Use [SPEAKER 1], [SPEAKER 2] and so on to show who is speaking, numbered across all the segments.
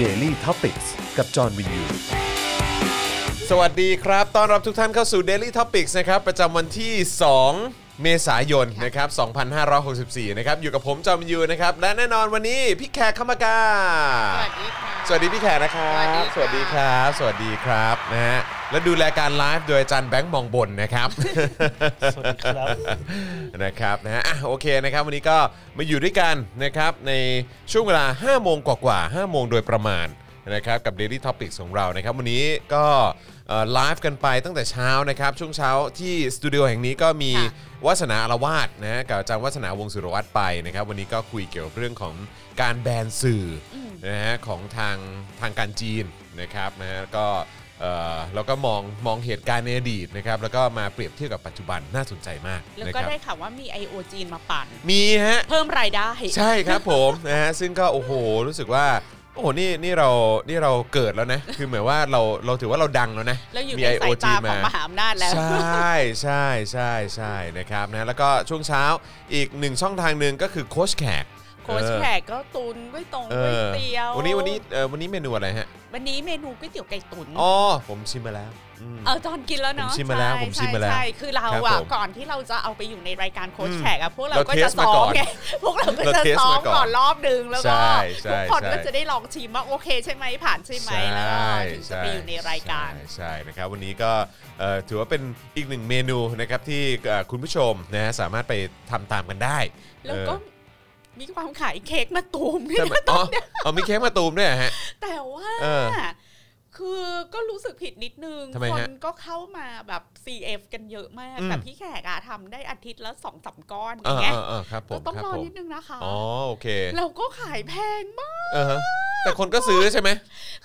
[SPEAKER 1] Daily t o p i c กกับจอห์นวินยู
[SPEAKER 2] สวัสดีครับ ต้อนรับทุกท่านเข้าสู่ Daily Topics นะครับ ประจำวันที่ 2 เมษายน นะครับ 2564 นะครับ อยู่กับผมจอมยูนะครับ และแน่นอนวันนี้พี่แขกขมากา
[SPEAKER 3] สวัสดีค่ะ
[SPEAKER 2] สวัสดีพี่แขกนะครับ
[SPEAKER 3] สวัสดีค่ะ
[SPEAKER 2] บสวัสดีครับนะฮะ และดูแลการไลฟ์โดยอาจารย์แบงค์มองบนนะครับ
[SPEAKER 4] สวัสดีครับ
[SPEAKER 2] นะครับนะฮะอ่ะโอเคนะครับวันนี้ก็มาอยู่ด้วยกันนะครับในช่วงเวลา 5 โมงกว่าๆ5โมงโดยประมาณนะครับกับ Daily Topics ของเรานะครับวันนี้ก็เอ่อไลฟ์กันไปตั้งแต่เช้านะครับช่วงเช้าที่สตูดิโอแห่งนี้ก็มี
[SPEAKER 3] ค่ะ
[SPEAKER 2] วาสนาอารวาสนะฮะกับอาจารย์วาสนาวงศ์สุรวัตรไปนะครับวันนี้ก็คุยเกี่ยวกับเรื่องของการแบนสื่ออนะฮะของทางทางการจีนนะครับนะฮะก็เอ่อแล้วก็มองมองเหตุการณ์ในอดีตนะครับแล้วก็มาเปรียบเทียบกับปัจจุบันน่าสนใจมาก
[SPEAKER 3] แล้ว
[SPEAKER 2] นะค
[SPEAKER 3] ก็
[SPEAKER 2] รับ
[SPEAKER 3] ได้ข่าวว่ามี IO จีนมาปั่น
[SPEAKER 2] มีฮะ
[SPEAKER 3] เพิ่มรายได้
[SPEAKER 2] ใช่ครับผม นะฮะซึ่งก็โอ้โหรู้สึกว่าโอ้โหนี่นี่เรานี่เราเกิดแล้วนะ คือเหมือนว่าเราเราถือว่าเราดังแล้วนะ
[SPEAKER 3] แล้วอยู่
[SPEAKER 2] มี
[SPEAKER 3] ในสาย
[SPEAKER 2] IOG
[SPEAKER 3] ตาของมหาอำนาจแล้ว
[SPEAKER 2] ใช่ใช่ใช่ใช่นะครับนะแล้วก็ช่วงเช้าอีกหนึ่งช่องทางหนึ่งก็คือโค้ชแขก
[SPEAKER 3] โค้ชแขกก็ตุนก๋วยตง
[SPEAKER 2] เอ
[SPEAKER 3] ก๋วย
[SPEAKER 2] อ
[SPEAKER 3] เตี๋ยว
[SPEAKER 2] วันนี้วันนี้เออวันนี้เมนูอะไรฮะ
[SPEAKER 3] วันนี้เมนูก๋วยเตี๋ยวไก่ตุ๋น
[SPEAKER 2] อ๋อผมชิมมาแล้วอืม
[SPEAKER 3] เออจอนกินแล้วเนาะ
[SPEAKER 2] ผมชิมมาแล้ว
[SPEAKER 3] ใ
[SPEAKER 2] ผมชิมมาแล้ว
[SPEAKER 3] ใช่ใช่คือเรา
[SPEAKER 2] ครับ
[SPEAKER 3] อะ
[SPEAKER 2] ผม
[SPEAKER 3] ก่อนที่เราจะเอาไปอยู่ในรายการโค้ช
[SPEAKER 2] อืม
[SPEAKER 3] แขกอะพวกเรา
[SPEAKER 2] เรา
[SPEAKER 3] ก็
[SPEAKER 2] เท
[SPEAKER 3] จะ
[SPEAKER 2] สมา
[SPEAKER 3] ซ้
[SPEAKER 2] ก่
[SPEAKER 3] อม
[SPEAKER 2] อน
[SPEAKER 3] ไง พวกเราก็
[SPEAKER 2] เรา
[SPEAKER 3] จะ
[SPEAKER 2] เทส
[SPEAKER 3] ซ้อ
[SPEAKER 2] มาม ก่อน
[SPEAKER 3] ก่อนรอบนึงแล้วก็
[SPEAKER 2] ใช่ใช่
[SPEAKER 3] ทุกคนก็
[SPEAKER 2] ใช่
[SPEAKER 3] จะได้ลองชิมว่าโอเคใช่ไหมผ่านใช่ไหมแล้วก็ถึงจะไปอยู่ในรายการ
[SPEAKER 2] ใช่ใช่นะครับวันนี้ก็เอ่อถือว่าเป็นอีกหนึ่งเมนูนะครับที่เอ่อคุณผู้ชมนะฮะสามารถไปทำตามกันได้
[SPEAKER 3] แล้วก็
[SPEAKER 2] เออ
[SPEAKER 3] มีความขายเค้กมาตูมด้วย
[SPEAKER 2] ใช่ไหม
[SPEAKER 3] นะต
[SPEAKER 2] อ๋
[SPEAKER 3] อ
[SPEAKER 2] อน
[SPEAKER 3] เนี้ย
[SPEAKER 2] เอามีเค้กมาตูมด้วยเหรอฮะ
[SPEAKER 3] แต่ว่า
[SPEAKER 2] เออ
[SPEAKER 3] คือก็รู้สึกผิดนิดนึง
[SPEAKER 2] ทำไม
[SPEAKER 3] ค
[SPEAKER 2] ฮะ
[SPEAKER 3] นก็เข้ามาแบบ CF กันเยอะมาก
[SPEAKER 2] อืม
[SPEAKER 3] แต่พี่แขกอะทำได้อาทิตย์ละสองสามก้อนอ
[SPEAKER 2] เอย่างอ
[SPEAKER 3] เงี้ย
[SPEAKER 2] เออเออครับผม
[SPEAKER 3] ก็ต้อง
[SPEAKER 2] ครับ
[SPEAKER 3] รอ
[SPEAKER 2] ผม
[SPEAKER 3] นิดนึงนะคะ
[SPEAKER 2] อ๋อโอเค
[SPEAKER 3] เราก็ขายแพงมาก
[SPEAKER 2] เออฮะแต่คนก็ซื้อใช่ไหม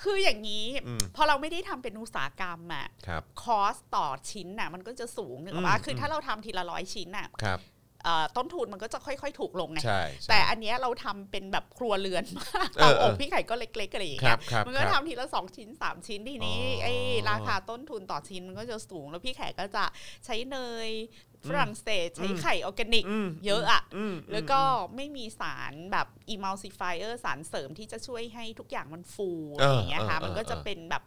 [SPEAKER 3] คืออย่างนี้
[SPEAKER 2] อืม
[SPEAKER 3] พอเราไม่ได้ทำเป็นอุตสาหกรรมอะ
[SPEAKER 2] ครับ
[SPEAKER 3] คอสต่อชิ้นน่ะมันก็จะสูงนึกออกปะ
[SPEAKER 2] อืม
[SPEAKER 3] คือถ้าเราทำทีละร้อยชิ้นน่ะ
[SPEAKER 2] ครับ
[SPEAKER 3] เอ่อต้นทุนมันก็จะค่อยๆ ถูกลงไง
[SPEAKER 2] ใช่ใช่
[SPEAKER 3] แต่อันเนี้ยเราทำเป็นแบบครัวเรือนมาก
[SPEAKER 2] เออ
[SPEAKER 3] เตา
[SPEAKER 2] เอ
[SPEAKER 3] อ
[SPEAKER 2] อบ
[SPEAKER 3] พี่ไข่ก็เล็กๆอะไรอย่าง
[SPEAKER 2] ครั
[SPEAKER 3] เงี้
[SPEAKER 2] บ
[SPEAKER 3] ย
[SPEAKER 2] ครับ
[SPEAKER 3] มันก็
[SPEAKER 2] ครับ
[SPEAKER 3] ทำทีละสองชิ้นสามชิ้นทีนี้
[SPEAKER 2] อ๋อ
[SPEAKER 3] ไอ้ราคาต้นทุนต่อชิ้นมันก็จะสูง แล้วพี่แขกก็จะใช้เนยฝรั่งเศสใช้
[SPEAKER 2] อืม
[SPEAKER 3] ไข่ออร์แกนิก
[SPEAKER 2] ม
[SPEAKER 3] เยอะอะ
[SPEAKER 2] ม
[SPEAKER 3] แล้วก็ไม่มีสารแบบ emulsifier สารเสริมที่จะช่วยให้ทุกอย่างมันฟูอะไรอย่างเงี้ยค่ะ
[SPEAKER 2] เออเออ
[SPEAKER 3] มันก็จะเป็นแบบ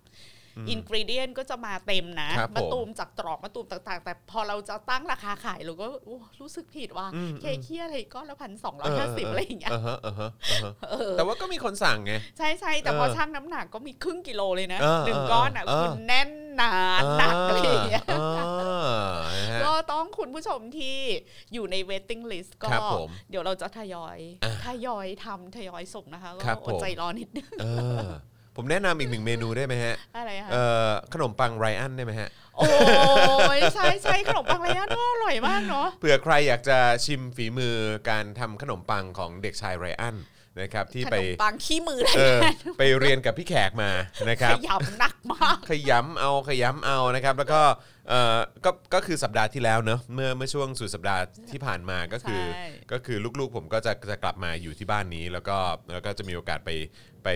[SPEAKER 2] อืม
[SPEAKER 3] อินกรีเดียนก็จะมาเต็มนะครับ
[SPEAKER 2] ผม
[SPEAKER 3] มาตูมจากตรอกมาตูมต่างๆ แต่พอเราจะตั้งราคาขายเราก็โอ้รู้สึกผิดว่า
[SPEAKER 2] อืม
[SPEAKER 3] เคกเคียอะไรก็ละพันสองร้อยห้าสิบอะไรอย่างเงี้ย
[SPEAKER 2] เออฮะเออฮะเออฮะ
[SPEAKER 3] เออ
[SPEAKER 2] แต่ว่าก็มีคนสั่งไง
[SPEAKER 3] ใช่ใช่แต่พอ
[SPEAKER 2] เออ
[SPEAKER 3] ชั่งน้ำหนักก็มีครึ่งกิโลเลยนะ
[SPEAKER 2] เออ
[SPEAKER 3] หนึ่งก้อนอ่ะ
[SPEAKER 2] เออ
[SPEAKER 3] คุณแน่นหนาหนักอะไรอย่างเงี้ย
[SPEAKER 2] อ่านะฮะ
[SPEAKER 3] ก็ต้องคุณผู้ชมที่อยู่ใน waiting list ก็
[SPEAKER 2] ครับผม
[SPEAKER 3] เดี๋ยวเราจะทยอย
[SPEAKER 2] อ่ะ
[SPEAKER 3] ทยอยทำทยอยส่งนะคะ
[SPEAKER 2] ครับ
[SPEAKER 3] ก็
[SPEAKER 2] ผม
[SPEAKER 3] อดใจรอนิดนึง
[SPEAKER 2] เออผมแนะนำอีกหนึ่งเมนูได้ไหมฮะ
[SPEAKER 3] อะไรคะ
[SPEAKER 2] เอ่อขนมปังไรอันได้ไหมฮะ
[SPEAKER 3] โอ้ยใช่ใช่ขนมปังระยะนอกอร่อยมากเนาะ
[SPEAKER 2] เผื่อใครอยากจะชิมฝีมือการทำขนมปังของเด็กชายไรอันนะครับที่
[SPEAKER 3] ข
[SPEAKER 2] ไป
[SPEAKER 3] นมปังขี้มือ เลย
[SPEAKER 2] เออไปเรียนกับพี่แขกมานะค
[SPEAKER 3] ข
[SPEAKER 2] รับ
[SPEAKER 3] ยำหนักมาก
[SPEAKER 2] ขยำเอาขยำเอานะครับ แล้วก็เออก็ก็คือสัปดาห์ที่แล้วเนอะเมื่อเมื่อช่วงสุดสัปดาห์ที่ผ่านมาก็คือ
[SPEAKER 3] ใช่
[SPEAKER 2] ก็คือลูกๆผมก็จะจะกลับมาอยู่ที่บ้านนี้ แล้วก็แล้วก็จะมีโอกาสไปไป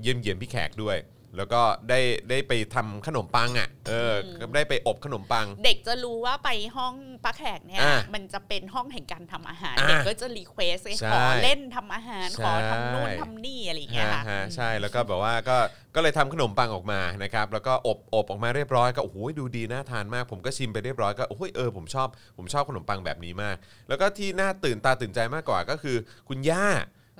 [SPEAKER 2] เยี่ยมเยียนพี่แขกด้วย แล้วก็ได้ได้ไปทำขนมปังอ่ะเออก็ได้ไปอบขนมปัง
[SPEAKER 3] เด็กจะรู้ว่าไปห้องปักแขกเนี่ย
[SPEAKER 2] อ่ะ
[SPEAKER 3] มันจะเป็นห้องแห่งการทำอาหาร
[SPEAKER 2] อ่ะ
[SPEAKER 3] เด็กก็จะรีเควสให้
[SPEAKER 2] ใช่
[SPEAKER 3] ขอเล่นทำอาหาร ขอ
[SPEAKER 2] ใช่
[SPEAKER 3] ทำนู่นทำนี่อะไรอย่างเงี้ยค่ะ
[SPEAKER 2] ฮะใช่แล้วก็แบบว่าก็ก็เลยทำขนมปังออกมานะครับแล้วก็อบอบออกมาเรียบร้อยก็โอ้โหดูดีน่าทานมาก ผมก็ชิมไปเรียบร้อยก็โอ้ยเออผมชอบผมชอบขนมปังแบบนี้มาก แล้วก็ที่น่าตื่นตาตื่นใจมากกว่าก็คือ คุณย่า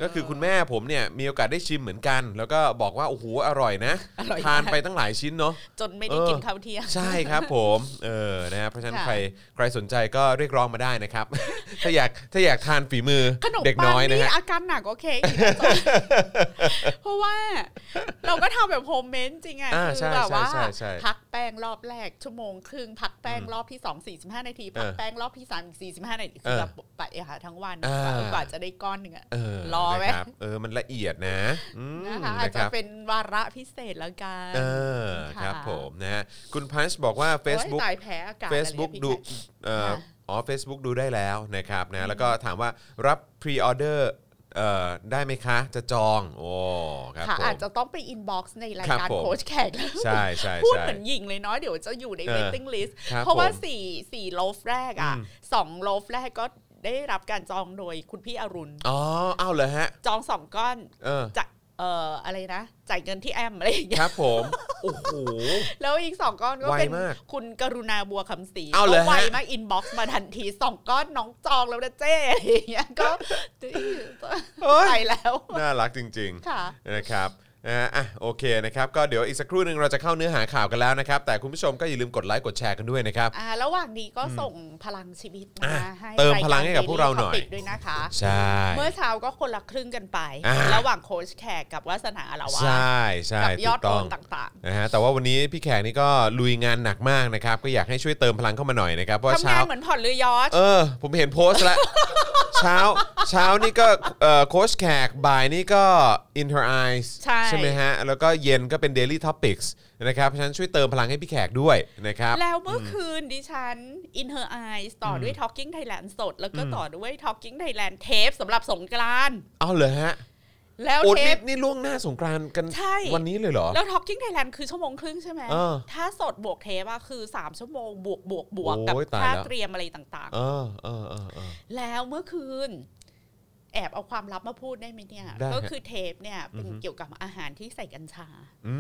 [SPEAKER 2] ก็คือคุณแม่ผมเนี่ยมีโอกาสได้ชิมเหมือนกัน แล้วก็บอกว่าโอ้โหอร่อยนะ
[SPEAKER 3] อร่อยมาก
[SPEAKER 2] ทานไปตั้งหลายชิ้นเนาะ
[SPEAKER 3] จนไม่ได้
[SPEAKER 2] เออ
[SPEAKER 3] กินข้าวเที่ยง
[SPEAKER 2] ใช่ครับผมเออนะฮะเพราะฉะนั้น
[SPEAKER 3] ค่ะ
[SPEAKER 2] ใครใครสนใจก็เรียกร้องมาได้นะครับ ถ้าอยากถ้าอยากทานฝีมือ
[SPEAKER 3] ขนม
[SPEAKER 2] เด็ก
[SPEAKER 3] ปัง
[SPEAKER 2] น้อยนะ
[SPEAKER 3] นี่
[SPEAKER 2] ฮะ
[SPEAKER 3] อาการหนักโอเคกอีกนะจ๊ะ เพราะว่าเราก็ทำแบบโฮมเมดจริงอ่ะ
[SPEAKER 2] อ่า
[SPEAKER 3] คือแบบว่า
[SPEAKER 2] ใช่ใช่ใช่
[SPEAKER 3] พักแป้งรอบแรกชั่วโมงครึ่งพักแป้งรอบที่สองสี่สิบห้านาทีพัก
[SPEAKER 2] เออ
[SPEAKER 3] แป้งรอบที่สามอีกสี่สิบห้านาที
[SPEAKER 2] เอ
[SPEAKER 3] คือ
[SPEAKER 2] อ
[SPEAKER 3] แบบไปอะค่ะทั้งวัน
[SPEAKER 2] อ่า
[SPEAKER 3] กว่าจะได้ก้อนหนึ่งอะ
[SPEAKER 2] เออ
[SPEAKER 3] รอไหม
[SPEAKER 2] นะครับเออมันละเอียดนะอืม
[SPEAKER 3] นะคะอาจจะ
[SPEAKER 2] รับ
[SPEAKER 3] เป็นวาระพิเศษแล้วกัน
[SPEAKER 2] เออครับผมนะฮะคุณพันช์บอกว่า Facebook
[SPEAKER 3] โอ้ยตายแพ้อากาศ
[SPEAKER 2] Facebook ดูเอ่อ
[SPEAKER 3] ค่ะ
[SPEAKER 2] อ๋อ Facebook ดูได้แล้วนะครับนะแล้วก็ถามว่ารับพรีออเดอร์เอ่อได้ไหมคะ จะจอง โอ้ครับ
[SPEAKER 3] ค่ะ
[SPEAKER 2] ผม
[SPEAKER 3] อาจจะต้องไปอินบ็อกซ์ในราย
[SPEAKER 2] ครับ
[SPEAKER 3] การ
[SPEAKER 2] ผม
[SPEAKER 3] โค้ชแขกแล้ว
[SPEAKER 2] ใช่ใช่
[SPEAKER 3] พูด
[SPEAKER 2] ใช่
[SPEAKER 3] เหมือนหญิงเลยเนาะเดี๋ยวจะอยู่ใน
[SPEAKER 2] เออ
[SPEAKER 3] waiting list
[SPEAKER 2] ครับ
[SPEAKER 3] เพราะว่า
[SPEAKER 2] ผม
[SPEAKER 3] สี่สี่โลฟแรกอ่ะ
[SPEAKER 2] อืม
[SPEAKER 3] สองโลฟแรกก็ได้รับการจองโดยคุณพี่อรุณ
[SPEAKER 2] อ๋อ เอาเลยฮะ
[SPEAKER 3] จองสองก้อน
[SPEAKER 2] เออ
[SPEAKER 3] จาก เอ่ออะไรนะจ่ายเงินที่แอมอะไรอย่างเงี้
[SPEAKER 2] ค
[SPEAKER 3] ย
[SPEAKER 2] รับผมโอ้โห
[SPEAKER 3] แล้วอีกสองก้อนก็เป็น
[SPEAKER 2] ไวมาก
[SPEAKER 3] คุณกรุณาบัวคำศรี
[SPEAKER 2] เอาเหรอ
[SPEAKER 3] ก็
[SPEAKER 2] ฮะ
[SPEAKER 3] ไวมากอินบ็อกซ์มาทันทีสองก้อนน้องจองแล้วนะเจ๊อะไรอย่างเงี้ยก็
[SPEAKER 2] เอ้ย
[SPEAKER 3] ไปแล้ว
[SPEAKER 2] น่ารักจริง ๆ
[SPEAKER 3] ค่ะ
[SPEAKER 2] นะครับนะฮะอ่ะโอเคนะครับ ก็เดี๋ยวอีกสักครู่หนึ่งเราจะเข้าเนื้อหาข่าวกันแล้วนะครับ แต่คุณผู้ชมก็อย่าลืมกดไลค์กดแชร์กันด้วยนะครับ
[SPEAKER 3] อ่าระหว่างนี้ก็ส่งพลังชีวิตมา
[SPEAKER 2] อ่ะ
[SPEAKER 3] ให้
[SPEAKER 2] เติม
[SPEAKER 3] ย
[SPEAKER 2] พลังให้กับพวกเราหน่อย
[SPEAKER 3] ติดด้วยนะคะ
[SPEAKER 2] ใช่
[SPEAKER 3] เมื่อเช้าก็คนละครึ่งกันไป
[SPEAKER 2] อ่า
[SPEAKER 3] ระหว่างโค้ชแขกกับวาสนาอาละวา
[SPEAKER 2] ใช่ใช่
[SPEAKER 3] กัย
[SPEAKER 2] ถู
[SPEAKER 3] อด
[SPEAKER 2] ก
[SPEAKER 3] โอ
[SPEAKER 2] ต้อง
[SPEAKER 3] นต่าง
[SPEAKER 2] นะฮะแต่ว่าวันนี้พี่แขกนี่ก็ลุยงานหนักมากนะครับ ก็อยากให้ช่วยเติมพลังเข้ามาหน่อยนะครับเพราะ
[SPEAKER 3] ๆ
[SPEAKER 2] ว่า
[SPEAKER 3] ทำ
[SPEAKER 2] เช้า
[SPEAKER 3] งานเหมือนผ่อนหรือยอด
[SPEAKER 2] เออ ผมเห็นโพสต์ละ เช้าเช้านี่ก็เอ่อโค้ชแขกบ่ายนี่ก็ in her eyes
[SPEAKER 3] ใช่
[SPEAKER 2] ไหมฮะ แล้วก็เย็นก็เป็น daily topics นะครับเพราะฉะนั้นช่วยเติมพลังให้พี่แขกด้วยนะครับ
[SPEAKER 3] แล้วเมื่อคืนดิฉัน In Her Eyes ต่ออด้วย Talking Thailand สด แล้วก็ต่อด้วย Talking Thailand เทปสำหรับสงกรานต์
[SPEAKER 2] เอาเลยฮะ
[SPEAKER 3] แล้ว
[SPEAKER 2] โอ้
[SPEAKER 3] เท
[SPEAKER 2] นี่
[SPEAKER 3] ป
[SPEAKER 2] นี่ล่วงหน้าสงกรานต์กัน
[SPEAKER 3] ใช่
[SPEAKER 2] วันนี้เลยเหรอ
[SPEAKER 3] แล้ว Talking Thailand คือชั่วโมงครึ่งใช่ไหม
[SPEAKER 2] เออ
[SPEAKER 3] ถ้าสดบวกเทปอะคือ 3 ชั่วโมงบวกบวกบวกกับ
[SPEAKER 2] โอ้ยตาย
[SPEAKER 3] ค่า
[SPEAKER 2] แล้ว
[SPEAKER 3] เตรียมอะไรต่าง
[SPEAKER 2] เออเออเออเออ
[SPEAKER 3] ๆ แล้วเมื่อคืน แอบเอาความลับมาพูดได้ไหมเนี่ย
[SPEAKER 2] ได้ฮะ
[SPEAKER 3] ก็คือเทปเนี่ยเป็นเกี่ยวกับอาหารที่ใส่กัญชา
[SPEAKER 2] อื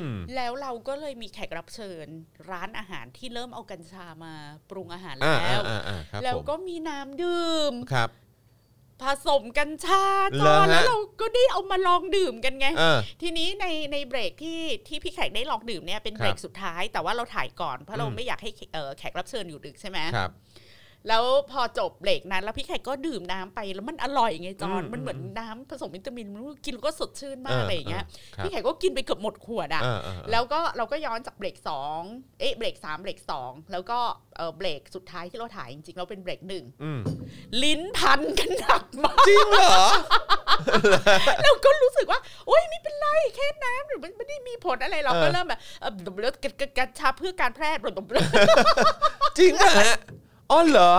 [SPEAKER 2] ม
[SPEAKER 3] แล้วเราก็เลยมีแขกรับเชิญ ร้านอาหารที่เริ่มเอากัญชามาปรุงอาหาร
[SPEAKER 2] อ่า
[SPEAKER 3] แล้
[SPEAKER 2] อ่าว อ่าอ่าครับ
[SPEAKER 3] แล้ว
[SPEAKER 2] ผม
[SPEAKER 3] ก็มีน้ำดื่ม
[SPEAKER 2] ครับ
[SPEAKER 3] ผสมกัญชา
[SPEAKER 2] เหร
[SPEAKER 3] ก่
[SPEAKER 2] อ
[SPEAKER 3] อน
[SPEAKER 2] ฮะ
[SPEAKER 3] แล้วเราก็ได้เอามาลองดื่มกันไง
[SPEAKER 2] เออ
[SPEAKER 3] ทีนี้ในในเบรกที่ที่พี่แขกได้ลองดื่มเนี่ยเป็น
[SPEAKER 2] ครับ
[SPEAKER 3] เบรกสุดท้าย แต่ว่าเราถ่ายก่อนเพ
[SPEAKER 2] อื
[SPEAKER 3] ราะ
[SPEAKER 2] ม
[SPEAKER 3] เราไม่อยากให้เอ่อแขกรับเชิญอยู่ดึกใช่ไหม
[SPEAKER 2] ครับ
[SPEAKER 3] แล้วพอจบเบรกนั้น แล้วพี่แขกก็ดื่มน้ำไปแล้วมันอร่อยไงจอน
[SPEAKER 2] อืม
[SPEAKER 3] มันเหมือน
[SPEAKER 2] อืม
[SPEAKER 3] น้ำผสมวิตามินมันกินแล้วก็สดชื่นมากอะไรอย่างเงี้ย
[SPEAKER 2] ครับ
[SPEAKER 3] พี่แขกก็กินไปเกือบหมดขวดอ่ะ
[SPEAKER 2] เออเออเออ
[SPEAKER 3] แล้วก็เราก็ย้อนจากเบรกสองเอ๊ะเบรกสามเบรกสองแล้วก็เอ่อเบรกสุดท้ายที่เราถ่ายจริงๆเราเป็นเบรกหนึ่ง
[SPEAKER 2] อืม
[SPEAKER 3] ลิ้นพันกันหนักมาก
[SPEAKER 2] จริงเหรอ
[SPEAKER 3] แล้วก็รู้สึกว่าโอ๊ยไม่เป็นไรแค่น้ำหรือมันไม่ได้มีผลอะไรเรา
[SPEAKER 2] เอ
[SPEAKER 3] ก็
[SPEAKER 2] อ
[SPEAKER 3] เริ่มแบบเออเริ่มกัญชาเพื่อการแพทย์รดม
[SPEAKER 2] จริงเหรอฮะอ๋อเหรอ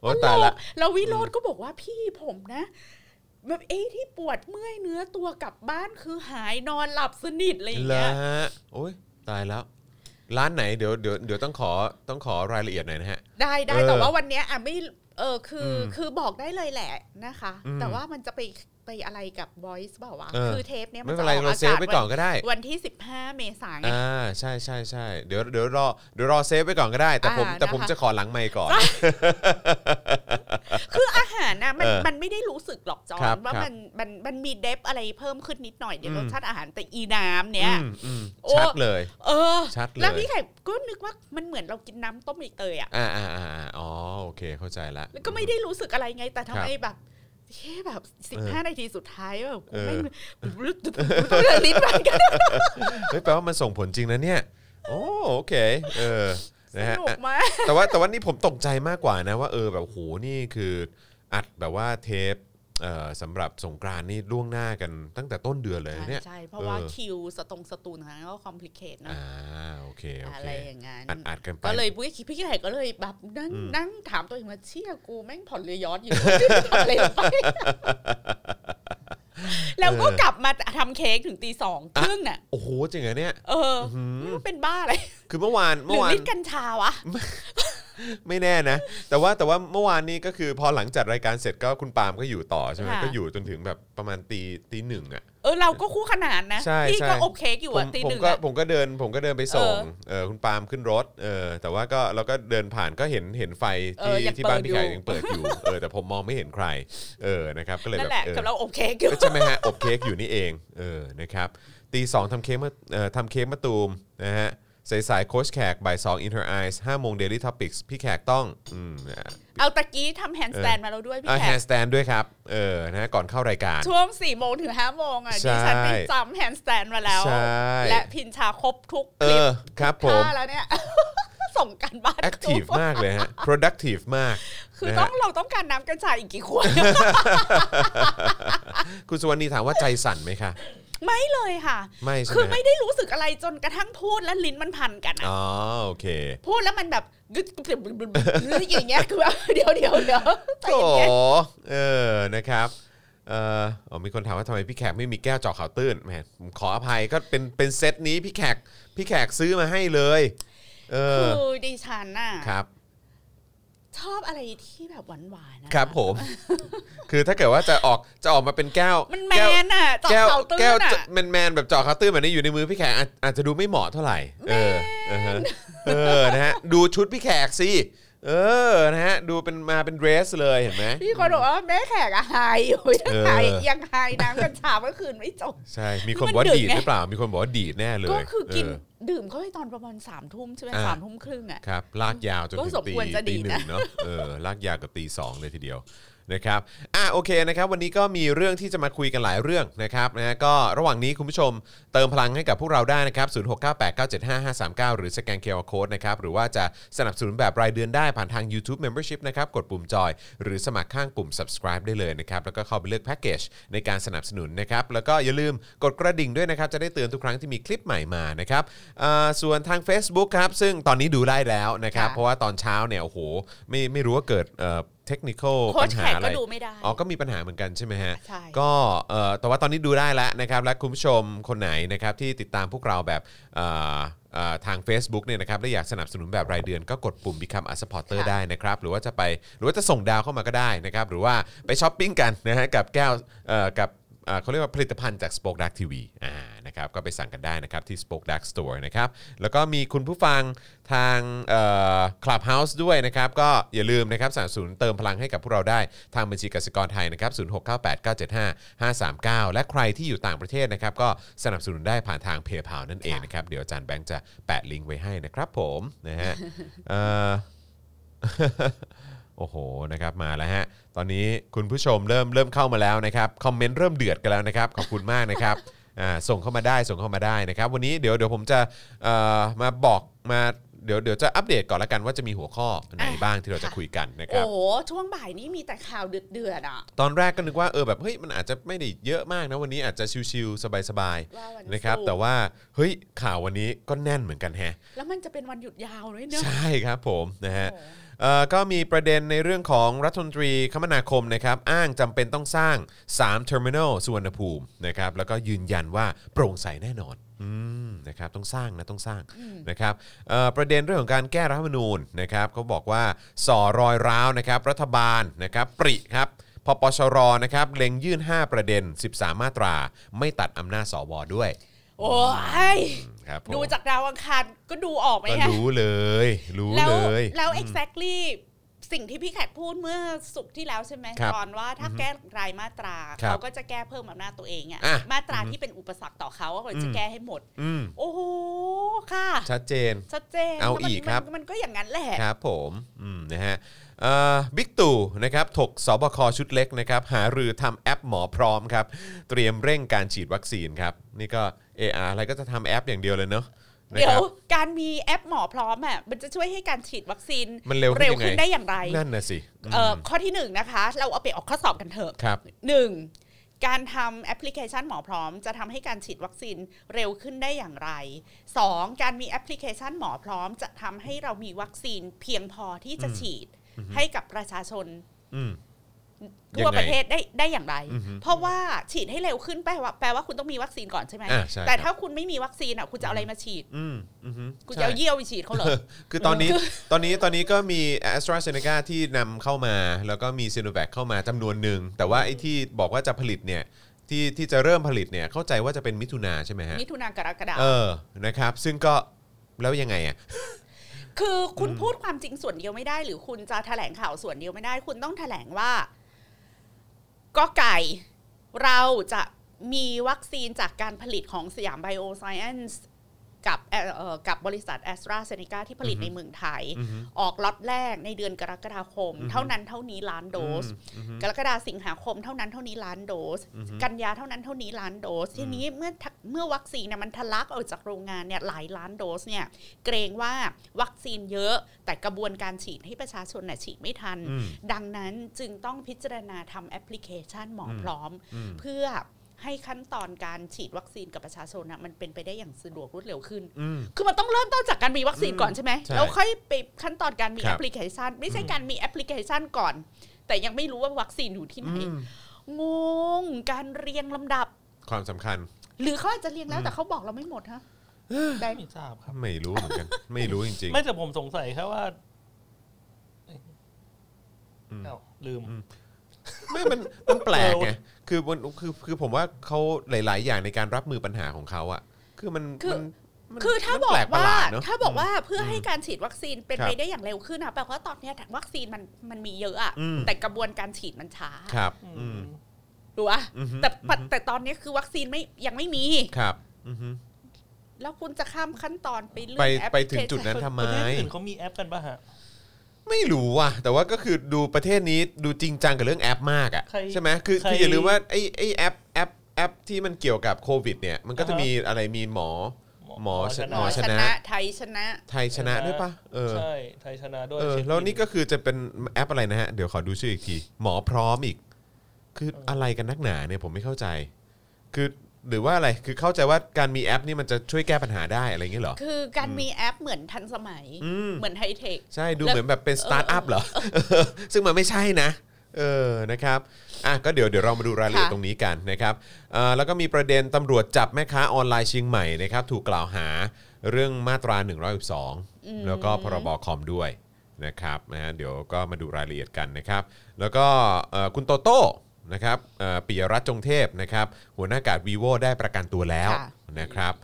[SPEAKER 2] โอ้ ตายละ
[SPEAKER 3] แล้ววิโรธก็บอกว่าพี่ผมนะ แบบเอ้ที่ปวดเมื่อยเนื้อตัวกลับบ้านคือหายนอนหลับสนิทอะไรอย่าง
[SPEAKER 2] เหรอ
[SPEAKER 3] เงี้ย
[SPEAKER 2] ฮะโอ้ยตายแล้ว ร้านไหนเดี๋ยวเดี๋ยวเดี๋ยวต้องขอต้องขอรายละเอียดหน่อยนะฮะ
[SPEAKER 3] ได้ได้
[SPEAKER 2] เออ
[SPEAKER 3] แต่ว่าวันเนี้ยอ่ะไม่เออคืออ
[SPEAKER 2] ม
[SPEAKER 3] คือบอกได้เลยแหละนะคะ
[SPEAKER 2] อืม
[SPEAKER 3] แต่ว่ามันจะไปไปอะไรกับ voice เปล่าวะ
[SPEAKER 2] เออ
[SPEAKER 3] คือเทปเนี้ยมั
[SPEAKER 2] ไม่
[SPEAKER 3] น
[SPEAKER 2] เป็
[SPEAKER 3] จะ
[SPEAKER 2] น
[SPEAKER 3] อ
[SPEAKER 2] ไร
[SPEAKER 3] อก
[SPEAKER 2] เรา
[SPEAKER 3] อา
[SPEAKER 2] เซฟ
[SPEAKER 3] กาศ
[SPEAKER 2] ไว้ก่อนก็ได้
[SPEAKER 3] วันที่ 15 เมษายนไง
[SPEAKER 2] อ่าใช่ใช่ใช่เดี๋ยวเดี๋ยวรอเดี๋ยวรอเซฟไว้ก่อนก็ได้ แต่ผม
[SPEAKER 3] อ่า
[SPEAKER 2] แต่ผม
[SPEAKER 3] นะคะ
[SPEAKER 2] จะขอหลังไมค์ก่อน
[SPEAKER 3] คืออาหารนะมัน
[SPEAKER 2] เออ
[SPEAKER 3] มันไม่ได้รู้สึกหรอกจอ
[SPEAKER 2] ครั
[SPEAKER 3] น
[SPEAKER 2] บ
[SPEAKER 3] ว่า
[SPEAKER 2] ครับ
[SPEAKER 3] มันมันมันมีเดฟอะไรเพิ่มขึ้นนิดหน่อยเดี๋ยว
[SPEAKER 2] อืม
[SPEAKER 3] รสชาติอาหารแต่อีน้ำเนี่ย
[SPEAKER 2] อืมอืม
[SPEAKER 3] โอ้
[SPEAKER 2] ชัดเลย
[SPEAKER 3] เออ
[SPEAKER 2] ชัดเลย
[SPEAKER 3] แล้วพี่ไข่ก็นึกว่ามันเหมือนเรากินน้ำต้มใบเตยอ่ะ
[SPEAKER 2] อ่าอ่าอ่าอ่าอ๋อโอเคเข้าใจละ
[SPEAKER 3] แล้วก็ไม่ได้รู้สึกอะไรไงแต่ทำไมแบบแค่แบบสิบห้านาทีสุดท้ายแบบกูไม่
[SPEAKER 2] เออ
[SPEAKER 3] รู้ สึกเรื่องลิ้นมันกัน
[SPEAKER 2] เฮ้ยแปลว่ามันส่งผลจริงนะเนี่ยโอ้โอเคเออ
[SPEAKER 3] ส
[SPEAKER 2] นะฮะ
[SPEAKER 3] นุก
[SPEAKER 2] อ่ะ
[SPEAKER 3] มาก
[SPEAKER 2] แต่ว่าแต่ว่านี่ผมตกใจมากกว่านะว่าเออแบบโหนี่คืออัดแบบว่าเทปเอ่อสำหรับสงกรานต์นี่ล่วงหน้ากันตั้งแต่ต้นเดือนเลยนะเนี่ย
[SPEAKER 3] ใช่เพราะว่า
[SPEAKER 2] เออ
[SPEAKER 3] คิวสตรงสตูนนะก็คอมพลีเคทนะ
[SPEAKER 2] อ่าโอเคโอ
[SPEAKER 3] อะ
[SPEAKER 2] เค
[SPEAKER 3] ไรอย่างงั้น
[SPEAKER 2] อัดอัดกันไป
[SPEAKER 3] ก็เลยพี่คิดพี่ไข่ก็เลยแบบนั่ง
[SPEAKER 2] อืม
[SPEAKER 3] นั่งถามตัวเองว่าเชี่ยกูแม่งผ่อนเรือยอด อยู่ ทำอะไรลงไปแล้วก็กลับมาทำเค้กถึงตีสองครึ่งน่ะ
[SPEAKER 2] โอ้โหจริงเหรอเนี่ย
[SPEAKER 3] เออ
[SPEAKER 2] อื้อหือ
[SPEAKER 3] ไม่รู้เป็นบ้าอะไร
[SPEAKER 2] คือเมื่อวาน
[SPEAKER 3] ห
[SPEAKER 2] เมื่
[SPEAKER 3] รือ อ
[SPEAKER 2] วาน
[SPEAKER 3] ลิ้นกัญชาวะ
[SPEAKER 2] ไม่แน่นะ แต่ว่าแต่ว่าเมื่อวานนี้ก็คือพอหลังจัดรายการเสร็จก็คุณปาล์มก็อยู่ต่อใช่ไหม
[SPEAKER 3] ค่ะ
[SPEAKER 2] ก็อยู่จนถึงแบบประมาณตีตีหนึ่งอ่ะ
[SPEAKER 3] เออเราก็คู่ขนานนะ
[SPEAKER 2] ใช่
[SPEAKER 3] พี่
[SPEAKER 2] ใช่
[SPEAKER 3] ก็อบเค้กอยู่
[SPEAKER 2] ผม
[SPEAKER 3] อะตี
[SPEAKER 2] ผ
[SPEAKER 3] ห
[SPEAKER 2] ม
[SPEAKER 3] นึ่ง
[SPEAKER 2] ก็
[SPEAKER 3] อะ
[SPEAKER 2] ผมก็เดินผมก็เดินไปส่ง
[SPEAKER 3] เออ
[SPEAKER 2] เออคุณปาล์มขึ้นรถเออแต่ว่าก็เราก็เดินผ่านก็เห็นเห็นไฟ
[SPEAKER 3] เอ
[SPEAKER 2] ที่
[SPEAKER 3] อยัง
[SPEAKER 2] ที่บ้าน
[SPEAKER 3] เปิด
[SPEAKER 2] พี่ไก่
[SPEAKER 3] อยู่
[SPEAKER 2] ยังเปิดอยู่เออแต่ผมมองไม่เห็นใครเออนะครับก็เลย
[SPEAKER 3] นั่
[SPEAKER 2] แบบ
[SPEAKER 3] นแหละ
[SPEAKER 2] เออ
[SPEAKER 3] กับเราอบเค้กอยู่
[SPEAKER 2] ใช่ไหมฮะอบเค้กอยู่นี่เองเออนะครับตีสองทำเค้กมาเอ่อทำเค้กมะตูมนะฮะสายสายโค้ชแขกบ่ายสอง in her eyes ห้าโมง daily topics พี่แขกต้องอืม
[SPEAKER 3] เอาตะกี้ทำแฮนด์สแตนมาแล้วด้วยพี่
[SPEAKER 2] อ่า
[SPEAKER 3] แข
[SPEAKER 2] แฮ
[SPEAKER 3] ก
[SPEAKER 2] นด์สแตนด้วยครับ เออ นะก่อนเข้ารายการ
[SPEAKER 3] ช่วงสี่โมงถึงห้าโมงอะ
[SPEAKER 2] ใช่
[SPEAKER 3] ดิฉันไปจำแฮนด์สแตนมาแล้ว
[SPEAKER 2] ใช่
[SPEAKER 3] และพินชาครบทุกค
[SPEAKER 2] เอ
[SPEAKER 3] ลิป
[SPEAKER 2] อ ครับผม
[SPEAKER 3] ท่าแล้วเนี่ย ส่งกันบ้าน
[SPEAKER 2] แอคทีฟมากเลยฮะ productive มาก
[SPEAKER 3] คือ
[SPEAKER 2] นะ
[SPEAKER 3] ต้อ
[SPEAKER 2] ฮะ
[SPEAKER 3] งเราต้องการน้ำกัญชาอีกกี่ขวด
[SPEAKER 2] คุณสุวรรณีถามว่าใจสั่นไหมคะ
[SPEAKER 3] ไม่เลยค่ะ
[SPEAKER 2] ไม่ใช่
[SPEAKER 3] คือ
[SPEAKER 2] ไหม
[SPEAKER 3] ไม่ได้รู้สึกอะไรจนกระทั่งพูดแล้วลิ้นมันพันกันอะ
[SPEAKER 2] อ๋อ โอเค
[SPEAKER 3] พูดแล้วมันแบบกึดกึดกึดกึดกึดอย่าง เงี้ยคือแบบเดี๋ยวเดี๋ยวเดี๋ยวใจ
[SPEAKER 2] โอ้
[SPEAKER 3] เย็น
[SPEAKER 2] เออ นะครับ เอออ๋อมีคนถามว่าทำไมพี่แขกไม่มีแก้วเจาะข่าวตื้นแหมผมขออภัยก็เป็น เป็นเซตนี้พี่แขก พี่แขกซื้อมาให้เลย เออ
[SPEAKER 3] ๆคือดิฉันน่ะ
[SPEAKER 2] ครับ
[SPEAKER 3] ช ชอบอะไรที่แบบหวานๆนะครับ
[SPEAKER 2] ผม คือถ้าเกิดว่าจะออกจะออกมาเป็นแก้ว
[SPEAKER 3] มันแม
[SPEAKER 2] ก้ว
[SPEAKER 3] นอ่ะเจอบ
[SPEAKER 2] แก้ว
[SPEAKER 3] เขาตื้
[SPEAKER 2] แก้วน
[SPEAKER 3] อ่ะ
[SPEAKER 2] แมนแมนๆแบบเจาะเขาตื้นแบบนี้อยู่ในมือพี่แขกอาจอาจจะดูไม่เหมาะเท่าไหร่ เออเออฮะ เออนะฮะดูชุดพี่แขกสิเออนะฮะดูเป็นมาเป็นเดรสเลยเห็นไหม
[SPEAKER 3] พี่คนบอกว่าแม่แขกอะไฮอยู่ ยังไฮ
[SPEAKER 2] เออ
[SPEAKER 3] ยังไฮน้ำกัญชาเมื่อคืนไม่จบ
[SPEAKER 2] ใช่มีคน
[SPEAKER 3] มัน
[SPEAKER 2] บอกว่า
[SPEAKER 3] ดึก
[SPEAKER 2] ดีดห
[SPEAKER 3] ไง
[SPEAKER 2] รือเปล่า มีคนบอกว่าดีดแน่เลย
[SPEAKER 3] ก็คือกิน
[SPEAKER 2] เออ
[SPEAKER 3] ดื่มเข้าไปตอนประมาณสามทุ่มใช่ไหม
[SPEAKER 2] อ่า
[SPEAKER 3] สามทุ่มครึ่งอะ
[SPEAKER 2] ครับลากยาวจน
[SPEAKER 3] ก็
[SPEAKER 2] ถึง
[SPEAKER 3] สม
[SPEAKER 2] ตี
[SPEAKER 3] ควรจะ
[SPEAKER 2] ตี
[SPEAKER 3] ดีนะ
[SPEAKER 2] หนึ่ง เนาะเออลากยาวกับตีสองเลยทีเดียวนะครับอ่ะโอเคนะครับ วันนี้ก็มีเรื่องที่จะมาคุยกันหลายเรื่องนะครับนะฮะก็ระหว่างนี้คุณผู้ชมเติมพลังให้กับพวกเราได้นะครับ 0698975539 หรือสแกนเคอร์โค้ดนะครับ หรือว่าจะสนับสนุนแบบรายเดือนได้ผ่านทาง YouTube Membership นะครับ กดปุ่มจอย หรือสมัครข้างปุ่ม subscribe ได้เลยนะครับ แล้วก็เข้าไปเลือกแพ็กเกจในการสนับสนุนนะครับ แล้วก็อย่าลืมกดกระดิ่งด้วยนะครับ จะได้เตือนทุกครั้งที่มีคลิปใหม่มานะครับอ่าส่วนทาง Facebook ครับ ซึ่งตอนนี้ดูได้แล้วนะครับ
[SPEAKER 3] ค่ะ
[SPEAKER 2] เพราะว่าตอนเช้าเนี่ย โอ้โห ไม่ไม่รู้ว่าเกิดเทคนิค
[SPEAKER 3] โค้
[SPEAKER 2] ปั
[SPEAKER 3] ช
[SPEAKER 2] ญ
[SPEAKER 3] แข
[SPEAKER 2] หาก อะไร
[SPEAKER 3] ก็ดูไม่ได้
[SPEAKER 2] อ๋อ ก็มีปัญหาเหมือนกันใช่ไหมฮะ
[SPEAKER 3] ใช่
[SPEAKER 2] ก็เอ่อแต่ว่าตอนนี้ดูได้แล้วนะครับ และคุณผู้ชมคนไหนนะครับที่ติดตามพวกเราแบบเอ่อเอ่อทาง Facebook เนี่ยนะครับ และอยากสนับสนุนแบบรายเดือนก็กดปุ่ม Become a supporter
[SPEAKER 3] ค่ะ
[SPEAKER 2] ได้นะครับ หรือว่าจะไป หรือว่าจะส่งดาวเข้ามาก็ได้นะครับ หรือว่าไปช้อปปิ้งกันนะฮะกับแก้วเอ่อกับเอ่อเขาเรียกว่าผลิตภัณฑ์จาก Spoke Dark TV อ่า นะครับ ก็ไปสั่งกันได้นะครับที่ Spoke Dark Store นะครับ แล้วก็มีคุณผู้ฟังทางเอ่อ Clubhouse ด้วยนะครับ ก็อย่าลืมนะครับสนับสนุนเติมพลังให้กับพวกเราได้ ทางบัญชีกสิกรไทยนะครับ 0698975539 และใครที่อยู่ต่างประเทศนะครับ ก็สนับสนุนได้ผ่านทาง PayPal นั่นเองนะครับ เดี๋ยวอาจารย์แบงค์จะแปะลิงก์ไว้ให้นะครับผมนะฮะเอ่อ โอ้โห นะครับ มาแล้วฮะ ตอนนี้คุณผู้ชมเริ่มเริ่มเข้ามาแล้วนะครับ คอมเมนต์เริ่มเดือดกันแล้วนะครับ ขอบคุณมากนะครับ อ่า ส่งเข้ามาได้ ส่งเข้ามาได้นะครับ วันนี้เดี๋ยวเดี๋ยวผมจะเอ่อมาบอกมา เดี๋ยวเดี๋ยวจะอัปเดตก่อนละกันว่าจะมีหัวข้อไหนบ้างที่เราจะคุยกันนะค
[SPEAKER 3] โอ้
[SPEAKER 2] รับ
[SPEAKER 3] โหช่วงบ่ายนี้มีแต่ข่าวเดือดๆอ่ะ
[SPEAKER 2] ตอนแรกก็นึกว่าเออแบบเฮ้ยมันอาจจะไม่ได้เยอะมากนะวันนี้อาจจะชิวๆสบาย
[SPEAKER 3] ว่าวันศุกร์
[SPEAKER 2] ๆนะครับ แต่ว่าเฮ้ยข่าววันนี้ก็แน่นเหมือนกันแฮะ
[SPEAKER 3] แล้วมันจะเป็นวันหยุดยาวด้วยเนอะ
[SPEAKER 2] ใช่ครับผมนะฮะ
[SPEAKER 3] โอ้โห
[SPEAKER 2] เอ่อก็มีประเด็นในเรื่องของรัฐมนตรีคมนาคมนะครับ อ้างจำเป็นต้องสร้าง 3 เทอร์มินอลสุวรรณภูมินะครับ แล้วก็ยืนยันว่าโปร่งใสแน่นอนอืมนะครับต้องสร้างนะต้องสร้างนะครับเอ่อประเด็นเรื่องของการแก้รัฐธรรมนูญนะครับเขาบอกว่าส่อรอยร้าวนะครับรัฐบาลนะครับปริครับพปชรนะครับเล็งยื่น 5 ประเด็น 13 มาตรา ไม่ตัดอำนาจสวด้วย
[SPEAKER 3] โอ้ย
[SPEAKER 2] ครับผม
[SPEAKER 3] ดูจากดาวอังคารก็ดูออกไหม
[SPEAKER 2] ก็
[SPEAKER 3] ฮะ
[SPEAKER 2] รู้เลย รู้
[SPEAKER 3] แล้ว
[SPEAKER 2] เลย
[SPEAKER 3] แล้ว exactly สิ่งที่พี่แขกพูดเมื่อสุกร์ที่แล้วใช่ไหม
[SPEAKER 2] ครับ
[SPEAKER 3] ตอนว่าถ้าแก้รายมาตรา
[SPEAKER 2] ครับ
[SPEAKER 3] เขาก็จะแก้เพิ่มอำนาจตัวเองอะ
[SPEAKER 2] อ่ะ
[SPEAKER 3] มาตราที่เป็นอุปสรรคต่อเขาว่าเขาจะแก้ให้หมด
[SPEAKER 2] อืม
[SPEAKER 3] โอ้โหค่ะ
[SPEAKER 2] ชัดเจน
[SPEAKER 3] ชัดเจน
[SPEAKER 2] เอา
[SPEAKER 3] แล้วมัน
[SPEAKER 2] อีกครับ
[SPEAKER 3] มันมันก็อย่างนั้นแหละ
[SPEAKER 2] ครับผมอืมนะฮะเอ่อบิ๊กตู่นะครับถกสบคชุดเล็กนะครับหารือทำแอปหมอพร้อมครับ เตรียมเร่งการฉีดวัคซีนครับ นี่ก็ AR อะไรก็จะทำแอปอย่างเดียวเลยเนาะนะ
[SPEAKER 3] เดี๋
[SPEAKER 2] คว
[SPEAKER 3] ย
[SPEAKER 2] รับ
[SPEAKER 3] การมีแอปหมอพร้อมอ่ะมันจะช่วยให้การฉีดวัคซีน
[SPEAKER 2] มันเร็วขึ้นยังไง
[SPEAKER 3] ขึ้นได้อย่างไร
[SPEAKER 2] นั่นน่ะสิ
[SPEAKER 3] เอ่อข้อที่หนึ่งนะคะ เราเอาไปออกข้อสอบกันเถอะ
[SPEAKER 2] ครับ
[SPEAKER 3] หนึ่งการทำแอปพลิเคชันหมอพร้อม จะทำให้การฉีดวัคซีนเร็วขึ้นได้อย่างไรสองการมีแอปพลิเคชันหมอพร้อม จะทำให้เรามีวัคซีนเพียงพอที่จะฉีดให้กับประชาชน
[SPEAKER 2] อืม
[SPEAKER 3] ทั่ว
[SPEAKER 2] ยังไง
[SPEAKER 3] ประเทศได้ได้อย่างไร
[SPEAKER 2] อือฮึ
[SPEAKER 3] เพราะว่าฉีดให้เร็วขึ้นแปลว่าแปลว่าคุณต้องมีวัคซีนก่อนใช่ไหม
[SPEAKER 2] อ่าใช่
[SPEAKER 3] แต่
[SPEAKER 2] ครับ
[SPEAKER 3] ถ้าคุณไม่มีวัคซีนอ่ะคุณจะเอาอะไรมาฉีด
[SPEAKER 2] อืมอืม
[SPEAKER 3] คุณจะ
[SPEAKER 2] ใช่
[SPEAKER 3] เอาเยี่ยวไปฉีดเขาเหรอ
[SPEAKER 2] คือตอนนี้ตอนนี้ตอนนี้ก็มี a s t r a z e ซ e c a ที่นำเข้ามา แล้วก็มี s i n o v a c เข้ามาจำนวนหนึ่ง แต่ว่าไอ้ที่บอกว่าจะผลิตเนี่ยที่ที่จะเริ่มผลิตเนี่ยเข้าใจว่าจะเป็นมิถุนาใช่ไหมฮะ
[SPEAKER 3] มิถุนากรกฎาค
[SPEAKER 2] เอ
[SPEAKER 3] ม
[SPEAKER 2] อ นะครับ ซึ่งก็แล้วยังไงอ่ะ
[SPEAKER 3] คือคุณพูดความจริงส่วนเดียวไม่ได้ หรือคุณจะแถลงข่าวส่วนเดียวไม่ได้ คุณต้องแถลงว่าก็ไก่เราจะมีวัคซีนจากการผลิตของสยามไบโอไซเอนซ์กับเอ่อเอ่อกับบริษัทแอสตราเซเนกาที่ผลิตในเมืองไทย ออกล็อตแรกในเดือนกรกฎาคม เท่านั้นเท่านี้ล้านโดส กรกฎาสิงหาคมเท่านั้นเท่านี้ล้านโดส กันยาเท่านั้นเท่านี้ล้านโดส ทีนี้เมื่อทักเมื่อวัคซีนเนี่ยมันทะลักออกจากโรงงานเนี่ยหลายล้านโดสเนี่ยเกรงว่าวัคซีนเยอะแต่กระบวนการฉีดให้ประชาชนน่ยฉีดไม่ทัน
[SPEAKER 2] อืม
[SPEAKER 3] ดังนั้นจึงต้องพิจารณาทำแอปพลิเคชันหมอพร้อม เพื่อให้ขั้นตอนการฉีดวัคซีนกับประชาชนนะมันเป็นไปได้อย่างสะดวกรวดเร็วขึ้น
[SPEAKER 2] อืม
[SPEAKER 3] คือมันต้องเริ่มต้นจากการมีวัคซีนก่อนใช่ไหม
[SPEAKER 2] ใช่
[SPEAKER 3] แล้วค่อยไปขั้นตอนการมี
[SPEAKER 2] ครั
[SPEAKER 3] แอบ ปพลิเคชัน ไม่ใช่การมีแอปพลิเคชันก่อน แต่ยังไม่รู้ว่าวัคซีนอยู่ที่ไหน งง การเรียงลำดับ
[SPEAKER 2] ความสำคัญ
[SPEAKER 3] หรือเขาอาจจะเรียงแล้วแต่เขาบอกเราไม่หมดฮะแบงค์
[SPEAKER 4] ไม่ทราบครับ
[SPEAKER 2] ไม่รู้เหมือนกัน ไม่รู้จริง
[SPEAKER 4] ไม่แต่ผมสงสัยแค่ว่า อ้าวลืม
[SPEAKER 2] ไม่มันมันแปลกไง
[SPEAKER 4] เออ
[SPEAKER 2] คือมันคือคือผมว่าเขาหลาย ๆ อย่างในการรับมือปัญหาของเขาอะคือมัน
[SPEAKER 3] คือ
[SPEAKER 2] มันมัน
[SPEAKER 3] คือถ้า
[SPEAKER 2] มัน
[SPEAKER 3] บอ
[SPEAKER 2] แปล
[SPEAKER 3] ก
[SPEAKER 2] ประห
[SPEAKER 3] ว่า
[SPEAKER 2] ลดเนะ
[SPEAKER 3] ถ้าบอกว่าเพื่อให้การฉีดวัคซีนเป็น
[SPEAKER 2] ครับ
[SPEAKER 3] ไปได้อย่างเร็วขึ้นนะแปลว่าตอนเนี้ยวัคซีนมันมันมีเยอะอะ
[SPEAKER 2] อืม
[SPEAKER 3] แต่กระบวนการฉีดมันช้า
[SPEAKER 2] ครับ
[SPEAKER 4] อื
[SPEAKER 2] อืม
[SPEAKER 4] ม
[SPEAKER 3] รู้ปะ
[SPEAKER 2] อือฮึ
[SPEAKER 3] แต่ปัจ
[SPEAKER 2] อือฮึ
[SPEAKER 3] แต่ตอนเนี้ยคือวัคซีนไม่ยังไม่มี
[SPEAKER 2] ครับอือฮึ
[SPEAKER 3] แล้วคุณจะข้ามขั้นตอนไปเรื่
[SPEAKER 2] ไป
[SPEAKER 3] อยแอปพ
[SPEAKER 2] ไป
[SPEAKER 3] ลิเค
[SPEAKER 2] ถึง
[SPEAKER 3] ชัน
[SPEAKER 2] จุดนั้นทำไม
[SPEAKER 4] ประเทศอื่นเขามีแอปกันป่ะฮะ
[SPEAKER 2] ไม่รู้ว่ะแต่ว่าก็คือดูประเทศนี้ดูจริงจังกับเรื่องแอปมาก
[SPEAKER 4] ใคร
[SPEAKER 2] อะ่ะใช่ไหมคือ
[SPEAKER 4] ใคร
[SPEAKER 2] คืออย่าลืมว่าไอ้ไอ้แอปแอปแอปที่มันเกี่ยวกับโควิดเนี่ยมันก็จะ
[SPEAKER 4] อ่าฮะ
[SPEAKER 2] มีอะไรมีหมอ หมอชนะ
[SPEAKER 3] หมอชนะ ไทยชนะ
[SPEAKER 2] ไทยชนะด้วยปะเออ
[SPEAKER 4] ใช่ ไทยชนะด้วย
[SPEAKER 2] เออ
[SPEAKER 4] เช็ค
[SPEAKER 2] แล้วนี่
[SPEAKER 4] บิ
[SPEAKER 2] ก็คือจะเป็นแอปอะไรนะฮะ เดี๋ยวขอดูชื่ออีกที หมอพร้อมอีก คืออะไรกันนักหนาเนี่ยผมไม่เข้าใจ คือหรือว่าอะไรคือเข้าใจว่าการมีแอปนี่มันจะช่วยแก้ปัญหาได้อะไรอย่างเงี้ยเหรอ
[SPEAKER 3] คือการมีแอปเหมือนทันสมัย
[SPEAKER 2] อืม
[SPEAKER 3] เหมือนไฮเทค
[SPEAKER 2] ใช่ดู
[SPEAKER 3] แล้ว
[SPEAKER 2] เหมือนแบบเป็นสตาร์ทอัพเหรอ ซึ่งมันไม่ใช่นะ เออนะครับอ่ะก็เดี๋ยวเดี๋ยวเรามาดูรายละเอียด
[SPEAKER 3] ค่ะ
[SPEAKER 2] ตรงนี้กันนะครับเอ่อแล้วก็มีประเด็นตำรวจจับแม่ค้าออนไลน์เชียงใหม่นะครับถูกกล่าวหาเรื่องมาตรา 112 แล้วก็พรบคอมด้วยนะครับนะฮะเดี๋ยวก็มาดูรายละเอียดกันนะครับ แล้วก็เอ่อคุณโตโต้นะครับเอ่อปิยรัตน์จงเทพนะครับหัวหน้ากาด vivo ได้ประกันตัวแล้ว
[SPEAKER 3] ค่ะ
[SPEAKER 2] นะครับ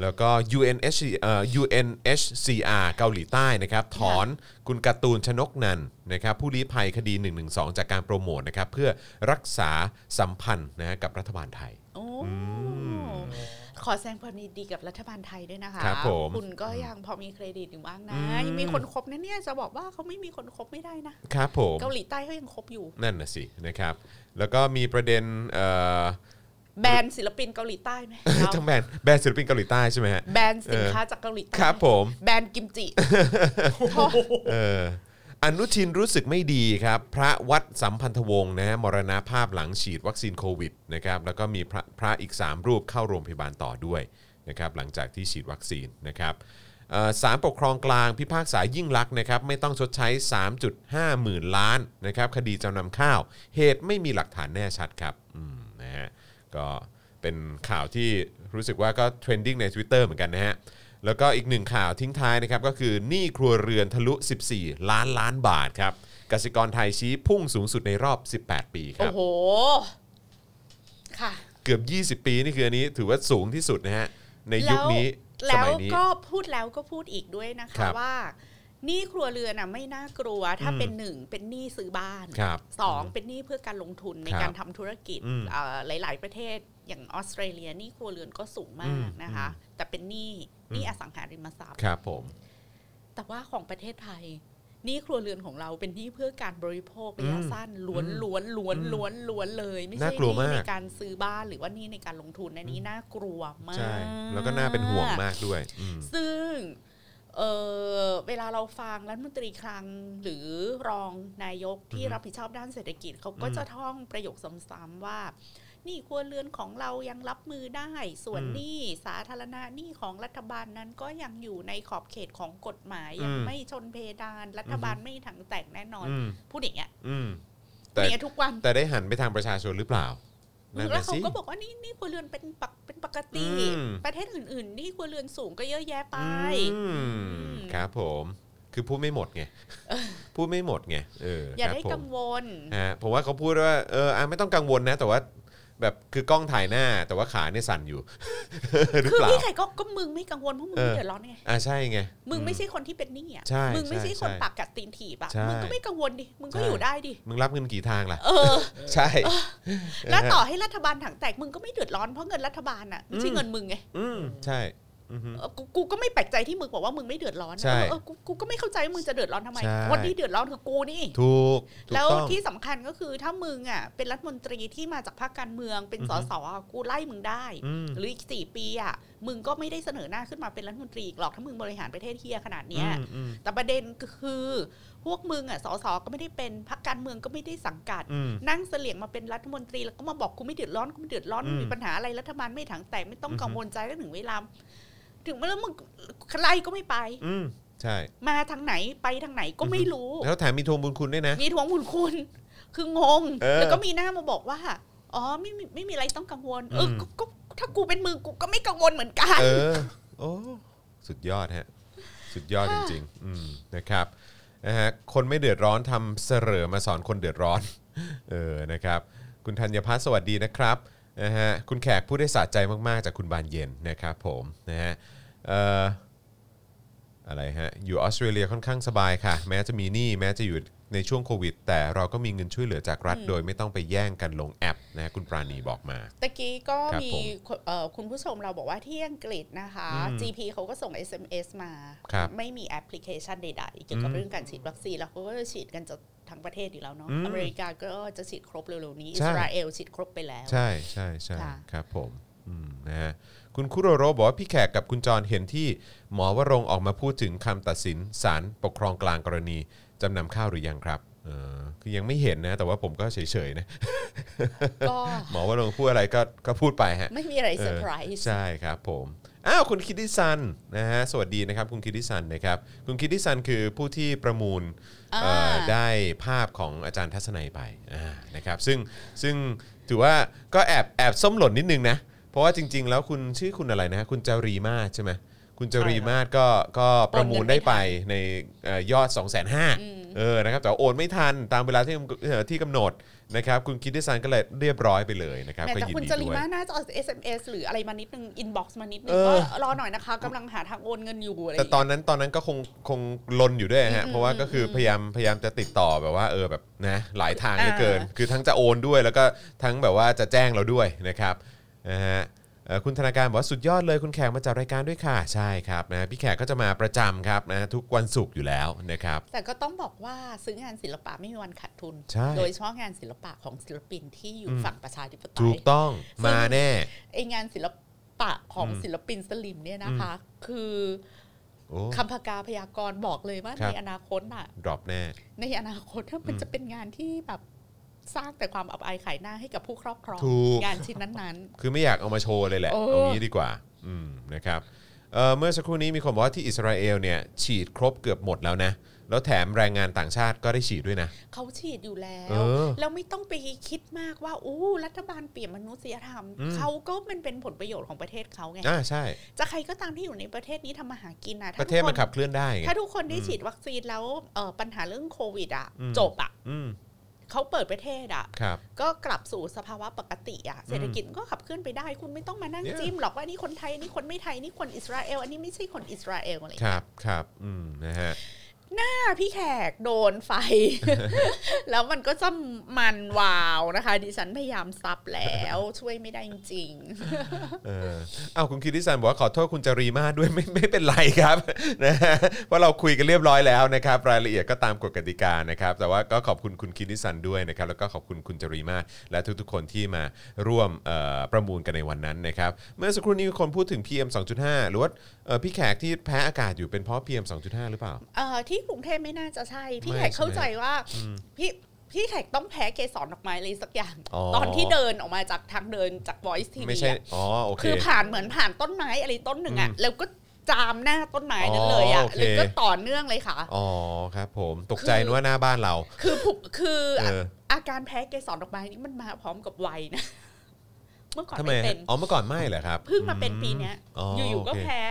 [SPEAKER 2] แล้วก็ UNH เอ่อ UNHCR เกาหลีใต้นะครับถอนคุณการ์ตูนชนกนันท์นะครับผู้ลี้ภัยคดี 112 จากการโปรโมทนะครับเพื่อรักษาสัมพันธ์นะฮะกับรัฐบาลไทย
[SPEAKER 3] โอ้ขอแสดงความยินดีกับรัฐบาลไทยด้วยนะคะ
[SPEAKER 2] ครับผม
[SPEAKER 3] คุณก็ยังพอมีเครดิตอยู่บ้างนะ
[SPEAKER 2] อืม
[SPEAKER 3] ยังมีคนคบนะเนี่ยจะบอกว่าเขาไม่มีคนคบไม่ได้นะ
[SPEAKER 2] ครับผม
[SPEAKER 3] เกาหลีใต้เขายังคบอยู่
[SPEAKER 2] นั่นนะสินะครับแล้วก็มีประเด็นเอ่อ
[SPEAKER 3] แบนศิลปินเกาหลีใต้ไหม เรา
[SPEAKER 2] ทั้งแบรนด์แบรนด์ศิลปินเกาหลีใต้ใช่ไหมฮะ
[SPEAKER 3] แบนสินค้าจากเกาหลีใต้
[SPEAKER 2] ครับผม
[SPEAKER 3] แบนกิมจิ
[SPEAKER 2] เอออนุทินรู้สึกไม่ดีครับ พระวัดสัมพันธวงศ์นะฮะมรณภาพหลังฉีดวัคซีนโควิดนะครับแล้วก็มีพระพระอีก 3 รูปเข้าโรงพยาบาลต่อด้วยนะครับหลังจากที่ฉีดวัคซีนนะครับเอ่อศาลปกครองกลางพิพากษายิ่งลักษณ์นะครับไม่ต้องชดใช้ 3.5 หมื่นล้านนะครับคดีจำนำข้าว เหตุไม่มีหลักฐานแน่ชัดครับอืมนะฮะก็เป็นข่าวที่รู้สึกว่าก็เทรนดิ้งใน Twitter เหมือนกันนะฮะ แล้วก็อีกหนึ่งข่าวทิ้งท้ายนะครับ ก็คือหนี้ครัวเรือนทะลุ 14 ล้านล้านบาทครับกสิกรไทยชี้พุ่งสูงสุดในรอบ 18 ปีค
[SPEAKER 3] โอ้
[SPEAKER 2] รับ
[SPEAKER 3] โห ค่ะ
[SPEAKER 2] เกือบ 20 ปีนี่คืออันนี้ถือว่าสูงที่สุดนะฮะ ในยุคนี้ส
[SPEAKER 3] แล้
[SPEAKER 2] มั
[SPEAKER 3] ว
[SPEAKER 2] ย
[SPEAKER 3] แล้ว
[SPEAKER 2] นี้
[SPEAKER 3] ก็พูดแล้วก็พูดอีกด้วยนะ
[SPEAKER 2] ครั
[SPEAKER 3] คะ
[SPEAKER 2] บ
[SPEAKER 3] ว่าหนี้ครัวเรือนน่ะไม่น่ากลัวถ้า
[SPEAKER 2] อืม
[SPEAKER 3] เป็นหนึ่งเป็นหนี้ซื้อบ้าน
[SPEAKER 2] ครับ
[SPEAKER 3] สองเป็นหนี้เพื่อการลงทุนใน
[SPEAKER 2] ครับ
[SPEAKER 3] การทำธุรกิจ
[SPEAKER 2] อืม
[SPEAKER 3] เอ่อหลาย ๆ ประเทศอย่างออสเตรเลียหนี้ครัวเรือนก็สูง
[SPEAKER 2] อื
[SPEAKER 3] มาม กนะคะ แต่เป็นหนี้หนี้
[SPEAKER 2] อืม
[SPEAKER 3] อสังหาริมทรัพย์
[SPEAKER 2] ครับผม
[SPEAKER 3] แต่ว่าของประเทศไทยหนี่ครัวเรือนของเราเป็นหนี่เพื่อการบริโภคระยะสั้นล้วนล้วนล้วนล้วนล้วนเลย ไม่ใช่หนี่ในการซื้อบ้านหรือว่าหนี่ในการลงทุนอันนี้น่ากลัวมาก
[SPEAKER 2] ใช่แล้วก็น่าเป็นห่วงมากด้วยอืม
[SPEAKER 3] ซึ่งเอ่อเวลาเราฟังรัฐมนตรีคลังหรือรองนายกที่
[SPEAKER 2] อือฮึ
[SPEAKER 3] รับผิดชอบด้านเศรษฐกิจเขาก็
[SPEAKER 2] อืม
[SPEAKER 3] จะท่องประโยคซ้ำๆว่า นี่ครัวเรือนของเรายังรับมือได้ ส่วน
[SPEAKER 2] อืม
[SPEAKER 3] หนี้สาธารณะหนี้ของรัฐบาลนั้นก็ยังอยู่ในขอบเขตของกฎหมายยัง
[SPEAKER 2] อืม
[SPEAKER 3] ไม่ชนเพดาน รัฐบาลไม่ถังแตกแน่นอน
[SPEAKER 2] อืม
[SPEAKER 3] พูดอย่างเงี้ย
[SPEAKER 2] อืมแต่
[SPEAKER 3] เนี่ยทุกวัน
[SPEAKER 2] แต่ได้หันไปทางประชาชนหรือเปล่านั่น
[SPEAKER 3] แล้ว
[SPEAKER 2] น่ะ
[SPEAKER 3] เขา
[SPEAKER 2] สิ
[SPEAKER 3] ก็บอกว่านี่หนี่ครัวเรือนเป็นปกเป็นปกติ
[SPEAKER 2] อืม
[SPEAKER 3] ประเทศอื่นๆหนี่ครัวเรือนสูงก็เยอะแยะไป
[SPEAKER 2] อืมครับผมคือพูดไม่หมดไงพูดไม่หมดไงเอออย่
[SPEAKER 3] อาได้
[SPEAKER 2] ครับผม
[SPEAKER 3] กังวล
[SPEAKER 2] ฮะผมว่าเขาพูดว่าเอออ่ะไม่ต้องกังวลนะ แต่ว่าแบบคือกล้องถ่ายหน้า แต่ว่าขาเนี่ยสั่น อยู่ หรือ
[SPEAKER 3] คือ
[SPEAKER 2] เปล่า
[SPEAKER 3] พี่ไข่ก็ก็มึงไม่กังวลเพราะมึง
[SPEAKER 2] เออ
[SPEAKER 3] ไม่เดือดร้อนไง
[SPEAKER 2] อ่าใช่ไง
[SPEAKER 3] มึงไม่ใช่คนที่เป็นหนี้อ่ะ
[SPEAKER 2] ใช่
[SPEAKER 3] มึงไม่ใช่คน
[SPEAKER 2] ใช่
[SPEAKER 3] ปากกัดตีนถีบอ่ะ
[SPEAKER 2] ใช่
[SPEAKER 3] มึงก็ไม่กังวลดิ มึงก็
[SPEAKER 2] ใช่
[SPEAKER 3] อยู่ได้ดิ
[SPEAKER 2] มึงรับเงินกี่ทางล่ะ
[SPEAKER 3] เออ
[SPEAKER 2] ใช่
[SPEAKER 3] แล้วต่
[SPEAKER 2] อ
[SPEAKER 3] อให้รัฐบาลถังแตก มึงก็ไม่เดือดร้อนเพราะเงินรัฐบาลอ่ะไม่ใช่เงินมึงไง
[SPEAKER 2] อืมใช่ อือฮึ
[SPEAKER 3] เออกูกูก็ไม่แปลกใจที่มึงบอกว่ามึงไม่เดือดร้อนนะ
[SPEAKER 2] ใช่
[SPEAKER 3] เออกูกูก็ไม่เข้าใจว่ามึงจะเดือดร้อนทำไม
[SPEAKER 2] ใช่
[SPEAKER 3] คนที่เดือดร้อนคือกูนี่
[SPEAKER 2] ถูกถูก
[SPEAKER 3] แล้ว
[SPEAKER 2] ต้อง
[SPEAKER 3] ที่สำคัญก็คือถ้ามึงอ่ะเป็นรัฐมนตรีที่มาจากพรรคการเมืองเป็น
[SPEAKER 2] อือ
[SPEAKER 3] ส
[SPEAKER 2] ฮึ
[SPEAKER 3] สอ่ะกูไล่มึงได้
[SPEAKER 2] อืม
[SPEAKER 3] หรืออีกสี่ปีอ่ะมึงก็ไม่ได้เสนอหน้าขึ้นมาเป็นรัฐมนตรีอีกหรอกถ้ามึงบริหารประเทศเฮียขนาดเนี้ย
[SPEAKER 2] อืมอืม
[SPEAKER 3] แต่ประเด็นก็คือ พวกมึงอ่ะสสก็ไม่ได้เป็นพรรคการเมืองก็ไม่ได้สังกัด
[SPEAKER 2] อืม
[SPEAKER 3] นั่งเสลี่ยงมาเป็นรัฐมนตรีแล้วก็มาบอกกูไม่เดือดร้อนกูไม่เดือดร้อน
[SPEAKER 2] อืม
[SPEAKER 3] มีปัญหาอะไรรัฐบาลไม่ถังแตกไม่ต้อง
[SPEAKER 2] อือฮึ
[SPEAKER 3] กังวลใจแล้วถึงเวลาถึงเมื่อแล้วมึงใครก็ไม่ไป
[SPEAKER 2] อืมใช่
[SPEAKER 3] มาทางไหนไปทางไหนก็ไม่รู้
[SPEAKER 2] แล้วแถมมีทวงบุญคุณด้วยนะ
[SPEAKER 3] มีทวงบุญคุณ คืองง
[SPEAKER 2] เออ
[SPEAKER 3] แล้วก็มีหน้ามาบอกว่า อ๋อไม่มีไม่มีอะไรต้องกังวล เออ
[SPEAKER 2] อืม
[SPEAKER 3] ก็ก็ถ้ากูเป็นมึงกูก็ไม่กังวลเหมือนกัน
[SPEAKER 2] เออ โอ้ สุดยอดฮะ สุดยอดจริงๆอืมนะครับ นะฮะคนไม่เดือดร้อนทำเสรอมาสอนคนเดือดร้อน เออนะครับ คุณธัญพัฒน์สวัสดีนะครับนะฮะคุณแขกผู้ได้สะใจมากๆ จากคุณบานเย็นนะครับผมนะฮะเอ่อ อะไรฮะ อยู่ออสเตรเลียค่อนข้างสบายค่ะ แม้จะมีหนี้แม้จะอยู่ในช่วงโควิด แต่เราก็มีเงินช่วยเหลือจากรัฐ โดยไม่ต้องไปแย่งกันลงแอปนะฮะคุณปราณีบอกมา
[SPEAKER 3] ตะกี้ก็
[SPEAKER 2] ครับ
[SPEAKER 3] มี
[SPEAKER 2] ผม
[SPEAKER 3] เอ่อคุณผู้ชมเราบอกว่าที่อังกฤษนะคะ
[SPEAKER 2] อืม
[SPEAKER 3] GP เขาก็ส่ง SMS มา
[SPEAKER 2] ครับ
[SPEAKER 3] ไม่มีแอปพลิเคชันใดๆ เกี่ยวกับ
[SPEAKER 2] อืม
[SPEAKER 3] เรื่องการฉีดวัคซีนแล้วเขาก็จะฉีดกันจะทั้งประเทศอยู่แล้วเนาะ
[SPEAKER 2] อืม
[SPEAKER 3] อเมริกาก็จะฉีดครบเร็วๆนี้
[SPEAKER 2] ใช่
[SPEAKER 3] อิสราเอลฉีดครบไปแล้ว
[SPEAKER 2] ใช่ใช่ใช่
[SPEAKER 3] ค่ะ
[SPEAKER 2] ครับผมอืมนะฮะคุณคุโรโรบอกว่าพี่แขกกับคุณจรเห็นที่หมอวรงค์ออกมาพูดถึงคำตัดสินศาลปกครองกลางกรณีจำนำข้าวหรือยังครับเออคือยังไม่เห็นนะ แต่ว่าผมก็เฉยๆนะ
[SPEAKER 3] ก็
[SPEAKER 2] หมอวรงค์พูดอะไรก็ก็พูดไปฮะ
[SPEAKER 3] ไม่มีอะไรเซอร์ไพรส์
[SPEAKER 2] ใช่ครับผม อ้าวคุณคิดดิซันนะฮะสวัสดีนะครับคุณคิดดิซันนะครับคุณคิดดิซันคือผู้ที่ประมูลเอ่อได้ภาพของอาจารย์ทัศนัยไปอ่านะครับซึ่งซึ่งถือว่าก็แอบแอบส้มหล่นนิดนึงนะ เพราะว่าจริง ๆ แล้วคุณชื่อคุณอะไรนะคุณจารีมาศใช่ไหมคุณจารีมาศก็ก็ประมูลได้ไปในเอ่อยอด 2 5 0 0 0เออนะครับแต่ว่าโอนไม่ทันตามเวลาที่กำเอ่อที่กำหนดนะครับคุณคิดดิซันก็เลยเรียบร้อยไปเลยนะครับ
[SPEAKER 3] แหม่
[SPEAKER 2] ก็
[SPEAKER 3] แต่
[SPEAKER 2] ยิน
[SPEAKER 3] คุณ
[SPEAKER 2] ดี
[SPEAKER 3] จริ
[SPEAKER 2] ด้วย
[SPEAKER 3] มาน่าจะเอา SMS หรืออะไรมานิดนึง อินบ็อกซ์มานิดนึ
[SPEAKER 2] เอง อ
[SPEAKER 3] ว่ารอหน่อยนะคะกำลังหาทางโอนเงินอยู่อะไรอ
[SPEAKER 2] แต่
[SPEAKER 3] ย่าง
[SPEAKER 2] ตอ
[SPEAKER 3] เงี้
[SPEAKER 2] น
[SPEAKER 3] ย
[SPEAKER 2] นั้นตอนนั้นก็คงคงลนอยู่ด้วยฮะ
[SPEAKER 3] อืม
[SPEAKER 2] เพราะว่าก็คือพยายามพยายามจะติดต่อแบบว่าเออแบบนะหลายทางเหลือเกิน
[SPEAKER 3] อ่า
[SPEAKER 2] คือทั้งจะโอนด้วยแล้วก็ทั้งแบบว่าจะแจ้งเราด้วยนะครับนะฮะเอ่อคุณธนาการบอกว่าสุดยอดเลยคุณแขกมาจัดรายการด้วยค่ะใช่ครับนะพี่แขกก็จะมาประจำครับนะทุกวันศุกร์อยู่แล้วนะครับ
[SPEAKER 3] แต่ก็ต้องบอกว่าซื้องานศิลปะไม่มีวันขาดทุน
[SPEAKER 2] ใช่
[SPEAKER 3] โดยเฉพาะงานศิลปะของศิลปินที่อยู่ฝั่งประชาธิปไต
[SPEAKER 2] ถู
[SPEAKER 3] ย
[SPEAKER 2] กต้องมาแน่
[SPEAKER 3] ไองานศิลปะของ
[SPEAKER 2] อืม
[SPEAKER 3] ศิลปินสลิมเนี่ยนะคะ คือ
[SPEAKER 2] โอ้
[SPEAKER 3] คำพกาพยากรณ์บอกเลยว่า
[SPEAKER 2] ครับ
[SPEAKER 3] ในอนาคตอ่ะ
[SPEAKER 2] ดรอปแน่
[SPEAKER 3] ในอนาคตถ้ามันจะเป็นงานที่แบบสร้างแต่ความอับอายขายหน้าให้กับผู้ครอบครอง
[SPEAKER 2] ถูก
[SPEAKER 3] งานชิ้นนั้น
[SPEAKER 2] คือไม่อยากเอามาโชว์เลยแหละ
[SPEAKER 3] เออ
[SPEAKER 2] เอางี้ดีกว่า อืมนะครับเอ่อเมื่อสักครู่นี้มีคนบอกว่าที่อิสราเอลเนี่ยฉีดครบเกือบหมดแล้วนะ แล้วแถมแรงงานต่างชาติก็ได้ฉีดด้วยนะ
[SPEAKER 3] ๆ เขาฉีดอยู่แล้ว
[SPEAKER 2] เออ
[SPEAKER 3] แล้วไม่ต้องไปคิดมากว่าอู้รัฐบาลเปลี่ยนมนุษยธรรม
[SPEAKER 2] อืม
[SPEAKER 3] เขาก็มันเป็นผลประโยชน์ของประเทศเขาไง
[SPEAKER 2] อ่าใช่
[SPEAKER 3] จะใครก็ตามที่อยู่ในประเทศนี้ทำมาหากินนะถ้า
[SPEAKER 2] ป
[SPEAKER 3] ทุก
[SPEAKER 2] ระเทศมันขับเคลื่อนได้ไง
[SPEAKER 3] ถ้าทุกคนได้
[SPEAKER 2] อืม
[SPEAKER 3] ฉีดวัคซีนแล้วเอ่อปัญหาเรื่องโควิดอ่ะ
[SPEAKER 2] อืม
[SPEAKER 3] จบอ่ะ
[SPEAKER 2] อืม
[SPEAKER 3] เขาเปิดประเทศอ่ะ
[SPEAKER 2] ครับ
[SPEAKER 3] ก็กลับสู่สภาวะปกติอะเศรษฐกิจมันก็ขับเคลื่อนไปได้ คุณไม่ต้องมานั่ง
[SPEAKER 2] เนี่ย
[SPEAKER 3] จิ้มหรอกว่านี่คนไทยนี่คนไม่ไทยนี่คนอิสราเอล อันนี้ไม่ใช่คนอิสราเอลอะไรอย่าง
[SPEAKER 2] ค
[SPEAKER 3] เงี้ย
[SPEAKER 2] รับครับอืมนะฮะ
[SPEAKER 3] อ่าพี่แขกโดนไฟ แล้วมันก็จะมันวาวนะคะ ดิฉันพยายามซับแล้วช่วยไม่ได้จริง
[SPEAKER 2] เอออ้าวคุณคิดดิสันบอกว่าขอโทษคุณจารีมาศด้วยไม่ ไม่เป็นไรครับ นะฮะเพราะเราคุยกันเรียบร้อยแล้วนะครับ รายละเอียดก็ตามกฎกติกานะครับ แต่ว่าก็ขอบคุณคุณคิดดิสันด้วยนะครับ แล้วก็ขอบคุณคุณจารีมาศและทุกๆคนที่มาร่วมเอ่อประมูลกันในวันนั้นนะครับ เมื่อสักครู่นี้มีคนพูดถึง PM 2.5 หรือว่าเอ่อพี่แขกที่แพ้อากาศอยู่เป็นเพราะ PM 2.5 หรือเปล่า
[SPEAKER 3] ๆ เอ่อที่กรุงเทพไม่น่าจะใช่ พี่
[SPEAKER 2] ไม่
[SPEAKER 3] แขกเข้าใจว่า
[SPEAKER 2] อืม
[SPEAKER 3] พี่พี่แขกต้องแพ้เกสรดอกไม้เลยสักอย่าง
[SPEAKER 2] อ๋อ
[SPEAKER 3] ตอนที่เดินออกมาจากทางเดินจาก Voice TV
[SPEAKER 2] ไม่ใช่
[SPEAKER 3] อะ
[SPEAKER 2] อ๋อโอเค
[SPEAKER 3] คือผ่านเหมือนผ่านต้นไม้อะไรต้นหนึ่งอ่ะ
[SPEAKER 2] อืม
[SPEAKER 3] แล้วก็จามหน้าต้นไม้นั้นเลย
[SPEAKER 2] อ๋อ
[SPEAKER 3] อ่ะ
[SPEAKER 2] โอเค
[SPEAKER 3] แล้วก็ต่อเนื่องเลยค่ะ
[SPEAKER 2] อ๋อครับผมตกใจนึกว่าหน้าบ้านเรา
[SPEAKER 3] คือผมคือ
[SPEAKER 2] เออ
[SPEAKER 3] อาการแพ้เกสรดอกไม้นี่มันมาพร้อมกับวัยนะ เมื่อก่อน
[SPEAKER 2] ทำไม
[SPEAKER 3] ไม่เป็น
[SPEAKER 2] อ๋อเมื่อก่อนไม่เหรอครับ
[SPEAKER 3] เพิ่งมาเป็นปีเนี้ย
[SPEAKER 2] อ๋ออ
[SPEAKER 3] อยู่ๆก็
[SPEAKER 2] โเค
[SPEAKER 3] แพ้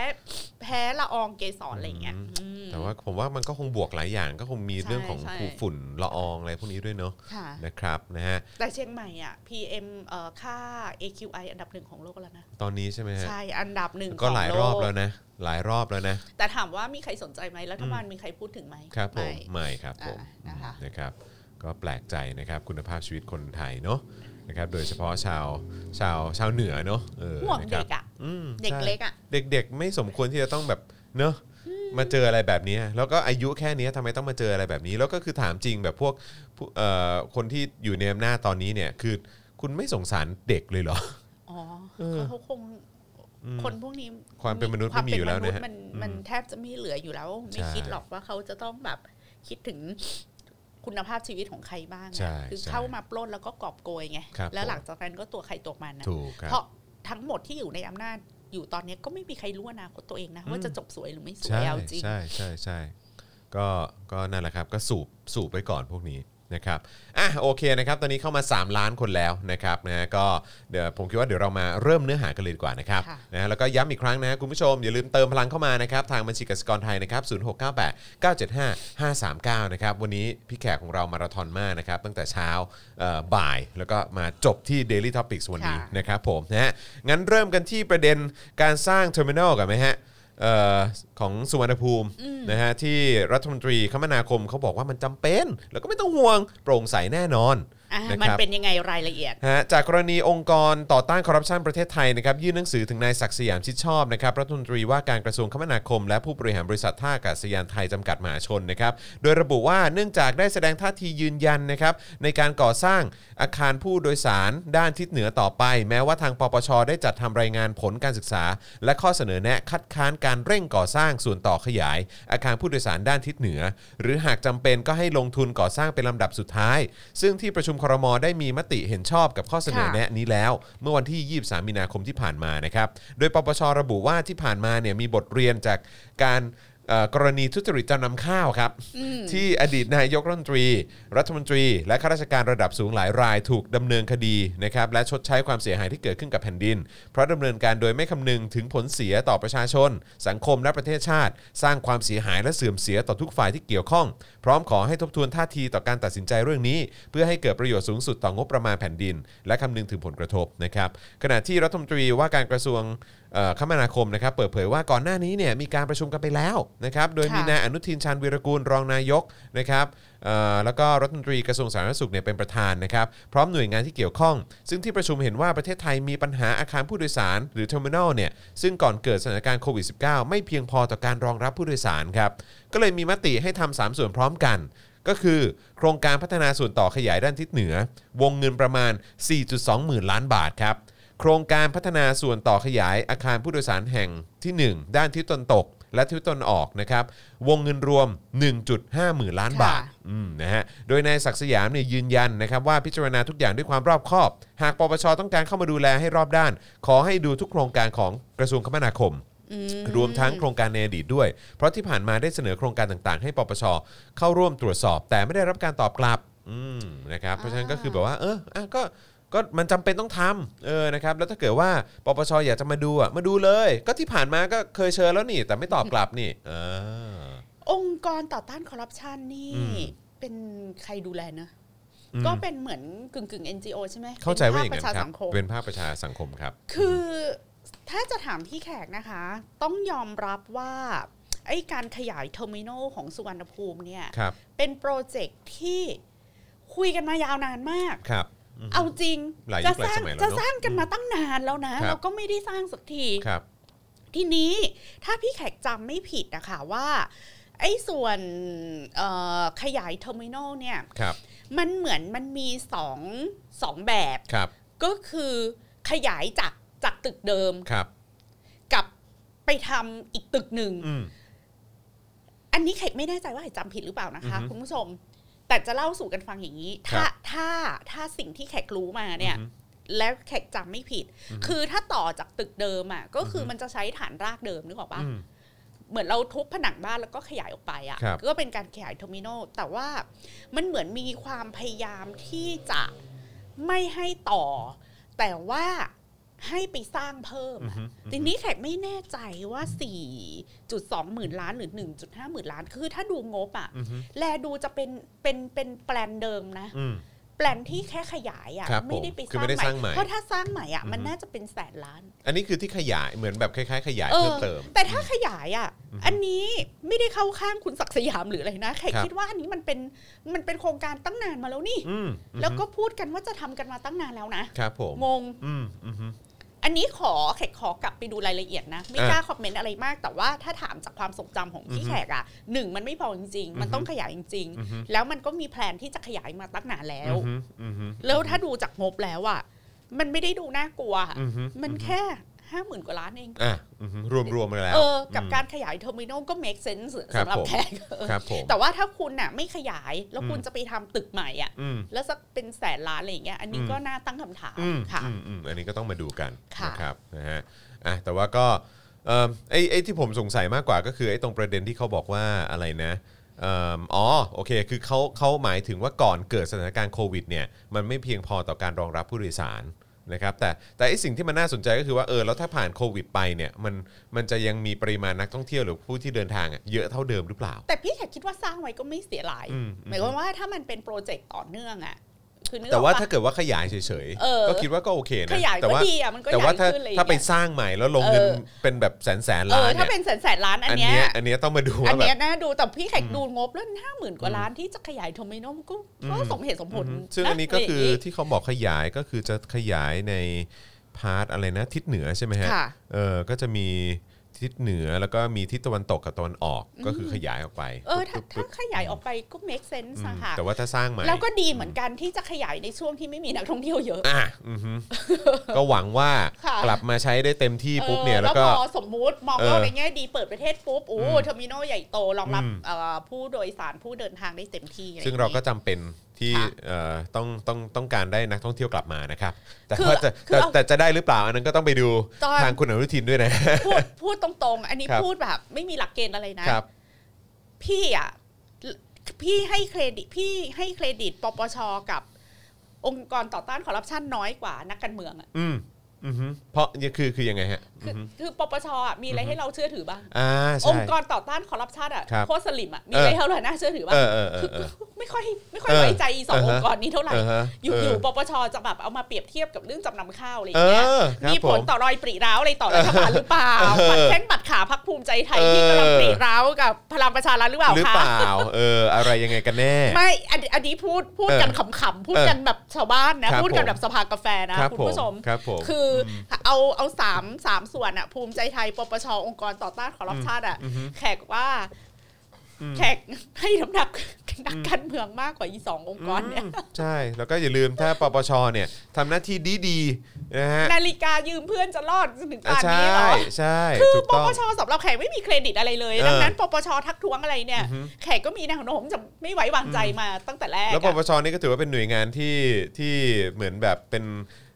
[SPEAKER 3] แพ้ละอองเกสรอะไรอย่างเงี้ยอืม
[SPEAKER 2] แต่ว่าผมว่ามันก็คงบวกหลายอย่างก็คงมี
[SPEAKER 3] ใช่
[SPEAKER 2] เรื่องของ
[SPEAKER 3] ใช่
[SPEAKER 2] ฝุ่นละอองอะไรพวกนี้ด้วยเนาะ
[SPEAKER 3] ค่ะ
[SPEAKER 2] นะครับนะฮะ
[SPEAKER 3] แต่เชียงใหม่อ่ะ PM เอ่อค่า AQI อันดับหนึ่งของโลกแล้วนะ
[SPEAKER 2] ตอนนี้ใช่ไหมฮะ
[SPEAKER 3] ใช่อันดับหนึ่ง
[SPEAKER 2] ก็หลายรอบ
[SPEAKER 3] ขงโ
[SPEAKER 2] แล้วนะ หลายรอบแล้วนะ
[SPEAKER 3] แต่ถามว่ามีใครสนใจไหมรัฐบาลมีใครพูดถึงไหม
[SPEAKER 2] ครับผม
[SPEAKER 3] ไม่
[SPEAKER 2] ไม่ครับผม
[SPEAKER 3] อ่านะคะ
[SPEAKER 2] นะครับ ก็แปลกใจนะครับคุณภาพชีวิตคนไทยเนาะนะครับ โดยเฉพาะชาวชาวชาวเหนือเนาะเออ
[SPEAKER 3] ห่วง
[SPEAKER 2] นะค
[SPEAKER 3] เด็
[SPEAKER 2] รับ
[SPEAKER 3] กอ่ะ
[SPEAKER 2] อืม
[SPEAKER 3] เด็ก
[SPEAKER 2] ใช่
[SPEAKER 3] เล็กอ่ะ
[SPEAKER 2] เด็กๆ ไม่สมควรที่จะต้องแบบเนาะมาเจออะไรแบบนี้ แล้วก็อายุแค่นี้ทำไมต้องมาเจออะไรแบบนี้ แล้วก็คือถามจริงแบบพวกผู้เอ่อคนที่อยู่ในอำนาจตอนนี้เนี่ยคือคุณไม่สงสารเด็กเลยเหรอ
[SPEAKER 3] อ๋อ
[SPEAKER 2] เออ
[SPEAKER 3] เขาคง
[SPEAKER 2] อืม
[SPEAKER 3] คนพวกนี้
[SPEAKER 2] ความเป็นมนุษย์ไม่มีอยู่แล้วนะฮะ
[SPEAKER 3] คามเป็มษมันมันแทบจะไม่เหลืออยู่แล้ว ไม่
[SPEAKER 2] ใช่
[SPEAKER 3] คิดหรอกว่าเขาจะต้องแบบคิดถึงคุณภาพชีวิตของใครบ้างอะ
[SPEAKER 2] ใช่
[SPEAKER 3] คือ
[SPEAKER 2] ใช่
[SPEAKER 3] เข้ามาปล้นแล้วก็กอบโกยไง
[SPEAKER 2] ครับ
[SPEAKER 3] แล้ว
[SPEAKER 2] ผม
[SPEAKER 3] หลังจากนั้นก็ตัวใครตัวมันนะ
[SPEAKER 2] ถูกครับ
[SPEAKER 3] เพราะทั้งหมดที่อยู่ในอำนาจอยู่ตอนนี้ก็ไม่มีใครรู้อนาคตตัวเองนะ ว่าจะจบสวยหรือไม่สวย
[SPEAKER 2] ใช่
[SPEAKER 3] เอาจริง
[SPEAKER 2] ใช่ใช่ใช่ก็ก็นั่นแหละครับ ก็สูบสูบไปก่อนพวกนี้ นะครับอ่ะโอเคนะครับตอนนี้เข้ามา 3 ล้านคนแล้วนะครับนะฮะก็เดี๋ยวผมคิดว่าเดี๋ยวเรามาเริ่มเนื้อหากันเลยดีกว่านะครับ
[SPEAKER 3] ค่ะ
[SPEAKER 2] นะฮะแล้วก็ย้ำอีกครั้งนะคุณผู้ชม อย่าลืมเติมพลังเข้ามานะครับทางบัญชีกสิกรไทยนะครับ0698 975 539นะครับวันนี้พี่แขกของเรามาราธอนมากนะครับตั้งแต่เช้าเอ่อบ่ายแล้วก็มาจบที่ Daily Topics วันนี้
[SPEAKER 3] ค่ะ
[SPEAKER 2] นะครับผมนะฮะงั้นเริ่มกันที่ประเด็นการสร้างเทอร์มินอลกันไหมฮะเอ่อของสุวรรณภูมินะฮะที่รัฐมนตรีคมนาคมเขาบอกว่ามันจำเป็น แล้วก็ไม่ต้องห่วงโปร่งใสแน่นอน
[SPEAKER 3] อ่ะ
[SPEAKER 2] นะ
[SPEAKER 3] มัน
[SPEAKER 2] ครับ
[SPEAKER 3] เป็นยังไงรายละเอียด
[SPEAKER 2] ฮะจากกรณีองค์กรต่อต้านคอร์รัปชันประเทศไทยนะครับยื่นหนังสือถึงนายศักดิ์สยามชิดชอบนะครับรัฐมนตรีว่าการกระทรวงคมนาคม และผู้บริหารบริษัทท่าอากาศยานไทยจำกัดมหาชนนะครับโดยระบุว่าเนื่องจากได้แสดงท่าทียืนยันนะครับในการก่อสร้างอาคารผู้โดยสารด้านทิศเหนือต่อไป แม้ว่าทางปปชได้จัดทำรายงานผลการศึกษา และข้อเสนอแนะคัดค้านการเร่งก่อสร้างส่วนต่อขยาย อาคารผู้โดยสารด้านทิศเหนือ หรือหากจำเป็นก็ให้ลงทุนก่อสร้างเป็นลำดับสุดท้าย ซึ่งที่ประชุมครมได้มีมติเห็นชอบกับข้อเสนอ
[SPEAKER 3] ค่ะ
[SPEAKER 2] แนะ แนะนี้แล้วเมื่อวันที่ 23 มีนาคมที่ผ่านมานะครับ โดยปปชระบุว่าที่ผ่านมาเนี่ยมีบทเรียนจากการเอ่อกรณีทุจริตจำนำข้าวครับ ที่อดีตนายกรัฐมนตรี รัฐมนตรี และข้าราชการระดับสูงหลายรายถูกดำเนินคดีนะครับและชดใช้ความเสียหายที่เกิดขึ้นกับแผ่นดิน เพราะดำเนินการโดยไม่คำนึงถึงผลเสียต่อประชาชน สังคมและประเทศชาติ สร้างความเสียหายและเสื่อมเสียต่อทุกฝ่ายที่เกี่ยวข้อง พร้อมขอให้ทบทวนท่าทีต่อการตัดสินใจเรื่องนี้ เพื่อให้เกิดประโยชน์สูงสุดต่องบประมาณแผ่นดิน และคำนึงถึงผลกระทบนะครับขณะที่รัฐมนตรีว่าการกระทรวงเอ่อคมนาคมนะครับเปิดเผยว่าก่อนหน้านี้เนี่ยมีการประชุมกันไปแล้วนะครับโดยมี
[SPEAKER 3] ค่ะ
[SPEAKER 2] นายอนุทินชาญวีรกูลรองนายกนะครับเอ่อแล้วก็รัฐมนตรีกระทรวงสาธารณสุขเนี่ยเป็นประธานนะครับพร้อมหน่วยงานที่เกี่ยวข้อง ซึ่งที่ประชุมเห็นว่าประเทศไทยมีปัญหาอาคารผู้โดยสาร หรือเทอร์มินอลเนี่ยซึ่งก่อนเกิดสถานการณ์โควิด -19 ไม่เพียงพอต่อการรองรับผู้โดยสารครับก็เลยมีมติให้ทำสามส่วนพร้อมกัน ก็คือโครงการพัฒนาส่วนต่อขยายด้านทิศเหนือ วงเงินประมาณ 4.2 หมื่นล้านบาทครับ โครงการพัฒนาส่วนต่อขยายอาคารผู้โดยสารแห่งที่ 1 ด้านทิศตะวันตก และทิศตะวันออกนะครับ วงเงินรวม 1.5 หมื่นล้านบาท
[SPEAKER 3] ค่ะ
[SPEAKER 2] อืมนะฮะโดยนายศักดิ์สยามเนี่ยยืนยันนะครับว่าพิจารณาทุกอย่างด้วยความรอบคอบ หากปปชต้องการเข้ามาดูแลให้รอบด้าน ขอให้ดูทุกโครงการของกระทรวงคมนาคม รวมทั้งโครงการในอดีตด้วย เพราะที่ผ่านมาได้เสนอโครงการต่างๆ ให้ปปชเข้าร่วมตรวจสอบ แต่ไม่ได้รับการตอบกลับอืมนะครับเพราะฉะนั้นก็คือแบบว่าเอออ่ะก็ก็มันจำเป็นต้องทำเออนะครับแล้วถ้าเกิดว่าปปชอยากจะมาดูอ่ะมาดูเลย ก็ที่ผ่านมาก็เคยเชิญแล้วนี่ แต่ไม่ตอบกลับนี่เออ
[SPEAKER 3] องค์กรต่อต้านคอร์รัปชันนี่
[SPEAKER 2] อืม
[SPEAKER 3] เป็นใครดูแลนะ
[SPEAKER 2] อืม
[SPEAKER 3] ก็เป็นเหมือนกึ่งกึ่งๆ NGO ใช่ไหม
[SPEAKER 2] เข้าใจว่าอย่าง
[SPEAKER 3] ป็
[SPEAKER 2] นั้น
[SPEAKER 3] ภค
[SPEAKER 2] ค
[SPEAKER 3] ประชา
[SPEAKER 2] รับ
[SPEAKER 3] สังคม
[SPEAKER 2] เป็นภาคประชาสังคมครับ
[SPEAKER 3] คือถ้าจะถามพี่แขกนะคะ ต้องยอมรับว่า ไอ้การขยายเทอร์มินอลของสุวรรณภูมิเนี่ย
[SPEAKER 2] ครับ
[SPEAKER 3] เป็นโปรเจกต์ที่คุยกันมายาวนานมาก
[SPEAKER 2] ครับ
[SPEAKER 3] เอาจริง
[SPEAKER 2] หลายยุ
[SPEAKER 3] จะ
[SPEAKER 2] คหลาย
[SPEAKER 3] สร้าง
[SPEAKER 2] สมัยแล้ว
[SPEAKER 3] จะ
[SPEAKER 2] เนอะ
[SPEAKER 3] สร้างกันมาตั้งนานแล้วนะครับ แล้วก็ไม่ได้สร้างสักที
[SPEAKER 2] ครับ
[SPEAKER 3] ทีนี้ถ้าพี่แขกจำไม่ผิดนะคะว่า ไอ้ส่วนเอ่อขยายเทอร์มินอลเนี่ย
[SPEAKER 2] ครับ
[SPEAKER 3] มันเหมือนมันมีสองสองแบบ
[SPEAKER 2] ครับ
[SPEAKER 3] ก็คือขยายจากจากตึกเดิม
[SPEAKER 2] ครับ
[SPEAKER 3] กับไปทำอีกตึกหนึ่ง
[SPEAKER 2] อืม
[SPEAKER 3] อันนี้เขตไม่แน่ใจว่าเขตจำผิดหรือเปล่านะคะ
[SPEAKER 2] อือฮึ
[SPEAKER 3] คุณผู้ชม แต่จะเล่าสู่กันฟังอย่างนี้
[SPEAKER 2] ครั
[SPEAKER 3] ถ้า
[SPEAKER 2] บ
[SPEAKER 3] ถ้าถ้าสิ่งที่แขกรู้มาเนี่ย
[SPEAKER 2] อืม
[SPEAKER 3] แล้วแขกจำไม่ผิด คือถ้าต่อจากตึกเดิมอ่ะก็คืออ
[SPEAKER 2] อฮึ
[SPEAKER 3] มันจะใช้ฐานรากเดิมนึกออกปะ
[SPEAKER 2] อืม
[SPEAKER 3] เหมือนเราทุบผนังบ้านแล้วก็ขยายออกไปอ่ะ
[SPEAKER 2] ครับ
[SPEAKER 3] ก็เป็นการขยายเทอร์มินอลแต่ว่ามันเหมือนมีความพยายามที่จะไม่ให้ต่อ แต่ว่าให้ไปสร้างเพิ่ม
[SPEAKER 2] อื
[SPEAKER 3] อะ
[SPEAKER 2] ม
[SPEAKER 3] ทีนี้แขกไม่แน่ใจว่า 4.2 หมื่นล้านหรือ 1.5 หมื่นล้าน คือถ้าดูงบอะ
[SPEAKER 2] อืม
[SPEAKER 3] แลดูจะเป็นเป็นเป็นแปลนเดิมนะ
[SPEAKER 2] อืม
[SPEAKER 3] แปลนที่แค่ขยายอะ
[SPEAKER 2] ครับผม
[SPEAKER 3] ไม่ได้ไป
[SPEAKER 2] คือไม่ได้
[SPEAKER 3] ส
[SPEAKER 2] ส
[SPEAKER 3] ร้า
[SPEAKER 2] ร้าง ง
[SPEAKER 3] ให
[SPEAKER 2] ใหม่
[SPEAKER 3] ม่ เพราะถ้าสร้างใหม่อะ
[SPEAKER 2] อือฮึ
[SPEAKER 3] มันน่าจะเป็นแสนล้าน
[SPEAKER 2] อันนี้คือที่ขยายเหมือนแบบคล้ายๆ ขยาย
[SPEAKER 3] เออ
[SPEAKER 2] เพิ่มเติม
[SPEAKER 3] แต่ถ้าขยายอะอันนี้ไม่ได้เข้าข้างคุณศักดิ์สยามหรืออะไรนะแขก
[SPEAKER 2] ครับ
[SPEAKER 3] คิดว่าอันนี้มันเป็นมันเป็นโครงการตั้งนานมาแล้วนี่
[SPEAKER 2] อืมอืม
[SPEAKER 3] แล้วก็พูดกันว่าจะทำกันมาตั้งนานแล้วนะครับ
[SPEAKER 2] ผม
[SPEAKER 3] งง
[SPEAKER 2] อืมอืมอืม
[SPEAKER 3] อันนี้ขอแขกขอกลับไปดูรายละเอียดนะ ไม่
[SPEAKER 2] อ่ะ
[SPEAKER 3] กล้าคอมเมนต์อะไรมาก แต่ว่าถ้าถามจากความทรงจำของ
[SPEAKER 2] อื
[SPEAKER 3] พี่
[SPEAKER 2] อฮึ
[SPEAKER 3] แขกอะหนึ่งมันไม่พอจริง ๆ มั
[SPEAKER 2] อื
[SPEAKER 3] น
[SPEAKER 2] อฮึ
[SPEAKER 3] ต้องขยายจริง
[SPEAKER 2] อืม
[SPEAKER 3] ๆ แล้วมันก็มีแพลนที่จะขยายมาตั้งนานแล้ว
[SPEAKER 2] อืมอืมอืม
[SPEAKER 3] แล้วถ้าดูจากงบแล้วอะมันไม่ได้ดูน่ากลัวอะ
[SPEAKER 2] อือื
[SPEAKER 3] มันแค่ห้าหมื่นกว่าล้านเอง
[SPEAKER 2] อ่ะอืมรวมรวมๆมาแล้ว
[SPEAKER 3] เออ กับ
[SPEAKER 2] ม
[SPEAKER 3] การขยายเทอร์มินอลก็ make sense
[SPEAKER 2] ครับ
[SPEAKER 3] สำหรับ
[SPEAKER 2] ผม
[SPEAKER 3] แขกเออ
[SPEAKER 2] ครับผม
[SPEAKER 3] แต่ว่าถ้าคุณน่ะไม่ขยายแล้วคุณจะไปทำตึกใหม่อะ
[SPEAKER 2] อืม
[SPEAKER 3] แล้วสักเป็นแสนล้านอะไรอย่างเงี้ยอันนี้
[SPEAKER 2] อืม
[SPEAKER 3] ก็น่าตั้งคำถาม
[SPEAKER 2] อืม
[SPEAKER 3] ค่ะ
[SPEAKER 2] อืมอืมอันนี้ก็ต้องมาดูกัน
[SPEAKER 3] ค่ะ
[SPEAKER 2] นะครับนะฮะอ่ะแต่ว่าก็เออไอ้ไอ้ที่ผมสงสัยมากกว่าก็คือไอ้ตรงประเด็นที่เขาบอกว่าอะไรนะ เอิ่มอ๋อโอเค คือเขาเขาหมายถึงว่าก่อนเกิดสถานการณ์โควิดเนี่ยมันไม่เพียงพอต่อการรองรับผู้โดยสารนะครับแต่แต่ไอสิ่งที่มันน่าสนใจก็คือว่าเออแล้วถ้าผ่านโควิดไปเนี่ยมันมันจะยังมีปริมาณนักท่องเที่ยวหรือผู้ที่เดินทางอะเยอะเท่าเดิมหรือเปล่า
[SPEAKER 3] แต่พี่แขกคิดว่าสร้างไว้ก็ไม่เสียหลาย
[SPEAKER 2] อืม
[SPEAKER 3] หมายความว่าถ้ามันเป็นโปรเจกต์ต่อเนื่องอะคือนึกออกปะ
[SPEAKER 2] แต่ว่าถ้าเกิดว่าขยายเฉย
[SPEAKER 3] เออ
[SPEAKER 2] ๆก็คิดว่าก็โอเคนะ
[SPEAKER 3] ขยาย
[SPEAKER 2] แต่
[SPEAKER 3] ก็
[SPEAKER 2] ว่า
[SPEAKER 3] ดีอะมันก็ให
[SPEAKER 2] แต่ว่า
[SPEAKER 3] ญ่
[SPEAKER 2] ถ้า
[SPEAKER 3] ขึ้นอะไรอย่งเลย
[SPEAKER 2] ถ้าไปสร้างใหม่แล้วลงเงิน
[SPEAKER 3] เออ
[SPEAKER 2] เป็นแบบแสนแสน
[SPEAKER 3] เอ
[SPEAKER 2] ล้า
[SPEAKER 3] อน ถ้า
[SPEAKER 2] เนี่ย
[SPEAKER 3] เป็นแสนแสนล้านอั
[SPEAKER 2] อั
[SPEAKER 3] น
[SPEAKER 2] น
[SPEAKER 3] เนี้
[SPEAKER 2] เนี้
[SPEAKER 3] ย
[SPEAKER 2] ยอันเนี้ยต้องมาดู
[SPEAKER 3] อั
[SPEAKER 2] ว่าน แบ
[SPEAKER 3] เนี้ย
[SPEAKER 2] บ
[SPEAKER 3] น่าดูแต่พี่แขก
[SPEAKER 2] อืม
[SPEAKER 3] ดูงบแล้วห้าหมื่นกว่าล้านที่จะขยายโทมิโนมันก็ก็
[SPEAKER 2] อืม
[SPEAKER 3] สมเหตุสมผล
[SPEAKER 2] อืมซึ่งอันนี้
[SPEAKER 3] ะ
[SPEAKER 2] ก็คือะไร
[SPEAKER 3] ย่างงี้
[SPEAKER 2] ที่เขาบอกขยายก็คือจะขยายในพาร์ทอะไรนะทิศเหนือใช่ไหมฮะ
[SPEAKER 3] ค่ะ
[SPEAKER 2] เออก็จะมีทิศเหนือแล้วก็มีทิศตะวันตกกับตะวันออกก็คือขยายออกไป
[SPEAKER 3] เออถ้า
[SPEAKER 2] ปึ๊บ
[SPEAKER 3] ถ้าขยายออกไปก็ make
[SPEAKER 2] ๆ
[SPEAKER 3] sense
[SPEAKER 2] อืม
[SPEAKER 3] นะคะ
[SPEAKER 2] แต่ว่าถ้าสร้างใหม่
[SPEAKER 3] แล้วก็ดีเหมือนกันที่จะขยายในช่วงที่ไม่มีนักท่องเที่ยวเยอะ
[SPEAKER 2] อ่ะอือฮึก็หวังว่า
[SPEAKER 3] ค่ะ
[SPEAKER 2] กลับมาใช้ได้เต็มที่ปุ๊บเนี่ย
[SPEAKER 3] ออ
[SPEAKER 2] แล้วก็
[SPEAKER 3] พอสมมุติมอง
[SPEAKER 2] เออ
[SPEAKER 3] ว่าในแง่ดีเปิดประเทศปุ๊บโอ้
[SPEAKER 2] อืม
[SPEAKER 3] เทอร์มินอลใหญ่โตรองรับ
[SPEAKER 2] อืม
[SPEAKER 3] เอ่อผู้โดยสารผู้เดินทางได้เต็มที่อะไรอย่
[SPEAKER 2] ซึ่ง
[SPEAKER 3] ย
[SPEAKER 2] เราก็จำเป็นที่
[SPEAKER 3] ค่ะ
[SPEAKER 2] เอ่อต้องต้องต้องการได้นักท่องเที่ยวกลับมานะครับ แต่
[SPEAKER 3] คือ
[SPEAKER 2] ว่าจะ
[SPEAKER 3] คือ
[SPEAKER 2] แต่
[SPEAKER 3] เอา
[SPEAKER 2] แต่จะได้หรือเปล่าอันนั้นก็ต้องไปดู
[SPEAKER 3] จอย
[SPEAKER 2] ทางคุณอนุทินด้วยนะ
[SPEAKER 3] พูดพูดตรงๆ อันนี้
[SPEAKER 2] ครับ
[SPEAKER 3] พูดแบบ ไม่มีหลักเกณฑ์อะไรนะ
[SPEAKER 2] ครับ
[SPEAKER 3] พี่อ่ะพี่ให้เครดิตพี่ให้เครดิตปปชกับ องค์กรต่อต้านคอร์รัปชันน้อยกว่านักการเมืองอ่ะ
[SPEAKER 2] อืมอือฮึเพราะเนี่ยคือคือยังไงฮะ
[SPEAKER 3] คือ
[SPEAKER 2] อฮึ
[SPEAKER 3] คือปปชอะมีอะไรให้เราเชื่อถือบ้าง
[SPEAKER 2] อ่า
[SPEAKER 3] อ
[SPEAKER 2] ใช่
[SPEAKER 3] งค์กรต่อต้านคอร์รัปชันอ่ะ
[SPEAKER 2] ครับ
[SPEAKER 3] โคตรสลิมอ่ะมีอะไร
[SPEAKER 2] เออ
[SPEAKER 3] ให้เราน่าเชื่อถือบ้า
[SPEAKER 2] เอง อเออเอ
[SPEAKER 3] คือ
[SPEAKER 2] อเออ
[SPEAKER 3] ไม่ค่อยไม่ค่อย
[SPEAKER 2] เออ
[SPEAKER 3] ไว้ใจสอง
[SPEAKER 2] เออ
[SPEAKER 3] อ
[SPEAKER 2] ฮะ
[SPEAKER 3] งค์กรนี้เท่าไหร่
[SPEAKER 2] อ่าฮะ
[SPEAKER 3] อยู่
[SPEAKER 2] เ
[SPEAKER 3] อยู่ปปชจะแบบเอามาเปรียบเทียบกับเรื่องจำนำข้าวอะไรอ
[SPEAKER 2] เอย่าง
[SPEAKER 3] เงี้ย
[SPEAKER 2] อครับ
[SPEAKER 3] มีผล
[SPEAKER 2] ผ
[SPEAKER 3] ต่อรอยปรีร้าวอะไรต่อรัฐบาลหรือเปล่า
[SPEAKER 2] เออ
[SPEAKER 3] ปัดแข้งปัดขาพักภูมิใจไทยที่กำลัง
[SPEAKER 2] เออ
[SPEAKER 3] ปรีร้าวกับพลังประชารัฐหรือเปล่า
[SPEAKER 2] หรือ
[SPEAKER 3] คะ
[SPEAKER 2] เปล่าเอออะไรยังไงกันแน่
[SPEAKER 3] ไม่อันอันนี้พูดพูด
[SPEAKER 2] เออ
[SPEAKER 3] กันขำๆพูดกันแบบชาวบ้านนะ
[SPEAKER 2] ครับ
[SPEAKER 3] พูดกัน
[SPEAKER 2] ผม
[SPEAKER 3] แบบสภากาแฟนะ
[SPEAKER 2] ครับ
[SPEAKER 3] คุณ
[SPEAKER 2] ผม
[SPEAKER 3] ผู้ชม
[SPEAKER 2] ครับผม
[SPEAKER 3] คืออเอาเอาสามสามส่วนอะภูมิใจไทย ปปช องค์กรต่อต้านคอร์รัปชันอะ
[SPEAKER 2] อืมอือฮึ
[SPEAKER 3] แขกว่า
[SPEAKER 2] อืม
[SPEAKER 3] แขกให้น้ำหนักนักการเมืองมากกว่าอีสององค์กรเนี่ย
[SPEAKER 2] มใช่แล้วก็อย่าลืมถ้าปปชเนี่ยทำหน้าที่ดีๆนะฮะ
[SPEAKER 3] นาฬิกายืมเพื่อนจะรอดถึง
[SPEAKER 2] อ่ะ
[SPEAKER 3] ป่าน
[SPEAKER 2] ใช่
[SPEAKER 3] นี้เหรอ
[SPEAKER 2] ใช่
[SPEAKER 3] คือ
[SPEAKER 2] ถูก
[SPEAKER 3] ป
[SPEAKER 2] ต้อง
[SPEAKER 3] ปชสำหรับแขกไม่มีเครดิตอะไรเลย
[SPEAKER 2] เออ
[SPEAKER 3] ดังนั้น ปปชทักท้วงอะไรเนี่ย
[SPEAKER 2] อือฮึ
[SPEAKER 3] แขกก็มีแนวโน้มจะไม่ไว้วางใจมาตั้งแต่แรก
[SPEAKER 2] แล้วป
[SPEAKER 3] อะ
[SPEAKER 2] ปชนี่ก็ถือว่าเป็นหน่วยงานที่ที่เหมือนแบบเป็น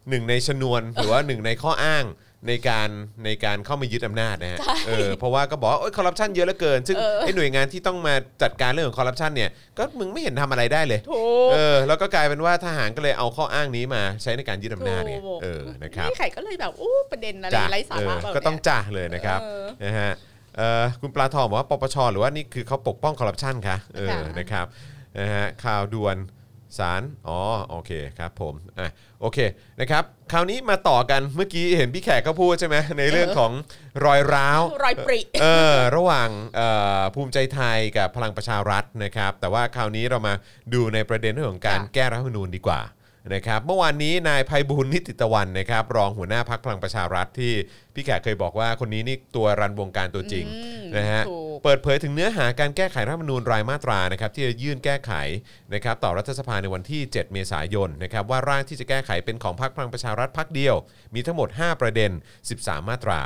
[SPEAKER 2] หนึ่งในชนวน หรือว่าหนึ่งในข้ออ้างในการในการเข้ามายึดอำนาจนะฮะเออเพราะว่าก็บอกว่าคอร์รัปชันเยอะเหลือเกิน ซึ่ง
[SPEAKER 3] เออ
[SPEAKER 2] ไอ้หน่วยงานที่ต้องมาจัดการเรื่องของคอร์รัปชันเนี่ยก็มึงไม่เห็นทำอะไรได้เลย
[SPEAKER 3] ถูก
[SPEAKER 2] เออแล้วก็กลายเป็นว่าทหารก็เลยเอาข้ออ้างนี้มาใช้ในการยึดอำนาจเนี่ย
[SPEAKER 3] ถูก
[SPEAKER 2] เออนะครับ
[SPEAKER 3] พี่ไข่ก็เลยแบบอู้ประเด็นอะไร
[SPEAKER 2] จ้ะ
[SPEAKER 3] ไร้สา
[SPEAKER 2] เอ
[SPEAKER 3] ระ
[SPEAKER 2] อ
[SPEAKER 3] แบบ
[SPEAKER 2] ก็ต้อง
[SPEAKER 3] เนี้ย
[SPEAKER 2] จ้าเลยนะครับ
[SPEAKER 3] เออ
[SPEAKER 2] นะฮะเอ่อคุณปลาทองบอกว่าปปชหรือว่านี่คือเขาปกป้องคอร์รัปชันคะเออ
[SPEAKER 3] ค่ะ
[SPEAKER 2] นะครับนะฮะข่าวด่วนสารอ๋อโอเคครับผมอ่ะโอเคนะครับคราวนี้มาต่อกันเมื่อกี้เห็นพี่แขกก็พูดใช่ไหมในเรื่องของรอยร้าว
[SPEAKER 3] รอยปริ
[SPEAKER 2] เออระหว่างเอ่อภูมิใจไทยกับพลังประชารัฐนะครับ แต่ว่าคราวนี้เรามาดูในประเด็นเรื่องของการ
[SPEAKER 3] ค่ะ
[SPEAKER 2] แก้รัฐธรรมนูญดีกว่านะครับ เมื่อวานนี้นายภัยบุญนิติตะวันนะครับ รองหัวหน้าพักพลังประชารัฐที่พี่แขกเคยบอกว่าคนนี้นี่ตัวรันวงการตัวจริง
[SPEAKER 3] อืม
[SPEAKER 2] นะฮะ
[SPEAKER 3] ถูก
[SPEAKER 2] เปิดเผยถึงเนื้อหาการแก้ไขรัฐธรรมนูญรายมาตรานะครับที่จะยื่นแก้ไขนะครับต่อรัฐสภาในวันที่ 7 เมษายนนะครับว่าร่างที่จะแก้ไขเป็นของพรรคพลังประชารัฐพรรคเดียว มีทั้งหมด 5 ประเด็น 13 มาตรา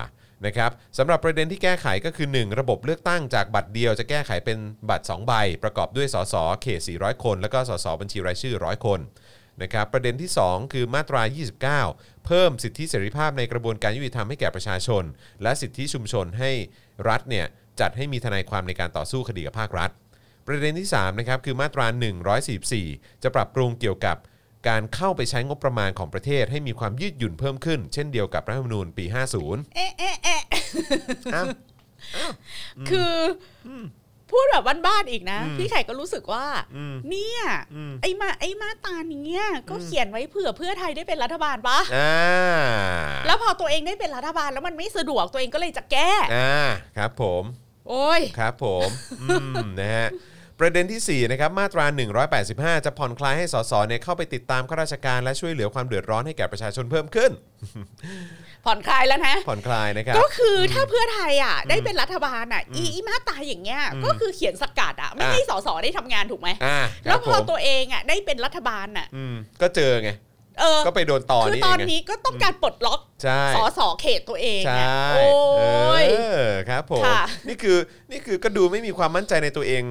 [SPEAKER 2] นะครับสำหรับประเด็นที่แก้ไขก็คือ 1 ระบบเลือกตั้งจากบัตรเดียวจะแก้ไขเป็นบัตร 2 ใบ ประกอบด้วยสสเขต 400 คน แล้วก็สสบัญชีรายชื่อ 100 คน นะครับประเด็นที่ 2 คือมาตรา 29 เพิ่มสิทธิเสรีภาพในกระบวนการยุติธรรมให้แก่ประชาชน และสิทธิชุมชนให้รัฐเนี่ยจัดให้มีทนายความในการต่อสู้คดีกับภาครัฐ ประเด็นที่3นะครับคือมาตรา 144 จะปรับปรุงเกี่ยวกับการเข้าไปใช้งบประมาณของประเทศ ให้มีความยืดหยุ่นเพิ่มขึ้น เช่นเดียวกับรัฐธรรมนูญปี 50
[SPEAKER 3] เอ๊ะเอ๊ะเอ๊ะ
[SPEAKER 2] อ้าว
[SPEAKER 3] คืออพูดแบบบ้านๆอีกนะ
[SPEAKER 2] อืม
[SPEAKER 3] พี่ไข่ก็รู้สึกว่า
[SPEAKER 2] อืม
[SPEAKER 3] เนี่ย
[SPEAKER 2] อืม
[SPEAKER 3] ไอ้มาไอ้มาตราเนี้ยก็เขียนไว้เผื่อเพื่อไทยได้เป็นรัฐบาลปะ
[SPEAKER 2] อ่า
[SPEAKER 3] แล้วพอตัวเองได้เป็นรัฐบาลแล้วมันไม่สะดวกตัวเองก็เลยจะแก้
[SPEAKER 2] อ่าครับผม
[SPEAKER 3] โอ้ย
[SPEAKER 2] ครับผมอืม นะฮะประเด็นทีสี่4นะครับมาตรา 185 จะผ่อนคลายให้สสเนี่ยเข้าไปติดตามข้าราชการและช่วยเหลือความเดือดร้อนให้แก่ประชาชนเพิ่มขึ้น
[SPEAKER 3] ผ่อนคลายแล้วนะ
[SPEAKER 2] ผ่อนคลายนะครับ
[SPEAKER 3] ก็คือถ้าเพื่อไทยอ่ะ ได้เป็นรัฐบาลอ่ะอีอีมาตราอย่างเงี้ย
[SPEAKER 2] อืม
[SPEAKER 3] ก็คือเขียนสกัดอ่ะ ไม่
[SPEAKER 2] อ่ะ
[SPEAKER 3] ให้สสได้ทำงานถูกไหม
[SPEAKER 2] อ่าค
[SPEAKER 3] แล้
[SPEAKER 2] รับผ
[SPEAKER 3] วพอ
[SPEAKER 2] ม
[SPEAKER 3] ตัวเองอ่ะ ได้เป็นรัฐบาลอ่ะ
[SPEAKER 2] อืมก็เจอไง
[SPEAKER 3] เออ
[SPEAKER 2] ก็ไปโดนตอน
[SPEAKER 3] คือ
[SPEAKER 2] นี้
[SPEAKER 3] ต
[SPEAKER 2] เอ
[SPEAKER 3] อน
[SPEAKER 2] งไง
[SPEAKER 3] นี้ก็ต้องการปลดล็อก
[SPEAKER 2] ใช่
[SPEAKER 3] สอสอเขตตัวเอง
[SPEAKER 2] ใช
[SPEAKER 3] เนี่ย่ โอ้ย
[SPEAKER 2] เออครับผม
[SPEAKER 3] ค่ะ
[SPEAKER 2] นี่คือนี่คือก็ดูไม่มีความมั่นใจในตัวเอง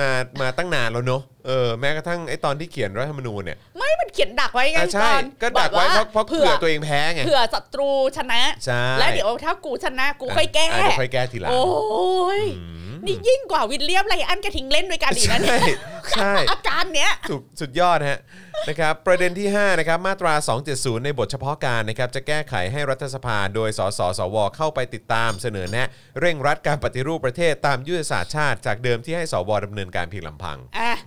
[SPEAKER 2] มามาตั้งนานแล้วเนอะเออแม้กระทั่งไอ้ตอนที่เขียนรัฐธรรมนูญเนี่ย
[SPEAKER 3] ไม่มันเขียนดักไว้ไง
[SPEAKER 2] อ่ะใช่
[SPEAKER 3] ตอน
[SPEAKER 2] ก็ดักไว้เพราะเพราะเผื่อตัวเองแพ้ไง
[SPEAKER 3] เผื่อศัตรูชนะ
[SPEAKER 2] ใช่
[SPEAKER 3] และเดี๋ยวถ้ากูชนะกูค่อยแก้
[SPEAKER 2] ะเดี๋ยวค่อยแก้ทีหลัง
[SPEAKER 3] โอ้ย
[SPEAKER 2] อืม
[SPEAKER 3] นี่ยิ่งกว่าวิลเลียมไรอันกระทิงเล่นด้วยกันอีกนะเนี่
[SPEAKER 2] ใช่
[SPEAKER 3] ย
[SPEAKER 2] ใช่
[SPEAKER 3] อาการเนี้ย
[SPEAKER 2] ถูกสุดยอดฮะนะครับ ประเด็นที่ 5 นะครับ มาตรา 270 ในบทเฉพาะการนะครับ จะแก้ไขให้รัฐสภา โดยสสสว เข้าไปติดตามเสนอแนะ เร่งรัดการปฏิรูปประเทศตามยุทธศาสตร์ชาติ จากเดิมที่ให้สวดำเนินการเพียงลำพัง
[SPEAKER 3] อ่ะ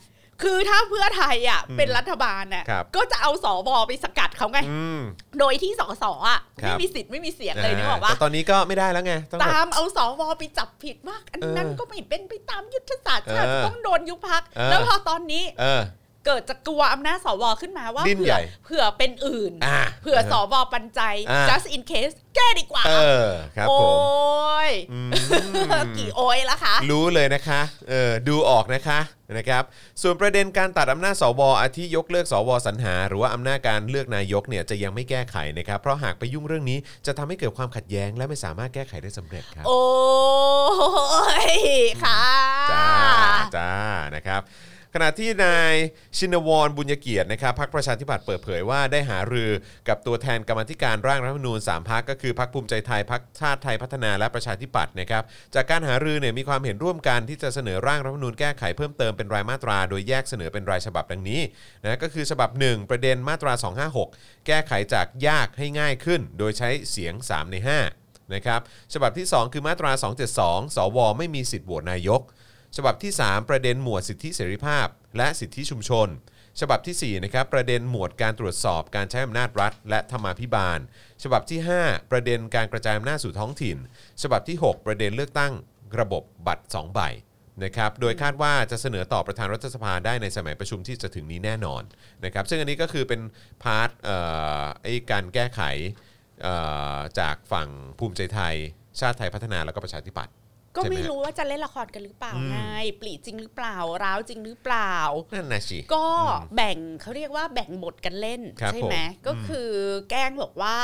[SPEAKER 3] คือถ้าเพื่อไทยอ่ะเป็นรัฐบาลน่ะ
[SPEAKER 2] ครับ
[SPEAKER 3] ก็จะเอาสวไปสกัดเขาไง
[SPEAKER 2] อืม
[SPEAKER 3] โดยที่สสอ่ะ
[SPEAKER 2] ครับ
[SPEAKER 3] ไม่มีสิทธิ์ไม่มีเสียงเลยนึกออกปะ
[SPEAKER 2] แต่ตอนนี้ก็ไม่ได้แล้วไงต้องแบบ
[SPEAKER 3] ตามเอาสวไปจับผิดว่าอันนั้น
[SPEAKER 2] เออ
[SPEAKER 3] ก็ไม่เป็นไปตามยุทธศาสตร์ชาติ
[SPEAKER 2] เออ
[SPEAKER 3] ต้องโดนยุบพัก
[SPEAKER 2] เออ
[SPEAKER 3] แล้วพอตอนนี้
[SPEAKER 2] เออ
[SPEAKER 3] เกิดจะกลัวอำนาจสวขึ้นมาว่า
[SPEAKER 2] ดิ้น
[SPEAKER 3] เผื่
[SPEAKER 2] ให
[SPEAKER 3] อ
[SPEAKER 2] ญ่
[SPEAKER 3] เผื่อเป็นอื่น
[SPEAKER 2] อ่า
[SPEAKER 3] เผื่อสวปันใจ
[SPEAKER 2] อ่า
[SPEAKER 3] just in case แก้ดีกว่า
[SPEAKER 2] เออครับ
[SPEAKER 3] โอ้
[SPEAKER 2] ผม
[SPEAKER 3] ย
[SPEAKER 2] อืม
[SPEAKER 3] กี่โอ้ยละคะ
[SPEAKER 2] รู้เลยนะคะ เออ ดูออกนะคะนะครับ ส่วนประเด็นการตัดอำนาจสวอาทิยกเลิกสวสรรหา หรือว่าอำนาจการเลือกนายกเนี่ยจะยังไม่แก้ไขนะครับ เพราะหากไปยุ่งเรื่องนี้จะทำให้เกิดความขัดแย้งและไม่สามารถแก้ไขได้สำเร็จครับ
[SPEAKER 3] โอ้ยค่ะ
[SPEAKER 2] จ้า จ้า นะครับ ขณะที่นายชินวรบุญเกียรตินะครับพักประชาธิปัตย์เปิดเผยว่าได้หารือกับตัวแทนกรรมาธิการร่างรัฐธรรมนูญสามพักก็คือพักภูมิใจไทยพักชาติไทยพัฒนาและประชาธิปัตย์นะครับจากการหารือเนี่ยมีความเห็นร่วมกันที่จะเสนอร่างรัฐธรรมนูญแก้ไขเพิ่มเติมเป็นรายมาตรา โดยแยกเสนอเป็นรายฉบับดังนี้นะก็คือฉบับ 1 ประเด็นมาตรา 256 แก้ไขจากยากให้ง่ายขึ้น โดยใช้เสียง 3 ใน 5 นะครับฉบับที่ 2 คือมาตรา 272 สว ไม่มีสิทธิ์โหวตนายก ฉบับที่ 3 ประเด็นหมวดสิทธิเสรีภาพ และสิทธิชุมชน ฉบับที่ 4 นะครับ ประเด็นหมวดการตรวจสอบการใช้อำนาจรัฐ และธรรมาภิบาล ฉบับที่ 5 ประเด็นการกระจายอำนาจสู่ท้องถิ่น ฉบับที่ 6 ประเด็นเลือกตั้งระบบบัตร 2 ใบนะครับ โดยคาดว่าจะเสนอต่อประธานรัฐสภาได้ในสมัยประชุมที่จะถึงนี้แน่นอนนะครับ ซึ่งอันนี้ก็คือเป็นพาร์ทเอ่อไอ้การแก้ไขเอ่อจากฝั่งภูมิใจไทย ชาติไทยพัฒนาแล้วก็ประชาธิปัตย์
[SPEAKER 3] ก็ไม่
[SPEAKER 2] ใช่ไหมฮะ
[SPEAKER 3] รู้ว่าจะเล่นละครกันหรือเปล่า
[SPEAKER 2] อืม
[SPEAKER 3] ไงปลีจริงหรือเปล่า ร้าวจริงหรือเปล่า
[SPEAKER 2] นั่นนะสิ
[SPEAKER 3] ก็แบ่งเขาเรียกว่าแบ่งบทกันเล่น
[SPEAKER 2] ครับ
[SPEAKER 3] ใช่ไหม
[SPEAKER 2] ผม
[SPEAKER 3] ก็คือแกล้งบอกว่า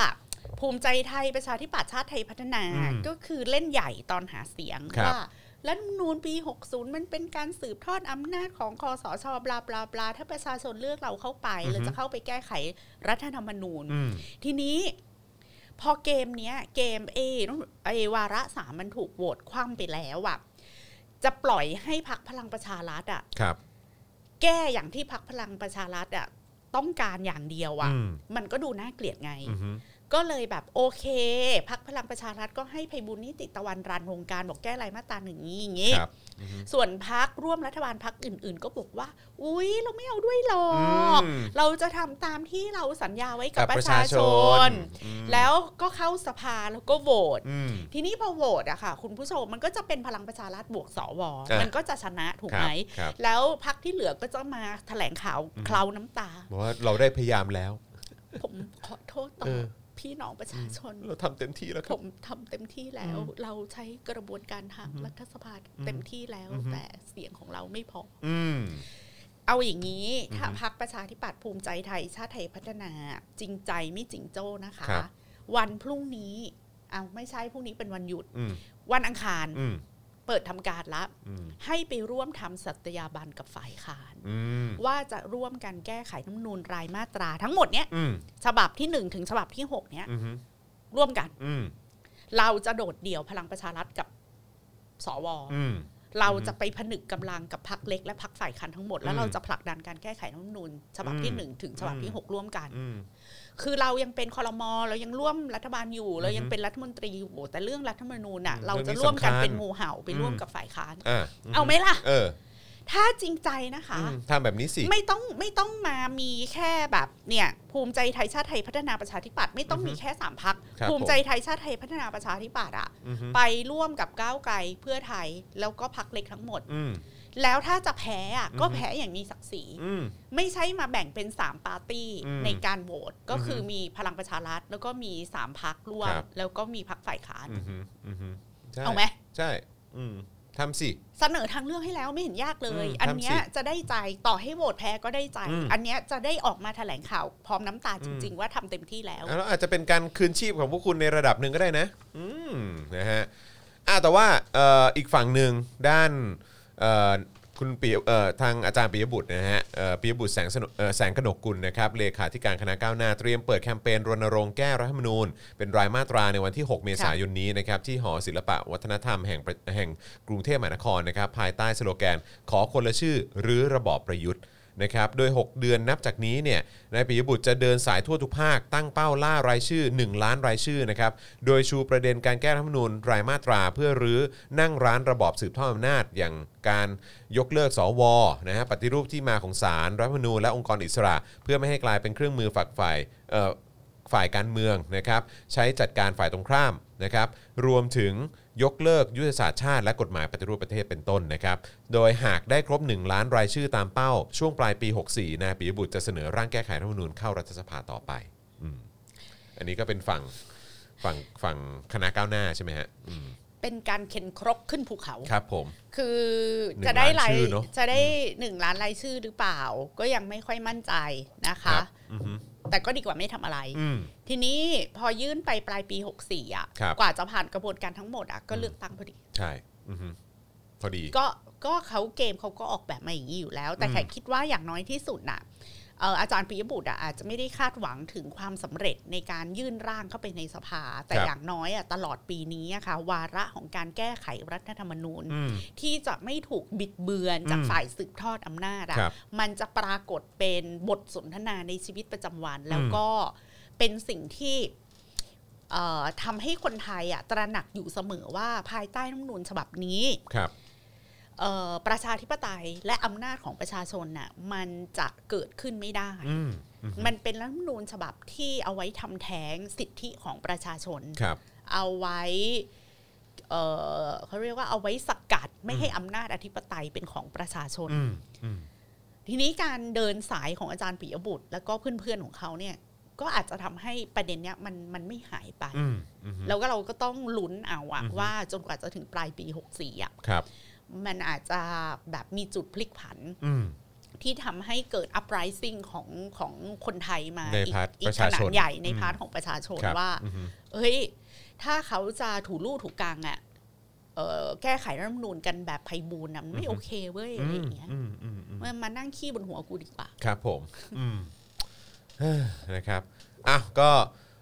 [SPEAKER 3] ภูมิใจไทยประชาธิปัตย์ชาติไทยพัฒนา
[SPEAKER 2] อืม
[SPEAKER 3] ก็คือเล่นใหญ่ตอนหาเสียง
[SPEAKER 2] ครับ
[SPEAKER 3] ว่ารัฐธรรมนูญปี 60 มันเป็นการสืบทอดอำนาจของคอสชบลาบลาบลาถ้าประชาชนเลือกเราเข้าไป
[SPEAKER 2] อือฮึ
[SPEAKER 3] เราจะเข้าไปแก้ไขรัฐธรรมนูญ
[SPEAKER 2] อืม
[SPEAKER 3] ทีนี้พอเกมเนี้ย เกมเอต้องเอวาระสามมันถูกโหวตคว่ำไปแล้วอะจะปล่อยให้พักพลังประชารัฐอะ
[SPEAKER 2] ครับ
[SPEAKER 3] แก้อย่างที่พักพลังประชารัฐอะต้องการอย่างเดียวอะ
[SPEAKER 2] อืม
[SPEAKER 3] มันก็ดูน่าเกลียดไง
[SPEAKER 2] อือฮึ
[SPEAKER 3] ก็เลยแบบโอเค พักพลังประชารัฐก็ให้ไพบุญนิติตะวันรันวงการบอกแก้รายมาตราหนึ่งนี้อย่างนี้
[SPEAKER 2] ครับอือฮึ
[SPEAKER 3] ส่วนพักร่วมรัฐบาลพักอื่น ๆ ก็บอกว่า อุ๊ย เราไม่เอาด้วยหรอก
[SPEAKER 2] อืม
[SPEAKER 3] เราจะทำตามที่เราสัญญาไว้กับประชาชน
[SPEAKER 2] อืม
[SPEAKER 3] แล้วก็เข้าสภาแล้วก็โหวต
[SPEAKER 2] อืม
[SPEAKER 3] ทีนี้พอโหวตอะค่ะ คุณผู้ชมมันก็จะเป็นพลังประชารัฐบวกสว
[SPEAKER 2] อ่ะ
[SPEAKER 3] มันก็จะชนะถูก
[SPEAKER 2] ครับ
[SPEAKER 3] ไหม
[SPEAKER 2] ครับ
[SPEAKER 3] แล้วพักที่เหลือก็จะมาแถลงข่าว
[SPEAKER 2] อืม
[SPEAKER 3] เคลาน้ำตา
[SPEAKER 2] บอกว่าเราได้พยายามแล้ว
[SPEAKER 3] ผมขอโทษต่อ
[SPEAKER 2] เออ
[SPEAKER 3] พี่น้องประชาชน
[SPEAKER 2] เราทำเต็มที่แล้วค
[SPEAKER 3] ผ
[SPEAKER 2] รับ
[SPEAKER 3] มทำเต็มที่แล้ว เราใช้กระบวนการทางรัฐสภาเต็มที่แล้ว
[SPEAKER 2] อือฮึ
[SPEAKER 3] แต่เสียงของเราไม่พอ
[SPEAKER 2] อืม
[SPEAKER 3] เอาอย่างนี้ถ้า
[SPEAKER 2] อือฮึ
[SPEAKER 3] พักประชาธิปัตย์ภูมิใจไทย ชาติไทยพัฒนา จริงใจไม่จริงโจ้นะคะ
[SPEAKER 2] ครับ
[SPEAKER 3] วันพรุ่งนี้เอาไม่ใช่พรุ่งนี้เป็นวันหยุด
[SPEAKER 2] อืม
[SPEAKER 3] วันอังคาร
[SPEAKER 2] อืม
[SPEAKER 3] เปิดทำการละ
[SPEAKER 2] อืม
[SPEAKER 3] ให้ไปร่วมทำสัตยาบันกับฝ่ายค้าน
[SPEAKER 2] อืม
[SPEAKER 3] ว่าจะร่วมกันแก้ไขรัฐธรรมนูญรายมาตราทั้งหมดเนี้ย
[SPEAKER 2] อืม
[SPEAKER 3] ฉบับที่หนึ่งถึงฉบับที่หกเนี้ย
[SPEAKER 2] อืม
[SPEAKER 3] ร่วมกัน
[SPEAKER 2] อืม
[SPEAKER 3] เราจะโดดเดี่ยวพลังประชารัฐกับสว
[SPEAKER 2] อืม
[SPEAKER 3] เราจะไปผนึกกำลังกับพักเล็กและพักฝ่ายค้านทั้งหมด แล้
[SPEAKER 2] อื
[SPEAKER 3] ว
[SPEAKER 2] ม
[SPEAKER 3] เราจะผลักดันการแก้ไขรัฐธรรมนูญฉบับที่
[SPEAKER 2] อืม
[SPEAKER 3] หนึ่งถึงฉบับ
[SPEAKER 2] อื
[SPEAKER 3] ที่
[SPEAKER 2] ม
[SPEAKER 3] หกร่วมกัน
[SPEAKER 2] อืม
[SPEAKER 3] คือเรายังเป็นคอรมอเรายังร่วมรัฐบาลอยู่ เรายังเป็นรัฐมนตรีอยู่แต่เรื่องรัฐธรรมนูญน่ะ
[SPEAKER 2] อืม
[SPEAKER 3] เราจะร่วมกัน
[SPEAKER 2] เรื่องนี้สำคัญ
[SPEAKER 3] เป็นงูเห่าไปร่วม
[SPEAKER 2] อืม
[SPEAKER 3] กับฝ่ายค้าน
[SPEAKER 2] อ่ะ
[SPEAKER 3] เอาไหมล่ะ
[SPEAKER 2] เออ
[SPEAKER 3] ถ้าจริงใจนะคะ
[SPEAKER 2] อืมทำแบบนี้สิ
[SPEAKER 3] ไม่ต้องไม่ต้องมามีแค่แบบเนี่ยภูมิใจไทยชาติไทยพัฒนาประชาธิปัตย์ไม่ต้องมีแค่สามพัก
[SPEAKER 2] ครับ
[SPEAKER 3] ภูมิใจ
[SPEAKER 2] ผม
[SPEAKER 3] ไทยชาติไทยพัฒนาประชาธิปัตย์อะ
[SPEAKER 2] อืม
[SPEAKER 3] ไปร่วมกับก้าวไกลเพื่อไทยแล้วก็พักเล็กทั้งหมด
[SPEAKER 2] อืม
[SPEAKER 3] แล้วถ้าจะแพ้อะ
[SPEAKER 2] อือฮึ
[SPEAKER 3] ก็แพ้อย่างมีศักดิ์ศรี
[SPEAKER 2] อืม
[SPEAKER 3] ไม่ใช่มาแบ่งเป็น 3 ปาร์ตี้
[SPEAKER 2] อืม
[SPEAKER 3] ในการโหวตก็
[SPEAKER 2] อือฮึ
[SPEAKER 3] คือมีพลังประชารัฐ แล้วก็มี 3พักร่วม
[SPEAKER 2] ครับ
[SPEAKER 3] แล้วก็มีพักฝ่ายค้าน
[SPEAKER 2] อืมอืมใช่
[SPEAKER 3] เอาไหม
[SPEAKER 2] ใช่ อืมทำสิ
[SPEAKER 3] เสนอทางเลือกให้แล้วไม่เห็นยากเลย
[SPEAKER 2] อืม
[SPEAKER 3] อันเนี้ย
[SPEAKER 2] ทำสิ
[SPEAKER 3] จะได้ใจต่อให้โหวตแพ้ก็ได้ใจ
[SPEAKER 2] อืม
[SPEAKER 3] อันเนี้ยจะได้ออกมาแถลงข่าวพร้อมน้ำตาจ
[SPEAKER 2] อื
[SPEAKER 3] ริง
[SPEAKER 2] ม
[SPEAKER 3] ๆ ว่าทำเต็มที่แล้ว
[SPEAKER 2] แล้วอาจจะเป็นการคืนชีพของพวกคุณในระดับหนึ่งก็ได้นะ อืม นะฮะอ่ะแต่ว่าเอ่ออีกฝั่งหนึ่งด้านเอ่อ คุณปีเอ่อทางอาจารย์ปิยบุตรนะฮะเอ่อปิยบุตรแสงสนุเอ่อแสงกนกกุลนะครับเลขาธิการคณะก้าวหน้าเตรียมเปิดแคมเปญรณรงค์แก้รัฐธรรมนูญ เป็นรายมาตราในวันที่ 6 เมษายนนี้นะครับที่หอศิลปะวัฒนธรรมแห่งประแห่งกรุงเทพมหานครนะครับภายใต้สโลแกน ขอคนละชื่อหรือระบอบประยุทธ์ นะครับ โดย 6 เดือนนับจากนี้เนี่ย นายปิยบุตรจะเดินสายทั่วทุกภาค ตั้งเป้าล่ารายชื่อ 1 ล้านรายชื่อนะครับ โดยชูประเด็นการแก้รัฐธรรมนูญรายมาตราเพื่อรื้อนั่งร้านระบอบสืบทอดอำนาจ อย่างการยกเลิกสวนะฮะ ปฏิรูปที่มาของศาลรรัฐธรรมนูญและองค์กรอิสระ เพื่อไม่ให้กลายเป็นเครื่องมือฝักฝ่ายเอ่อ ฝ่ายการเมืองนะครับใช้จัดการฝ่ายตรงข้ามนะครับรวมถึงยกเลิกยุทธศาสตร์ชาติ และกฎหมายปฏิรูปประเทศเป็นต้นนะครับโดยหากได้ครบ 1 ล้านรายชื่อตามเป้า ช่วงปลายปี 64นายปิยบุตรจะเสนอร่างแก้ไขรัฐธรรมนูญเข้ารัฐสภาต่อไปอืมอันนี้ก็เป็นฝั่งฝั่งฝั่งคณะก้าวหน้าใช่ไหมฮะอืม
[SPEAKER 3] เป็นการเข็นครกขึ้นภูเขา
[SPEAKER 2] ครับผม
[SPEAKER 3] คือ
[SPEAKER 2] หนึ่ง
[SPEAKER 3] จะได้
[SPEAKER 2] ล้าร
[SPEAKER 3] ายย
[SPEAKER 2] ชื่อเนอะ
[SPEAKER 3] จะได้หนึ่งล้านรายชื่อหรือเปล่า ก็ยังไม่ค่อยมั่นใจนะ
[SPEAKER 2] ครั
[SPEAKER 3] คะ
[SPEAKER 2] บ อือฮึ
[SPEAKER 3] แต่ก็ดีกว่าไม่ทำอะไร
[SPEAKER 2] อืม
[SPEAKER 3] ทีนี้พอยื่นไปปลายปี 64 อ่ะ
[SPEAKER 2] ครับ
[SPEAKER 3] กว่าจะผ่านกระบวนการทั้งหมดอ่ะก็เลือกตั้งพอดี
[SPEAKER 2] ใช่อือฮึพอดี
[SPEAKER 3] ก็ก็เขาเกมเขาก็ออกแบบมาอย่างนี้อยู่แล้ว แต่
[SPEAKER 2] อืม
[SPEAKER 3] แขกคิดว่าอย่างน้อยที่สุดน่ะเอ่ออาจารย์ปิยบุตรอ่ะอาจจะไม่ได้คาดหวังถึงความสำเร็จในการยื่นร่างเข้าไปในสภา แต่อย่างน้อยอ่ะตลอดปีนี้อะค่ะ วาระของการแก้ไขรัฐธรรมนูญ
[SPEAKER 2] อืม
[SPEAKER 3] ที่จะไม่ถูกบิดเบือนจาก
[SPEAKER 2] อืม
[SPEAKER 3] ฝ่ายสืบทอดอำนาจอะ
[SPEAKER 2] ครับ
[SPEAKER 3] มันจะปรากฏเป็นบทสนทนาในชีวิตประจำวัน
[SPEAKER 2] อืม
[SPEAKER 3] แล้วก็เป็นสิ่งที่เอ่อทำให้คนไทยอะตระหนักอยู่เสมอว่าภายใต้รัฐธรรมนูญฉบับนี้
[SPEAKER 2] ครับ
[SPEAKER 3] เอ่อประชาธิปไตยและอำนาจของประชาชนน่ะมันจะเกิดขึ้นไม่ได้
[SPEAKER 2] อืมอือฮึ
[SPEAKER 3] มันเป็นรัฐธรรมนูญฉบับที่เอาไว้ทำแท้งสิทธิของประชาชน
[SPEAKER 2] ครับ
[SPEAKER 3] เอาไว้ เอ่อเขาเรียกว่าเอาไว้สกัดไม่ให้อำนาจอธิปไตยเป็นของประชาชน
[SPEAKER 2] อืมอืม
[SPEAKER 3] ทีนี้การเดินสายของอาจารย์ปิยบุตร แล้วก็เพื่อนๆของเขาเนี่ย ก็อาจจะทำให้ประเด็นเนี้ยมันมันไม่หายไป
[SPEAKER 2] อืมอือฮึ
[SPEAKER 3] แล้วก็เราก็ต้องลุ้นเอาอะ
[SPEAKER 2] อือฮึ
[SPEAKER 3] ว่าจนกว่าจะถึงปลายปี 64อะ
[SPEAKER 2] ครับ
[SPEAKER 3] มันอาจจะแบบมีจุดพลิกผัน
[SPEAKER 2] อืม
[SPEAKER 3] ที่ทำให้เกิด uprising ของของคนไทยมา
[SPEAKER 2] ใน
[SPEAKER 3] อีก
[SPEAKER 2] พาร์ท
[SPEAKER 3] อี
[SPEAKER 2] ประ
[SPEAKER 3] กข
[SPEAKER 2] ชา
[SPEAKER 3] นา
[SPEAKER 2] ช
[SPEAKER 3] ด
[SPEAKER 2] น
[SPEAKER 3] ใหญ่ใน
[SPEAKER 2] อืม
[SPEAKER 3] พาร์ทของประชาชน
[SPEAKER 2] ครับ
[SPEAKER 3] ว่า
[SPEAKER 2] อือฮึ
[SPEAKER 3] เฮ้ย ถ้าเขาจะถูลู่ถูกกลางอะเอ่อแก้ไขรัฐธรรมนูญกันแบบไพบูลย์นะมันไม่โอเคเว้ยอะไรอย่างเงี้ย
[SPEAKER 2] อืมอืมอืม
[SPEAKER 3] มันมานั่งขี้บนหัวกูดีกว่า
[SPEAKER 2] ครับผมอืมเอ้อนะครับอ่ะก็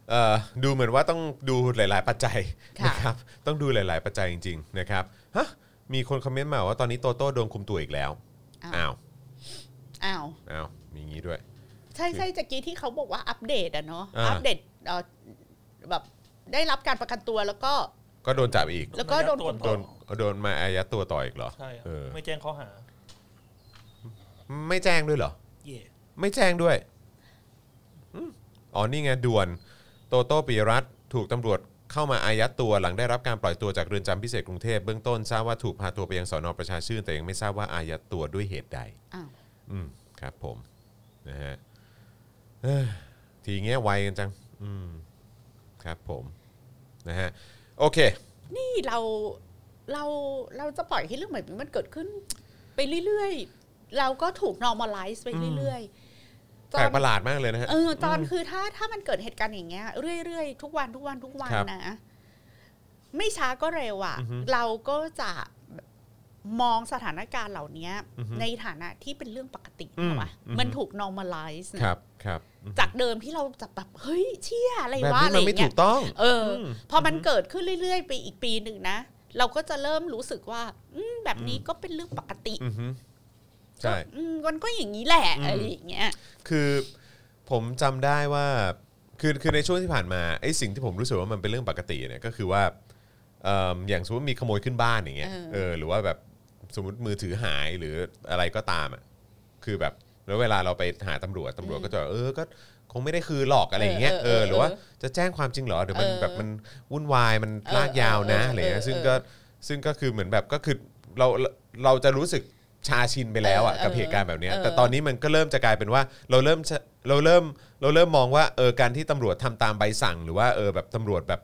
[SPEAKER 2] เอ่อดูเหมือนว่าต้องดูหลาย ๆ ปัจจัย
[SPEAKER 3] ค่ะ
[SPEAKER 2] นะครับต้องดูหลาย ๆ ปัจจัยจริง ๆ นะครับฮะมีคนคอมเมนต์มาว่าตอนนี้โตโต้โดนคุมตัวอีกแล้ว
[SPEAKER 3] อ้าว
[SPEAKER 2] อ้าว
[SPEAKER 3] อ้าว
[SPEAKER 2] อ้าวมีอย่างนี้ด้วย
[SPEAKER 3] ใช่ใช่จากกี้ที่เขาบอกว่าอัปเดตอะเนาะ
[SPEAKER 2] อ่า
[SPEAKER 3] อัปเดตเอ่อแบบได้รับการประกันตัวแล้วก็
[SPEAKER 2] ก็โดนจับอีก
[SPEAKER 3] แล้วก็โดนคุม
[SPEAKER 2] โด
[SPEAKER 3] ตัวน
[SPEAKER 2] โดนมาอายัดตัวต่ออีกเหรอ
[SPEAKER 4] ใช่ครับ
[SPEAKER 2] เออ
[SPEAKER 4] ไม่แจ้งข้อหา
[SPEAKER 2] ไม่แจ้งด้วยเหรอ
[SPEAKER 4] เย่
[SPEAKER 2] ไม่แจ้งด้วยอืมอ๋อ นี่ไงด่วน โตโต้ปิยรัตน์ถูกตำรวจเข้ามาอายัดตัวหลังได้รับการปล่อยตัวจากเรือนจำพิเศษกรุงเทพเบื้องต้นทราบว่าถูกพาตัวไปยังสอนอประชาชื่น แต่ยังไม่ทราบว่าอายัดตัวด้วยเหตุใด
[SPEAKER 3] อ้าว
[SPEAKER 2] อืมครับผม นะฮะเอ้อทีเงี้ยไวกันจัง อืมครับผม นะฮะ โอเค
[SPEAKER 3] นี่เราเราเราจะปล่อยให้เรื่องแบบนี้มันเกิดขึ้น ไปเรื่อยๆ เราก็ถูก normalize ไปเรื่อยๆจ
[SPEAKER 2] แปลก
[SPEAKER 3] น
[SPEAKER 2] ประหลาดมากเลยนะฮะ
[SPEAKER 3] เออตอนคือถ้าถ้ามันเกิดเหตุการณ์อย่างเงี้ยเรื่อยๆ ทุกวันทุกวันทุกวัน
[SPEAKER 2] ครับ
[SPEAKER 3] นะ ไม่ช้าก็เร็วอะ่ะ
[SPEAKER 2] อือฮึ
[SPEAKER 3] เราก็จะมองสถานการณ์เหล่านี้
[SPEAKER 2] อือฮึ
[SPEAKER 3] ในฐานะที่เป็นเรื่องปกติ
[SPEAKER 2] อืม
[SPEAKER 3] นะวะ
[SPEAKER 2] อือฮึ
[SPEAKER 3] มันถูก normalize นะครับ
[SPEAKER 2] ครับอืม
[SPEAKER 3] จากเดิมที่เราจะแบบเฮ้ยเชี่ยอะไร
[SPEAKER 2] แบบ
[SPEAKER 3] วะ
[SPEAKER 2] นี้
[SPEAKER 3] อะไร
[SPEAKER 2] มัน
[SPEAKER 3] อ
[SPEAKER 2] ไม่
[SPEAKER 3] ย่างเงี้
[SPEAKER 2] ถู
[SPEAKER 3] ย
[SPEAKER 2] กต้อง
[SPEAKER 3] เอออ
[SPEAKER 2] ม
[SPEAKER 3] พอมันเกิดขึ้นเรื่อยๆ ไปอีกปีหนึ่งนะ เราก็จะเริ่มรู้สึกว่า อืมแบบนี้ก็เป็นเรื่องปกติ
[SPEAKER 2] อือฮึใช่
[SPEAKER 3] อืมมันก็อย่างนี้แหละอะไรอย่างเงี้ย
[SPEAKER 2] คือผมจำได้ว่าคือคือในช่วงที่ผ่านมาไอ้สิ่งที่ผมรู้สึกว่ามันเป็นเรื่องปกติเนี่ยก็คือว่าเอิ่มอย่างสมมติมีขโมยขึ้นบ้านอย่างเงี้ย
[SPEAKER 3] เออ
[SPEAKER 2] เออหรือว่าแบบสมมติมือถือหายหรืออะไรก็ตามอ่ะคือแบบแล้วเวลาเราไปหาตำรวจตำรวจก็จะแบบเออก็คงไม่ได้คืนหลอกอะไรอย่างเงี้ยเออหรือว่าจะแจ้งความจริงเหรอเดี๋ยวมัน
[SPEAKER 3] เออ
[SPEAKER 2] แบบมันวุ่นวายมัน
[SPEAKER 3] เออ
[SPEAKER 2] ลากยาวนะ
[SPEAKER 3] เออเออ
[SPEAKER 2] อะไรเงี้ย
[SPEAKER 3] เออ
[SPEAKER 2] ซึ่งก็ซึ่งก็คือเหมือนแบบก็คือเราเราจะรู้สึกชาชินไปแล้วอ่ะ
[SPEAKER 3] เออ
[SPEAKER 2] กับ
[SPEAKER 3] เออ
[SPEAKER 2] เหตุการณ์แบบเนี้ย
[SPEAKER 3] เออ
[SPEAKER 2] แต่ตอน ตอนนี้มันก็เริ่มจะกลายเป็นว่าเราเริ่มจะเราเริ่มเราเริ่มมองว่าเออการที่ตำรวจทำตามใบสั่ง หรือว่าเออแบบตำรวจแบบ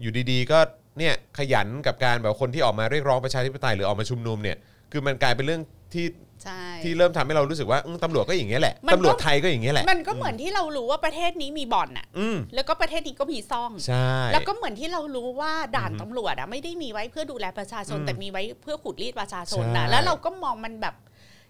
[SPEAKER 2] อยู่ดีๆ ก็เนี่ยขยันกับการแบบคนที่ออกมาเรียกร้องประชาธิปไตยหรือออกมาชุมนุมเนี่ยคือมันกลายเป็นเรื่องที่
[SPEAKER 3] ใช่
[SPEAKER 2] ที่เริ่มทำให้เรารู้สึกว่าอืมตำรวจก็อย่างเงี้ยแหละ
[SPEAKER 3] มันก็
[SPEAKER 2] ตำรวจไทยก็อย่างเงี้ยแหละ
[SPEAKER 3] มันก็เหมือนที่เรารู้ว่าประเทศนี้มีบ่อนน่ะ
[SPEAKER 2] อืม
[SPEAKER 3] แล้วก็ประเทศนี้ก็มีซ่อง
[SPEAKER 2] ใช่
[SPEAKER 3] แล้วก็เหมือนที่เรารู้ว่าด่านตำรวจอะไม่ได้มีไว้เพื่อดูแลประชาชน แต่มีไว้เพื่อขูดรีดประชาชนนะแล้วเราก็มองมันแบบ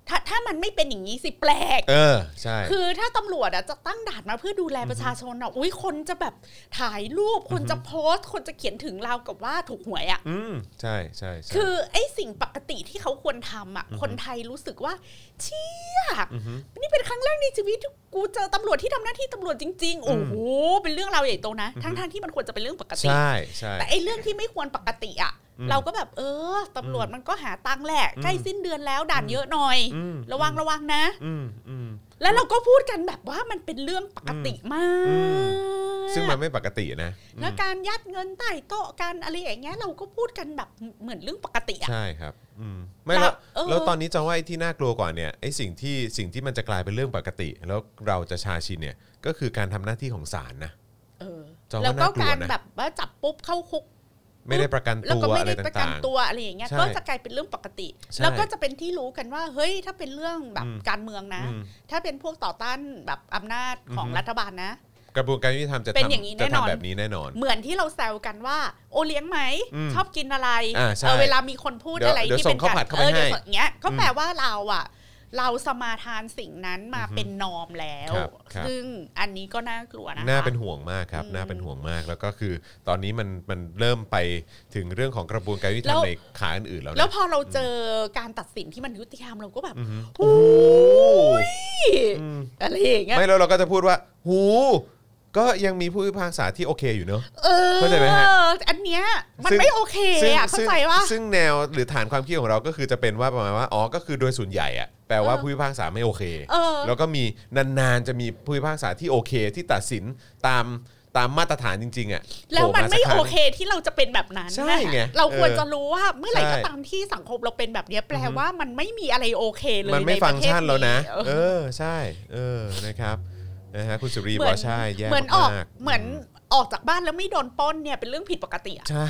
[SPEAKER 3] ถ้าถ้ามันไม่เป็นอย่างนี้สิแปลก
[SPEAKER 2] เออใช่
[SPEAKER 3] คือถ้าตำรวจอะจะตั้งด่านมาเพื่อดูแลประชาชนอะอุ้ยคนจะแบบถ่ายรูป คนจะโพสต์ คนจะเขียนถึงเรากับว่าถูกหวยอะ
[SPEAKER 2] อืมใช่ใช่ใช่
[SPEAKER 3] คือไอ้สิ่งปกติที่เขาควรทำอะคนไทยรู้สึกว่า เชี่ย
[SPEAKER 2] อฮึ
[SPEAKER 3] นี่เป็นครั้งแรกในชีวิตที่กูเจอตำรวจที่ทำหน้าที่ตำรวจจริงๆ โอ้โหเป็นเรื่องราวใหญ่โตนะ ทั้งๆที่มันควรจะเป็นเรื่องปกติ
[SPEAKER 2] ใช่ใช่
[SPEAKER 3] แต่ไอ้เรื่องที่ไม่ควรปกติอะ
[SPEAKER 2] อืม
[SPEAKER 3] เราก็แบบเออตำรวจมันก็หาตังค์แหละ
[SPEAKER 2] อืม
[SPEAKER 3] ใกล้สิ้นเดือนแล้วด่านเยอะหน่อย
[SPEAKER 2] อืม
[SPEAKER 3] ระวังระวังนะ
[SPEAKER 2] อืมอืม
[SPEAKER 3] แล้วเราก็พูดกันแบบว่ามันเป็นเรื่องปกติมาก
[SPEAKER 2] อื ซึ่งมันไม่ปกตินะอืม
[SPEAKER 3] แล้วการยัดเงินใต้โต๊ะการอะไรอย่างเงี้ยเราก็พูดกันแบบเหมือนเรื่องปกติอะ
[SPEAKER 2] ใช่ครับอืมไม่แล้
[SPEAKER 3] แล้
[SPEAKER 2] ว
[SPEAKER 3] วเออ
[SPEAKER 2] แล้วตอนนี้จะว่าไอ้ที่น่ากลัวกว่าเนี่ยไอ้สิ่งที่สิ่งที่มันจะกลายเป็นเรื่องปกติ แล้วเราจะชาชินเนี่ยก็คือการทำหน้าที่ของศาลนะ
[SPEAKER 3] เออ
[SPEAKER 2] จะว่า
[SPEAKER 3] แล้วก็
[SPEAKER 2] น่ากลัวนะ
[SPEAKER 3] การแบบว่าจับปุ๊บเข้าคุก
[SPEAKER 2] ไม่ได้ประกัน
[SPEAKER 3] แล้ว
[SPEAKER 2] ตัว
[SPEAKER 3] ก็ไม่
[SPEAKER 2] อะไร
[SPEAKER 3] ได้ประกัน
[SPEAKER 2] ต่าง
[SPEAKER 3] ตัวอะไรอย่างเงี้ย
[SPEAKER 2] ใช่
[SPEAKER 3] ก็จะกลายเป็นเรื่องปกติ
[SPEAKER 2] ใช่
[SPEAKER 3] แล้วก็จะเป็นที่รู้กันว่าเฮ้ยถ้าเป็นเรื่องแบบ
[SPEAKER 2] อืม
[SPEAKER 3] การเมืองนะ
[SPEAKER 2] อืม
[SPEAKER 3] ถ้าเป็นพวกต่อต้านแบบอำนาจของ
[SPEAKER 2] อือฮึ
[SPEAKER 3] รัฐบาลนะ
[SPEAKER 2] ๆ กระบวนการยุติธรรมจะ
[SPEAKER 3] เป็นอย่างนี้
[SPEAKER 2] ทำจะ
[SPEAKER 3] แน่นอน
[SPEAKER 2] ทำแบบนี้แน่นอน
[SPEAKER 3] เหมือนที่เราแซวกันว่า โอเลี้ยงไหม
[SPEAKER 2] อืม
[SPEAKER 3] ชอบกินอะไร
[SPEAKER 2] อ่าใช่
[SPEAKER 3] เออเวลามีคนพูด
[SPEAKER 2] เดี๋ยว
[SPEAKER 3] อะไร
[SPEAKER 2] เดี๋ยว
[SPEAKER 3] ที่
[SPEAKER 2] ส่
[SPEAKER 3] เป็
[SPEAKER 2] ง
[SPEAKER 3] น
[SPEAKER 2] ข้าวผัดเข้าไป
[SPEAKER 3] เออเดี๋ยว
[SPEAKER 2] ให้
[SPEAKER 3] ส่งอย่างเงี้ยก็
[SPEAKER 2] อืม
[SPEAKER 3] แปลว่าเราอ่ะ เราสมาทานสิ่งนั้นมาเป็นนอมแล้ว
[SPEAKER 2] ครับครับ
[SPEAKER 3] ซึ่งอันนี้ก็น่ากลัวนะคะ
[SPEAKER 2] น่าเป็นห่วงมากครับ น่าเป็นห่วงมาก แล้วก็คือตอนนี้มันมันเริ่มไปถึงเรื่องของกระบวนการยุติธรรม
[SPEAKER 3] แล้ว
[SPEAKER 2] ในขาอื่นๆแล้วนะ
[SPEAKER 3] แล้วพอเราเจอการตัดสินที่มันยุติธรรมเราก็แบบ
[SPEAKER 2] อือฮึ
[SPEAKER 3] โอ้ย
[SPEAKER 2] อืม
[SPEAKER 3] อะไรอย่างเงี้ย
[SPEAKER 2] ไม่แล้วเราก็จะพูดว่า หู ก็ยังมีผู้พิพากษาที่โอเคอยู่เนอะ
[SPEAKER 3] เออ
[SPEAKER 2] เข้าใจไหมฮะ
[SPEAKER 3] อันเนี้ยมัน
[SPEAKER 2] ซึ่ง
[SPEAKER 3] ไม่โอเค
[SPEAKER 2] ซึ่ง
[SPEAKER 3] อ่ะเข้า
[SPEAKER 2] ซึ่ง
[SPEAKER 3] ใจว่า
[SPEAKER 2] ซึ่งแนวหรือฐานความคิดของเราก็คือจะเป็นว่าประมาณว่าอ๋อก็คือโดยส่วนใหญ่อะแปลว่า
[SPEAKER 3] เออ
[SPEAKER 2] ผู้พิพากษาไม่โอเค
[SPEAKER 3] เออ
[SPEAKER 2] แล้วก็มีนานๆจะมีผู้พิพากษาที่โอเค ที่ตัดสินตามตามมาตรฐานจริง ๆอะ
[SPEAKER 3] แล้วมัน
[SPEAKER 2] ผาสั
[SPEAKER 3] ไม่
[SPEAKER 2] กรั้ง
[SPEAKER 3] โอเคที่เราจะเป็นแบบนั้น
[SPEAKER 2] ใช่
[SPEAKER 3] นะ
[SPEAKER 2] ไง
[SPEAKER 3] เราควร
[SPEAKER 2] เออ
[SPEAKER 3] จะรู้ว่าเมื่อไหร่
[SPEAKER 2] ใช่
[SPEAKER 3] ก็ตามที่สังคมเราเป็นแบบเนี้ยแปลว่ามันไม่มีอะไรโอเคเลย
[SPEAKER 2] มันไม่
[SPEAKER 3] ใป
[SPEAKER 2] ฟั
[SPEAKER 3] ระ
[SPEAKER 2] งก์
[SPEAKER 3] เทศ
[SPEAKER 2] ชันแล้วนะ
[SPEAKER 3] เออ
[SPEAKER 2] เออใช่ เออนะครับนะฮะคุณสุรี
[SPEAKER 3] เห
[SPEAKER 2] บอ
[SPEAKER 3] มื
[SPEAKER 2] ก
[SPEAKER 3] อน
[SPEAKER 2] ว่าใช่แย่
[SPEAKER 3] เหมือนออก
[SPEAKER 2] มากๆ
[SPEAKER 3] เหมือนออกจากบ้านแล้วไม่โดนปล้นเนี่ยเป็นเรื่องผิดปกติอะ
[SPEAKER 2] ใช่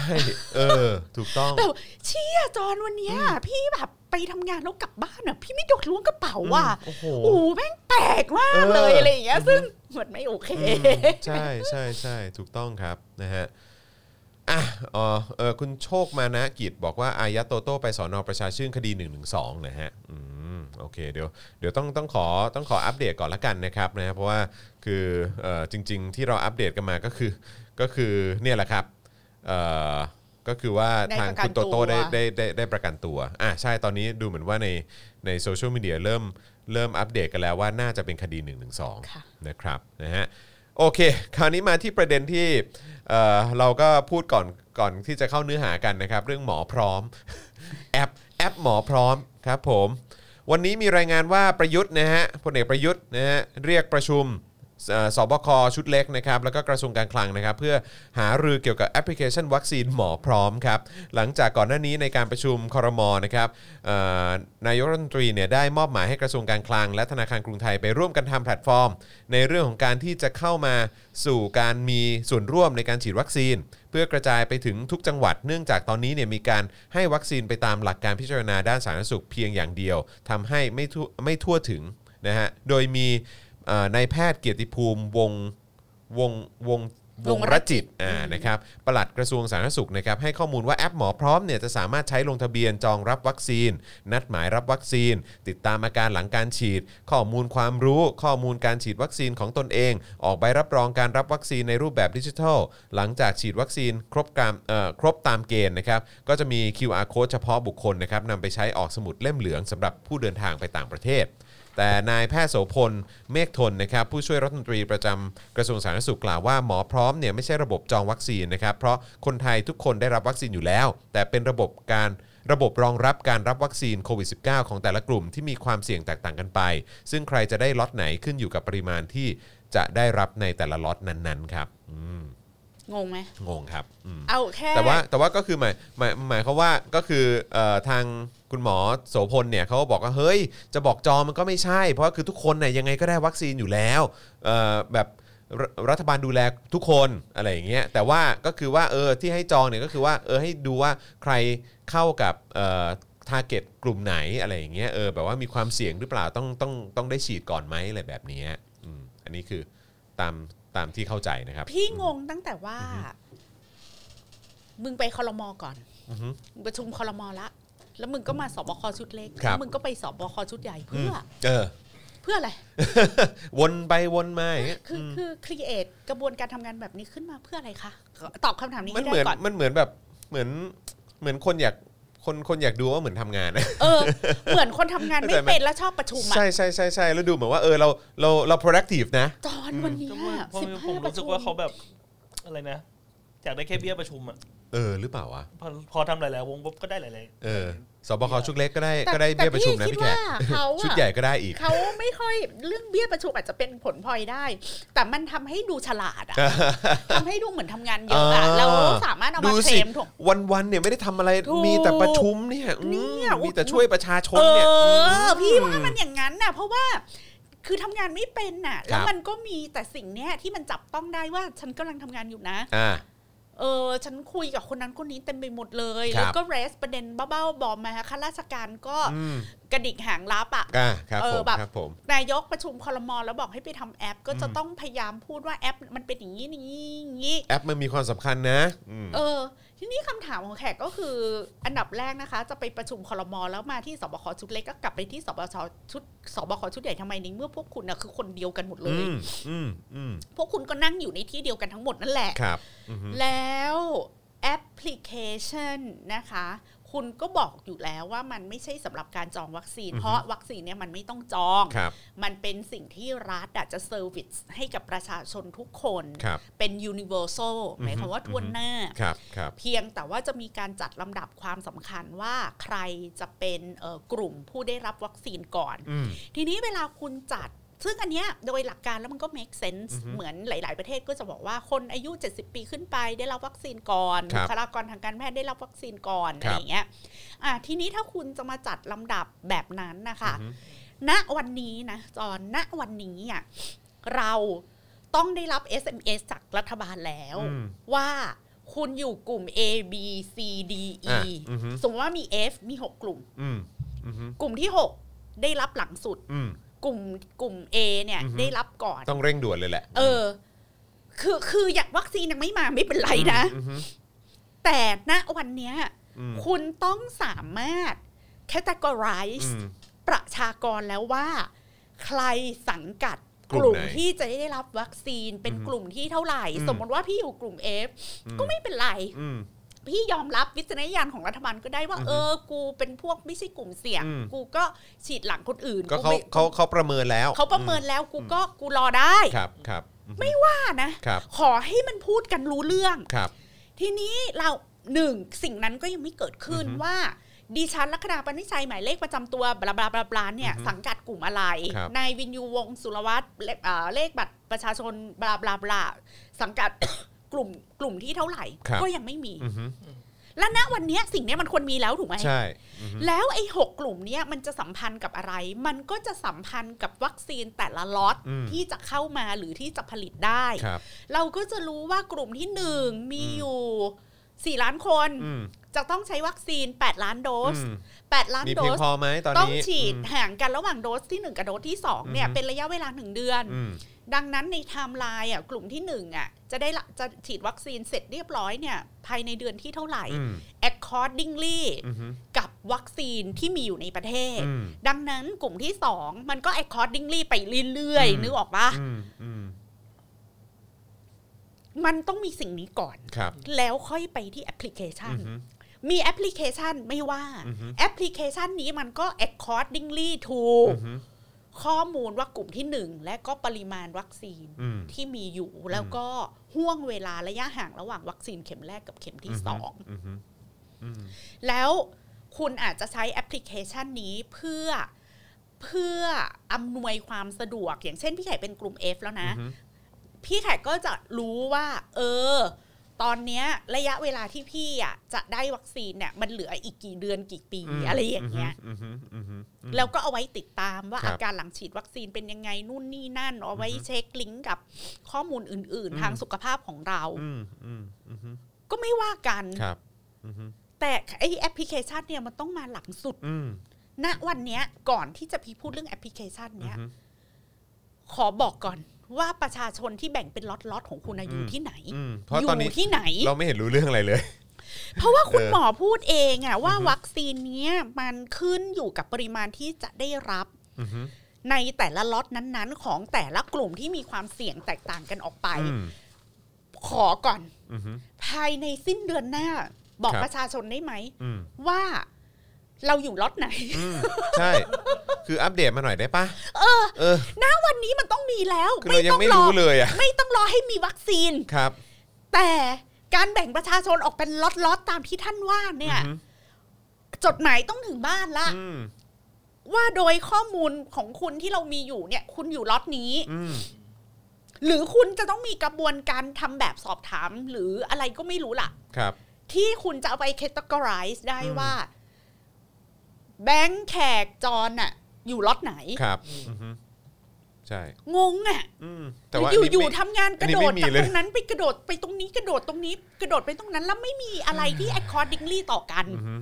[SPEAKER 2] เออ ถูกต้อง
[SPEAKER 3] แต่เชี่ยจอนวันเนี้ยพี่แบบไปทำงานแล้วกลับบ้านอ่ะพี่ไม่โดนล้วงกระเป๋าว่ะ
[SPEAKER 2] อืมโอ้โห
[SPEAKER 3] แม่งแปลกมากเลย
[SPEAKER 2] เอออ
[SPEAKER 3] อะไรอย่างเงี้ยซึ่งมันไม่โอเค
[SPEAKER 2] อืมใช่ใช่ใช่ถูกต้องครับนะฮะอ่ะอ๋อเออคุณโชคมานะกิจบอกว่าอายัดโตโต้ไปสอนอประชาชื่นคดี1นึนะฮะอืมโอเคเดี๋ยวเดี๋ยวต้องต้องขอต้องขออัปเดตก่อนละกันนะครับนะฮะเพราะว่าคือเออจริง ๆ ที่เราอัปเดตกันมาก็คือก็คือเนี่ยแหละครับเออก็คือว่า
[SPEAKER 3] ได้
[SPEAKER 2] ทาง
[SPEAKER 3] ประกัน
[SPEAKER 2] คุณโตโต้
[SPEAKER 3] ตัว
[SPEAKER 2] ได้ได้ได้ได้ประกันตัวอ่ะใช่ตอนนี้ดูเหมือนว่าในในโซเชียลมีเดียเริ่มเริ่มอัปเดตกันแล้วว่าน่าจะเป็นคดี1นึ
[SPEAKER 3] ค่ะ
[SPEAKER 2] นะครับนะฮะโอเค คราวนี้มาที่ประเด็นที่เอ่อเราก็พูดก่อนก่อนที่จะเข้าเนื้อหากันนะครับ เรื่องหมอพร้อม แอปแอปหมอพร้อมครับผม วันนี้มีรายงานว่าประยุทธ์นะฮะพลเอกประยุทธ์นะฮะเรียกประชุมเอ่อสบคชุดเล็กนะครับแล้วก็กระทรวงการคลังนะครับ เพื่อหารือเกี่ยวกับแอปพลิเคชันวัคซีนหมอพร้อมครับ หลังจากก่อนหน้านี้ในการประชุมคอรมอนะครับเอ่อนายกรัฐมนตรีเนี่ยได้มอบหมายให้กระทรวงการคลัง และธนาคารกรุงไทยไปร่วมกันทำแพลตฟอร์ม ในเรื่องของการที่จะเข้ามาสู่การมีส่วนร่วมในการฉีดวัคซีน เพื่อกระจายไปถึงทุกจังหวัด เนื่องจากตอนนี้เนี่ยมีการให้วัคซีนไปตามหลักการพิจารณาด้านสาธารณสุขเพียงอย่างเดียวทำให้ไม่ทั่วไม่ทั่วถึงนะฮะโดยมีเอ่อนายแพทย์เกียรติภูมิวงศ์วงศ์วงศ์วงศ์รจิตอ่านะครับปลัดกระทรวงสาธารณสุขนะครับให้ข้อมูลว่าแอปหมอพร้อมเนี่ยจะสามารถใช้ลงทะเบียนจองรับวัคซีน นัดหมายรับวัคซีน ติดตามอาการหลังการฉีด ข้อมูลความรู้ข้อมูลการฉีดวัคซีนของตนเอง ออกใบรับรองการรับวัคซีนในรูปแบบดิจิทัล หลังจากฉีดวัคซีนครบการเอ่อครบตามเกณฑ์นะครับ ก็จะมี QR code เฉพาะบุคคลนะครับนำไปใช้ออกสมุดเล่มเหลืองสำหรับผู้เดินทางไปต่างประเทศ แต่นายแพทย์โสพลเมฆทนนะครับผู้ช่วยรัฐมนตรีประจำกระทรวงสาธารณสุขกล่าวว่าหมอพร้อมเนี่ยไม่ใช่ระบบจองวัคซีนนะครับ เพราะคนไทยทุกคนได้รับวัคซีนอยู่แล้ว แต่เป็นระบบการระบบรองรับการรับวัคซีนโควิด -19 ของแต่ละกลุ่มที่มีความเสี่ยงแตกต่างกันไป ซึ่งใครจะได้ล็อตไหนขึ้นอยู่กับปริมาณที่จะได้รับในแต่ละล็อตนั้นๆครับอืม
[SPEAKER 3] งงไหม
[SPEAKER 2] งงครับอืม
[SPEAKER 3] เอาแค่
[SPEAKER 2] แต่ว่าแต่ว่าก็คือหมายหมายหมายเขามว่าก็คือเอ่อทางคุณหมอโสพลเนี่ยเขาก็บอกว่าเฮ้ยจะบอกจองมันก็ไม่ใช่ เพราะคือทุกคนเนี่ยยังไงก็ได้วัคซีนอยู่แล้วเอ่อแบบรรัฐบาลดูแลทุกคนอะไรอย่างเงี้ยแต่ว่าก็คือว่าเออที่ให้จองเนี่ยก็คือว่าเออให้ดูว่าใครเข้ากับเอ่อทาร์เก็ตกลุ่มไหนอะไรอย่างเงี้ยเออแบบว่ามีความเสี่ยงหรือเปล่าต้องต้องต้องได้ฉีดก่อนไหมอะไรแบบเนี้ยอืมอันนี้คือตามตามที่เข้าใจนะครับ
[SPEAKER 3] พี่งงตั้งแต่ว่า มึงไปคอรมอก่อน
[SPEAKER 2] อือฮึ
[SPEAKER 3] มึงประชุมคอรมอละ แล้วมึงก็มาสบคชุดเล็ก
[SPEAKER 2] ครับ
[SPEAKER 3] แล้วมึงก็ไปสบคชุดใหญ่เพื่ออ
[SPEAKER 2] เออ
[SPEAKER 3] เพื่ออะไร
[SPEAKER 2] วนไปวนมาอย่างเงี้ย
[SPEAKER 3] คืออคือครีเอทกระบวนการทำงานแบบนี้ขึ้นมาเพื่ออะไรคะตอบคำถามนี้
[SPEAKER 2] มัน
[SPEAKER 3] ให้
[SPEAKER 2] เหมื
[SPEAKER 3] ได้
[SPEAKER 2] อน
[SPEAKER 3] ก่อน
[SPEAKER 2] มันเหมือนแบบเหมือนเหมือนคนอยากคนคนอยากดูว่าเหมือนทำงานนะ
[SPEAKER 3] เออ เหมือนคนทำงานไม่
[SPEAKER 2] เข้าใจไหม
[SPEAKER 3] เป็นแล้วชอบประชุมอะ
[SPEAKER 2] ใช่ใช่ใช่ใช่แล้วดูเหมือนว่าเออเราเราเรา productive นะ
[SPEAKER 3] ตอนวันเนี้
[SPEAKER 4] ก็ว่าเพราะ
[SPEAKER 3] สิบ
[SPEAKER 4] ผม
[SPEAKER 3] ห้าประ
[SPEAKER 4] รู้สึ
[SPEAKER 3] ชุ
[SPEAKER 4] ก
[SPEAKER 3] ม
[SPEAKER 4] ว่าเขาแบบอะไรนะอยากได้แค่เบี้ยประชุมอ่ะ
[SPEAKER 2] เออหรือเปล่าวะ
[SPEAKER 4] พอพอทำหลายๆวงปุ๊บก็ได้หลาย
[SPEAKER 2] เออสบคชุดเล็กก็ได้ก็ได้เบี้ยประชุมนะพี่แขก
[SPEAKER 3] แต่คิดว่าเขา
[SPEAKER 2] ชุด
[SPEAKER 3] อะ
[SPEAKER 2] ใหญ่ก็ได้อีก
[SPEAKER 3] เขาไม่ค่อยเรื่องเบี้ยประชุมอาจจะเป็นผลพลอยได้ แต่มันทำให้ดูฉลาด อะทำให้ดูเหมือนทำงานเยอะอะ
[SPEAKER 2] อ่า
[SPEAKER 3] เราสามารถเอามา
[SPEAKER 2] ดู
[SPEAKER 3] เคล
[SPEAKER 2] สิ
[SPEAKER 3] มถูก
[SPEAKER 2] วันวันๆเนี่ยไม่ได้ทำอะไร
[SPEAKER 3] ถูก
[SPEAKER 2] มีแต่ประชุมเนี่ยอืม
[SPEAKER 3] เนี่ยอุ๊ย
[SPEAKER 2] มีแต่ช่วยประชาชน
[SPEAKER 3] เอ
[SPEAKER 2] เนี่ย
[SPEAKER 3] อ พี่ว่ามันอย่างนั้นน่ะ เพราะว่าคือทำงานไม่เป็นน่ะ
[SPEAKER 2] ครั
[SPEAKER 3] แล้ว
[SPEAKER 2] บ
[SPEAKER 3] มันก็มีแต่สิ่งเนี้ยที่มันจับต้องได้ว่าฉันกำลังทำงานอยู่นะ
[SPEAKER 2] อ่า
[SPEAKER 3] เออฉันคุยกับคนนั้นคนนี้เต็มไปหมดเลย
[SPEAKER 2] ครับ
[SPEAKER 3] แล้วก็เรสประเด็นเบ้าๆบอมมาข้าราชการก็
[SPEAKER 2] อืม
[SPEAKER 3] กระดิกหางลับอ่ะ
[SPEAKER 2] อ่าครับ
[SPEAKER 3] เอ
[SPEAKER 2] ผ
[SPEAKER 3] อ
[SPEAKER 2] ม
[SPEAKER 3] แบบ
[SPEAKER 2] ครับผม
[SPEAKER 3] นายกประชุมคอรมอแล้วบอกให้ไปทำแอป ก็จะ
[SPEAKER 2] อืม
[SPEAKER 3] ต้องพยายามพูดว่าแอป มันเป็นอย่างนี้อย่างนี้อย่างนี้
[SPEAKER 2] แอปมันมีความสำคัญนะอืม
[SPEAKER 3] เออ ทีนี้คำถามของแขกก็คืออันดับแรกนะคะ จะไปประชุมคอรมอแล้วมาที่สบคชุดเล็กก็กลับไปที่สบชชุดสบคชุดใหญ่ทำไมในี่เมื่อพวกคุณนะคือคนเดียวกันหมดเลย
[SPEAKER 2] อืมอืมอืม
[SPEAKER 3] พวกคุณก็นั่งอยู่ในที่เดียวกันทั้งหมดนั่นแหละ
[SPEAKER 2] ครับอือฮึ
[SPEAKER 3] แล้วแอปพลิเคชันนะคะ คุณก็บอกอยู่แล้วว่ามันไม่ใช่สำหรับการจองวัคซีน เพราะวัคซีนเนี่ยมันไม่ต้องจอง
[SPEAKER 2] ครับ
[SPEAKER 3] มันเป็นสิ่งที่รัฐอะจะเซอร์วิสให้กับประชาชนทุกคน
[SPEAKER 2] ครับ
[SPEAKER 3] เป็น universal หมายความว่า
[SPEAKER 2] อือฮึ
[SPEAKER 3] ทั่วหน้า
[SPEAKER 2] ครับครับ
[SPEAKER 3] เพียงแต่ว่าจะมีการจัดลำดับความสำคัญว่าใครจะเป็นเอ่อกลุ่มผู้ได้รับวัคซีนก่อน
[SPEAKER 2] อืม
[SPEAKER 3] ทีนี้เวลาคุณจัด ซึ่งอันเนี้ยโดยหลักการแล้วมันก็ make sense
[SPEAKER 2] อือฮึ
[SPEAKER 3] เหมือนหลาย ๆ ประเทศก็จะบอกว่าคนอายุ 70 ปีขึ้นไปได้รับวัคซีนก่อน
[SPEAKER 2] ครับ
[SPEAKER 3] บุคลากรทางการแพทย์ได้รับวัคซีนก่อน
[SPEAKER 2] ค
[SPEAKER 3] อะ
[SPEAKER 2] รับ
[SPEAKER 3] ไรอย่างเงี้ยอ่ะทีนี้ถ้าคุณจะมาจัดลำดับแบบนั้นนะคะ
[SPEAKER 2] อืม
[SPEAKER 3] ณวันนี้นะจอนณวันนี้อ่ะเราต้องได้รับ SMS จากรัฐบาลแล้ว
[SPEAKER 2] อืม
[SPEAKER 3] ว่าคุณอยู่กลุ่ม A B C D E
[SPEAKER 2] อ่ะอือฮึ
[SPEAKER 3] สมมติว่ามี F มี 6 กลุ่ม
[SPEAKER 2] อืมอืม
[SPEAKER 3] กลุ่มที่ 6 ได้รับหลังสุด
[SPEAKER 2] อืม
[SPEAKER 3] กลุ่มกลุ่ม A เนี่ย
[SPEAKER 2] อือฮึ
[SPEAKER 3] ได้รับก่อน
[SPEAKER 2] ต้องเร่งด่วนเลยแหละ
[SPEAKER 3] เออ คือคืออยากวัคซีนยังไม่มาไม่เป็นไรนะ
[SPEAKER 2] อืมอืม
[SPEAKER 3] แต่ณวันเนี้ย
[SPEAKER 2] อืม
[SPEAKER 3] คุณต้องสามารถ categorize
[SPEAKER 2] อืม
[SPEAKER 3] ประชากรแล้วว่า ใครสังกัด
[SPEAKER 2] ก
[SPEAKER 3] ก
[SPEAKER 2] ลุ่ม
[SPEAKER 3] ลุ่ม
[SPEAKER 2] ไหน
[SPEAKER 3] ที่จะได้รับวัคซีนเป็น
[SPEAKER 2] อือฮึ
[SPEAKER 3] กลุ่มที่เท่าไหร่
[SPEAKER 2] อืม
[SPEAKER 3] สมมติว่าพี่อยู่กลุ่ม F
[SPEAKER 2] อืม
[SPEAKER 3] ก็ไม่เป็นไร
[SPEAKER 2] อืม
[SPEAKER 3] พี่ยอมรับวิจารณญาณของรัฐบาลก็ได้ว่า
[SPEAKER 2] อือฮึ
[SPEAKER 3] เออ กูเป็นพวกไม่ใช่กลุ่มเสี่ยง
[SPEAKER 2] อืม
[SPEAKER 3] กูก็ฉีดหลังคนอื่น
[SPEAKER 2] ก็เขา
[SPEAKER 3] ไม่
[SPEAKER 2] เขาเขาประเมินแล้ว
[SPEAKER 3] เขาประเมินแล้วกูก็กูรอได้
[SPEAKER 2] อืมครับครับไม่
[SPEAKER 3] ว่านะ
[SPEAKER 2] ครับ
[SPEAKER 3] ขอให้มันพูดกันรู้เรื่อง
[SPEAKER 2] ครับ
[SPEAKER 3] ทีนี้เราหนึ่งสิ่งนั้นก็ยังไม่เกิดขึ้น
[SPEAKER 2] อือฮึ
[SPEAKER 3] ว่าดิฉันลักษณะปณิชัยหมายเลขประจำตัวบลาบลาบลาบลาเนี่ย
[SPEAKER 2] อือฮึ
[SPEAKER 3] สังกัดกลุ่มอะไร
[SPEAKER 2] ครับ
[SPEAKER 3] นายวินยูวงศ์สุรวัตรเลขเอ่อเลขบัตรประชาชนบลาบลาบลาสังกัด กลุ่มกลุ่มที่เท่าไหร่
[SPEAKER 2] ครับ
[SPEAKER 3] ก็ยังไม่มี
[SPEAKER 2] อือฮึ
[SPEAKER 3] และณวันเนี้ยสิ่งเนี้ยมันควรมีแล้วถูกไหม
[SPEAKER 2] ใช่อือฮึ
[SPEAKER 3] แล้วไอ้หกกลุ่มเนี้ยมันจะสัมพันธ์กับอะไร มันก็จะสัมพันธ์กับวัคซีนแต่ละล็อต
[SPEAKER 2] อืม
[SPEAKER 3] ที่จะเข้ามาหรือที่จะผลิตได้
[SPEAKER 2] ครับ
[SPEAKER 3] เราก็จะรู้ว่ากลุ่มที่หนึ่งมี
[SPEAKER 2] อืม
[SPEAKER 3] อยู่ 4 ล้านคน
[SPEAKER 2] อืม
[SPEAKER 3] จะต้องใช้วัคซีน 8 ล้านโดส
[SPEAKER 2] อืม
[SPEAKER 3] 8 ล้าน
[SPEAKER 2] มี
[SPEAKER 3] โด
[SPEAKER 2] เพียง
[SPEAKER 3] ส
[SPEAKER 2] พอไหมตอน
[SPEAKER 3] ต้อง
[SPEAKER 2] นี้
[SPEAKER 3] ฉีด
[SPEAKER 2] อืม
[SPEAKER 3] ห่างกันระหว่างโดสที่ 1 กับโดสที่ 2 เนี่ย
[SPEAKER 2] อือฮึ
[SPEAKER 3] เป็นระยะเวลา 1 เดือน
[SPEAKER 2] อืม
[SPEAKER 3] ดังนั้นในไทม์ไลน์อ่ะกลุ่มที่ 1 อ่ะ จะได้ละจะฉีดวัคซีนเสร็จเรียบร้อยเนี่ย ภายในเดือนที่เท่าไหร่
[SPEAKER 2] อืม
[SPEAKER 3] accordingly
[SPEAKER 2] อือฮึ
[SPEAKER 3] กับวัคซีนที่มีอยู่ในประเทศ
[SPEAKER 2] อืม
[SPEAKER 3] ดังนั้นกลุ่มที่ 2 มันก็ accordingly ไปเรื่อย
[SPEAKER 2] อืม
[SPEAKER 3] ๆนึกออกปะ
[SPEAKER 2] อืมอืม
[SPEAKER 3] มันต้องมีสิ่งนี้ก่อน
[SPEAKER 2] ครับ
[SPEAKER 3] แล้วค่อยไปที่แอปพลิเคชั
[SPEAKER 2] อื
[SPEAKER 3] น
[SPEAKER 2] อฮึ
[SPEAKER 3] มีแอปพลิเคชันไม่ว่า
[SPEAKER 2] อือฮึ
[SPEAKER 3] แอปพลิเคชันนี้มันก็ accordingly to
[SPEAKER 2] อือฮึ
[SPEAKER 3] ข้อมูลว่ากลุ่มที่หนึ่งและก็ปริมาณวัคซีน
[SPEAKER 2] อืม
[SPEAKER 3] ที่มีอยู่แล้วก็ห่วงเวลาระยะห่างระหว่างวัคซีนเข็มแรกกับเข็มที่สอง
[SPEAKER 2] อือฮึอืม
[SPEAKER 3] แล้วคุณอาจจะใช้แอปพลิเคชันนี้เพื่อเพื่ออำนวยความสะดวก อย่างเช่นพี่แขกเป็นกลุ่ม F แล้วนะ
[SPEAKER 2] อือฮึ
[SPEAKER 3] พี่แขกก็จะรู้ว่า เออ ตอนเนี้ยระยะเวลาที่พี่อ่ะจะได้วัคซีนเนี่ยมันเหลืออีกกี่เดือนกี่ปี
[SPEAKER 2] ม
[SPEAKER 3] อะไรอย่างเงี้ย
[SPEAKER 2] อือฮึอือฮึอือฮึ
[SPEAKER 3] แล้วก็เอาไว้ติดตามว่า
[SPEAKER 2] ครับ
[SPEAKER 3] อาการหลังฉีดวัคซีนเป็นยังไงนู่นนี่นั่น เอาไว้
[SPEAKER 2] อือฮึ
[SPEAKER 3] เช็คลิงก์กับข้อมูลอื่น
[SPEAKER 2] อืม
[SPEAKER 3] ๆ ทางสุขภาพของเรา
[SPEAKER 2] อืมอืมอือฮึ
[SPEAKER 3] ก็ไม่ว่ากัน
[SPEAKER 2] ครับอือฮึ
[SPEAKER 3] แต่ไอแอปพลิเคชันเนี่ยมันต้องมาหลังสุด
[SPEAKER 2] อืม
[SPEAKER 3] ณวันเนี้ยก่อนที่จะพีพูดเรื่องแอปพลิเคชัน
[SPEAKER 2] อือ
[SPEAKER 3] เนี่ย
[SPEAKER 2] ฮึ
[SPEAKER 3] ขอบอกก่อนว่าประชาชนที่แบ่งเป็นล็อตๆของคุณอะอยู่
[SPEAKER 2] อืม
[SPEAKER 3] ที่ไหน
[SPEAKER 2] อืมเพ
[SPEAKER 3] อ
[SPEAKER 2] ราะตอน
[SPEAKER 3] ยู่
[SPEAKER 2] นี้
[SPEAKER 3] ที่ไหน
[SPEAKER 2] เราไม่เห็นรู้เรื่องอะไรเลย
[SPEAKER 3] เพราะว่าคุณหมอพูดเองอะว่าวัคซีนเนี้ยมันขึ้นอยู่กับปริมาณที่จะได้รับ
[SPEAKER 2] อือฮึ
[SPEAKER 3] ในแต่ละล็อตนั้นๆ ของแต่ละกลุ่มที่มีความเสี่ยงแตกต่างกันออกไป
[SPEAKER 2] อืม
[SPEAKER 3] ขอก่อน
[SPEAKER 2] อือฮึ
[SPEAKER 3] ภายในสิ้นเดือนหน้า บอก
[SPEAKER 2] ครับ
[SPEAKER 3] ประชาชนได้ไหม
[SPEAKER 2] อืม
[SPEAKER 3] ว่า เราอยู่ล็อตไหน
[SPEAKER 2] อืมใช่ คืออัปเดตมาหน่อยได้ปะ
[SPEAKER 3] เออ
[SPEAKER 2] เออ
[SPEAKER 3] ณวันนี้มันต้องมีแล้ว
[SPEAKER 2] คือเรายังไม่รู้เลยอ่ะ
[SPEAKER 3] ไม่ต้องรอให้มีวัคซีน
[SPEAKER 2] ครับ
[SPEAKER 3] แต่การแบ่งประชาชนออกเป็นล็อตๆตามที่ท่านว่าเนี่ย
[SPEAKER 2] อือฮึ
[SPEAKER 3] จดหมายต้องถึงบ้านละ
[SPEAKER 2] อืม
[SPEAKER 3] ว่าโดยข้อมูลของคุณที่เรามีอยู่เนี่ย คุณอยู่ล็อตนี้
[SPEAKER 2] อืม
[SPEAKER 3] หรือคุณจะต้องมีกระบวนการทำแบบสอบถาม หรืออะไรก็ไม่รู้ล่ะ
[SPEAKER 2] ครับ
[SPEAKER 3] ที่คุณจะเอาไป categorize ได้
[SPEAKER 2] อืม
[SPEAKER 3] ว่า แบงค์แขกจอนอะอยู่ล็อตไหน
[SPEAKER 2] ครับอือฮึใช่
[SPEAKER 3] งงอะ
[SPEAKER 2] อืมแต่ว่า
[SPEAKER 3] อยู่
[SPEAKER 2] นนี้
[SPEAKER 3] อยู่
[SPEAKER 2] ไม่
[SPEAKER 3] ทำงานกระโด
[SPEAKER 2] อั
[SPEAKER 3] ด
[SPEAKER 2] นนี้ไม่มี
[SPEAKER 3] จาก
[SPEAKER 2] เลย
[SPEAKER 3] ตรงนั้นไปกระโดดไปตรงนี้กระโดดตรงนี้ กระโดดไปตรงนั้น แล้วไม่มีอะไรที่ accordingly ต่อกัน
[SPEAKER 2] อือฮึ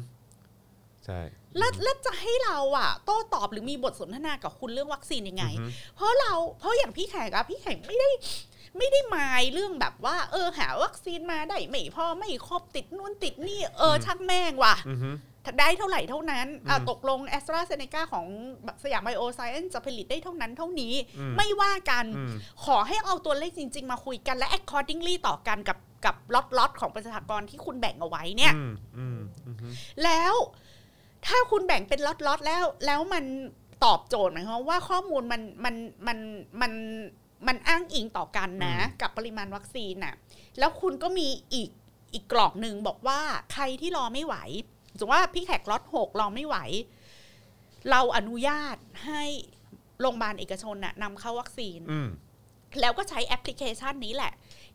[SPEAKER 2] ใช่
[SPEAKER 3] แล้วแล้วจะให้เราอะโต้ตอบหรือมีบทสนทนากับคุณเรื่องวัคซีนยังไง
[SPEAKER 2] อือฮึ
[SPEAKER 3] เพราะเราเพราะอย่างพี่แขกอะพี่แขกไม่ได้ไม่ได้มายเรื่องแบบว่า เออหาวัคซีนมาได้ไม่พอไม่ครบติดนู่นติดนี่เออชักแม่งว่ะ
[SPEAKER 2] อือฮึ
[SPEAKER 3] ได้เท่าไหร่เท่านั้นอ่ะ
[SPEAKER 2] อืม
[SPEAKER 3] ตกลงแอสตราเซเนกาของสยามไบโอไซเอนจะผลิตได้เท่านั้นเท่านี้
[SPEAKER 2] อืม
[SPEAKER 3] ไม่ว่ากัน
[SPEAKER 2] อืม
[SPEAKER 3] ขอให้เอาตัวเลขจริง ๆ มาคุยกันและ accordingly ต่อกันกับกับล็อตล็อตของประชากรที่คุณแบ่งเอาไว้เนี่ย
[SPEAKER 2] อืมอืมอือฮึ
[SPEAKER 3] แล้วถ้าคุณแบ่งเป็นล็อตล็อตแล้ว แล้วมันตอบโจทย์หมายความว่าข้อมูลมันมันมันมันมันอ้างอิงต่อกันนะ
[SPEAKER 2] อืม
[SPEAKER 3] กับปริมาณวัคซีนน่ะ แล้วคุณก็มีอีกอีกกรอบหนึ่งบอกว่าใครที่รอไม่ไหวสมมติว่าพี่แขกล็อตหกรอไม่ไหว เราอนุญาตให้โรงพยาบาลเอกชนน่ะนำเข้าวัคซีน
[SPEAKER 2] อืม
[SPEAKER 3] แล้วก็ใช้แอปพลิเคชันนี้แหละ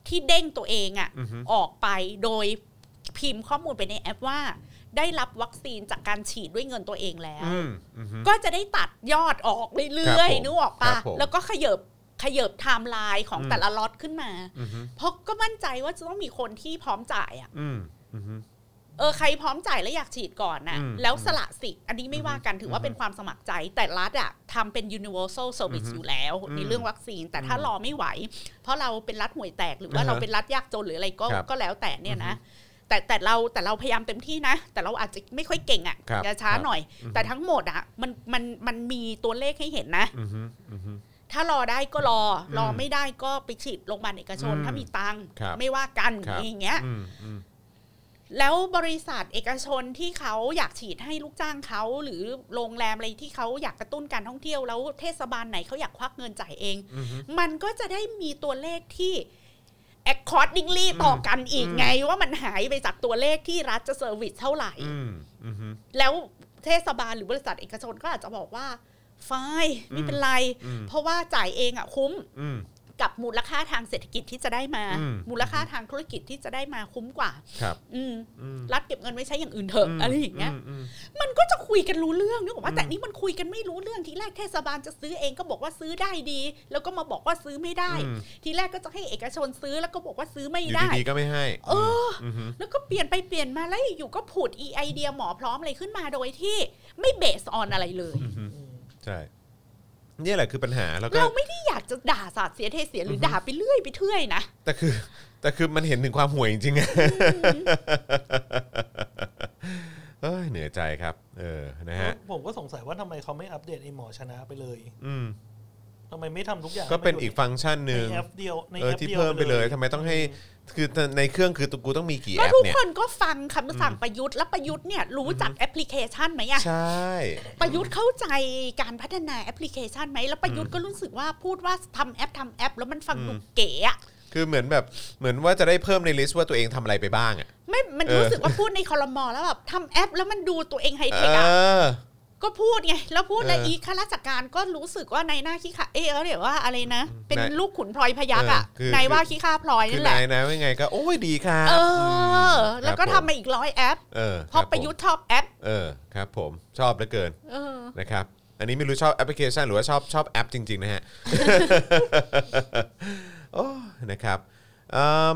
[SPEAKER 3] ที่เด้งตัวเองอ่ะ
[SPEAKER 2] อือฮึ
[SPEAKER 3] ออกไปโดยพิมพ์ข้อมูลไปในแอปว่า ได้รับวัคซีนจากการฉีดด้วยเงินตัวเองแล้ว
[SPEAKER 2] อืมอือฮึ
[SPEAKER 3] ก็จะได้ตัดยอดออกเรื่อย
[SPEAKER 2] ครับผม
[SPEAKER 3] ๆนึกออ
[SPEAKER 2] ค
[SPEAKER 3] ก
[SPEAKER 2] รั
[SPEAKER 3] ปะ
[SPEAKER 2] บผม
[SPEAKER 3] แล้วก็ขยบขยบไทม์ไลน์ของ
[SPEAKER 2] อืม
[SPEAKER 3] แต่ละล็อตขึ้นมา
[SPEAKER 2] อือฮึ
[SPEAKER 3] เพราะก็มั่นใจว่าจะต้องมีคนที่พร้อมจ่ายอ่ะ
[SPEAKER 2] อืมอือฮึ
[SPEAKER 3] เออใครพร้อมจ่ายและอยากฉีดก่อนน่ะ
[SPEAKER 2] อืม
[SPEAKER 3] แล้วสละสิทธิ์อันนี้ไม่ว่ากันถือ
[SPEAKER 2] อื
[SPEAKER 3] ว่าม เป็นความสมัครใจ แต่รัฐอ่ะทำเป็น universal service
[SPEAKER 2] อืม
[SPEAKER 3] อยู่แล้ว
[SPEAKER 2] อืม
[SPEAKER 3] ในเรื่องวัคซีน แต่ถ้ารอไม่ไหว เพราะเราเป็นรัฐห่วยแตกหรือว่า
[SPEAKER 2] อ่าฮะ
[SPEAKER 3] เราเป็นรัฐยากจนหรืออะไรก็
[SPEAKER 2] ครับ
[SPEAKER 3] ก็แล้วแต่เนี่ยนะ แต่แต่เราแต่เราพยายามเต็มที่นะ แต่เราอาจจะไม่ค่อยเก่งอ่ะ
[SPEAKER 2] ครับ
[SPEAKER 3] จะช้า
[SPEAKER 2] ครับ
[SPEAKER 3] หน่อย
[SPEAKER 2] อืม
[SPEAKER 3] แต่ทั้งหมดอ่ะมันมันมันมีตัวเลขให้เห็นนะ
[SPEAKER 2] อือฮึอือฮึ
[SPEAKER 3] ถ้ารอได้ก็รออ
[SPEAKER 2] ม
[SPEAKER 3] รอไม่ได้ก็ไปฉีดโรงพยาบาลเอกชน
[SPEAKER 2] อืม
[SPEAKER 3] ถ้ามีตังค์
[SPEAKER 2] ครับ
[SPEAKER 3] ไม่ว่ากัน
[SPEAKER 2] ครับ
[SPEAKER 3] อย่างเงี้ย
[SPEAKER 2] อืมอืม
[SPEAKER 3] แล้วบริษัทเอกชนที่เขาอยากฉีดให้ลูกจ้างเขาหรือโรงแรมอะไรที่เขาอยากกระตุ้นการท่องเที่ยวแล้วเทศบาลไหนเขาอยากควักเงินจ่ายเอง
[SPEAKER 2] อือฮึ
[SPEAKER 3] มันก็จะได้มีตัวเลขที่ accordingly ต่อกันอีกไง ว่ามันหายไปจากตัวเลขที่รัฐจะเซอร์วิสเท่าไหร่
[SPEAKER 2] อืมอือฮึ
[SPEAKER 3] แล้วเทศบาลหรือบริษัทเอกชนก็อาจจะบอกว่าฟายไม่เป็นไร
[SPEAKER 2] อืม
[SPEAKER 3] เพราะว่าจ่ายเองอะคุ้ม
[SPEAKER 2] อืม
[SPEAKER 3] กับมูลค่าทางเศรษฐกิจที่จะได้มา
[SPEAKER 2] อืม
[SPEAKER 3] มูลค่าทางธุรกิจที่จะได้มาคุ้มกว่า
[SPEAKER 2] ครับ
[SPEAKER 3] อืม
[SPEAKER 2] อืม
[SPEAKER 3] รัฐเก็บเงินไว้ใช้อย่างอื่นเถอะอะไรอย่างเงี้ย
[SPEAKER 2] มอืม
[SPEAKER 3] มันก็จะคุยกันรู้เรื่องนึกออก
[SPEAKER 2] อื
[SPEAKER 3] ว่าม แต่นี่มันคุยกันไม่รู้เรื่องทีแรกเทศบาลจะซื้อเองก็บอกว่าซื้อได้ดี แล้วก็มาบอกว่าซื้อไม่ได้
[SPEAKER 2] อืม
[SPEAKER 3] ทีแรกก็จะให้เอกชนซื้อแล้วก็บอกว่าซื้อไม่
[SPEAKER 2] อยู่
[SPEAKER 3] ได้
[SPEAKER 2] ดีๆก็ไม่ให้
[SPEAKER 3] เออ
[SPEAKER 2] มฮึ
[SPEAKER 3] แล้วก็เปลี่ยนไปเปลี่ยนมาแล้วอยู่ก็ผุดอีไอเดียหมอพร้อมอะไรขึ้นมาโดยที่ไม่เบสออนอะไรเลย
[SPEAKER 2] ใช่เนี่ยแหละคือปัญหาแล้วก็
[SPEAKER 3] เราไม่ได้อยากจะด่าสาดเสียเทเสียหรือ
[SPEAKER 2] อฮึ
[SPEAKER 3] ด่าไปเรื่อยไปเทื่อยนะ
[SPEAKER 2] แต่คือ แต่คือมันเห็นถึงความห่วยจริงๆอะเอ้ยเหนื่อยใจครับ เออนะฮะ
[SPEAKER 4] ผมก็สงสัยว่าทำไมเขาไม่อัปเดตไอหมอชนะไปเลย
[SPEAKER 2] อืม
[SPEAKER 4] ทำไมไม่ทำทุกอย่าง
[SPEAKER 2] ก็เป็นอีกฟังก์ชันหนึ่ง
[SPEAKER 4] ในแอปเดียวใน
[SPEAKER 2] เออ
[SPEAKER 4] แอป
[SPEAKER 2] ที่
[SPEAKER 4] เดียว
[SPEAKER 2] เพิ่มไปเลยทำไมต้องให้ คือในเครื่องคือตัวกูต้องมีกี่
[SPEAKER 3] ก็
[SPEAKER 2] แอป
[SPEAKER 3] ทุก
[SPEAKER 2] เนี่ย
[SPEAKER 3] คนก็ฟังคำสั่งประยุทธ์แล้วประยุทธ์เนี่ยรู้จักแอปพลิเคชันไหมอะ
[SPEAKER 2] ใช่
[SPEAKER 3] ประยุทธ์เข้าใจการพัฒนาแอปพลิเคชันไหม แล้วประยุทธ์ก็รู้สึกว่าพูดว่าทำแอปทำแอป แล้วมันฟังดูเก๋อะ
[SPEAKER 2] คือเหมือนแบบเหมือนว่าจะได้เพิ่มในลิสต์ว่าตัวเองทำอะไรไปบ้างอ่ะ
[SPEAKER 3] ไม่ มัน
[SPEAKER 2] เออ
[SPEAKER 3] รู้สึกว่าพูดในคอรมอแล้วแบบทำแอป แล้วมันดูตัวเองไฮเท
[SPEAKER 2] เอ
[SPEAKER 3] คอะ
[SPEAKER 2] อ
[SPEAKER 3] ก็พูดไง แล้วพูดแล้ว
[SPEAKER 2] เอออี
[SPEAKER 3] อีข้าราชการก็รู้สึกว่านายหน้าขี้ข้าเออเดี๋ยวว่าอะไรนะ เป็น
[SPEAKER 2] นาย
[SPEAKER 3] ลูกขุนพลอยพยักอะ
[SPEAKER 2] เออคือ
[SPEAKER 3] นายว่าขี้ข้าพลอย
[SPEAKER 2] คื
[SPEAKER 3] นั่
[SPEAKER 2] อน
[SPEAKER 3] แห
[SPEAKER 2] นา
[SPEAKER 3] ละ
[SPEAKER 2] ยนะว่าไงก็โอ้ยดีครับ
[SPEAKER 3] เออ
[SPEAKER 2] ม
[SPEAKER 3] แล้วก็
[SPEAKER 2] ค
[SPEAKER 3] ทำ
[SPEAKER 2] รับผม
[SPEAKER 3] มาอีกร้อยแอป
[SPEAKER 2] เออ
[SPEAKER 3] เพราะ
[SPEAKER 2] คบผม
[SPEAKER 3] ประยุทธ์ชอบแอป
[SPEAKER 2] เออครับผมชอบเหลือเกิน
[SPEAKER 3] เออ
[SPEAKER 2] นะครับ อันนี้ไม่รู้ชอบแอปพลิเคชันหรือว่าชอบชอบแอปจริง ๆ นะฮะ โอ้นะครับอืม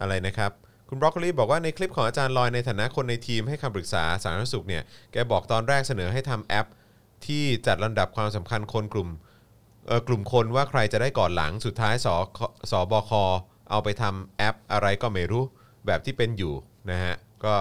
[SPEAKER 2] อะไรนะครับ คุณบรอกโคลีบอกว่าในคลิปของอาจารย์ลอยในฐานะคนในทีมให้คำปรึกษาสาธารณสุขเนี่ย แกบอกตอนแรกเสนอให้ทำแอป ที่จัดลำดับความสำคัญคนกลุ่มเอ่อกลุ่มคนว่าใครจะได้ก่อนหลังสุดท้ายสสบคเอาไปทำแอปอะไรก็ไม่รู้แบบที่เป็นอยู่นะฮะ ก็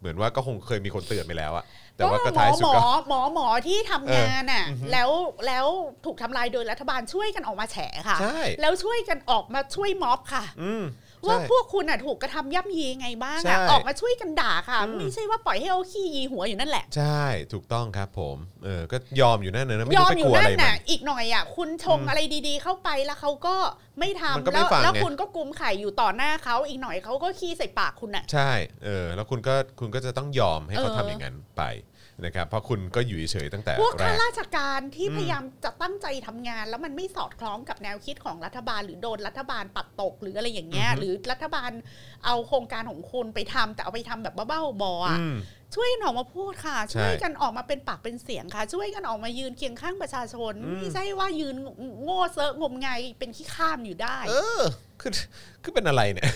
[SPEAKER 2] เหมือนว่าก็คงเคยมีคนเตือนไปแล้วอะแต่
[SPEAKER 3] ก็
[SPEAKER 2] ว่าก็
[SPEAKER 3] หม
[SPEAKER 2] ท้า
[SPEAKER 3] อย ห
[SPEAKER 2] สุ
[SPEAKER 3] ม
[SPEAKER 2] ด
[SPEAKER 3] อ
[SPEAKER 2] ก็
[SPEAKER 3] หมอหมอที่ทำงานอ่ะ
[SPEAKER 2] เอออือฮึ
[SPEAKER 3] แล้วแล้วถูกทำลายโดยรัฐบาลช่วยกันออกมาแฉค่ะ
[SPEAKER 2] ใช่
[SPEAKER 3] แล้วช่วยกันออกมาช่วยม็อบค่ะ
[SPEAKER 2] อืม
[SPEAKER 3] ว่า
[SPEAKER 2] ใช่
[SPEAKER 3] พวกคุณอ่ะถูกกระทำย่ำยีไงบ้าง
[SPEAKER 2] ใช่
[SPEAKER 3] อ่ะออกมาช่วยกันด่าค่ะ
[SPEAKER 2] อืม
[SPEAKER 3] ไม่ใช่ว่าปล่อยให้เอาขี้ยีหัวอยู่นั่นแหละ
[SPEAKER 2] ใช่ถูกต้องครับผมเออก็ยอมอยู่นั่นนะนะไม่
[SPEAKER 3] ยอ
[SPEAKER 2] รู้
[SPEAKER 3] ม
[SPEAKER 2] ไปลั
[SPEAKER 3] อกยู่
[SPEAKER 2] วอะ
[SPEAKER 3] นั่
[SPEAKER 2] ไร
[SPEAKER 3] น
[SPEAKER 2] มั
[SPEAKER 3] น่ะ
[SPEAKER 2] น
[SPEAKER 3] อีกหน่อยอ่ะคุณชงอะไรดีๆ เข้าไปแล้วเขาก็ไม่
[SPEAKER 2] มัน
[SPEAKER 3] ทำ
[SPEAKER 2] ก็ไม่
[SPEAKER 3] แล้ว
[SPEAKER 2] ฟัง
[SPEAKER 3] แล้ว
[SPEAKER 2] ไง
[SPEAKER 3] คุณก็กุมไข่อยู่ต่อหน้าเขาอีกหน่อยเขาก็ขี้ใส่ปากคุณน่ะ
[SPEAKER 2] ใช่เออแล้วคุณก็คุณก็จะต้องยอมให้เขา
[SPEAKER 3] เออ
[SPEAKER 2] ทำอย่างนั้นไปนะครับเพราะคุณก็อยู่เฉยๆตั้งแต่
[SPEAKER 3] พวก
[SPEAKER 2] แร
[SPEAKER 3] ข้าก ราชการที่
[SPEAKER 2] อืม
[SPEAKER 3] พยายามจะตั้งใจทำงาน แล้วมันไม่สอดคล้องกับแนวคิดของรัฐบาล หรือโดนรัฐบาลปัดตกหรืออะไรอย่างเงี้ยหรือรัฐบาลเอาโครงการของคุณไปทำแต่เอาไปทำแบบบ้าๆบอๆอ่ะ
[SPEAKER 2] อืม
[SPEAKER 3] ช่วยกันออกมาพูดค่ะ
[SPEAKER 2] ใช่
[SPEAKER 3] ช่วยกันออกมาเป็นปากเป็นเสียงค่ะ ช่วยกันออกมายืนเคียงข้างประชาชน
[SPEAKER 2] อืม
[SPEAKER 3] ไม่ใช่ว่ายืนโง่เซอะงมงายเป็นขี้ข้ามอยู่ได้
[SPEAKER 2] เออคือคือเป็นอะไรเนี่ย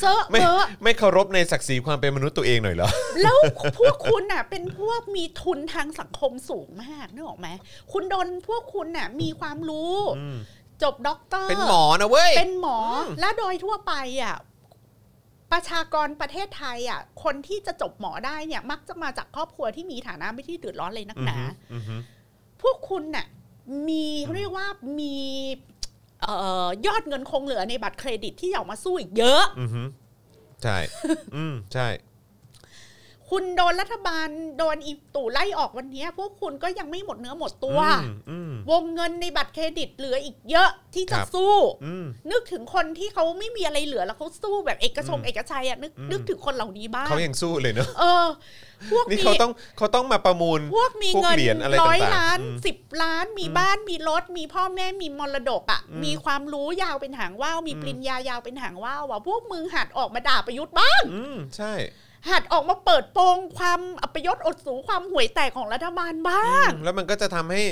[SPEAKER 3] เซอะ
[SPEAKER 2] ไม่
[SPEAKER 3] เบอะ
[SPEAKER 2] ไม่เคารพในศักดิ์ศรีความเป็นมนุษย์ตัวเองหน่อยเหรอ
[SPEAKER 3] แล้วพวกคุณน่ะ เป็นพวกมีทุนทางสังคมสูงมากนึกออกไหมคุณโดนพวกคุณน่ะมีความรู้ จบด็อกเตอร์
[SPEAKER 2] เป็นหมอนะเว้ย
[SPEAKER 3] เป็นหมอ
[SPEAKER 2] ม
[SPEAKER 3] และโดยทั่วไปอ่ะประชากรประเทศไทยอ่ะคนที่จะจบหมอได้เนี่ย มักจะมาจากครอบครัวที่มีฐานะไม่ที่เดือดร้อนเลยนัก
[SPEAKER 2] อื
[SPEAKER 3] ห
[SPEAKER 2] อ
[SPEAKER 3] นา
[SPEAKER 2] ฮึอือฮึ
[SPEAKER 3] พวกคุณน่ะมีเขาเรียกว่ามีเอ่อยอดเงินคงเหลือในบัตรเครดิตที่อยากมาสู้อีกเยอะ
[SPEAKER 2] อือฮึใช่ อืมใช่
[SPEAKER 3] คุณโดนรัฐบาลโดนอีตู่ไล่ออกวันเนี้ยพวกคุณก็ยังไม่หมดเนื้อหมดตัว
[SPEAKER 2] อืมอืม
[SPEAKER 3] วงเงินในบัตรเครดิตเหลืออีกเยอะที่จะ
[SPEAKER 2] ครับ
[SPEAKER 3] สู้
[SPEAKER 2] อืม
[SPEAKER 3] นึกถึงคนที่เขาไม่มีอะไรเหลือแล้วเขาสู้แบบเอกชงเอกชัยอะนึก
[SPEAKER 2] อืม
[SPEAKER 3] นึกถึงคนเหล่านี้บ้าง
[SPEAKER 2] เขายังสู้เลยเนอะ
[SPEAKER 3] เออ พวก
[SPEAKER 2] นี่
[SPEAKER 3] มี
[SPEAKER 2] เขาต้องเขาต้องมาประมูล
[SPEAKER 3] พวกมี
[SPEAKER 2] พวก
[SPEAKER 3] เงิน
[SPEAKER 2] เหรียญอะไร
[SPEAKER 3] ร้อย
[SPEAKER 2] ต่างๆ
[SPEAKER 3] ล้าน
[SPEAKER 2] อืม
[SPEAKER 3] สิบล้านมี
[SPEAKER 2] อืม
[SPEAKER 3] บ้านมีรถ มีพ่อแม่มีมรดกอะ
[SPEAKER 2] อืม
[SPEAKER 3] มีความรู้ยาวเป็นหางว่าวมี
[SPEAKER 2] อืม
[SPEAKER 3] ปริญญายาวเป็นหางว่าวอะพวกมึงหัดออกมาด่าประยุทธ์บ้าง
[SPEAKER 2] อืมใช่
[SPEAKER 3] หัดออกมาเปิดโปงความอัปยศอดสูงความห่วยแตกของรัฐบาลบ้าง
[SPEAKER 2] แล้วมันก็จะทำให้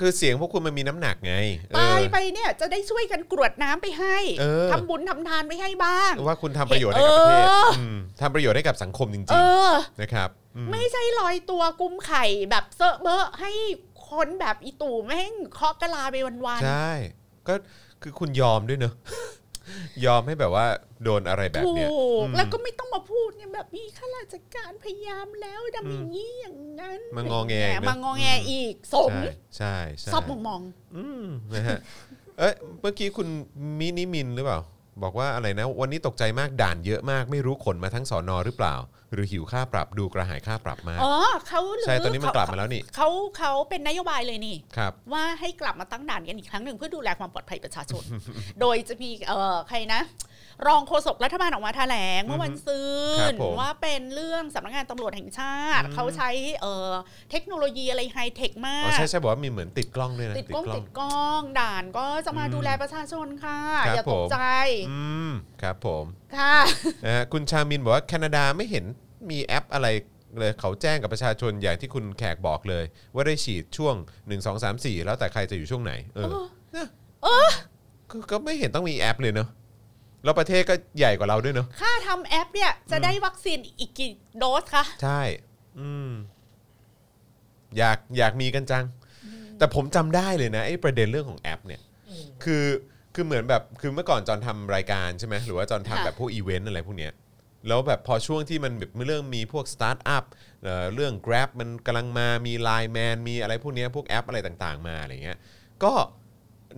[SPEAKER 2] คือเสียงพวกคุณมันมีน้ำหนักไงเอ
[SPEAKER 3] ตา
[SPEAKER 2] อ
[SPEAKER 3] ยไปเนี่ยจะได้ช่วยกันกรวดน้ำไปให้
[SPEAKER 2] เออ
[SPEAKER 3] ทำบุญทำทานไปให้บ้าง
[SPEAKER 2] ว่าคุณทำประโยชน์ให้กับประเทศ
[SPEAKER 3] เอออื
[SPEAKER 2] มทำประโยชน์ให้กับสังคมจ
[SPEAKER 3] เอ
[SPEAKER 2] ริง
[SPEAKER 3] อ
[SPEAKER 2] ๆนะครับอืม
[SPEAKER 3] ไม่ใช่ลอยตัวกุมไข่แบบเซอะเบอะให้คนแบบอีตู่แม่งเคาะกะลาไปวัน
[SPEAKER 2] ใช่ ก็คือคุณยอมด้วยเนอะ ยอมให้แบบว่าโดนอะไรแบ
[SPEAKER 3] ๆ
[SPEAKER 2] บ
[SPEAKER 3] ถู
[SPEAKER 2] เนี้ย
[SPEAKER 3] ก
[SPEAKER 2] อืม
[SPEAKER 3] แล้วก็ไม่ต้องมาพูดเนี่ยแบบมีข้าราชการพยายามแล้วดำอย่างนี้อย่างนั้น
[SPEAKER 2] มางอแงอีกนะ
[SPEAKER 3] มางอแงอีกสม
[SPEAKER 2] ใช่ใช่ใช่
[SPEAKER 3] ซอบมองมอง
[SPEAKER 2] อืมนะฮะ เอ้ยเมื่อกี้คุณมินิมินหรือเปล่า บอกว่าอะไรนะ วันนี้ตกใจมากด่านเยอะมาก ไม่รู้ขนมาทั้งสอนอหรือเปล่า หรือหิวค่าปรับดูกระหายค่าปรับมาก
[SPEAKER 3] อ๋อเขาหรื
[SPEAKER 2] ใช่ตอนนี้มันกลับมาแล้วนี่
[SPEAKER 3] เขาเขาเป็นนโยบายเลยนี่
[SPEAKER 2] ครับ
[SPEAKER 3] ว่าให้กลับมาตั้งด่านกันอีกครั้งหนึ่งเพื่อดูแลความปลอดภัยประชาช น โดยจะมีเอ่อใครนะ รองโฆษกรัฐบาลออกมาแถลงเมื่อวันซื
[SPEAKER 2] ครับ
[SPEAKER 3] น
[SPEAKER 2] ผม
[SPEAKER 3] ว่าเป็นเรื่องสำนักงานตำรวจแห่งชาติ
[SPEAKER 2] อืม
[SPEAKER 3] เขาใช้เอ่อเทคโนโลยีอะไรไฮเทคมา
[SPEAKER 2] อ๋อก ใช่ใช่บอกว่ามีเหมือนติดกล้องด้วยนะ
[SPEAKER 3] ติดกล้องติดกล้องด่านก็จะมา
[SPEAKER 2] อืม
[SPEAKER 3] ดูแลประชาชนค่ะ
[SPEAKER 2] ครับ
[SPEAKER 3] อย่าต
[SPEAKER 2] ผ
[SPEAKER 3] ก
[SPEAKER 2] ม
[SPEAKER 3] ใจ
[SPEAKER 2] อืมครับผม
[SPEAKER 3] ค่ะ
[SPEAKER 2] นะฮะคุณชามินบอกว่าแคนาดาไม่เห็นมีแอปอะไรเลยเขาแจ้งกับประชาชนอย่างที่คุณแขกบอกเลย ว่าได้ฉีดช่วง 1 2 3 4 แล้วแต่ใครจะอยู่ช่วงไหน เออนะคือก็ไม่เห็นต้องมีแอปเลยเนอะแล้วประเทศก็ใหญ่กว่าเราด้วยเนอะ
[SPEAKER 3] ค่าทำแอปเนี่ยจะได้วัคซีนอีกกี่โดสคะ
[SPEAKER 2] ใช่ อืม อยากอยากมีกันจัง แต่ผมจำได้เลยนะไอ้ประเด็นเรื่องของแอป เนี่ย คือ คือเหมือนแบบ คือเมื่อก่อนจอนทำรายการใช่ไหม หรือว่าจอนทำแบบพวกอีเวนต์อะไรพวกเนี้ย แล้วแบบพอช่วงที่มันแบบเรื่องมีพวกสตาร์ทอัพเอ่อเรื่อง Grab มันกำลังมา มี Line Man มีอะไรพวกเนี้ยพวกแอปอะไรต่างๆ มาอะไรเงี้ย ก็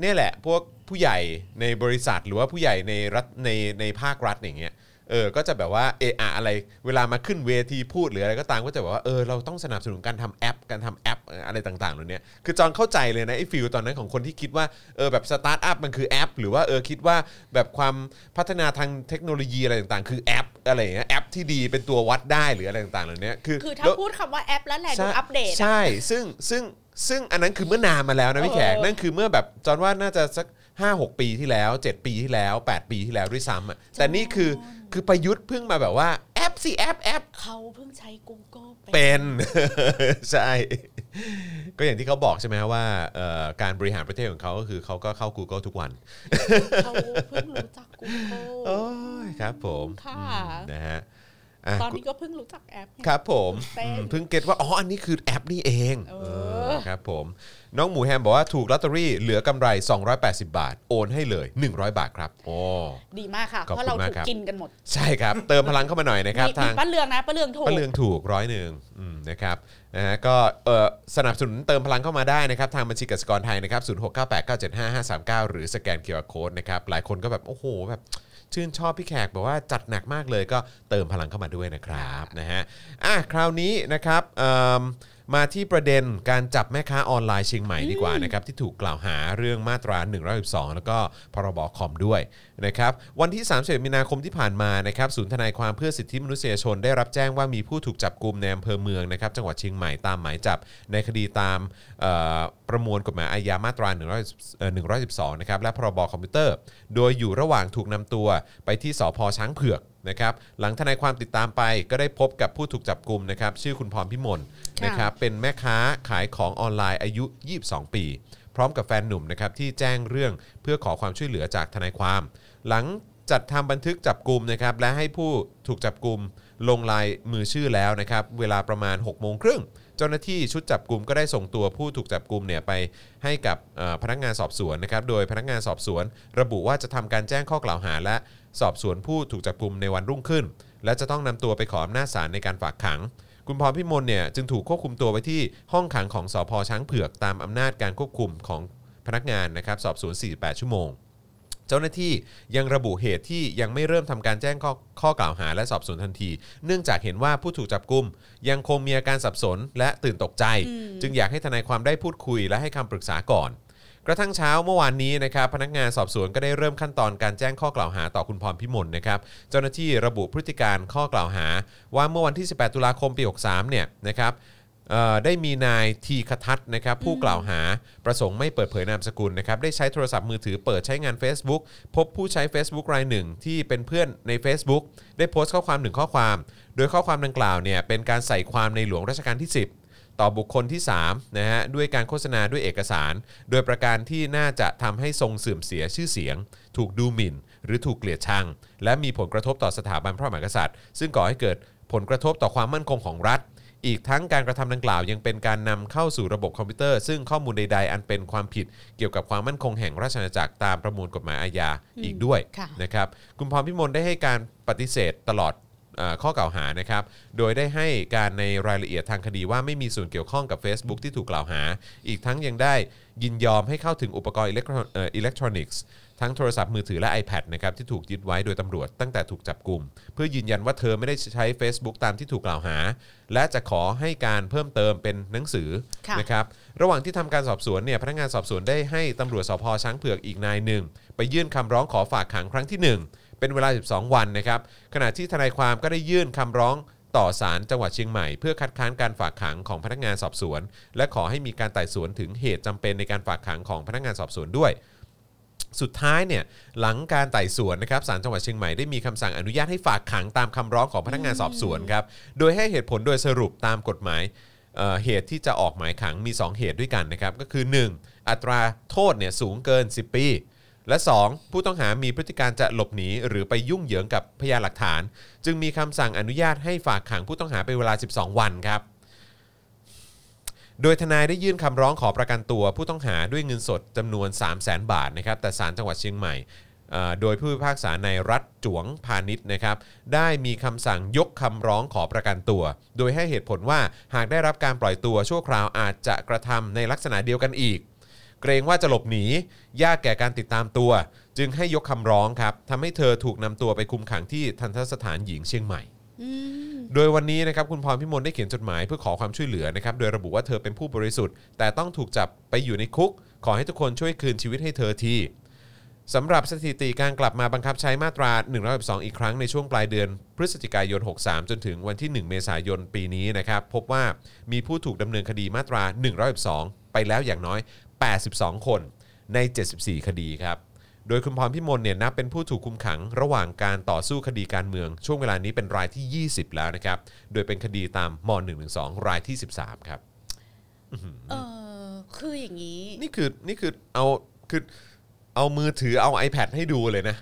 [SPEAKER 2] เนี่ยแหละ พวกผู้ใหญ่ในบริษัทหรือว่าผู้ใหญ่ในรัฐในในภาครัฐอย่างเงี้ย เออ ก็จะแบบว่าเออะอะไร เวลามาขึ้นเวทีพูดหรืออะไรก็ตามก็จะแบบว่า เออ เราต้องสนับสนุนการทำแอป การทำแอปเอ่ออะไรต่างๆเหล่าเนี้ยคือจอนเข้าใจเลยนะไอ้ฟิลตอนนั้นของคนที่คิดว่า เออ แบบสตาร์ทอัพมันคือแอป หรือว่า เออ คิดว่าแบบความพัฒนาทางเทคโนโลยีอะไรต่างๆ คือแอป อะไรอย่างเงี้ย แอปที่ดีเป็นตัววัดได้หรืออะไรต่างๆเหล่าเนี้ยคือ
[SPEAKER 3] คือถ้า
[SPEAKER 2] แล้ว
[SPEAKER 3] พูดคำว่าแอปแล้วแหละดู
[SPEAKER 2] ใช่
[SPEAKER 3] อัปเดตอะ
[SPEAKER 2] ใช่ ซึ่งซึ่งซึ่งอันนั้นคือเมื่อนานมาแล้วนะพี่แขก
[SPEAKER 3] เออ
[SPEAKER 2] นั่นคือเมื่อแบบจอนว่าน่าจะสัก 5 6 ปีที่แล้ว 7 ปีที่แล้ว 8 ปีที่แล้วด้วยซ้ำอ่ะ แต่นี่คือคือประยุทธ์เพิ่งมาแบบว่าแอปสิแอปแอป
[SPEAKER 3] เขาเพิ่งใช้ Google ไป
[SPEAKER 2] เป็น ใช่ ก็อย่างที่เขาบอกใช่ไหมว่าเอ่อการบริหารประเทศของเขาก็คือเขาก็เข้า Google ทุกวัน
[SPEAKER 3] เขาเพิ่งรู้จัก Google
[SPEAKER 2] โอ้ยครับผม
[SPEAKER 3] ค่ะ
[SPEAKER 2] อืมนะฮะ อ่ะ
[SPEAKER 3] ตอนนี้ก็เพิ่งรู้จักแอปไง
[SPEAKER 2] ครับผม
[SPEAKER 3] เต้น
[SPEAKER 2] อืมเพิ่งเก็ตว่า อ๋อ อันนี้คือแอปนี่เอง
[SPEAKER 3] เออ
[SPEAKER 2] เออครับผม น้องหมูแฮมบอกว่าถูกลอตเตอรี่เหลือกำไร 280 บาท โอนให้เลย 100 บาทครับโอ้
[SPEAKER 3] ดีมากค่ะ
[SPEAKER 2] ขอบคุณ
[SPEAKER 3] เพราะเรา
[SPEAKER 2] มา
[SPEAKER 3] ถู
[SPEAKER 2] ก
[SPEAKER 3] ก
[SPEAKER 2] ครับ
[SPEAKER 3] กินกันหมด
[SPEAKER 2] ใช่ ครับ เติมพลังเข้ามาหน่อยนะครับ
[SPEAKER 3] มี
[SPEAKER 2] ทาง
[SPEAKER 3] มีป้าเลืองนะป้าเลืองถูก
[SPEAKER 2] ป้าเลืองถูกร้อยหนึ่งอืมนะครับนะฮะก็เอ่อสนับสนุนเติมพลังเข้ามาได้นะครับ ทางบัญชีกสิกรไทยนะครับ 0698975539 หรือสแกนเคอร์โค้ดนะครับ หลายคนก็แบบ โอ้โห แบบชื่นชอบพี่แขก บอกว่าจัดหนักมากเลยก็เติมพลังเข้ามาด้วยนะครับนะฮะอ่ะคราวนี้นะครับเอิ่มมาที่ประเด็นการจับแม่ค้าออนไลน์เชียงใหม่ดีกว่านะครับ ที่ถูกกล่าวหาเรื่องมาตรา 112 แล้วก็พรบคอมด้วยนะครับ วันที่ 30 มีนาคมที่ผ่านมานะครับศูนย์ทนายความเพื่อสิทธิมนุษยชนได้รับแจ้งว่ามีผู้ถูกจับกลุ่มในอำเภอเมืองนะครับจังหวัดเชียงใหม่ตามหมายจับในคดีตามเอ่อประมวลกฎหมายอาญามาตรา110เอ่อ112นะครับและพรบคอมพิวเตอร์ โดยอยู่ระหว่างถูกนำตัวไปที่สพช้างเผือกนะครับหลังทนายความติดตามไปก็ได้พบกับผู้ถูกจับกลุ่มนะครับชื่อคุณพรพิมล
[SPEAKER 3] ค่ะ
[SPEAKER 2] นะครับ ครับเป็นแม่ค้าขายของออนไลน์อายุ 22 ปี พร้อมกับแฟนหนุ่มนะครับที่แจ้งเรื่องเพื่อขอความช่วยเหลือจากทนายความ หลังจัดทำบันทึกจับกลุ่มนะครับและให้ผู้ถูกจับกลุ่มลงลายมือชื่อแล้วนะครับเวลาประมาณ6กโมงครึ่งเจ้าหน้าที่ชุดจับกลุ่มก็ได้ส่งตัวผู้ถูกจับกลุ่มเนี่ยไปให้กับเอ่อพนักงานสอบสวนนะครับโดยพนักงานสอบสวน ระบุว่าจะทำการแจ้งข้อกล่าวหา และสอบสวนผู้ถูกจับกลุ่มในวันรุ่งขึ้น และจะต้องนำตัวไปขออำนาจศาลในการฝากขัง คุณพรพิมลเนี่ยจึงถูกควบคุมตัวไปที่ห้องขังของสพช้างเผือกตามอำนาจการควบคุมของพนักงานนะครับสอบสวน 48 ชั่วโมง เจ้าหน้าที่ยังระบุเหตุที่ยังไม่เริ่มทำการแจ้งข้อข้อกล่าวหาและสอบสวนทันที เนื่องจากเห็นว่าผู้ถูกจับกุม ยังคงมีอาการสับสนและตื่นตกใจ จึงอยากให้ทนายความได้พูดคุยและให้คำปรึกษาก่อน กระทั่งเช้าเมื่อวานนี้นะครับพนักงานสอบสวนก็ได้เริ่มขั้นตอนการแจ้งข้อกล่าวหาต่อคุณพรพิมลนะครับเจ้าหน้าที่ระบุพฤติการข้อกล่าวหา ว่าเมื่อวันที่ 18 ตุลาคมปี 63 เนี่ยนะครับเอ่อได้มีนายทีคทัศน์นะครับผู้กล่าวหาประสงค์ไม่เปิดเผยนามสกุลนะครับได้ใช้โทรศัพท์มือถือเปิดใช้งาน Facebook พบผู้ใช้ Facebook รายหนึ่งที่เป็นเพื่อนใน Facebook ได้โพสต์ข้อความหนึ่งข้อความ โดยข้อความดังกล่าวเนี่ยเป็นการใส่ความในหลวงรัชกาลที่ 10 ต่อบุคคลที่3นะฮะด้วยการโฆษณาด้วยเอกสาร โดยประการที่น่าจะทำให้ทรงเสื่อมเสียชื่อเสียง ถูกดูหมิ่น หรือถูกเกลียดชัง และมีผลกระทบต่อสถาบันพระมหากษัตริย์ ซึ่งก่อให้เกิดผลกระทบต่อความมั่นคงของรัฐ อีกทั้งการกระทำดังกล่าวยังเป็นการนำเข้าสู่ระบบคอมพิวเตอร์ ซึ่งข้อมูลใด ๆ อันเป็นความผิดเกี่ยวกับความมั่นคงแห่งราชอาณาจักรตามประมวลกฎหมายอาญาอีกด้วย
[SPEAKER 3] ค่ะ
[SPEAKER 2] นะครับคุณพรพิมลได้ให้การปฏิเสธตลอดเอ่อข้อกล่าวหานะครับ โดยได้ให้การในรายละเอียดทางคดีว่าไม่มีส่วนเกี่ยวข้องกับ Facebook ที่ถูกกล่าวหา อีกทั้งยังได้ยินยอมให้เข้าถึงอุปกรณ์อิเล็กทรอนเอ่ออิเล็กทรอนิกส์ ทั้งโทรศัพท์มือถือและ iPad นะครับที่ถูกยึดไว้โดยตำรวจตั้งแต่ถูกจับกลุ่ม เพื่อยืนยันว่าเธอไม่ได้ใช้ Facebook ตามที่ถูกกล่าวหา และจะขอให้การเพิ่มเติมเป็นหนังสือ
[SPEAKER 3] ค่ะ
[SPEAKER 2] นะครับ นะครับระหว่างที่ทำการสอบสวนเนี่ยพนักงานสอบสวนได้ให้ตำรวจสพช้างเผือกอีกนายหนึ่ง ไปยื่นคำร้องขอฝากขังครั้งที่หนึ่งเป็นเวลา 12 วันนะครับขณะที่ทนายความก็ได้ยื่นคำร้องต่อศาลจังหวัดเชียงใหม่ เพื่อคัดค้านการฝากขังของพนักงานสอบสวน และขอให้มีการไต่สวนถึงเหตุจำเป็นในการฝากขังของพนักงานสอบสวนด้วย สุดท้ายเนี่ยหลังการไต่สวนนะครับศาลจังหวัดเชียงใหม่ได้มีคำสั่งอนุญาตให้ฝากขังตามคำร้องของพนักงานสอบสวนครับโดยให้เหตุผลโดยสรุปตามกฎหมายเอ่อเหตุที่จะออกหมายขังมี 2 เหตุด้วยกันนะครับก็คือ 1. อัตราโทษเนี่ยสูงเกิน 10 ปี และ 2. ผู้ต้องหามีพฤติการจะหลบหนีหรือไปยุ่งเหยิงกับพยานหลักฐาน จึงมีคำสั่งอนุญาตให้ฝากขังผู้ต้องหาเป็นเวลา 12 วันครับ โดยทนายได้ยื่นคำร้องขอประกันตัวผู้ต้องหาด้วยเงินสดจำนวน 3 0 0แสนบาทนะครับแต่ศาลจังหวัดเชียงใหม่เอ่อโดยผู้พิพากษาในรัฐจวงพาณิชย์นะครับได้มีคำสั่งยกคำร้องขอประกันตัว โดยให้เหตุผลว่าหากได้รับการปล่อยตัวชั่วคราวอาจจะกระทำในลักษณะเดียวกันอีก เกรงว่าจะหลบหนี ยากแก่การติดตามตัว จึงให้ยกคำร้องครับทำให้เธอถูกนำตัวไปคุมขังที่ทันทสถานหญิงเชียงใหม่
[SPEAKER 3] อืม
[SPEAKER 2] โดยวันนี้นะครับคุณพรพิมลได้เขียนจดหมายเพื่อขอความช่วยเหลือนะครับโดยระบุว่าเธอเป็นผู้บริสุทธิ์ แต่ต้องถูกจับไปอยู่ในคุก ขอให้ทุกคนช่วยคืนชีวิตให้เธอทีสำหรับสถิติการกลับมาบังคับใช้มาตรา1 1 2 อีกครั้งในช่วงปลายเดือน พฤศจิกายน 63 จนถึงวันที่ 1 เมษายนปีนี้นะครับพบว่ามีผู้ถูกดำเนินคดีมาตรา 112 ไปแล้วอย่างน้อย 82 คนใน 74 คดีครับ โดยคุณพรพิมลเนี่ยนับเป็นผู้ถูกคุมขังระหว่างการต่อสู้คดีการเมือง ช่วงเวลานี้เป็นรายที่ 20 แล้วนะครับ โดยเป็นคดีตามม .112 รายที่ 13 ครับ
[SPEAKER 3] เออคืออย่างนี้
[SPEAKER 2] นี่คือนี่คือเอาคือเอามือถือเอา iPad ให้ดูเลยนะ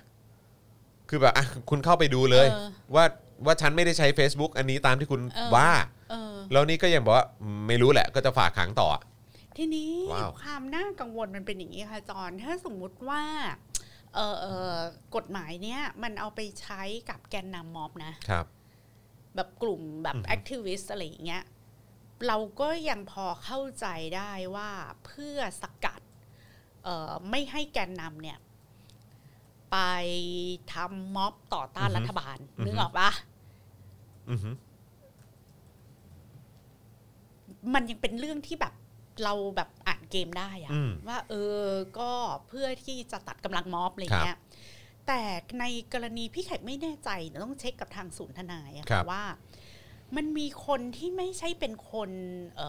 [SPEAKER 2] คือแบบอ่ะคุณเข้าไปดูเลย
[SPEAKER 3] เออ
[SPEAKER 2] ว่า ว่าฉันไม่ได้ใช้ Facebook อันนี้ตามที่คุณ
[SPEAKER 3] เออ
[SPEAKER 2] ว่า
[SPEAKER 3] เออ
[SPEAKER 2] แล้วนี่ก็ยังบอกว่าไม่รู้แหละก็จะฝากขังต่อ
[SPEAKER 3] ทีนี้
[SPEAKER 2] ว้าว
[SPEAKER 3] ความน่ากังวลมันเป็นอย่างนี้ค่ะจอนถ้าสมมุติว่าเออเออกฎหมายเนี้ยมันเอาไปใช้กับแกนนำม็อบนะ
[SPEAKER 2] ครับ
[SPEAKER 3] แบบกลุ่มแบบ
[SPEAKER 2] อือฮึ
[SPEAKER 3] แอคทิวิสต์อะไรอย่างเงี้ยเราก็ยังพอเข้าใจได้ว่าเพื่อสกัดเอ่อไม่ให้แกนนำเนี่ย ไปทำม็อบต่อต้านรัฐบาล นึกออกปะ
[SPEAKER 2] อือฮึ
[SPEAKER 3] มันยังเป็นเรื่องที่แบบเราแบบอ่านเกมได้อะ
[SPEAKER 2] อืม
[SPEAKER 3] ว่าเออ ก็เพื่อที่จะตัดกำลังม็อบอะไรเงี้ย แต่ในกรณีพี่แขกไม่แน่ใจเดี๋ยวต้องเช็คกับทางศูนย์ทนายอะ
[SPEAKER 2] ครั
[SPEAKER 3] ค่ะ
[SPEAKER 2] บ
[SPEAKER 3] ว่า มันมีคนที่ไม่ใช่เป็นคน เอ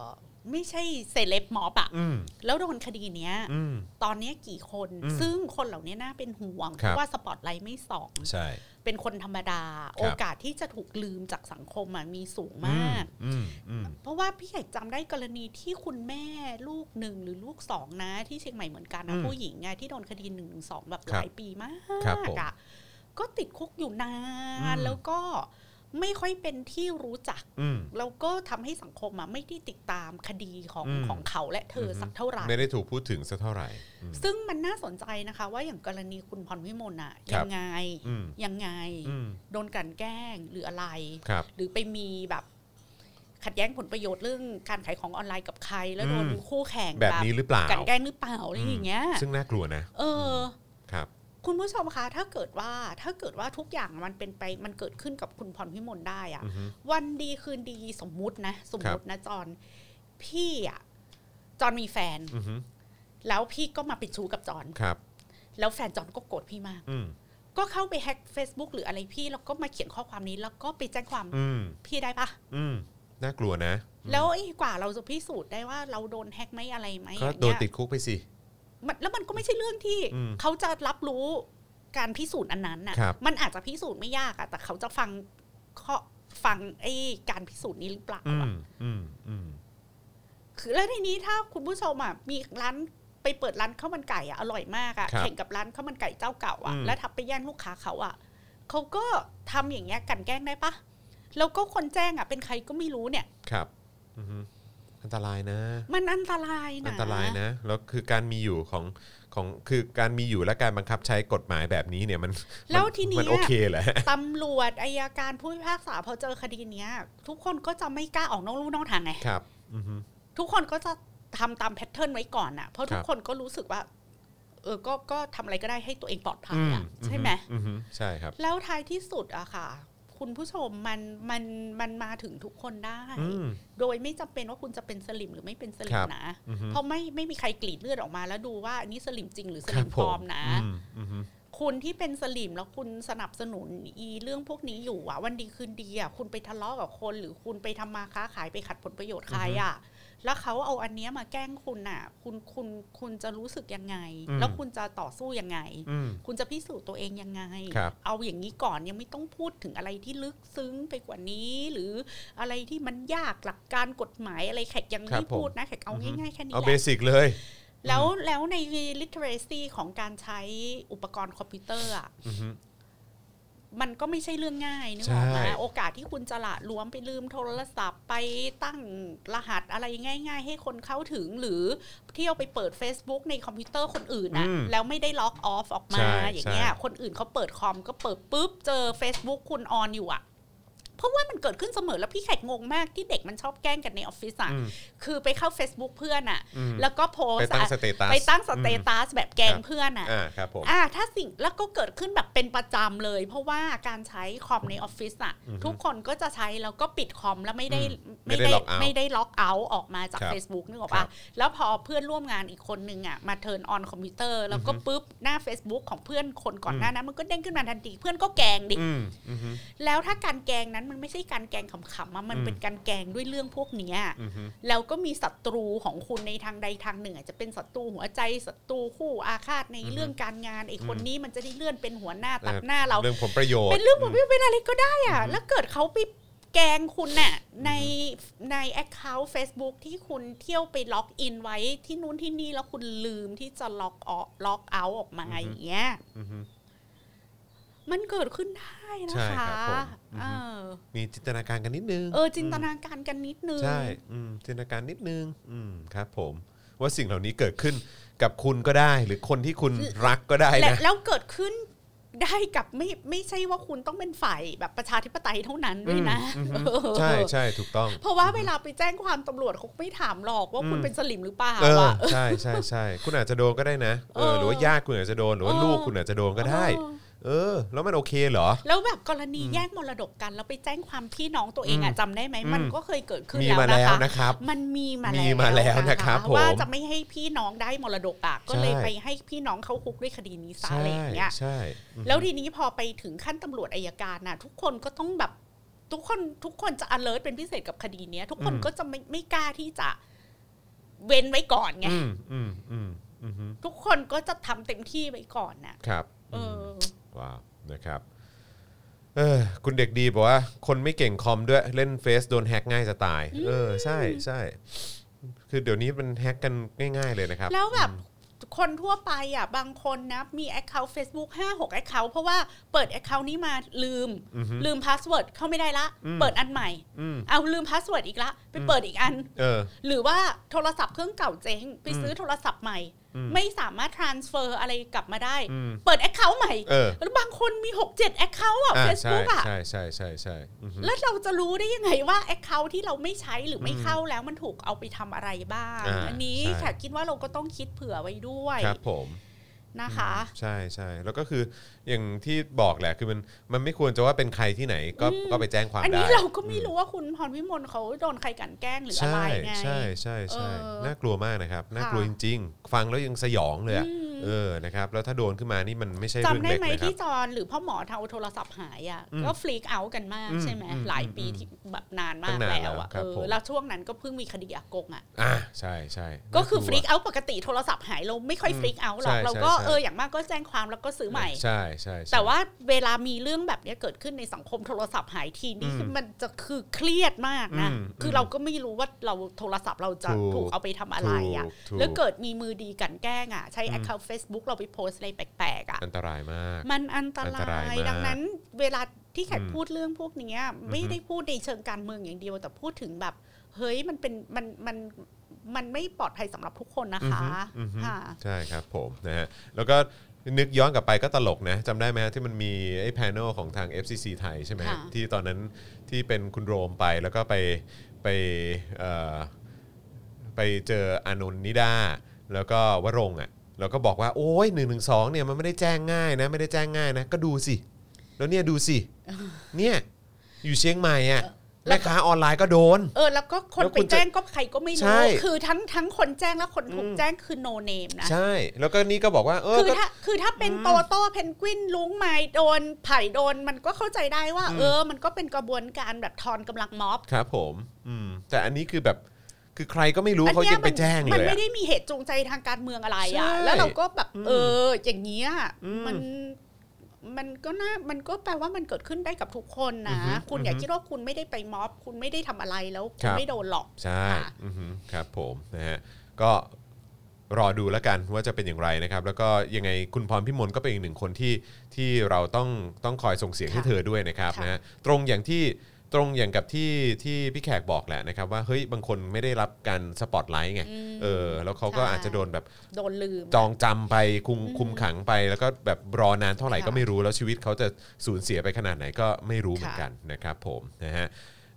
[SPEAKER 3] อไม่ใช่เซเลบม็อบอะ
[SPEAKER 2] อืม
[SPEAKER 3] แล้วโดนคดีเนี้ย
[SPEAKER 2] อืม
[SPEAKER 3] ตอนเนี้ยกี่คน
[SPEAKER 2] อืม
[SPEAKER 3] ซึ่งคนเหล่านี้น่าเป็นห่วง
[SPEAKER 2] ค
[SPEAKER 3] เพ
[SPEAKER 2] รับ
[SPEAKER 3] ราะว่าสปอตไลท์ไม่ส่อง
[SPEAKER 2] ใช่
[SPEAKER 3] เป็นคนธรรมดา
[SPEAKER 2] ครับ
[SPEAKER 3] โอกาสที่จะถูกลืมจากสังคมอะมีสูงมาก
[SPEAKER 2] อืมอืม
[SPEAKER 3] เพราะว่าพี่ใหญ่จำได้กรณีที่คุณแม่ลูกหนึ่งหรือลูกสองนะ ที่เชียงใหม่เหมือนกันนะผู้หญิงไงที่โดนคดีหนึ่งสองแบบหลายปีมาก
[SPEAKER 2] ครับผม
[SPEAKER 3] อะก็ติดคุกอยู่นาน
[SPEAKER 2] อืม
[SPEAKER 3] แล้วก็ไม่ค่อยเป็นที่รู้จัก
[SPEAKER 2] อืม
[SPEAKER 3] แล้วก็ทำให้สังคมอะไม่ได้ติดตามคดีของ
[SPEAKER 2] อืม
[SPEAKER 3] ของเขาและเธอสักเท่าไหร่
[SPEAKER 2] ไม่ได้ถูกพูดถึงสักเท่าไหร่อืม
[SPEAKER 3] ซึ่งมันน่าสนใจนะคะ ว่าอย่างกรณีคุณพรวิมลอะ
[SPEAKER 2] ครั
[SPEAKER 3] ยั
[SPEAKER 2] บ
[SPEAKER 3] งไง
[SPEAKER 2] อืม
[SPEAKER 3] ยังไง
[SPEAKER 2] อืม
[SPEAKER 3] โดนกลั่นแกล้งหรืออะไร
[SPEAKER 2] ครับ
[SPEAKER 3] หรือไปมีแบบขัดแย้งผลประโยชน์เรื่องการขายของออนไลน์กับใคร แล้วโดน
[SPEAKER 2] อืม
[SPEAKER 3] คู่แข่ง
[SPEAKER 2] แบบนี้หรือเปล่าก
[SPEAKER 3] ลั่นแกล้งหรือเปล่าอะไรอย่างเงี้ย
[SPEAKER 2] ซึ่งน่ากลัวนะ
[SPEAKER 3] เออ
[SPEAKER 2] ครับ
[SPEAKER 3] คุณผู้ชมคะถ้าเกิดว่าถ้าเกิดว่าทุกอย่างมันเป็นไปมันเกิดขึ้นกับคุณพรพิมลได้อะ
[SPEAKER 2] อือฮึ
[SPEAKER 3] วันดีคืนดีสมมุตินะ สมมุตินะจอนพี่อะจอนมีแฟน
[SPEAKER 2] อือฮึ
[SPEAKER 3] แล้วพี่ก็มาปิดชู้กับจอน
[SPEAKER 2] ครับ
[SPEAKER 3] แล้วแฟนจอนก็โกรธพี่มาก
[SPEAKER 2] อืม
[SPEAKER 3] ก็เข้าไปแฮ็ก Facebook หรืออะไรพี่แล้วก็มาเขียนข้อความนี้ แล้วก็ไปแจ้งความ
[SPEAKER 2] อืม
[SPEAKER 3] พี่ได้ปะ
[SPEAKER 2] อืมน่ากลัวนะ
[SPEAKER 3] แล้วไอ้กว่าเราจะพิสูจน์ได้ว่าเราโดนแฮ็กไหมอะไรไหม
[SPEAKER 2] ก็
[SPEAKER 3] อย่าง
[SPEAKER 2] โดนติ
[SPEAKER 3] เงี้ย
[SPEAKER 2] ดคุกไปสิ
[SPEAKER 3] มันแล้วมันก็ไม่ใช่เรื่องที่
[SPEAKER 2] อืม
[SPEAKER 3] เขาจะรับรู้การพิสูจน์อันนั้นน่ะ
[SPEAKER 2] ครับ
[SPEAKER 3] มันอาจจะพิสูจน์ไม่ยากอะแต่เขาจะฟังข้อฟังไอ้การพิสูจน์นี้หรือเปล่า
[SPEAKER 2] อื
[SPEAKER 3] อะ
[SPEAKER 2] มอืมอืม
[SPEAKER 3] คือแล้วทีนี้ถ้าคุณผู้ชมอะมีร้านไปเปิดร้านข้าวมันไก่อะอร่อยมากอะแข่งกับร้านข้าวมันไก่เจ้าเก่าอะแล้วทับไปแย่งลูกค้าเขาอะเขาก็ทำอย่างเงี้ยกลันแกล้งได้ปะแล้วก็คนแจ้งอะเป็นใครก็ไม่รู้เนี่ย
[SPEAKER 2] ครับอือฮึอันตรายนะ
[SPEAKER 3] มันอันตรายนะ
[SPEAKER 2] อันตรายนะ แล้วคือการมีอยู่ของของคือการมีอยู่และการบังคับใช้กฎหมายแบบนี้เนี่ยมัน
[SPEAKER 3] แล้วทีนี้
[SPEAKER 2] มันโอเคแหละ
[SPEAKER 3] ตำรวจอายการผู้พิพากษาพอเจอคดีเนี้ย ทุกคนก็จะไม่กล้าออกนอกลู่นอกทางไง
[SPEAKER 2] ครับอือฮึ
[SPEAKER 3] ทุกคนก็จะทำตามแพทเทิร์นไว้ก่อนอะเพราะทุ
[SPEAKER 2] ค
[SPEAKER 3] ก
[SPEAKER 2] รับ
[SPEAKER 3] คนก็รู้สึกว่า เออก็ก็ทำอะไรก็ได้ให้ตัวเองปลอดภัยอะ
[SPEAKER 2] อื
[SPEAKER 3] ใช่ไหม
[SPEAKER 2] อือฮึใช่ครับ
[SPEAKER 3] แล้วท้ายที่สุดอะค่ะ คุณผู้ชมมันมันมันมาถึงทุกคนได้
[SPEAKER 2] อืม
[SPEAKER 3] โดยไม่จำเป็นว่าคุณจะเป็นสลิมหรือไม่เป็นสลิ
[SPEAKER 2] ครั
[SPEAKER 3] ม
[SPEAKER 2] บ
[SPEAKER 3] นะ
[SPEAKER 2] อือฮึ
[SPEAKER 3] เพราะไม่ไม่มีใครกรีดเลือดออกมาแล้วดูว่าอันนี้สลิมจริงหรือส
[SPEAKER 2] ครั
[SPEAKER 3] ลิ
[SPEAKER 2] บ
[SPEAKER 3] ม
[SPEAKER 2] ผ
[SPEAKER 3] ปลอมนะ
[SPEAKER 2] อืมอือฮึ
[SPEAKER 3] คุณที่เป็นสลิมแล้วคุณสนับสนุนอีเรื่องพวกนี้อยู่อะวันดีคืนดีอะคุณไปทะเลาะกับคน หรือคุณไปทำมาค้าขายไปขัดผลประโยชน์ใครอะแล้วเขาเอาอันเนี้ยมาแกล้งคุณอะคุณคุณคุณจะรู้สึกยังไง
[SPEAKER 2] อืม
[SPEAKER 3] แล้วคุณจะต่อสู้ยังไง
[SPEAKER 2] อืม
[SPEAKER 3] คุณจะพิสูจน์ตัวเองยังไง
[SPEAKER 2] ครับ
[SPEAKER 3] เอาอย่างนี้ก่อนยังไม่ต้องพูดถึงอะไรที่ลึกซึ้งไปกว่านี้ หรืออะไรที่มันยากหลักการกฎหมายอะไรแขกยังไม่พูดนะแขกเอาง่ายๆแค่นี้
[SPEAKER 2] เอา
[SPEAKER 3] แห
[SPEAKER 2] เบ
[SPEAKER 3] ละ
[SPEAKER 2] สิกเลย
[SPEAKER 3] แล้วแล้วใน literacy ของการใช้อุปกรณ์คอมพิวเตอร์อะ
[SPEAKER 2] อือฮึ
[SPEAKER 3] มันก็ไม่ใช่เรื่องง่ายนึกออกไหม
[SPEAKER 2] ใช่
[SPEAKER 3] โอกาสที่คุณจะละล้วมไปลืมโทรศัพท์ไปตั้งรหัสอะไรง่าย ๆ ให้คนเข้าถึงหรือเที่ยวไปเปิด Facebook ในคอมพิวเตอร์คนอื่นนะ
[SPEAKER 2] อืม
[SPEAKER 3] แล้วไม่ได้ล็อกออฟออกมา
[SPEAKER 2] ใช่
[SPEAKER 3] อย่างเงี้ย
[SPEAKER 2] ใช่
[SPEAKER 3] คนอื่นเขาเปิดคอมก็เปิดปุ๊บ เจอ Facebook คุณออนอยู่อะเพราะว่ามันเกิดขึ้นเสมอแล้วพี่แขกงงมากที่เด็กมันชอบแกล้งกันในออฟฟิศอะ
[SPEAKER 2] อืม
[SPEAKER 3] คือไปเข้า Facebook เพื่อนอะ
[SPEAKER 2] อืม
[SPEAKER 3] แล้วก็โพส
[SPEAKER 2] ไป
[SPEAKER 3] ต์
[SPEAKER 2] ตั้ง
[SPEAKER 3] อะ
[SPEAKER 2] สเตตัส
[SPEAKER 3] ไปตั้งสเต
[SPEAKER 2] อืม
[SPEAKER 3] ตัสแบบแกล้ง
[SPEAKER 2] ครับ
[SPEAKER 3] เพื่อนอ่ะ
[SPEAKER 2] อ่าครับผม
[SPEAKER 3] อ่า ถ้าสิ่งแล้วก็เกิดขึ้นแบบเป็นประจำเลย เพราะว่าการใช้คอมในออฟฟิศอ่ะ
[SPEAKER 2] อือฮึ
[SPEAKER 3] ทุกคนก็จะใช้แล้วก็ปิดคอมแล้วไม่ได้
[SPEAKER 2] อืมไม่ได้ล็อกเอาท์
[SPEAKER 3] ไม่ได้ล็อกเอาท์ออกมาจาก
[SPEAKER 2] ครับ
[SPEAKER 3] Facebook นึกออก
[SPEAKER 2] ครับ
[SPEAKER 3] ปะแล้วพอเพื่อนร่วมงานอีกคนนึงอ่ะ มาเทิร์นออนคอมพิวเตอร์แล้วก็
[SPEAKER 2] อือฮึ
[SPEAKER 3] ปุ๊บหน้า Facebook ของเพื่อนคนก่อน
[SPEAKER 2] อืม
[SPEAKER 3] หน้านั้นมันก็เด้งขึ้นมาทันทีเพื่อนก็แกล้งดิ
[SPEAKER 2] อืมอือฮึ
[SPEAKER 3] แล้วถ้าการแกล้งนั้นมันไม่ใช่การแกล้งขำๆอะมัน
[SPEAKER 2] อืม
[SPEAKER 3] เป็นการแกล้งด้วยเรื่องพวกเนี้ย
[SPEAKER 2] อือฮึ
[SPEAKER 3] แล้วก็มีศัตรูของคุณในทางใดทางหนึ่งอาจจะเป็นศัตรูหัวใจศัตรูคู่อาฆาตใน
[SPEAKER 2] อือฮึ
[SPEAKER 3] เรื่องการงานไอ้คน
[SPEAKER 2] อืม
[SPEAKER 3] นี้มันจะได้เลื่อนเป็นหัวหน้าตัดหน้าเรา
[SPEAKER 2] เรื่องผลประโยชน์
[SPEAKER 3] เป็นเรื่องผมไม่เป็นอะไรก็ได้อะแล้วเกิดเขาไปแกล้งคุณน่ะในในแอคเคาท์ Facebook ที่คุณเที่ยวไปล็อกอินไว้ที่นู้นที่นี่แล้วคุณลืมที่จะล็อกออกล็อกเอาออกมา
[SPEAKER 2] อือฮึ
[SPEAKER 3] อย่างเงี้ย
[SPEAKER 2] อือฮึ
[SPEAKER 3] มันเกิดขึ้นได้นะ
[SPEAKER 2] ใช่
[SPEAKER 3] คะ
[SPEAKER 2] ครับผม
[SPEAKER 3] เอ
[SPEAKER 2] อือฮึ
[SPEAKER 3] อ
[SPEAKER 2] มีจินตนาการกันนิดนึง
[SPEAKER 3] เออจินตนาการกันนิดนึง
[SPEAKER 2] ใช่อืมจินตนาการนิดนึงอืมครับผม ว่าสิ่งเหล่านี้เกิดขึ้นกับคุณก็ได้ หรือคนที่คุณรักก็ได้
[SPEAKER 3] และ
[SPEAKER 2] นะ
[SPEAKER 3] แล้วเกิดขึ้นได้กับไม่ไม่ใช่ว่าคุณต้องเป็นฝ่ายแบบประชาธิปไตยเท่านั้นด้วยนะ
[SPEAKER 2] อืมอืม
[SPEAKER 3] เออ
[SPEAKER 2] ใช่ใช่ถูกต้อง
[SPEAKER 3] เพราะว่าเวลาไปแจ้งความตำรวจเขาไม่ถามหรอกว่าคุณ
[SPEAKER 2] อืม
[SPEAKER 3] เป็นสลิมหรือเปล่า
[SPEAKER 2] เออ
[SPEAKER 3] อะ
[SPEAKER 2] ใช่ใช่ใช่คุณอาจจะโดนก็ได้นะเออ
[SPEAKER 3] เออ
[SPEAKER 2] หรือว่าญาติคุณอาจจะโดนหรือว่า
[SPEAKER 3] เออ
[SPEAKER 2] ลูกคุณอาจจะโดนก็ได้
[SPEAKER 3] เออ
[SPEAKER 2] เออ แล้วมันโอเคเหรอ
[SPEAKER 3] แล้วแบบกรณีแย่งมรดกกัน แล้วไปแจ้งความพี่น้องตัวเองอะจำได้ไหมมัน
[SPEAKER 2] อืม
[SPEAKER 3] ก็เคยเกิดขึ้น
[SPEAKER 2] มี
[SPEAKER 3] แล้ว
[SPEAKER 2] มา
[SPEAKER 3] นะ
[SPEAKER 2] แล้ว
[SPEAKER 3] คะ
[SPEAKER 2] นะครับ
[SPEAKER 3] มันมีมา
[SPEAKER 2] มี
[SPEAKER 3] แล้ว
[SPEAKER 2] มาแล้วนะครับผม
[SPEAKER 3] ว่าจะไม่ให้พี่น้องได้มรดกอะก็เลย
[SPEAKER 2] ใช่
[SPEAKER 3] ไปให้พี่น้องเข้าคุกด้วยคดีนี้ซะ
[SPEAKER 2] ใช่
[SPEAKER 3] อะไรอย่างเงี้ย
[SPEAKER 2] ใช่อืม
[SPEAKER 3] แล้วทีนี้พอไปถึงขั้นตำรวจอายการน่ะ ทุกคนก็ต้องแบบทุกคนทุกคนจะ alert เป็นพิเศษกับคดีเนี้ย ทุกคนก็จะไม่ไม่กล้าที่จะเว้นไว้ก่อนไง
[SPEAKER 2] อืมอืมอืมอืม
[SPEAKER 3] ทุกคนก็จะทำเต็มที่ไว้ก่อนน่ะ
[SPEAKER 2] ครับ
[SPEAKER 3] เออ
[SPEAKER 2] ว้าวนะครับ เออ คุณเด็กดีบอกว่า คนไม่เก่งคอมด้วยเล่นเฟซโดนแฮกง่ายจะตาย เออใช่ใช่คือเดี๋ยวนี้มันแฮกกันง่ายๆเลยนะครับ
[SPEAKER 3] แล้วแบบคนทั่วไปอ่ะบางคนนะมี Account Facebook 5 6 Account เพราะว่าเปิด Account นี้มาลืม
[SPEAKER 2] อือฮึ
[SPEAKER 3] ลืมพาสเวิร์ดเข้าไม่ได้ละ
[SPEAKER 2] อืม
[SPEAKER 3] เปิดอันใหม่
[SPEAKER 2] อืม
[SPEAKER 3] เอาลืมพาสเวิร์ดอีกละ ไปเปิดอีกอัน
[SPEAKER 2] เออ
[SPEAKER 3] หรือว่าโทรศัพท์เครื่องเก่าเจ๊งไปซื้อโทรศัพท์ใหม่
[SPEAKER 2] อืม
[SPEAKER 3] ไม่สามารถ transfer อะไรกลับมาได้
[SPEAKER 2] อืม
[SPEAKER 3] เปิด account ใหม่
[SPEAKER 2] เออ
[SPEAKER 3] แล้วบางคนมี 6 7 account อ่ะ
[SPEAKER 2] อ่าใช่
[SPEAKER 3] Facebook อ่ะ
[SPEAKER 2] ใช่ใช่ใช่ใช่อือฮึ
[SPEAKER 3] แล้วเราจะรู้ได้ยังไงว่า account ที่เราไม่ใช้หรือไม่เข้าแล้วมันถูกเอาไปทำอะไรบ้าง
[SPEAKER 2] อ่า
[SPEAKER 3] อันนี้
[SPEAKER 2] ใช่
[SPEAKER 3] แขกคิดว่าเราก็ต้องคิดเผื่อไว้ด้วย
[SPEAKER 2] ครับผม
[SPEAKER 3] นะคะ
[SPEAKER 2] ใช่ใช่แล้วก็คืออย่างที่บอกแหละคือมันมันไม่ควรจะว่าเป็นใครที่ไหนก็
[SPEAKER 3] อืม
[SPEAKER 2] ก็ไปแจ้งความได้
[SPEAKER 3] อั
[SPEAKER 2] อั
[SPEAKER 3] นนี้เราก็ไม่รู้ว่าคุณพรวิมลเขาโดนใครกลันแกล้งหรืออะไร
[SPEAKER 2] ใช่
[SPEAKER 3] ไง
[SPEAKER 2] ใช่ใช่ใช่
[SPEAKER 3] เออ
[SPEAKER 2] น่ากลัวมากนะครับ น่ากลัว
[SPEAKER 3] ค่ะ
[SPEAKER 2] จริง ๆ ฟังแล้วยังสยองเลยอะ
[SPEAKER 3] อืม
[SPEAKER 2] เออนะครับ แล้วถ้าโดนขึ้นมานี่มันไม่ใช่เรื่อง
[SPEAKER 3] จำได้
[SPEAKER 2] เล็ก
[SPEAKER 3] ไหม
[SPEAKER 2] เลยครั
[SPEAKER 3] ที่
[SPEAKER 2] บ
[SPEAKER 3] จอนหรือพ่อหมอเทาโทรศัพท์หายอ่ะ
[SPEAKER 2] อืม
[SPEAKER 3] ก็ฟลีกเอาท์กันมาก
[SPEAKER 2] อืม
[SPEAKER 3] ใช่ไหม
[SPEAKER 2] อืม
[SPEAKER 3] หลาย
[SPEAKER 2] อืม
[SPEAKER 3] ปีที่แบบนาน
[SPEAKER 2] ตั้
[SPEAKER 3] มาก
[SPEAKER 2] งนาน
[SPEAKER 3] แล้ว
[SPEAKER 2] แล้ว
[SPEAKER 3] อ่ะ
[SPEAKER 2] ครับ
[SPEAKER 3] เออ
[SPEAKER 2] ผม
[SPEAKER 3] แล้วช่วงนั้นก็เพิ่งมีคดีอากงอ่ะ
[SPEAKER 2] อ่าใช่ใช่
[SPEAKER 3] ก็คือฟลีก
[SPEAKER 2] น่า
[SPEAKER 3] เอาท์ปกติโทรศัพท์หายเราไม่ค่อย
[SPEAKER 2] อืม
[SPEAKER 3] ฟลีกเอาท์หรอก
[SPEAKER 2] ใช่
[SPEAKER 3] เราก็
[SPEAKER 2] ใช่ใช่
[SPEAKER 3] เอออย่างมากก็แจ้งความแล้วก็ซื้อใหม่
[SPEAKER 2] ใช่ใช่ใช่
[SPEAKER 3] แต่ว่าเวลามีเรื่องแบบเนี้ยเกิดขึ้นในสังคมโทรศัพท์หายทีนี่
[SPEAKER 2] อืม
[SPEAKER 3] คือมันจะคือเครียดมากนะ
[SPEAKER 2] อืม
[SPEAKER 3] คือเราก็ไม่รู้ว่าเราโทรศัพท์เราจะ
[SPEAKER 2] ถูก
[SPEAKER 3] ถูกเอาไปทำอะไรอ่ะ
[SPEAKER 2] ถูกถูก
[SPEAKER 3] แล้วเกิดมีมือดีกลันแกล้งอ่ะใช้ account Facebook เราไปโพสต์อะไรแปลกๆอ่ะ
[SPEAKER 2] อันตรายมาก
[SPEAKER 3] มันอันต
[SPEAKER 2] อันตราร
[SPEAKER 3] าย ย
[SPEAKER 2] มาก
[SPEAKER 3] ดังนั้นเวลาที่แขก
[SPEAKER 2] อืม
[SPEAKER 3] พูดเรื่องพวกเนี้ยไม่
[SPEAKER 2] อือฮึ
[SPEAKER 3] ได้พูดในเชิงการเมืองอย่างเดียว แต่พูดถึงแบบ เฮ้ยมันเป็นมันมันมันไม่ปลอดภัยสำหรับทุกคนนะคะ
[SPEAKER 2] อือฮึ
[SPEAKER 3] ค่ะ
[SPEAKER 2] ใช่ครับผมนะฮะแล้วก็นึกย้อนกลับไปก็ตลกนะจำได้ไหมฮะที่มันมีไอ้แพน e ลของทาง FCC ไทยใช่ไหมฮะ
[SPEAKER 3] ค่ะ
[SPEAKER 2] ที่ตอนนั้นที่เป็นคุณโรมไปแล้วก็ไปไปเอ่อไปเจออานนท์นิดา แล้วก็วรงค์อ่ะแล้วก็บอกว่า โอ้ย1นึเนี่ยมันไม่ได้แจ้งง่ายนะ ไม่ได้แจ้งง่ายนะ ก็ดูสิ แล้วเนี่ยดูสิ เนี่ย อยู่เชียงใหม่อ่ะแม่ค้าออนไลน์ก็โดน
[SPEAKER 3] เออแล้วก็คน
[SPEAKER 2] แล้ว
[SPEAKER 3] ไป
[SPEAKER 2] คุณจะ
[SPEAKER 3] แจ้งก็ใครก็ไม่
[SPEAKER 2] ใช่
[SPEAKER 3] รู้ คือทั้งทั้งคนแจ้งและคนถูก
[SPEAKER 2] อืม
[SPEAKER 3] แจ้งคือโนเนมนะ
[SPEAKER 2] ใช่ แล้วก็นี่ก็บอกว่าเออ
[SPEAKER 3] คือ
[SPEAKER 2] ก็
[SPEAKER 3] ถ้าคือถ้าเป็นโตโต้เพนกวินลุงไม้โดนไผ่โดนมันก็เข้าใจได้ว่า
[SPEAKER 2] อืม
[SPEAKER 3] เออ มันก็เป็นกระบวนการแบบทอนกำลังม็อบ
[SPEAKER 2] ครับผมอืมแต่อันนี้คือแบบคือใครก็ไม่รู้เขายังไปแจ้ง
[SPEAKER 3] มั
[SPEAKER 2] เลย
[SPEAKER 3] ไม่
[SPEAKER 2] อะ
[SPEAKER 3] ได้มีเหตุจูงใจทางการเมืองอะไร
[SPEAKER 2] ใช่
[SPEAKER 3] อ่ะ แล้วเราก็แบบ
[SPEAKER 2] อืม
[SPEAKER 3] เออ อย่างเงี้ย
[SPEAKER 2] อืม
[SPEAKER 3] มันมันก็น่ามันก็แปลว่ามันเกิดขึ้นได้กับทุกคน
[SPEAKER 2] อื
[SPEAKER 3] นะ
[SPEAKER 2] อฮึ
[SPEAKER 3] คุณอย่า
[SPEAKER 2] อือฮึ
[SPEAKER 3] คิดว่าคุณไม่ได้ไปม็อบ คุณไม่ได้ทำอะไรแล้ว
[SPEAKER 2] ค
[SPEAKER 3] คุ
[SPEAKER 2] รั
[SPEAKER 3] ณ
[SPEAKER 2] บ
[SPEAKER 3] ไม่โดนหรอก
[SPEAKER 2] ใช่
[SPEAKER 3] ค่ะ
[SPEAKER 2] อือฮึครับผมนะฮะก็รอดูแล้วกันว่าจะเป็นอย่างไรนะครับ แล้วก็ยังไงคุณพรพิมลก็เป็นอีกหนึ่งคนที่ที่เราต้องต้องคอยส่งเสียงให้
[SPEAKER 3] ค่ะ
[SPEAKER 2] เธอด้วยนะครับ
[SPEAKER 3] ค่ะ
[SPEAKER 2] นะฮะตรงอย่างที่ตรงอย่างกับที่ที่พี่แขกบอกแหละนะครับ ว่าเฮ้ยบางคนไม่ได้รับการสปอตไลท์ไง
[SPEAKER 3] อืม
[SPEAKER 2] เออแล้วเขาก็
[SPEAKER 3] ใช่
[SPEAKER 2] อาจจะโดนแบบ
[SPEAKER 3] โดนลืม
[SPEAKER 2] จองจำไปคุมคุมขังไปแล้วก็แบบรอนานเท่าไหร่
[SPEAKER 3] ค่ะ
[SPEAKER 2] ก็ไม่รู้แล้วชีวิตเขาจะสูญเสียไปขนาดไหนก็ไม่รู้เหมือนกันนะครับผมนะฮะ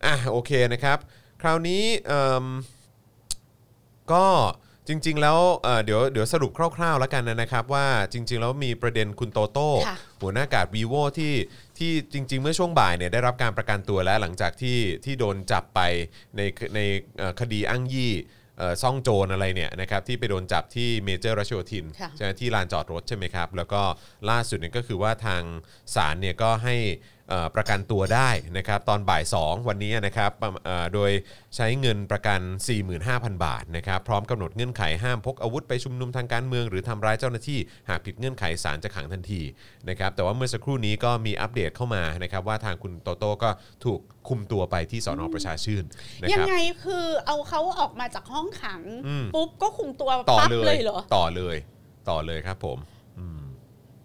[SPEAKER 2] อ่ะโอเคนะครับ คราวนี้เอิ่มก็จริง ๆ แล้วเอ่อเดี๋ยวเดี๋ยวสรุปคร่าวๆแล้วกันนะครับว่าจริง ๆ แล้วมีประเด็นคุณโตโต้
[SPEAKER 3] ค่ะ
[SPEAKER 2] หัวหน้ากาดวีโวที่ที่จริง ๆ เมื่อช่วงบ่ายเนี่ยได้รับการประกันตัวแล้วหลังจากที่ที่โดนจับไปในในเอ่อคดีอ้างยี่เอ่อซ่องโจรอะไรเนี่ยนะครับที่ไปโดนจับที่เมเจอร์รัชโยธิน
[SPEAKER 3] ค่ะ
[SPEAKER 2] ใช่ไหมที่ลานจอดรถใช่ไหมครับ แล้วก็ล่าสุดเนี่ยก็คือว่าทางศาลเนี่ยก็ให้เอ่อประกันตัวได้นะครับ ตอนบ่าย 2 วันนี้นะครับประมาณเอ่อโดยใช้เงินประกัน 45,000 บาทนะครับ พร้อมกำหนดเงื่อนไขห้ามพกอาวุธไปชุมนุมทางการเมือง หรือทำร้ายเจ้าหน้าที่หากผิดเงื่อนไขศาลจะขังทันทีนะครับ แต่ว่าเมื่อสักครู่นี้ก็มีอัปเดตเข้ามานะครับ ว่าทางคุณโตโต้ก็ถูกคุมตัวไปที่สอนอประชาชื่นนะ
[SPEAKER 3] ยั
[SPEAKER 2] ค
[SPEAKER 3] ง
[SPEAKER 2] รับ
[SPEAKER 3] ไงคือเอาเขาออกมาจากห้องขัง
[SPEAKER 2] อืม
[SPEAKER 3] ปุ๊บก็คุมตัว
[SPEAKER 2] ต่อ
[SPEAKER 3] ปั๊บ
[SPEAKER 2] เล
[SPEAKER 3] เลย ยเหรอ
[SPEAKER 2] ต่อเลยต่อเลยครับผม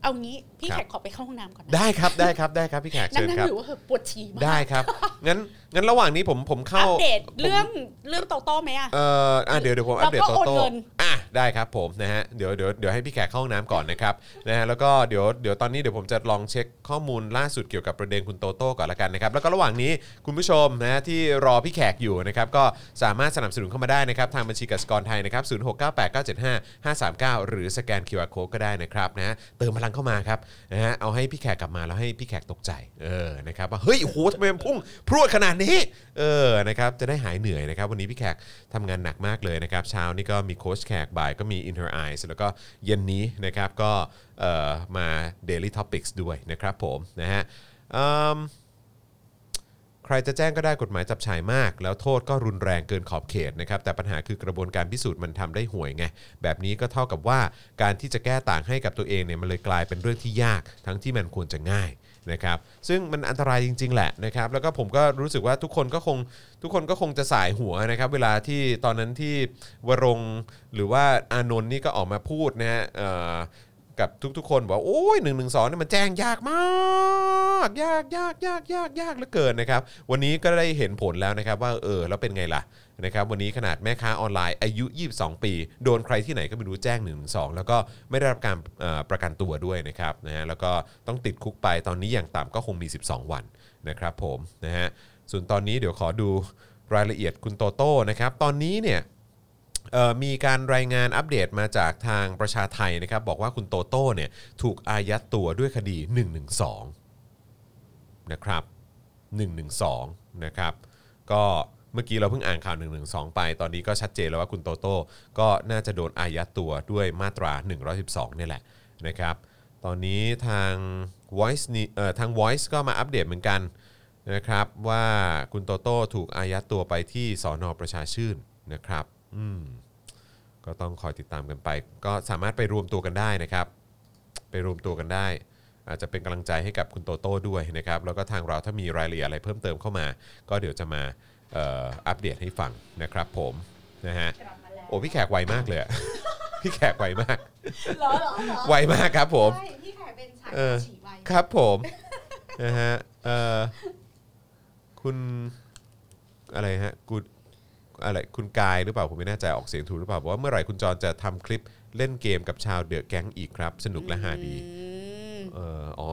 [SPEAKER 3] เอางี้ พี่
[SPEAKER 2] ครับ
[SPEAKER 3] แขกขอไปเข้าห้องน้ำก่อนนะ
[SPEAKER 2] ได้ครับได้ครับได้ครับพี่แขก
[SPEAKER 3] นั่
[SPEAKER 2] เชิ
[SPEAKER 3] ง
[SPEAKER 2] ญ
[SPEAKER 3] นั่ง
[SPEAKER 2] ครับ
[SPEAKER 3] อยู่ว่าเออปวดฉี่มาก
[SPEAKER 2] ได้ค รับ งั้นงั้นระหว่างนี้ผมผมเข้า
[SPEAKER 3] อัปเดต
[SPEAKER 2] ผม
[SPEAKER 3] เรื่องเรื่องโตโต้ไหมอะ
[SPEAKER 2] เอ่ออ่ะเดี๋ยวเดี๋ยวผมอัปเดต
[SPEAKER 3] เรา
[SPEAKER 2] โต
[SPEAKER 3] ก็โอน
[SPEAKER 2] โต้
[SPEAKER 3] เงิน
[SPEAKER 2] อ่ะได้ครับผมนะฮะเดี๋ยวเดี๋ยวเดี๋ยวให้พี่แขกเข้าห้องน้ำก่อนนะครับนะฮะแล้วก็เดี๋ยวเดี๋ยวตอนนี้เดี๋ยวผมจะลองเช็คข้อมูลล่าสุดเกี่ยวกับประเด็นคุณโตโต้ก่อนละกันนะครับแล้วก็ระหว่างนี้คุณผู้ชมนะฮะที่รอพี่แขกอยู่นะครับก็สามารถสนับสนุนเข้ามาได้นะครับทางบัญชีกสิกรไทยนะครับ0 6 9 8 9 7 5 5 3 9 หรือสแกน QR Code ก็ได้นะครับนะฮะเติมพลังเข้ามาครับนะฮะเอาให้พี่แขกกลับมาแล้วให้พี่แขกตกใจเออนะครับว่าเฮ้ยโอ้โหทำไมมันพุ่งพรวดขนาดนี้เออนะครับจะได้หายเหนื่อยนะครับวันนี้พี่แขกทำงานหนักมากเลยนะครับเช้านี่ก็มีโค้ชแขกบ่ายก็มี In Her Eyes แล้วก็เย็นนี้นะครับก็เอ่อมา Daily Topics ด้วยนะครับผมนะฮะอืม ใครจะแจ้งก็ได้กฎหมายจับฉายมาก แล้วโทษก็รุนแรงเกินขอบเขตนะครับแต่ปัญหาคือกระบวนการพิสูจน์มันทำได้ห่วยไง แบบนี้ก็เท่ากับว่าการที่จะแก้ต่างให้กับตัวเองเนี่ยมันเลยกลายเป็นเรื่องที่ยากทั้งที่มันควรจะง่ายนะครับซึ่งมันอันตรายจริง ๆ แหละนะครับแล้วก็ผมก็รู้สึกว่าทุกคนก็คงทุกคนก็คงจะสายหัวนะครับเวลาที่ตอนนั้นที่วรงค์หรือว่าอานนท์นี่ก็ออกมาพูดนะฮะเอ่อ กับทุกๆ คนบอกว่าโอ้ยหนึ่งหนึ่งสองนี่ยมันแจ้งยากมาก ยากยากยากยากยากเหลือเกินนะครับ วันนี้ก็ได้เห็นผลแล้วนะครับ ว่าเออแล้วเป็นไงล่ะนะครับ วันนี้ขนาดแม่ค้าออนไลน์อายุ 22 ปี โดนใครที่ไหนก็ไม่รู้แจ้ง1นึแล้วก็ไม่ได้รับการเอ่อประกันตัวด้วยนะครับนะฮะแล้วก็ต้องติดคุกไปตอนนี้อย่างต่ำก็คงมี 12 วันนะครับ ผมนะฮะส่วนตอนนี้เดี๋ยวขอดูรายละเอียดคุณโตโต้นะครับ ตอนนี้เนี่ย เอ่อมีการรายงานอัปเดตมาจากทางประชาไทยนะครับ บอกว่าคุณโตโต้เนี่ยถูกอายัดตัวด้วยคดี 112 นะครับ 112 นะครับ ก็เมื่อกี้เราเพิ่งอ่านข่าว 112 ไป ตอนนี้ก็ชัดเจนแล้วว่าคุณโตโต้ก็น่าจะโดนอายัดตัวด้วยมาตรา 112เนี่ยแหละนะครับ ตอนนี้ทาง Voice นี่เอ่อทาง Voice ก็มาอัปเดตเหมือนกันนะครับ ว่าคุณโตโต้ถูกอายัดตัวไปที่สอนอประชาชื่นนะครับ อืม ก็ต้องคอยติดตามกันไป ก็สามารถไปรวมตัวกันได้นะครับ ไปรวมตัวกันได้ อาจจะเป็นกำลังใจให้กับคุณโตโต้ด้วยนะครับ แล้วก็ทางเราถ้ามีรายละเอียดอะไรเพิ่มเติมเข้ามา ก็เดี๋ยวจะมาเอ่ออัปเดตให้ฟังนะครับ ผมนะฮะโอ้พี่แขกไวมากเลยอะ พี่แขกไวมาก
[SPEAKER 5] เหรอเหรอเหรอ
[SPEAKER 2] ไวมากครับผม
[SPEAKER 5] ใช่พี่แขกเป็นสาย
[SPEAKER 2] เออ
[SPEAKER 5] ฉี่ไว
[SPEAKER 2] ครับผม นะฮะเอ่อคุณอะไรฮะกูอะไรคุณกายหรือเปล่าผมไม่แน่ใจออกเสียงถูกหรือเปล่าบอกว่าเมื่อไหร่คุณจรจะทำคลิปเล่นเกมกับชาวเดอะแก๊งอีกครับ สนุกและฮาดี
[SPEAKER 3] อืม
[SPEAKER 2] เอออ๋อ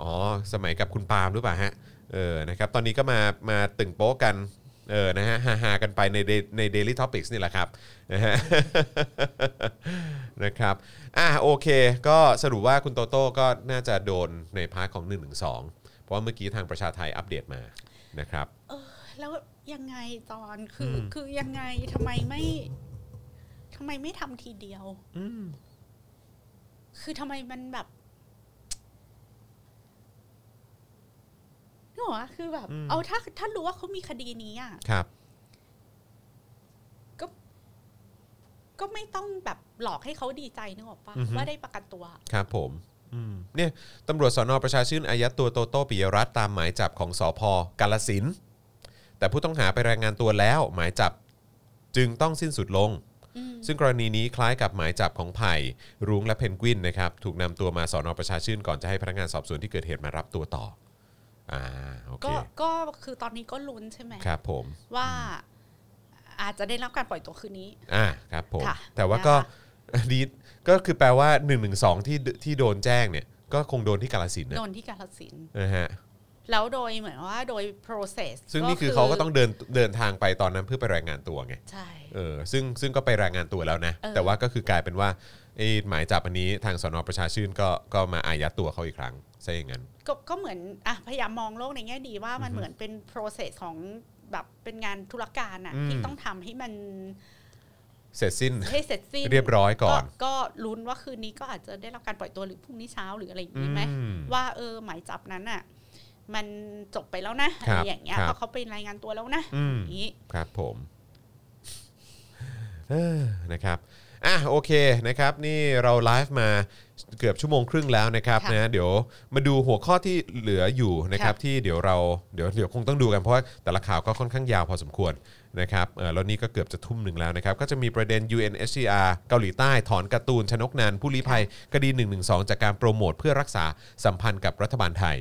[SPEAKER 2] อ๋อสมัยกับคุณปาล์มหรือเปล่าฮะเออนะครับตอนนี้ก็มามาตึงโป๊ะกันเออนะฮะฮาฮากันไปใน Day- ใน Daily Topics นี่แหละครับนะฮ ะ นะครับ อ่ะโอเค ก็สรุปว่าคุณโตโต้ก็น่าจะโดนในพาร์ทของ 1 1 2 เพราะว่าเมื่อกี้ทางประชาไทยอัปเดตมานะครับ
[SPEAKER 3] แล้วยังไงตอนคืออ
[SPEAKER 2] ม
[SPEAKER 3] คือยังไงทำไมไม่ทำไมไม่ทำทีเดียว
[SPEAKER 2] อืม
[SPEAKER 3] คือทำไมมันแบบนึกออกปะคือแบบ เอาถ้าถ้ารู้ว่าเขามีคดีนี้อ่ะ
[SPEAKER 2] ครับ
[SPEAKER 3] ก็ไม่ต้องแบบหลอกให้เขาดีใจนึกออกปะ
[SPEAKER 2] อือฮึ
[SPEAKER 3] ว่าได้ประกันตัว
[SPEAKER 2] ครับผมอืมเนี่ยตำรวจสอนอประชาชื่นอายัดตัวโตโต้ปิยรัตน์ตามหมายจับของสพกาลสินธุ์แต่ผู้ต้องหาไปรายงานตัวแล้ว หมายจับจึงต้องสิ้นสุดลง
[SPEAKER 3] อืม
[SPEAKER 2] ซึ่งกรณีนี้คล้ายกับหมายจับของไผ่รุ้งและเพนกวินนะครับ ถูกนำตัวมาสอนอประชาชื่นก่อนจะให้พนักงานสอบสวนที่เกิดเหตุมารับตัวต่ออ่าโอเค
[SPEAKER 3] ก็ก็คือตอนนี้ก็ลุ้นใช่ไหม
[SPEAKER 2] ครับผม
[SPEAKER 3] ว่า อาจจะได้รับการปล่อยตัวคืนนี้
[SPEAKER 2] อ่าครับผม
[SPEAKER 3] ค่ะ
[SPEAKER 2] แต่ว่าก็
[SPEAKER 3] นะค
[SPEAKER 2] ดีก็คือแปลว่า1นึที่ที่โดนแจ้งเนี่ย ก็คงโดนที่กาลสินธุ์
[SPEAKER 3] โด
[SPEAKER 2] นะ
[SPEAKER 3] นที่กาลสินธุ์
[SPEAKER 2] นะฮะ
[SPEAKER 3] แล้วโดยเหมือนว่าโดย process
[SPEAKER 2] ซึ่งนี่คือเขาก็ต้องเดินเดินทางไปตอนนั้นเพื่อไปรายงานตัวไง
[SPEAKER 3] ใช่
[SPEAKER 2] เออซึ่งซึ่งก็ไปรายงานตัวแล้วนะ
[SPEAKER 3] เออ
[SPEAKER 2] แต่ว่าก็คือกลายเป็นว่าไอ้หมายจับอันนี้ทางสนประชาชื่นก็ก็มาอายัดตัวเขาอีกครั้งใช่อย่างนั้น
[SPEAKER 3] ก็ก็เหมือนอ่ะพยายามมองโลกในแง่ดีว่ามันเหมือนเป็น process ของแบบเป็นงานธุรการอ่ะ
[SPEAKER 2] อืม
[SPEAKER 3] ที่ต้องทำให้มัน
[SPEAKER 2] เสร็จสิ้น
[SPEAKER 3] ให้เสร็จสิ้น
[SPEAKER 2] เรียบร้อยก่อน
[SPEAKER 3] ก็ลุ้นว่าคืนนี้ก็อาจจะได้รับการปล่อยตัวหรือพรุ่งนี้เช้าหรืออะไรอย่างนี้ไหม
[SPEAKER 2] อืม
[SPEAKER 3] ว่าเออหมายจับนั้นอ่ะ มันจบไปแล้วนะอะ
[SPEAKER 2] ครั
[SPEAKER 3] ไร
[SPEAKER 2] บ
[SPEAKER 3] อย่างเงี้ย
[SPEAKER 2] ครับ
[SPEAKER 3] เพราะเขาไปรายงานตัวแล้วนะ
[SPEAKER 2] อืม
[SPEAKER 3] อย่างนี้
[SPEAKER 2] ครับผมเออนะครับ อ่ะโอเคนะครับนี่เราไลฟ์มาเกือบชั่วโมงครึ่งแล้วนะครับ
[SPEAKER 3] ค่ะ
[SPEAKER 2] นะเดี๋ยวมาดูหัวข้อที่เหลืออยู่นะครับ
[SPEAKER 3] ค่ะ
[SPEAKER 2] ที่เดี๋ยวเราเดี๋ยวเดี๋ยวคงต้องดูกันเพราะว่าแต่ละข่าวก็ค่อนข้างยาวพอสมควรนะครับเอ่อแล้วนี่ก็เกือบจะทุ่มหนึ่งแล้วนะครับก็จะมีประเด็น UNHCR เกาหลีใต้ถอนการ์ตูนชนกนันท์ผู้ลี้ภัยคดี 112 จากการโปรโมทเพื่อรักษาสัมพันธ์กับรัฐบาลไทย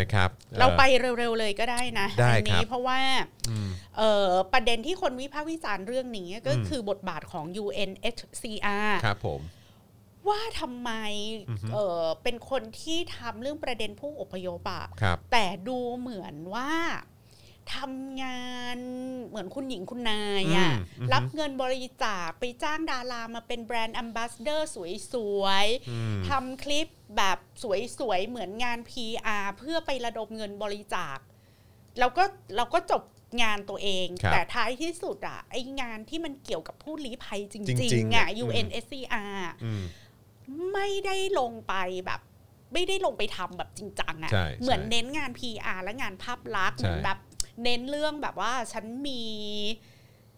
[SPEAKER 2] นะครับอ่อ
[SPEAKER 3] เราไปเร็วๆเลยก็ได้นะ
[SPEAKER 2] ได้
[SPEAKER 3] อั
[SPEAKER 2] ครั
[SPEAKER 3] นี้
[SPEAKER 2] บ
[SPEAKER 3] เพราะว่าเอ่อประเด็นที่คนวิพากษ์วิจารณ์เรื่องนี้ก็คือบทบาทของ UNHCR
[SPEAKER 2] ครับผม
[SPEAKER 3] ว่าทำไมเอ่อเป็นคนที่ทำเรื่องประเด็นผู้อพยพอะ
[SPEAKER 2] ครับ
[SPEAKER 3] แต่ดูเหมือนว่าทำงานเหมือนคุณหญิงคุณนายอะ
[SPEAKER 2] อืมอือฮึ
[SPEAKER 3] รับเงินบริจาคไปจ้างดารามาเป็นแบรนด์แอมบาสเดอร์สวยๆ
[SPEAKER 2] อืม
[SPEAKER 3] ทำคลิปแบบสวย ๆ เหมือนงาน PR เพื่อไประดมเงินบริจาค แล้วก็เราก็จบงานตัวเอง
[SPEAKER 2] ครับ
[SPEAKER 3] แต่ท้ายที่สุดอะไองานที่มันเกี่ยวกับผู้ลี้ภัยจ
[SPEAKER 2] จริ
[SPEAKER 3] ริ
[SPEAKER 2] งๆ
[SPEAKER 3] งๆอะ
[SPEAKER 2] อืม
[SPEAKER 3] UNSCR
[SPEAKER 2] อืม
[SPEAKER 3] ไม่ได้ลงไปแบบ ไม่ได้ลงไปทำแบบจริงจังอะ
[SPEAKER 2] ใช่
[SPEAKER 3] เหมือน
[SPEAKER 2] ใช่
[SPEAKER 3] เน้นงาน PR และงานภาพลักษณ์
[SPEAKER 2] ใช่
[SPEAKER 3] เหมือนแบบเน้นเรื่องแบบว่าฉันมี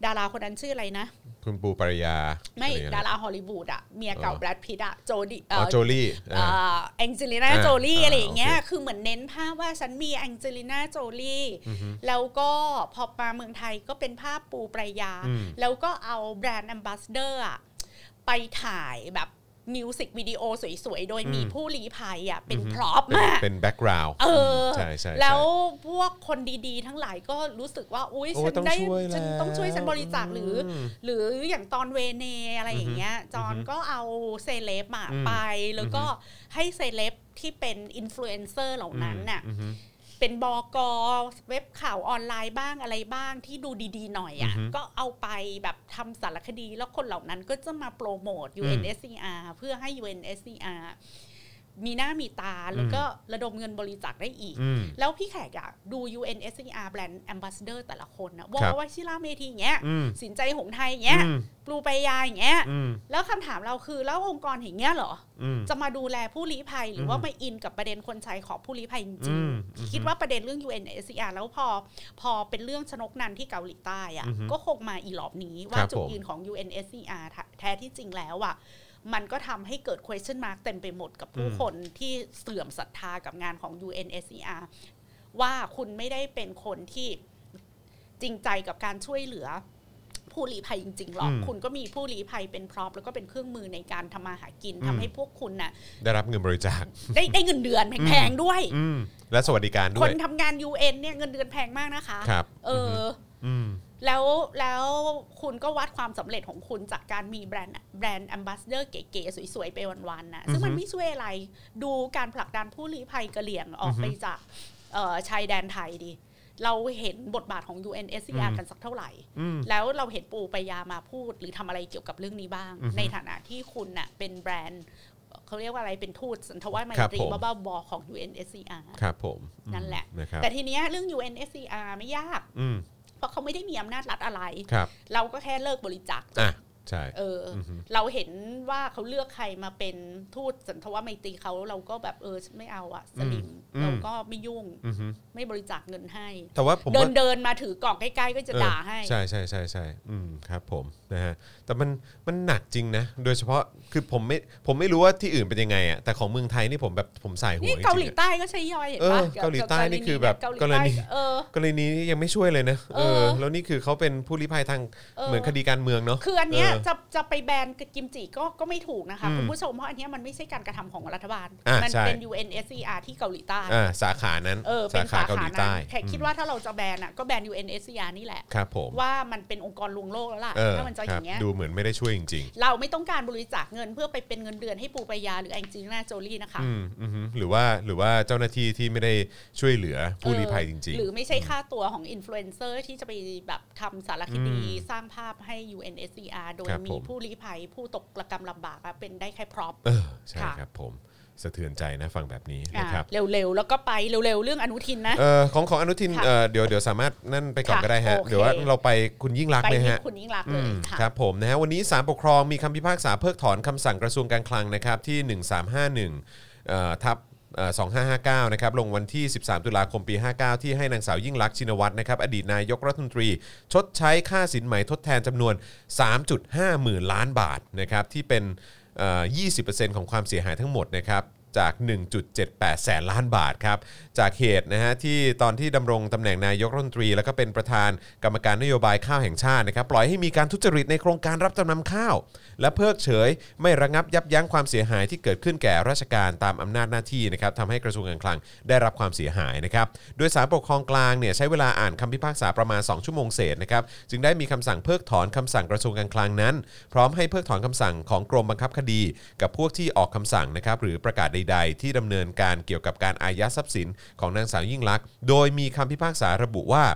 [SPEAKER 3] ดาราคนนั้นชื่ออะไรนะ
[SPEAKER 2] คุณปูปริยา
[SPEAKER 3] ไม่
[SPEAKER 2] อะรนะ
[SPEAKER 3] ดาราฮอลลีวูดอะเมียเก่า
[SPEAKER 2] เออ
[SPEAKER 3] แบรดพิตอะโจดี
[SPEAKER 2] อ๋อโจลี่อ่า
[SPEAKER 3] แองเจลิน่า
[SPEAKER 2] อ่า
[SPEAKER 3] โจลี่
[SPEAKER 2] อ่า
[SPEAKER 3] อะไรอย่างเงี้ย
[SPEAKER 2] โอเค
[SPEAKER 3] คือเหมือนเน้นภาพว่าฉันมีแองเจลิน่าโจลี่
[SPEAKER 2] อือฮึ
[SPEAKER 3] แล้วก็พอมาเมืองไทยก็เป็นภาพปูปรายา
[SPEAKER 2] อืม
[SPEAKER 3] แล้วก็เอาแบรนด์ a อมบ s สเดอร์ไปถ่ายแบบมิวสิกวิดีโอสวยๆ โดยมีผู้ลี้ภัยอ่ะเป็นพร็อพ
[SPEAKER 2] เป็น
[SPEAKER 3] มาก
[SPEAKER 2] เป็นแบ็กกราวด์
[SPEAKER 3] เออ
[SPEAKER 2] ใช่ใช่ใช่
[SPEAKER 3] แล้วพวกคนดีๆ ทั้งหลายก็รู้สึกว่า อุ้ย
[SPEAKER 2] โอ้ย
[SPEAKER 3] ฉัน
[SPEAKER 2] ต้อง
[SPEAKER 3] ได้
[SPEAKER 2] ช่วยแล้ว
[SPEAKER 3] ฉันต้องช่วยฉันบริจาคหรืออ
[SPEAKER 2] ม
[SPEAKER 3] หรืออย่างตอนเวเนอะไรอย่างเงี้ย จอนก็เอาเซเลบอะ
[SPEAKER 2] อืม
[SPEAKER 3] ไป แล้วก็ให้เซเลบที่เป็นอินฟลูเอนเซอร์เหล่านั้นน่ะ
[SPEAKER 2] อือฮึ
[SPEAKER 3] เป็นบอกอเว็บข่าวออนไลน์บ้างอะไรบ้างที่ดูดีๆหน่อย
[SPEAKER 2] อื
[SPEAKER 3] อะ่ะ
[SPEAKER 2] อฮึ
[SPEAKER 3] ก็เอาไปแบบทำสารคดี แล้วคนเหล่านั้นก็จะมาโปรโมท
[SPEAKER 2] อืม
[SPEAKER 3] UNSCR เพื่อให้ UNSCR มีหน้ามีตาแล้วก็ระดมเงินบริจาคได้อีก
[SPEAKER 2] อืม
[SPEAKER 3] แล้วพี่แขกอะดู UNSCR Brand Ambassador แต่ละคนนะวอ
[SPEAKER 2] ครับ
[SPEAKER 3] ว่าชิล่าเมทีอย่างเงี้ย
[SPEAKER 2] อืม
[SPEAKER 3] สินใจหงส์ไทยอย่างเงี้ย
[SPEAKER 2] อืม
[SPEAKER 3] ปลูไปยาอย่างเงี้ย
[SPEAKER 2] อืม
[SPEAKER 3] แล้วคำถามเราคือแล้วองค์กรอย่างเงี้ยเหรอ
[SPEAKER 2] อืม
[SPEAKER 3] จะมาดูแลผู้ลี้ภัยหรือ
[SPEAKER 2] ม
[SPEAKER 3] ว่ามาอินกับประเด็นคนชายขอผู้ลี้ภัยจ
[SPEAKER 2] อื
[SPEAKER 3] ริง
[SPEAKER 2] มอืม
[SPEAKER 3] ๆคิดว่าประเด็นเรื่อง UNSCR แล้วพอพอเป็นเรื่องชนกนันที่เกาหลีใต้อะ
[SPEAKER 2] อือฮึ
[SPEAKER 3] ก็คงมาอีหลอบนี้
[SPEAKER 2] ค
[SPEAKER 3] ว่า
[SPEAKER 2] รับ
[SPEAKER 3] จุด
[SPEAKER 2] ผม
[SPEAKER 3] ยืนของ UNSCR แท้แท้ที่จริงแล้วอะมันก็ทำให้เกิด question mark เต็มไปหมดกับผู้คนที่เสื่อมศรัทธากับงานของ UNSCR ว่าคุณไม่ได้เป็นคนที่จริงใจกับการช่วยเหลือ ผู้ลี้ภัยจริงๆหรอก
[SPEAKER 2] อืม
[SPEAKER 3] คุณก็มีผู้ลี้ภัยเป็นพร็อพแล้วก็เป็นเครื่องมือในการทำมาหากิน
[SPEAKER 2] อืม
[SPEAKER 3] ทำให้พวกคุณน่ะ
[SPEAKER 2] ได้รับเงินบริจาค
[SPEAKER 3] ได้ได้เงินเดือน
[SPEAKER 2] อืม
[SPEAKER 3] แพงๆด้วย
[SPEAKER 2] อืมและสวัสดิการด้
[SPEAKER 3] ค
[SPEAKER 2] วน ย
[SPEAKER 3] ทำงาน UN เนี่ยเงินเดือนแพงมากนะคะ
[SPEAKER 2] ครับ
[SPEAKER 3] เอออ
[SPEAKER 2] อืม
[SPEAKER 3] แล้วแล้วคุณก็วัดความสำเร็จของคุณจากการมีแบรนด์แบรนด์แอมบาสเดอร์เก๋ๆ สวยๆ ไปวันๆนะซึ่งมัน
[SPEAKER 2] อือฮึ
[SPEAKER 3] ไม่ช่วยอะไรดูการผลักดันผู้ลี้ภัยกะเหลี่ยงออกไป
[SPEAKER 2] อือฮึ
[SPEAKER 3] จากเอ่อชายแดนไทยดิ เราเห็นบทบาทของ UNSCR
[SPEAKER 2] อืม
[SPEAKER 3] กันสักเท่าไหร่
[SPEAKER 2] อืม
[SPEAKER 3] แล้วเราเห็นปูปายามาพูดหรือทำอะไรเกี่ยวกับเรื่องนี้บ้าง
[SPEAKER 2] อือฮึ
[SPEAKER 3] ในฐานะที่คุณน่ะเป็นแบรนด์เอ่อเขาเรียกว่าอะไรเป็นทูตสันทวาสไม
[SPEAKER 2] ครับ
[SPEAKER 3] ตรี
[SPEAKER 2] ผม
[SPEAKER 3] บ้าๆบอๆของ UNSCR
[SPEAKER 2] ครับผม
[SPEAKER 3] นั่นแหละ
[SPEAKER 2] นะครับ
[SPEAKER 3] แต่ทีเนี้ยเรื่อง UNSCR ไม่ยาก
[SPEAKER 2] อืม
[SPEAKER 3] เพราะเขาไม่ได้มีอำนาจรัฐอะไร
[SPEAKER 2] ครับ
[SPEAKER 3] เราก็แค่เลิกบริจาค
[SPEAKER 2] อ่ะใช่
[SPEAKER 3] เอออ
[SPEAKER 2] อฮึ
[SPEAKER 3] เราเห็นว่าเขาเลือกใครมาเป็นทูตสันทวาสไมตรีเขาเราก็แบบเออไม่เอาอะสลิมเราก็ไม่ยุ่ง
[SPEAKER 2] อือฮึ
[SPEAKER 3] ไม่บริจาคเงินให้
[SPEAKER 2] แต่ว่าผม
[SPEAKER 3] เดิ
[SPEAKER 2] ว่า
[SPEAKER 3] นเดินๆมาถือกล่องใกล้ๆก็จะ
[SPEAKER 2] เออ
[SPEAKER 3] ด่าให้
[SPEAKER 2] ใช่ใช่ใช่ใช่อืมครับผมนะฮะแต่มันมันหนักจริงนะ โดยเฉพาะคือผมไม่ผมไม่รู้ว่าที่อื่นเป็นยังไงอ่ะแต่ของเมืองไทยนี่ผมแบบผมใส่หัว
[SPEAKER 3] นี่
[SPEAKER 2] จริงๆ
[SPEAKER 3] เกาหลี
[SPEAKER 2] อะ
[SPEAKER 3] ใต้ก็ใช้ย่อยเห็นปะ
[SPEAKER 2] เออเกาหลีใต้นี่คือแบบ
[SPEAKER 3] เกาหลี
[SPEAKER 2] กร
[SPEAKER 3] ใต้
[SPEAKER 2] ณี
[SPEAKER 3] เออ
[SPEAKER 2] กรณีนี้ยังไม่ช่วยเลยนะเอ
[SPEAKER 3] เอ
[SPEAKER 2] อ
[SPEAKER 3] อ
[SPEAKER 2] แล้วนี่คือเขาเป็นผู้ลี้ภัยทางเหมือนคดีการเมืองเนาะ
[SPEAKER 3] คืออันเนี้ย
[SPEAKER 2] เออ
[SPEAKER 3] จะจะไปแบนกิมจิก็ก็ไม่ถูกนะคะ
[SPEAKER 2] อืม
[SPEAKER 3] คุณผู้ชมเพราะอันเนี้ยมันไม่ใช่การกระทำของรัฐบาล
[SPEAKER 2] อ่ะ
[SPEAKER 3] มั
[SPEAKER 2] ใช่
[SPEAKER 3] เป็น UNSCR ที่เกาหลีใต้
[SPEAKER 2] อ่าสาขานั้น
[SPEAKER 3] เออ
[SPEAKER 2] สา
[SPEAKER 3] เป็น
[SPEAKER 2] ขา
[SPEAKER 3] สา
[SPEAKER 2] เกาห
[SPEAKER 3] ขา
[SPEAKER 2] ลี
[SPEAKER 3] นั้
[SPEAKER 2] ใต้
[SPEAKER 3] นแขกคิดว่าถ้าเราจะแบนอ่ะก็แบน UNSCR นี่แหละ
[SPEAKER 2] ครับผม
[SPEAKER 3] ว่ามันเป็นองค์กรลวงโลกแล้วล่ะ
[SPEAKER 2] เออ
[SPEAKER 3] ถ้ามันจะอย่างเงี้
[SPEAKER 2] ครับ
[SPEAKER 3] ย
[SPEAKER 2] ดูเหมือนไม่ได้ช่วยจริง
[SPEAKER 3] เราไม่ต้องการบริจาคเงินเพื่อไปเป็นเงินเดือนให้ปูปายาหรือแองจีน่าโจลี่นะ
[SPEAKER 2] ๆ
[SPEAKER 3] คะ
[SPEAKER 2] อืมอือฮึหรือว่าหรือว่าเจ้าหน้าที่ที่ไม่ได้ช่วยเหลือผู้ลี้ภัยจริง
[SPEAKER 3] หรือไม่ใช่ค่าตัวของอินฟลูเอนเซอร์ที่จะไปแบบทำสารคดี
[SPEAKER 2] อืม
[SPEAKER 3] สร้างภาพให้ UNSCR โดย
[SPEAKER 2] ครับ
[SPEAKER 3] มี
[SPEAKER 2] ผม
[SPEAKER 3] ผู้ลี้ภัย ผู้ตกระกรรมลำบากอะเป็นได้แค่พร็อพ
[SPEAKER 2] ๆเออใช่
[SPEAKER 3] ค่ะ
[SPEAKER 2] ครับผมสะเทือนใจนะฟังแบบนี้นะครับ
[SPEAKER 3] เร็วๆ แล้วก็ไปเร็วๆ เรื่องอนุทินนะ
[SPEAKER 2] เออของของอนุทิน
[SPEAKER 3] ค่ะ
[SPEAKER 2] เออเดี๋ยวเดี๋ยวสามารถนั่นไปก่อน
[SPEAKER 3] ค่ะ
[SPEAKER 2] ก็ได้ฮะ
[SPEAKER 3] โอเค
[SPEAKER 2] เดี๋ยวว่าเราไปคุณยิ่งรักษ
[SPEAKER 3] ไป
[SPEAKER 2] ณ์ไหม
[SPEAKER 3] ที่
[SPEAKER 2] ฮะ
[SPEAKER 3] คุณยิ่งรักษณ์
[SPEAKER 2] อื
[SPEAKER 3] เลย
[SPEAKER 2] ม
[SPEAKER 3] ค่ะ
[SPEAKER 2] ครับผมนะฮะวันนี้ศาลปกครองมีคำพิพากษาเพิกถอนคำสั่งกระทรวงการคลังนะครับที่ 1351เอ่อทับ เอ่อ2559 นะครับ ลงวันที่ 13 ตุลาคมปี 59 ที่ให้นางสาวยิ่งลักษณ์ชินวัตรนะครับ อดีตนายกรัฐมนตรี ชดใช้ค่าสินไหมทดแทนจำนวน 3.5 หมื่นล้านบาทนะครับ ที่เป็นเอ่อ20%ของความเสียหายทั้งหมดนะครับ จาก 1.78 แสนล้านบาทครับ จากเหตุนะฮะที่ตอนที่ดำรงตำแหน่งนายกรัฐมนตรี แล้วก็เป็นประธานกรรมการนโยบายข้าวแห่งชาตินะครับ ปล่อยให้มีการทุจริตในโครงการรับจำนำข้าว และเพิกเฉยไม่ระงับยับยั้งความเสียหายที่เกิดขึ้นแก่ราชการตามอำนาจหน้าที่นะครับทำให้กระทรวงการคลังได้รับความเสียหายนะครับ โดยสารปกครองกลางเนี่ยใช้เวลาอ่านคำพิพากษาประมาณ 2 ชั่วโมงเศษนะครับ จึงได้มีคำสั่งเพิกถอนคำสั่งกระทรวงการคลังนั้น พร้อมให้เพิกถอนคำสั่งของกรมบังคับคดี กับพวกที่ออกคำสั่งนะครับหรือประกาศใด ๆ ที่ดำเนินการเกี่ยวกับการอายัดทรัพย์สินของนางสาวยิ่งลักษณ์โดยมีคำพิพากษาระบุว่า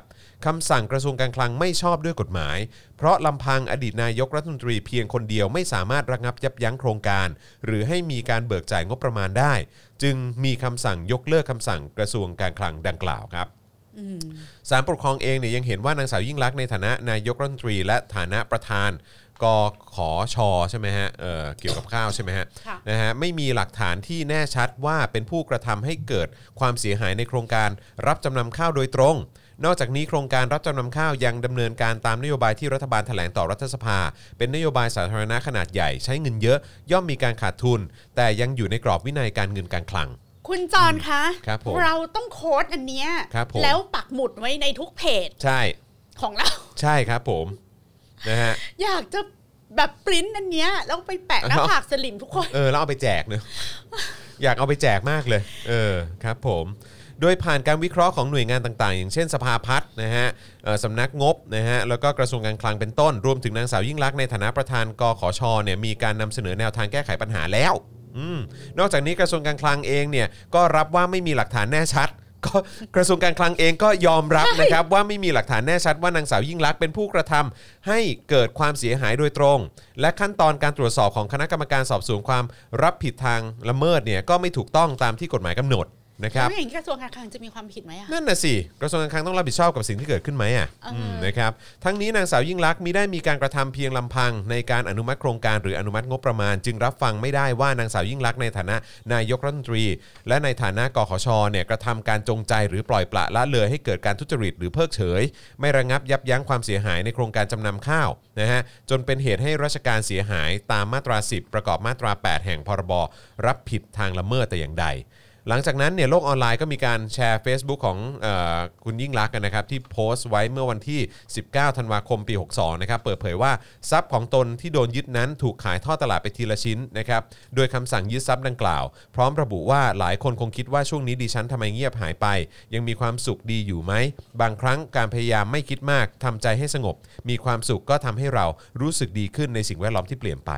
[SPEAKER 2] คำสั่งกระทรวงการคลังไม่ชอบด้วยกฎหมาย เพราะลำพังอดีตนายกรัฐมนตรีเพียงคนเดียวไม่สามารถระงับยับยั้งโครงการ หรือให้มีการเบิกจ่ายงบประมาณได้ จึงมีคำสั่งยกเลิกคำสั่งกระทรวงการคลังดังกล่าวครับ สารปกครองเองเนี่ยยังเห็นว่านางสาวยิ่งลักษณ์ในฐานะนายกรัฐมนตรีและฐานะประธานกขอชอใช่ไหมฮะเอ่อเกี่ยวกับข้าวใช่ไหมฮะ
[SPEAKER 3] ค่ะ
[SPEAKER 2] นะฮะไม่มีหลักฐานที่แน่ชัดว่าเป็นผู้กระทำให้เกิดความเสียหายในโครงการรับจำนำข้าวโดยตรง นอกจากนี้โครงการรับจำนำข้าวยังดำเนินการตามนโยบายที่รัฐบาลแถลงต่อรัฐสภา เป็นนโยบายสาธารณะขนาดใหญ่ใช้เงินเยอะย่อมมีการขาดทุน แต่ยังอยู่ในกรอบวินัยการเงินการคลัง
[SPEAKER 3] คุณจอนคะ
[SPEAKER 2] ครับผม
[SPEAKER 3] เราต้องโค้ดอันเนี้ย
[SPEAKER 2] ครับผม
[SPEAKER 3] แล้วปักหมุดไว้ในทุกเพจ
[SPEAKER 2] ใช่
[SPEAKER 3] ของเรา
[SPEAKER 2] ใช่ครับผมนะฮะ
[SPEAKER 3] อยากจะแบบปริ้นอันเนี้ยแล้วไปแปะหน้า
[SPEAKER 2] เนาะ
[SPEAKER 3] ผากสลิมทุกคน
[SPEAKER 2] เออแล้วเอาไปแจกเนอะ อยากเอาไปแจกมากเลย เออครับผม โดยผ่านการวิเคราะห์ของหน่วยงานต่างๆ อย่างเช่นสภาพัฒน์นะฮะเอ่อสำนักงบนะฮะแล้วก็กระทรวงการคลังเป็นต้น รวมถึงนางสาวยิ่งลักษณ์ในฐานะประธานกขอชเนี่ยมีการนำเสนอแนวทางแก้ไขปัญหาแล้วอืมนอกจากนี้กระทรวงการคลังเองเนี่ยก็รับว่าไม่มีหลักฐานแน่ชัด ก็ กระทรวงการคลังเองก็ยอมรับนะครับว่าไม่มีหลักฐานแน่ชัดว่านางสาวยิ่งลักษณ์เป็นผู้กระทำให้เกิดความเสียหายโดยตรง และขั้นตอนการตรวจสอบของคณะกรรมการสอบสวนความรับผิดทางละเมิดเนี่ยก็ไม่ถูกต้องตามที่กฎหมายกำหนดนะครับ
[SPEAKER 3] แล้วอย่างนี้กระทรวงการคลังจะมีความผิดไหมอะ
[SPEAKER 2] นั่นน่ะสิ กระทรวงการคลังต้องรับผิดชอบกับสิ่งที่เกิดขึ้นไหมอ่ะ
[SPEAKER 3] เอออื
[SPEAKER 2] มนะครับ ทั้งนี้นางสาวยิ่งลักษณ์มิได้มีการกระทำเพียงลำพัง ในการอนุมัติโครงการหรืออนุมัติงบประมาณ จึงรับฟังไม่ได้ว่านางสาวยิ่งลักษณ์ในฐานะนายกรัฐมนตรี และในฐานะกขชเนี่ยกระทำการจงใจหรือปล่อยปละละเลยให้เกิดการทุจริตหรือเพิกเฉย ไม่ระงับยับยั้งความเสียหายในโครงการจำนำข้าวนะฮะจนเป็นเหตุให้ราชการเสียหายตามมาตรา 10 ประกอบมาตรา 8 แห่งพรบรับผิดทางละเมิดแต่อย่างใด หลังจากนั้นเนี่ยโลกออนไลน์ก็มีการแชร์ Facebook ของเออคุณยิ่งรักษณ์นะครับ ที่โพสต์ไว้เมื่อวันที่ 19 ธันวาคมปี 62 นะครับ เปิดเผยว่า ทรัพย์ของตนที่โดนยึดนั้นถูกขายทอดตลาดไปทีละชิ้นนะครับ โดยคำสั่งยึดทรัพย์ดังกล่าว พร้อมระบุว่าหลายคนคงคิดว่าช่วงนี้ดิฉันทำไมเงียบหายไป ยังมีความสุขดีอยู่ไหม บางครั้งการพยายามไม่คิดมากทำใจให้สงบ มีความสุขก็ทำให้เรารู้สึกดีขึ้นในสิ่งแวดล้อมที่เปลี่ยนไป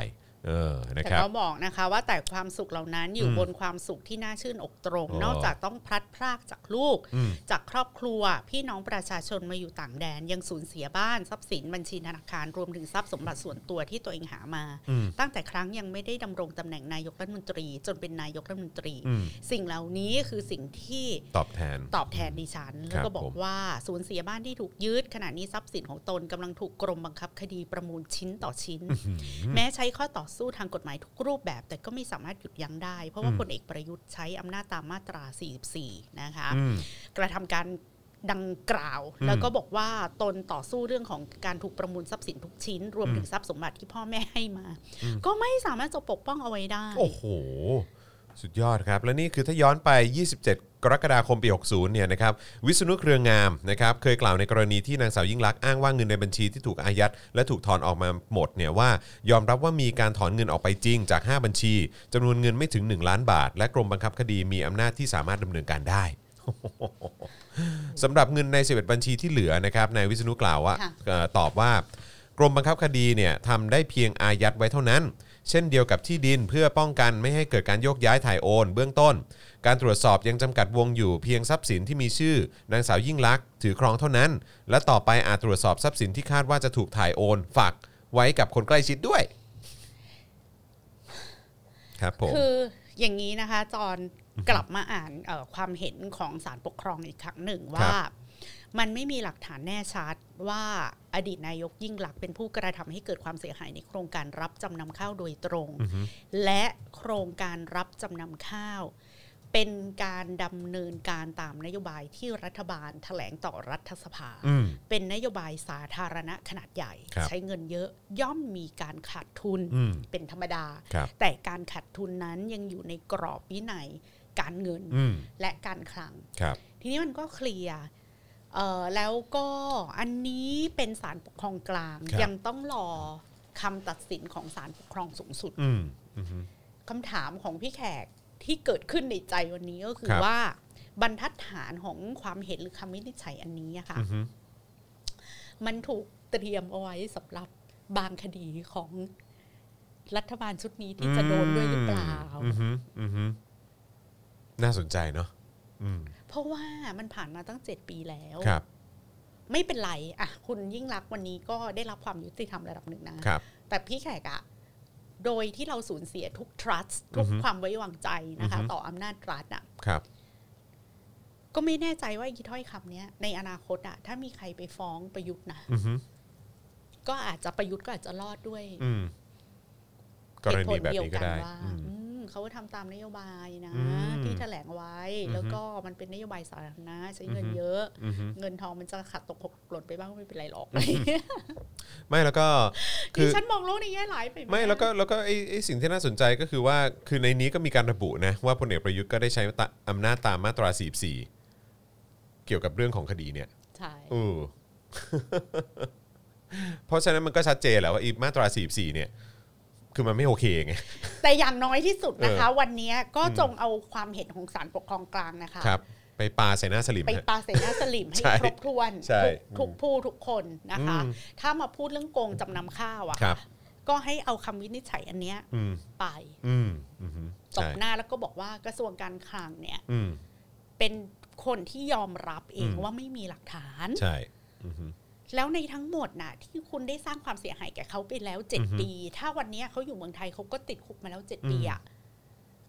[SPEAKER 2] เออนะ
[SPEAKER 3] แต่
[SPEAKER 2] ครับ
[SPEAKER 3] ก็บอกนะคะว่าแต่ความสุขเหล่านั้นอยู่
[SPEAKER 2] อืม
[SPEAKER 3] บนความสุขที่น่าชื่นอกตรง
[SPEAKER 2] อ๋อน
[SPEAKER 3] อกจากต้องพลัดพรากจากลูก
[SPEAKER 2] อืม
[SPEAKER 3] จากครอบครัว พี่น้องประชาชนมาอยู่ต่างแดน ยังสูญเสียบ้านทรัพย์สินบัญชีธนาคารรวมถึงทรัพย์สมบัติส่วนตัวที่ตัวเองหามา
[SPEAKER 2] อืม
[SPEAKER 3] ตั้งแต่ครั้งยังไม่ได้ดำรงตำแหน่งนายกรัฐมนตรี จนเป็นนายกรัฐมนตรี
[SPEAKER 2] อืม
[SPEAKER 3] สิ่งเหล่านี้คือสิ่งที่
[SPEAKER 2] ตอบแทน
[SPEAKER 3] ตอบแทนดิฉัน แล้วก็บอ
[SPEAKER 2] ผ
[SPEAKER 3] ก
[SPEAKER 2] ม
[SPEAKER 3] ว่าสูญเสียบ้านที่ถูกยึดขณะนี้ทรัพย์สินของตนกำลังถูกกรมบังคับคดีประมูลชิ้นต่อชิ้น
[SPEAKER 2] อืม
[SPEAKER 3] แม้ใช้ข้อต่อสู้ทางกฎหมายทุกรูปแบบ แต่ก็ไม่สามารถหยุดยั้งได้ เพราะว่า
[SPEAKER 2] อืม
[SPEAKER 3] พลเอกประยุทธ์ใช้อำนาจตามมาตรา 44 นะคะ
[SPEAKER 2] อืม
[SPEAKER 3] กระทำการดังกล่าว
[SPEAKER 2] อืม
[SPEAKER 3] แล้วก็บอกว่าตนต่อสู้เรื่องของการถูกประมูลทรัพย์สินทุกชิ้น รวมถึงทรัพย์สมบัติที่พ่อแม่ให้มา
[SPEAKER 2] อืม
[SPEAKER 3] ก็ไม่สามารถจะปกป้องเอาไว้ได้
[SPEAKER 2] โอ้โห สุดยอดครับ และนี่คือถ้าย้อนไป 27 กรกฎาคมปี 60 เนี่ยนะครับ วิษณุเครืองามนะครับ เคยกล่าวในกรณีที่นางสาวยิ่งลักษณ์อ้างว่าเงินในบัญชีที่ถูกอายัด และถูกถอนออกมาหมดเนี่ยว่ายอมรับว่ามีการถอนเงินออกไปจริงจาก 5 บัญชีจำนวนเงินไม่ถึง 1 ล้านบาท และกรมบังคับคดีมีอำนาจที่สามารถดำเนินการได้ สำหรับเงินใน11บัญชีที่เหลือนะครับนายวิษณุกล่าวว่า
[SPEAKER 3] ค่ะ
[SPEAKER 2] เอ่อตอบว่า กรมบังคับคดีเนี่ยทำได้เพียงอายัดไว้เท่านั้น เช่นเดียวกับที่ดินเพื่อป้องกันไม่ให้เกิดการโยกย้ายถ่ายโอน เบื้องต้น การตรวจสอบยังจำกัดวงอยู่เพียงทรัพย์สินที่มีชื่อนางสาวยิ่งลักษณ์ถือครองเท่านั้น และต่อไปอาจตรวจสอบทรัพย์สินที่คาดว่าจะถูกถ่ายโอน ฝากไว้กับคนใกล้ชิดด้วย ครับผม
[SPEAKER 3] คืออย่างนี้นะคะจอนกลับมาอ่านเอ่อความเห็นของศาลปกครองอีกครั้งหนึ่งว่า มันไม่มีหลักฐานแน่ชัดว่าอดีตนายกยิ่งหลักษณ์เป็นผู้กระทำให้เกิดความเสียหายในโครงการรับจำนำข้าวโดยตรง
[SPEAKER 2] อือฮึ
[SPEAKER 3] และโครงการรับจำนำข้าว เป็นการดำเนินการตามนโยบายที่รัฐบาลแถลงต่อรัฐสภา
[SPEAKER 2] อืม
[SPEAKER 3] เป็นนโยบายสาธารณะขนาดใหญ่
[SPEAKER 2] ครับ
[SPEAKER 3] ใช้เงินเยอะย่อมมีการขาดทุน
[SPEAKER 2] อืม
[SPEAKER 3] เป็นธรรมดา
[SPEAKER 2] ครับ
[SPEAKER 3] แต่การขาดทุนนั้นยังอยู่ในกรอบวินัยการเงิน
[SPEAKER 2] อืม
[SPEAKER 3] และการคลัง
[SPEAKER 2] ครับ
[SPEAKER 3] ทีนี้มันก็เคลียร์เอ่อแล้วก็อันนี้เป็นศาลปกครองกลาง
[SPEAKER 2] ครับ
[SPEAKER 3] ยังต้องรอคำตัดสินของศาลปกครองสูงสุด
[SPEAKER 2] อืมอืม
[SPEAKER 3] คำถามของพี่แขกที่เกิดขึ้นในใจวันนี้ก็คือ
[SPEAKER 2] ครับ
[SPEAKER 3] ว่าบรรทัดฐานของความเห็นหรือคำวินิจฉัยอันนี้อะค่ะ
[SPEAKER 2] อืม
[SPEAKER 3] มันถูกเตรียมเอาไว้สำหรับบางคดีของรัฐบาลชุดนี้ที่จะโดนด้วยหรือเปล่า
[SPEAKER 2] อืมอืมน่าสนใจเนาะอืม
[SPEAKER 3] เพราะว่ามันผ่านมาตั้งเจ็ดปีแล้ว
[SPEAKER 2] ครับ
[SPEAKER 3] ไม่เป็นไรอ่ะคุณยิ่งรักษณ์วันนี้ก็ได้รับความยุติธรรมระดับหนึ่งนะ
[SPEAKER 2] ครับ
[SPEAKER 3] แต่พี่แขกอะโดยที่เราสูญเสียทุก trust ทุก
[SPEAKER 2] อือฮึ
[SPEAKER 3] ความไว้วางใจนะคะ
[SPEAKER 2] อือฮึ
[SPEAKER 3] ต่ออำนาจรัฐอะ
[SPEAKER 2] ครับ
[SPEAKER 3] ก็ไม่แน่ใจว่าอีถ้อยคำเนี้ย ในอนาคตอะถ้ามีใครไปฟ้องประยุทธ์นะ
[SPEAKER 2] อืม
[SPEAKER 3] ก็อาจจะประยุทธ์ก็อาจจะรอดด้วย
[SPEAKER 2] อืมกรณีแบบนี้ก็ได้
[SPEAKER 3] เหตุผลเยวว่า
[SPEAKER 2] อืม
[SPEAKER 3] อืมเขาทำตามนโยบายนะ
[SPEAKER 2] อืม
[SPEAKER 3] ที่แถลงไว้
[SPEAKER 2] อือฮึ
[SPEAKER 3] แล้วก็มันเป็นนโยบายสาธารณะใช้เงิน
[SPEAKER 2] อือฮึ
[SPEAKER 3] เยอะ
[SPEAKER 2] อืม
[SPEAKER 3] เงินทองมันจะขาดตกหกหล่นไปบ้างไม่เป็นไรหรอก
[SPEAKER 2] ไม่แล้วก็คื
[SPEAKER 3] ดิ
[SPEAKER 2] อ
[SPEAKER 3] ฉันมองโลกในแง่ร้ายไปห
[SPEAKER 2] ไม่แล้วก็แล้วก็ไอ้ไอ้สิ่งที่น่าสนใจก็คือว่าคือในนี้ก็มีการระบุนะว่าพลเอกประยุทธ์ก็ได้ใช้ตะอำนาจตามมาตรา 44 เกี่ยวกับเรื่องของคดีเนี่ย
[SPEAKER 3] ใช่
[SPEAKER 2] เออ เพราะฉะนั้นมันก็ชัดเจนแหละว่าไอีมาตรา 44 เนี่ย คือมันไม่โอเคไง
[SPEAKER 3] แต่อย่างน้อยที่สุดนะคะ วันเนี้ยก็
[SPEAKER 2] อืม
[SPEAKER 3] จงเอาความเห็นของศาลปกครองกลางนะคะ
[SPEAKER 2] ครับ ไปปาใส่หน้าสลิม
[SPEAKER 3] ไป
[SPEAKER 2] ฮะ
[SPEAKER 3] ปาเสนาสลิมให้
[SPEAKER 2] ใช่
[SPEAKER 3] ครบถ้วน
[SPEAKER 2] ใช่
[SPEAKER 3] ทุก
[SPEAKER 2] อืม
[SPEAKER 3] ทุกผู้ทุกคนนะคะ
[SPEAKER 2] อืม
[SPEAKER 3] ถ้ามาพูดเรื่องโกงจำนำข้าว
[SPEAKER 2] ค
[SPEAKER 3] อะ่ะ
[SPEAKER 2] รับ
[SPEAKER 3] ก็ให้เอาคำวินิจฉัยอันเนี้ย
[SPEAKER 2] อืม
[SPEAKER 3] ไป
[SPEAKER 2] อืมอืม
[SPEAKER 3] ต
[SPEAKER 2] ใช่
[SPEAKER 3] บหน้าแล้วก็บอกว่ากระทรวงการคลังเนี่ย
[SPEAKER 2] อืม
[SPEAKER 3] เป็นคนที่ยอมรับเอง
[SPEAKER 2] อืม
[SPEAKER 3] ว่าไม่มีหลักฐาน
[SPEAKER 2] ใช่อืม
[SPEAKER 3] แล้วในทั้งหมดน่ะ ที่คุณได้สร้างความเสียหายแก่เขาไปแล้วเจ็ด
[SPEAKER 2] อือฮึ
[SPEAKER 3] ปี ถ้าวันเนี้ยเขาอยู่เมืองไทยเขาก็ติดคุกมาแล้วเจ็ดปีอะ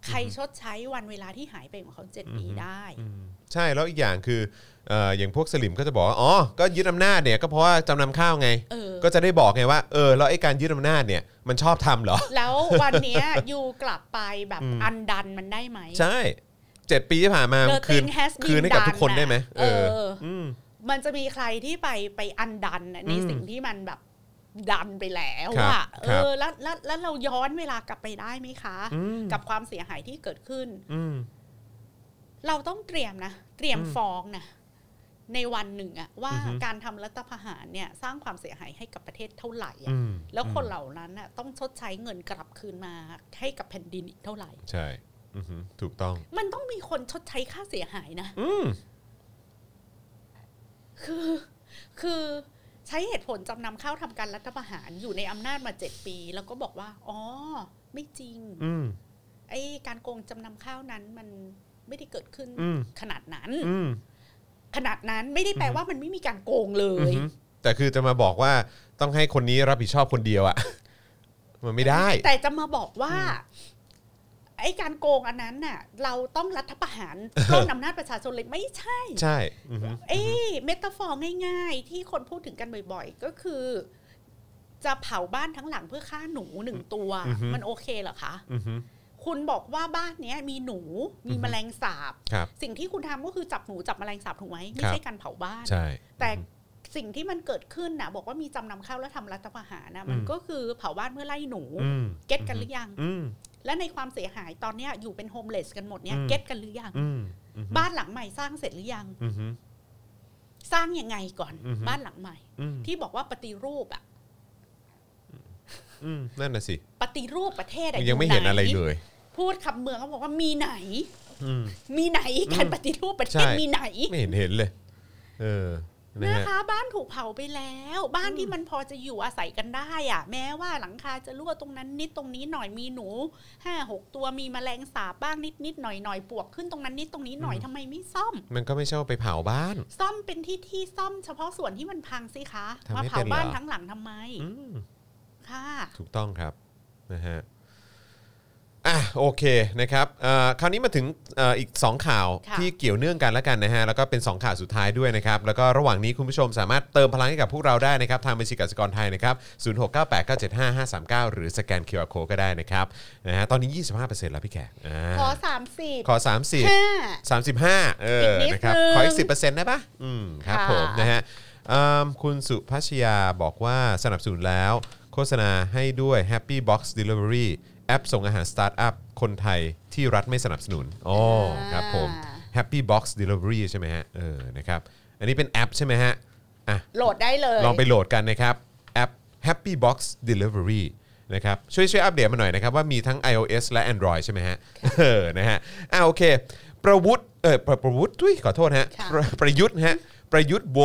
[SPEAKER 3] ใครชดใช้วันเวลาที่หายไปของเขาเจ็ดปี
[SPEAKER 2] อือฮึ
[SPEAKER 3] ได้
[SPEAKER 2] อืมใช่แล้วอีกอย่างคือเอ่ออย่างพวกสลิมก็จะบอกว่าอ๋อก็ยึดอำนาจเนี่ยก็เพราะว่าจำนำข้าวไง
[SPEAKER 3] เออ
[SPEAKER 2] ก็จะได้บอกไงว่าเออแล้วไอ้การยึดอำนาจเนี่ยมันชอบทำเหรอ
[SPEAKER 3] แล้ววันเนี้ย ยูกลับไปแบบ
[SPEAKER 2] อืม
[SPEAKER 3] อันดันมันได้ไหม
[SPEAKER 2] ใช่เจ็ดปีที่ผ่านมา
[SPEAKER 3] เอ
[SPEAKER 2] มัน
[SPEAKER 3] อ
[SPEAKER 2] คืน
[SPEAKER 3] thing has been
[SPEAKER 2] คืนให้กับทุกคน
[SPEAKER 3] done
[SPEAKER 2] ได้ไหม
[SPEAKER 3] น่ะ
[SPEAKER 2] เออ
[SPEAKER 3] เออ
[SPEAKER 2] อืม
[SPEAKER 3] มันจะมีใครที่ไปไปอันดันน่ะใน
[SPEAKER 2] อืม
[SPEAKER 3] สิ่งที่มันแบบดันไปแล้ว
[SPEAKER 2] ครับ
[SPEAKER 3] อะเอ
[SPEAKER 2] ครับ
[SPEAKER 3] อแล้วแล้วแล้วเราย้อนเวลากลับไปได้ไหมคะ
[SPEAKER 2] อืม
[SPEAKER 3] กับความเสียหายที่เกิดขึ้น
[SPEAKER 2] อืม
[SPEAKER 3] เราต้องเตรียมนะเตรียม
[SPEAKER 2] อืม
[SPEAKER 3] ฟ้องนะในวันหนึ่งอะว่า
[SPEAKER 2] อือฮึ
[SPEAKER 3] การทำรัฐประหารเนี่ยสร้างความเสียหายให้กับประเทศเท่าไหร่อะ
[SPEAKER 2] อืม
[SPEAKER 3] แล้วคนเหล่านั้นอะต้องชดใช้เงินกลับคืนมาให้กับแผ่นดินอีกเท่าไหร่
[SPEAKER 2] ใช่อือหือถูกต้อง
[SPEAKER 3] มันต้องมีคนชดใช้ค่าเสียหายนะ
[SPEAKER 2] อืม
[SPEAKER 3] คือคือใช้เหตุผลจำนำข้าวทำการรัฐประหารอยู่ในอำนาจมาเจ็ดปี แล้วก็บอกว่า อ๋อ ไม่จริง
[SPEAKER 2] อืม
[SPEAKER 3] ไอ้การโกงจำนำข้าวนั้นมันไม่ได้เกิดขึ้น
[SPEAKER 2] อืม
[SPEAKER 3] ขนาดนั้น
[SPEAKER 2] อืม
[SPEAKER 3] ขนาดนั้นไม่ได้แปลว่ามันไม่มีการโกงเล
[SPEAKER 2] อือย หือแต่คือจะมาบอกว่าต้องให้คนนี้รับผิดชอบคนเดียวอะ มันไม่ได้
[SPEAKER 3] แต่จะมาบอกว่า ไอ้การโกงอันนั้นน่ะ เราต้องรัฐประ หารปล้นอำนาจประชาชนเลยไม่ใช่
[SPEAKER 2] ใช่อือหือ
[SPEAKER 3] เอ้ยเมตาฟอร์ง่ายๆ ที่คนพูดถึงกันบ่อยๆ ก็คือ จะเผาบ้านทั้งหลังเพื่อฆ่าหนูหนึ่งตัว
[SPEAKER 2] อือฮึ
[SPEAKER 3] มันโอเคเหรอคะ
[SPEAKER 2] อือหือ
[SPEAKER 3] คุณบอกว่าบ้านเนี้ยมีหนูมี
[SPEAKER 2] อือฮึ
[SPEAKER 3] แมลงสาบ
[SPEAKER 2] ครับ
[SPEAKER 3] สิ่งที่คุณทำก็คือจับหนูจับแมลงสาบถูกไหมไม่
[SPEAKER 2] ครับ
[SPEAKER 3] ใช่การเผาบ้าน
[SPEAKER 2] ใช่
[SPEAKER 3] แต่
[SPEAKER 2] อือหือ
[SPEAKER 3] สิ่งที่มันเกิดขึ้นนะบอกว่ามีจำนำข้าวแล้วทำรัฐประหารนะมัน
[SPEAKER 2] อืม
[SPEAKER 3] ก็คือเผาบ้านเพื่อไล่หนู
[SPEAKER 2] อืม
[SPEAKER 3] เก็ตกันหรือยัง
[SPEAKER 2] อืม
[SPEAKER 3] และในความเสียหายตอนเนี้ยอยู่เป็นโฮมเลสกันหมดเนี่ย
[SPEAKER 2] อืม
[SPEAKER 3] เก็ตกันหรือยัง
[SPEAKER 2] อืมอือหือ
[SPEAKER 3] บ้านหลังใหม่สร้างเสร็จหรือยัง
[SPEAKER 2] อือหือ
[SPEAKER 3] สร้างยังไงก่อน
[SPEAKER 2] อือฮึ
[SPEAKER 3] บ้านหลังใหม่
[SPEAKER 2] อืม
[SPEAKER 3] ที่บอกว่าปฏิรูปอะ
[SPEAKER 2] อืมนั่นน่ะสิ
[SPEAKER 3] ปฏิรูปประเทศอะ
[SPEAKER 2] ยังไม่เห็นอะไร
[SPEAKER 3] ยู่
[SPEAKER 2] เล
[SPEAKER 3] ห
[SPEAKER 2] ย
[SPEAKER 3] พูดคำเมืองเขาบอกว่ามีไหน
[SPEAKER 2] อืม
[SPEAKER 3] มีไหนการ
[SPEAKER 2] อืม
[SPEAKER 3] ปฏิรูปประเท
[SPEAKER 2] ใช่
[SPEAKER 3] ศมีไหน
[SPEAKER 2] ไม่เห็นเห็นเลย เออ นะ
[SPEAKER 3] นะ
[SPEAKER 2] ฮะ
[SPEAKER 3] คะ บ้านถูกเผาไปแล้ว บ้านที่มันพอจะอยู่อาศัยกันได้อะแม้ว่าหลังคาจะรั่วตรงนั้นนิดตรงนี้หน่อยมีหนูห้าหกตัวมีแมลงสาบบ้างนิดนิดๆหน่อยหน่อยๆปวกขึ้นตรงนั้นนิดตรงนี้หน่อย
[SPEAKER 2] อืม
[SPEAKER 3] ทำไมไม่ซ่อม
[SPEAKER 2] มันก็ไม่ใช่ว่าไปเผาบ้าน
[SPEAKER 3] ซ่อมเป็นที่ที่ซ่อมเฉพาะส่วนที่มันพังสิคะ
[SPEAKER 2] ทำ
[SPEAKER 3] มา
[SPEAKER 2] ไม่
[SPEAKER 3] เผา
[SPEAKER 2] เป็นเหรอ
[SPEAKER 3] บ้านทั้งหลังทำไม
[SPEAKER 2] อืม
[SPEAKER 3] ค่ะ
[SPEAKER 2] ถูกต้องครับ นะฮะ อ่ะโอเคนะครับเอ่อคราวนี้มาถึงเอ่ออีก 2 ข่าว
[SPEAKER 3] ค่ะ
[SPEAKER 2] ที่เกี่ยวเนื่องกันแล้วกันนะฮะแล้วก็เป็น 2 ข่าวสุดท้ายด้วยนะครับ แล้วก็ระหว่างนี้คุณผู้ชมสามารถเติมพลังให้กับพวกเราได้นะครับ ทางบัญชีกสิกรไทยนะครับ 0698975539 หรือสแกน QR Code ก็ได้นะครับนะฮะตอนนี้ 25%แล้วพี่แขกอ่า
[SPEAKER 3] ขอสามสิบ
[SPEAKER 2] ขอ 30
[SPEAKER 3] ห้า
[SPEAKER 2] 35 เออ
[SPEAKER 3] กนิด
[SPEAKER 2] นะครับ
[SPEAKER 3] นึง
[SPEAKER 2] ขออีก 10%ได้ปะอืม ครับ
[SPEAKER 3] ค่ะ
[SPEAKER 2] ผม นะฮะอืมคุณสุพัชยาบอกว่าสนับสนุนแล้ว โฆษณาให้ด้วย Happy Box Delivery แอปส่งอาหารสตาร์ทอัพคนไทยที่รัฐไม่สนับสนุนอ๋อครับผม Happy Box Delivery ใช่ไหมฮะ เออ นะครับ อันนี้เป็นแอปใช่ไหมฮะ อ่ะ
[SPEAKER 3] โหลดได้เลย
[SPEAKER 2] ลองไปโหลดกันนะครับ แอป Happy Box Delivery นะครับช่วยช่วยอัปเดตมาหน่อยนะครับ ว่ามีทั้ง iOS และ Android ใช่ไหมฮะเออ นะฮะอ่าโอเค ประวุฒิเออประประวุฒิทุยขอโทษฮะประประยุทธ์ฮะประยุทธ์โว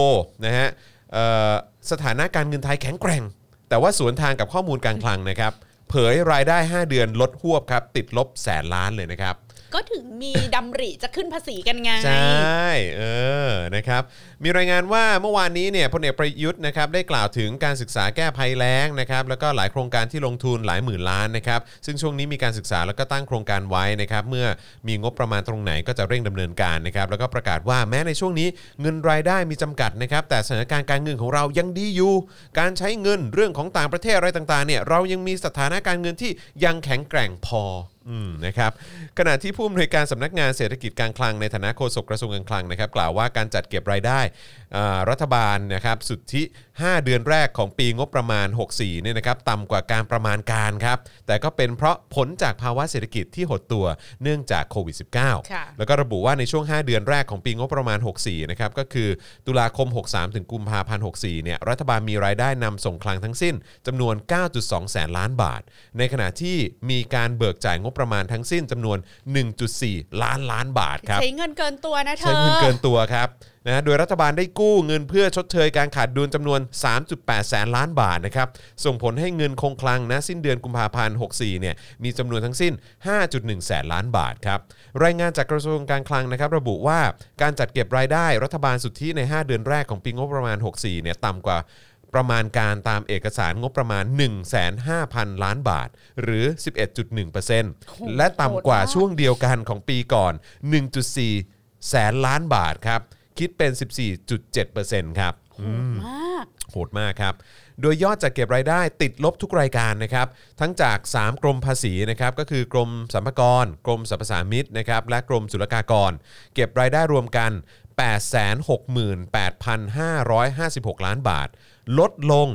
[SPEAKER 2] นะฮะเอ่อสถานะการเงินไทยแข็งแกร่ง แต่ว่าสวนทางกับข้อมูลการคลังนะครับ เผยรายได้ 5 เดือนลดหวบครับ ติดลบแสนล้านเลยนะครับ
[SPEAKER 3] ก็ถึงมีดำริจะขึ้นภาษีกันไง
[SPEAKER 2] ใช่ เออ นะครับ มีรายงานว่าเมื่อวานนี้เนี่ยพลเอกประยุทธ์นะครับได้กล่าวถึงการศึกษาแก้ภัยแล้งนะครับ แล้วก็หลายโครงการที่ลงทุนหลายหมื่นล้านนะครับ ซึ่งช่วงนี้มีการศึกษาแล้วก็ตั้งโครงการไว้นะครับ เมื่อมีงบประมาณตรงไหนก็จะเร่งดำเนินการนะครับ แล้วก็ประกาศว่าแม้ในช่วงนี้เงินรายได้มีจำกัดนะครับ แต่สถานการณ์การเงินของเรายังดีอยู่ การใช้เงินเรื่องของต่างประเทศอะไรต่างๆเนี่ยเรายังมีสถานะการเงินที่ยังแข็งแกร่งพอ อืมนะครับขณะที่ผู้อำนวยการสำนักงานเศรษฐกิจการคลังในฐานะโฆษกกระทรวงการคลังนะครับ กล่าวว่าการจัดเก็บรายได้อ่ารัฐบาลนะครับสุทธิ 5 เดือนแรกของปีงบประมาณ 64เนี่ยนะครับต่ำกว่าการประมาณการครับ แต่ก็เป็นเพราะผลจากภาวะเศรษฐกิจที่หดตัวเนื่องจากโควิด -19
[SPEAKER 3] ค่ะ
[SPEAKER 2] แล้วก็ระบุว่าในช่วง 5 เดือนแรกของปีงบประมาณ 64 นะครับ ก็คือตุลาคม 63 ถึงกุมภาพันธ์ 64 เนี่ย รัฐบาลมีรายได้นำส่งคลังทั้งสิ้นจำนวน 9.2 แสนล้านบาท ในขณะที่มีการเบิกจ่ายงบประมาณทั้งสิ้นจำนวน 1.4 ล้านล้านบาทครับ
[SPEAKER 3] ใช้เงินเกินตัวนะเธอ
[SPEAKER 2] ใช้เงินเกินตัวครับนะโดยรัฐบาลได้กู้เงินเพื่อชดเชยการขาดดุลจำนวน 3.8 แสนล้านบาทนะครับ ส่งผลให้เงินคงคลังนะสิ้นเดือนกุมภาพันธ์ 64 เนี่ยมีจำนวนทั้งสิ้น 5.1 แสนล้านบาทครับ รายงานจากกระทรวงการคลังนะครับ ระบุว่าการจัดเก็บรายได้รัฐบาลสุทธิใน 5 เดือนแรกของปีงบประมาณ 64 เนี่ยต่ำกว่า ประมาณการตามเอกสารงบประมาณ 1,500,000 ล้านบาท หรือ 11.1%และต่ำกว่าช่วงเดียวกันของปีก่อน 1.4 แสนล้านบาทครับ คิดเป็น 14.7%ครับ
[SPEAKER 3] มาก
[SPEAKER 2] โหดมากครับ โดยยอดจัดเก็บรายได้ติดลบทุกรายการนะครับ ทั้งจาก 3 กรมภาษีนะครับ ก็คือกรมสรรพากร กรมสรรพสามิตนะครับ และกรมศุลกากร เก็บรายได้รวมกัน 868,556 ล้านบาท ลดลง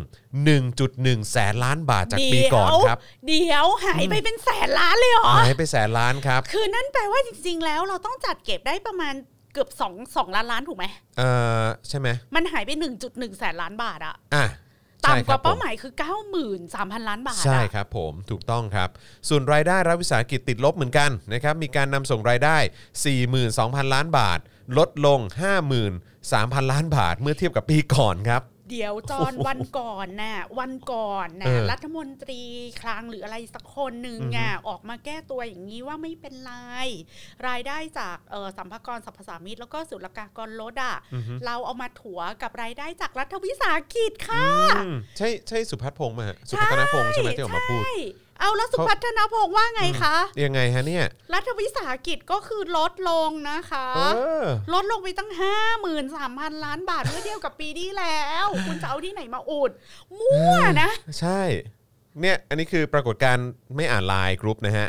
[SPEAKER 2] 1.1 แสนล้านบาทจากปีก่อนครับ
[SPEAKER 3] เดี๋ยวหายไปเป็นแสนล้านเลยเหรอ
[SPEAKER 2] หายไปแสนล้านครับ
[SPEAKER 3] คือนั่นแปลว่าจริง ๆ แล้วเราต้องจัดเก็บได้ประมาณเกือบสองสองล้านล้านถูกไหม
[SPEAKER 2] เอ่อ ใช่ไหม
[SPEAKER 3] มันหายไปหนึ่งจุดหนึ่งแสนล้านบาทอะ
[SPEAKER 2] อ่ะใช่ค
[SPEAKER 3] ต่ำก
[SPEAKER 2] รับ
[SPEAKER 3] ว่าเป้า
[SPEAKER 2] ผ
[SPEAKER 3] หมายคือเก้าหมื่นสามพันล้านบาทอะ
[SPEAKER 2] ใช่ครับผมถูกต้องครับ ส่วนรายได้รัฐวิสาหกิจติดลบเหมือนกันนะครับมีการนำส่งรายได้ 42,000 ล้านบาท ลดลง 53,000 ล้านบาท เมื่อเทียบกับปีก่อนครับ
[SPEAKER 3] เดี๋ยวจอนวันก่อนน่ะวันก่อนน่ะ
[SPEAKER 2] เออ
[SPEAKER 3] รัฐมนตรีคลังหรืออะไรสักคนหนึ่งอ่ะออกมาแก้ตัวอย่างนี้ว่าไม่เป็นไร รายได้จากเอ่อสัมภากรสัมภาษามิตร แล้วก็ศุลกากรลดอ่ะ
[SPEAKER 2] อือฮึ
[SPEAKER 3] เราเอามาถัวกับรายได้จากรัฐวิสาหกิจค่ะ
[SPEAKER 2] อืมใช่ใช่สุพัฒน์พงษ์ไหมฮะสุพัฒนพงษ์ใช่ไหมที่ออกมาพูด
[SPEAKER 3] ใช่เอาแล้วสุ
[SPEAKER 2] เขา
[SPEAKER 3] พัฒนพงษ์ว่าไงคะ
[SPEAKER 2] ยังไงฮะเนี่ย
[SPEAKER 3] รัฐวิสาหกิจก็คือลดลงนะคะ
[SPEAKER 2] เออ
[SPEAKER 3] ลดลงไปตั้ง 5 3 0 0 0 ล้านบาทเมื่อเทียบกับปีที่แล้ว คุณจะเอาที่ไหนมาอุด มั่วนะ
[SPEAKER 2] ใช่เนี่ยอันนี้คือปรากฏการณ์ไม่อ่านไลน์กรุ๊ปนะฮะ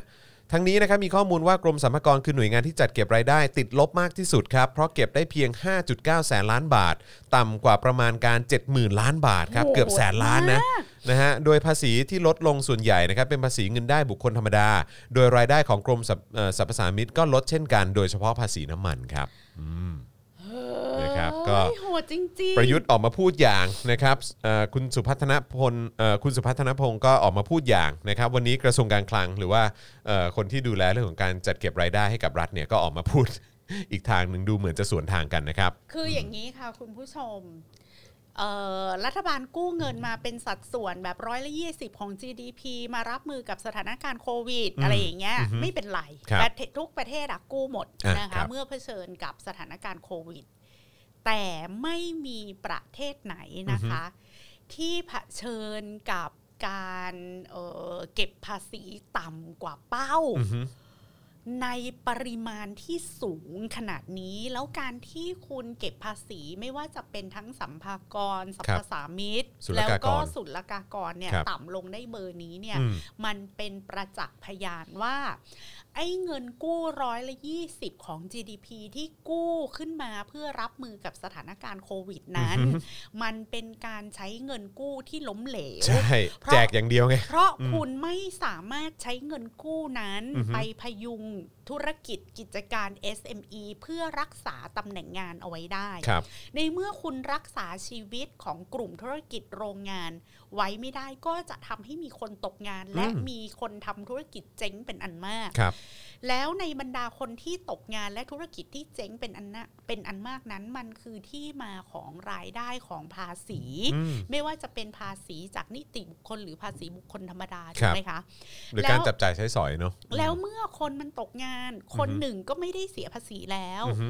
[SPEAKER 2] ทั้งนี้นะครับมีข้อมูลว่ากรมสรรพากรคือหน่วยงานที่จัดเก็บรายได้ ติดลบมากที่สุดครับเพราะเก็บได้เพียง 5.9 แสนล้านบาท ต่ำกว่าประมาณการ 70,000 ล้านบาทครับ
[SPEAKER 3] โหด
[SPEAKER 2] เกือบแสนล้านนะ
[SPEAKER 3] มาก
[SPEAKER 2] นะฮะ โดยภาษีที่ลดลงส่วนใหญ่นะครับเป็นภาษีเงินได้บุคคลธรรมดา โดยรายได้ของกรมสรรพเอ่อสรรพสามิตก็ลดเช่นกัน โดยเฉพาะภาษีน้ำมันครับ นะครับก็
[SPEAKER 3] เอ้ยโหดจริงๆ
[SPEAKER 2] ประยุทธ์ออกมาพูดอย่างนะครับเอ่อคุณสุพัฒนพลเอ่อคุณสุพัฒนพงศ์ก็ออกมาพูดอย่างนะครับ วันนี้กระทรวงการคลังหรือว่าเอ่อคนที่ดูแลเรื่องของการจัดเก็บรายได้ให้กับรัฐเนี่ยก็ออกมาพูด อีกทางหนึ่งดูเหมือนจะสวนทางกันนะครับ
[SPEAKER 3] คืออย่างนี้ค่ะคุณผู้ชมเอ่อรัฐบาลกู้เงินมาเป็นสัดส่วนแบบร้อยละยี่สิบของ GDP มารับมือกับสถานการณ์โควิด
[SPEAKER 2] อืม
[SPEAKER 3] อะไรอย่างเงี้ย
[SPEAKER 2] อือฮึ
[SPEAKER 3] ไม่เป็นไร
[SPEAKER 2] ครับ
[SPEAKER 3] ประเทศทุกประเทศอะกู้หมด
[SPEAKER 2] อ่ะ
[SPEAKER 3] นะ
[SPEAKER 2] ครั
[SPEAKER 3] คะ
[SPEAKER 2] บ
[SPEAKER 3] เมื่อเผชิญกับสถานการณ์โควิด แต่ไม่มีประเทศไหนนะคะ ที่เผชิญกับ การเอ่อเก็บภาษีต่ำกว่าเป้า
[SPEAKER 2] อือฮึ
[SPEAKER 3] ในปริมาณที่สูงขนาดนี้ แล้วการที่คุณเก็บภาษีไม่ว่าจะเป็นทั้งสัมภากรสัมภาสามิตร
[SPEAKER 2] ศุล
[SPEAKER 3] แล้ว
[SPEAKER 2] กากร
[SPEAKER 3] ก็สุลกากรเนี่ย
[SPEAKER 2] ครับ
[SPEAKER 3] ต่ำลงได้เบอร์นี้เนี่ย
[SPEAKER 2] อืม
[SPEAKER 3] มันเป็นประจักษ์พยานว่า ไอ้เงินกู้ร้อยละยี่สิบของ GDP ที่กู้ขึ้นมาเพื่อรับมือกับสถานการณ์โควิดนั้น มันเป็นการใช้เงินกู้ที่ล้มเหลว
[SPEAKER 2] ใช่
[SPEAKER 3] เพราะ
[SPEAKER 2] แจกอย่างเดียวไง
[SPEAKER 3] เพราะคุณไม่สามารถใช้เงินกู้นั้น
[SPEAKER 2] อือฮึ
[SPEAKER 3] ไปพยุงธุรกิจกิจการ SME เพื่อรักษาตำแหน่งงานเอาไว้ได้
[SPEAKER 2] ครับ
[SPEAKER 3] ในเมื่อคุณรักษาชีวิตของกลุ่มธุรกิจโรงงาน ไว้ไม่ได้ก็จะทำให้มีคนตกงาน และ
[SPEAKER 2] อืม
[SPEAKER 3] มีคนทำธุรกิจเจ๊งเป็นอันมาก
[SPEAKER 2] ครับ
[SPEAKER 3] แล้วในบรรดาคนที่ตกงานและธุรกิจที่เจ๊งเป็นอันนะเป็นอันมากนั้น มันคือที่มาของรายได้ของภาษี
[SPEAKER 2] อืม
[SPEAKER 3] ไม่ว่าจะเป็นภาษีจากนิติบุคคลหรือภาษีบุคคลธรรมดา
[SPEAKER 2] ค
[SPEAKER 3] ถู
[SPEAKER 2] รั
[SPEAKER 3] ก
[SPEAKER 2] บ
[SPEAKER 3] ไหมคะ
[SPEAKER 2] หรือ
[SPEAKER 3] แล้ว
[SPEAKER 2] การจับจ่ายใช้สอยเนาะ
[SPEAKER 3] แล้วเมื่อคนมันตกงาน คน
[SPEAKER 2] อือฮึ
[SPEAKER 3] หนึ่งก็ไม่ได้เสียภาษีแล้ว
[SPEAKER 2] อือฮึ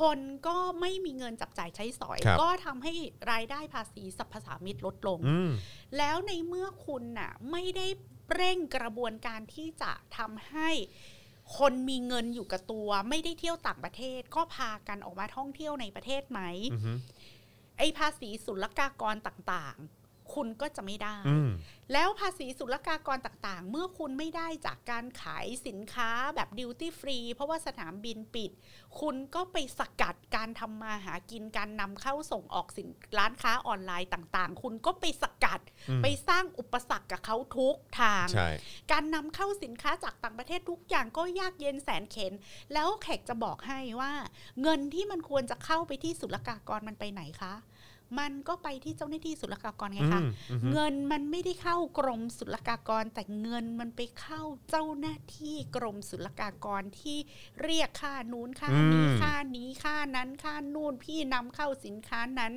[SPEAKER 3] คนก็ไม่มีเงินจับจ่ายใช้สอย
[SPEAKER 2] ครับ
[SPEAKER 3] ก็ทำให้รายได้ภาษีสรรพสามิตลดลง
[SPEAKER 2] อืม
[SPEAKER 3] แล้วในเมื่อคุณน่ะไม่ได้เร่งกระบวนการที่จะทำให้คนมีเงินอยู่กับตัว ไม่ได้เที่ยวต่างประเทศ ก็พากันออกมาท่องเที่ยวในประเทศไหม
[SPEAKER 2] อือฮึ
[SPEAKER 3] ไอภาษีศุลกากรต่างๆ คุณก็จะไม่ได้
[SPEAKER 2] อืม
[SPEAKER 3] แล้วภาษีศุลกากรต่างๆ เมื่อคุณไม่ได้จากการขายสินค้าแบบดิวตี้ฟรี เพราะว่าสนามบินปิด คุณก็ไปสกัดการทำมาหากินการนำเข้าส่งออกสินร้านค้าออนไลน์ต่างๆ คุณก็ไปสกัด
[SPEAKER 2] อืม
[SPEAKER 3] ไปสร้างอุปสรรคกับเขาทุกทาง
[SPEAKER 2] ใช่
[SPEAKER 3] การนำเข้าสินค้าจากต่างประเทศทุกอย่างก็ยากเย็นแสนเข็น แล้วแขกจะบอกให้ว่า เงินที่มันควรจะเข้าไปที่ศุลกากรมันไปไหนคะ มันก็ไปที่เจ้าหน้าที่ศุลกากรไง
[SPEAKER 2] อื
[SPEAKER 3] คะ
[SPEAKER 2] มอือฮึ
[SPEAKER 3] เงินมันไม่ได้เข้ากรมศุลกากร แต่เงินมันไปเข้าเจ้าหน้าที่กรมศุลกากรที่เรียกค่านู้นค่านี้
[SPEAKER 2] อืม
[SPEAKER 3] ค่านี้ค่านั้นค่านู่นพี่นำเข้าสินค้านั้น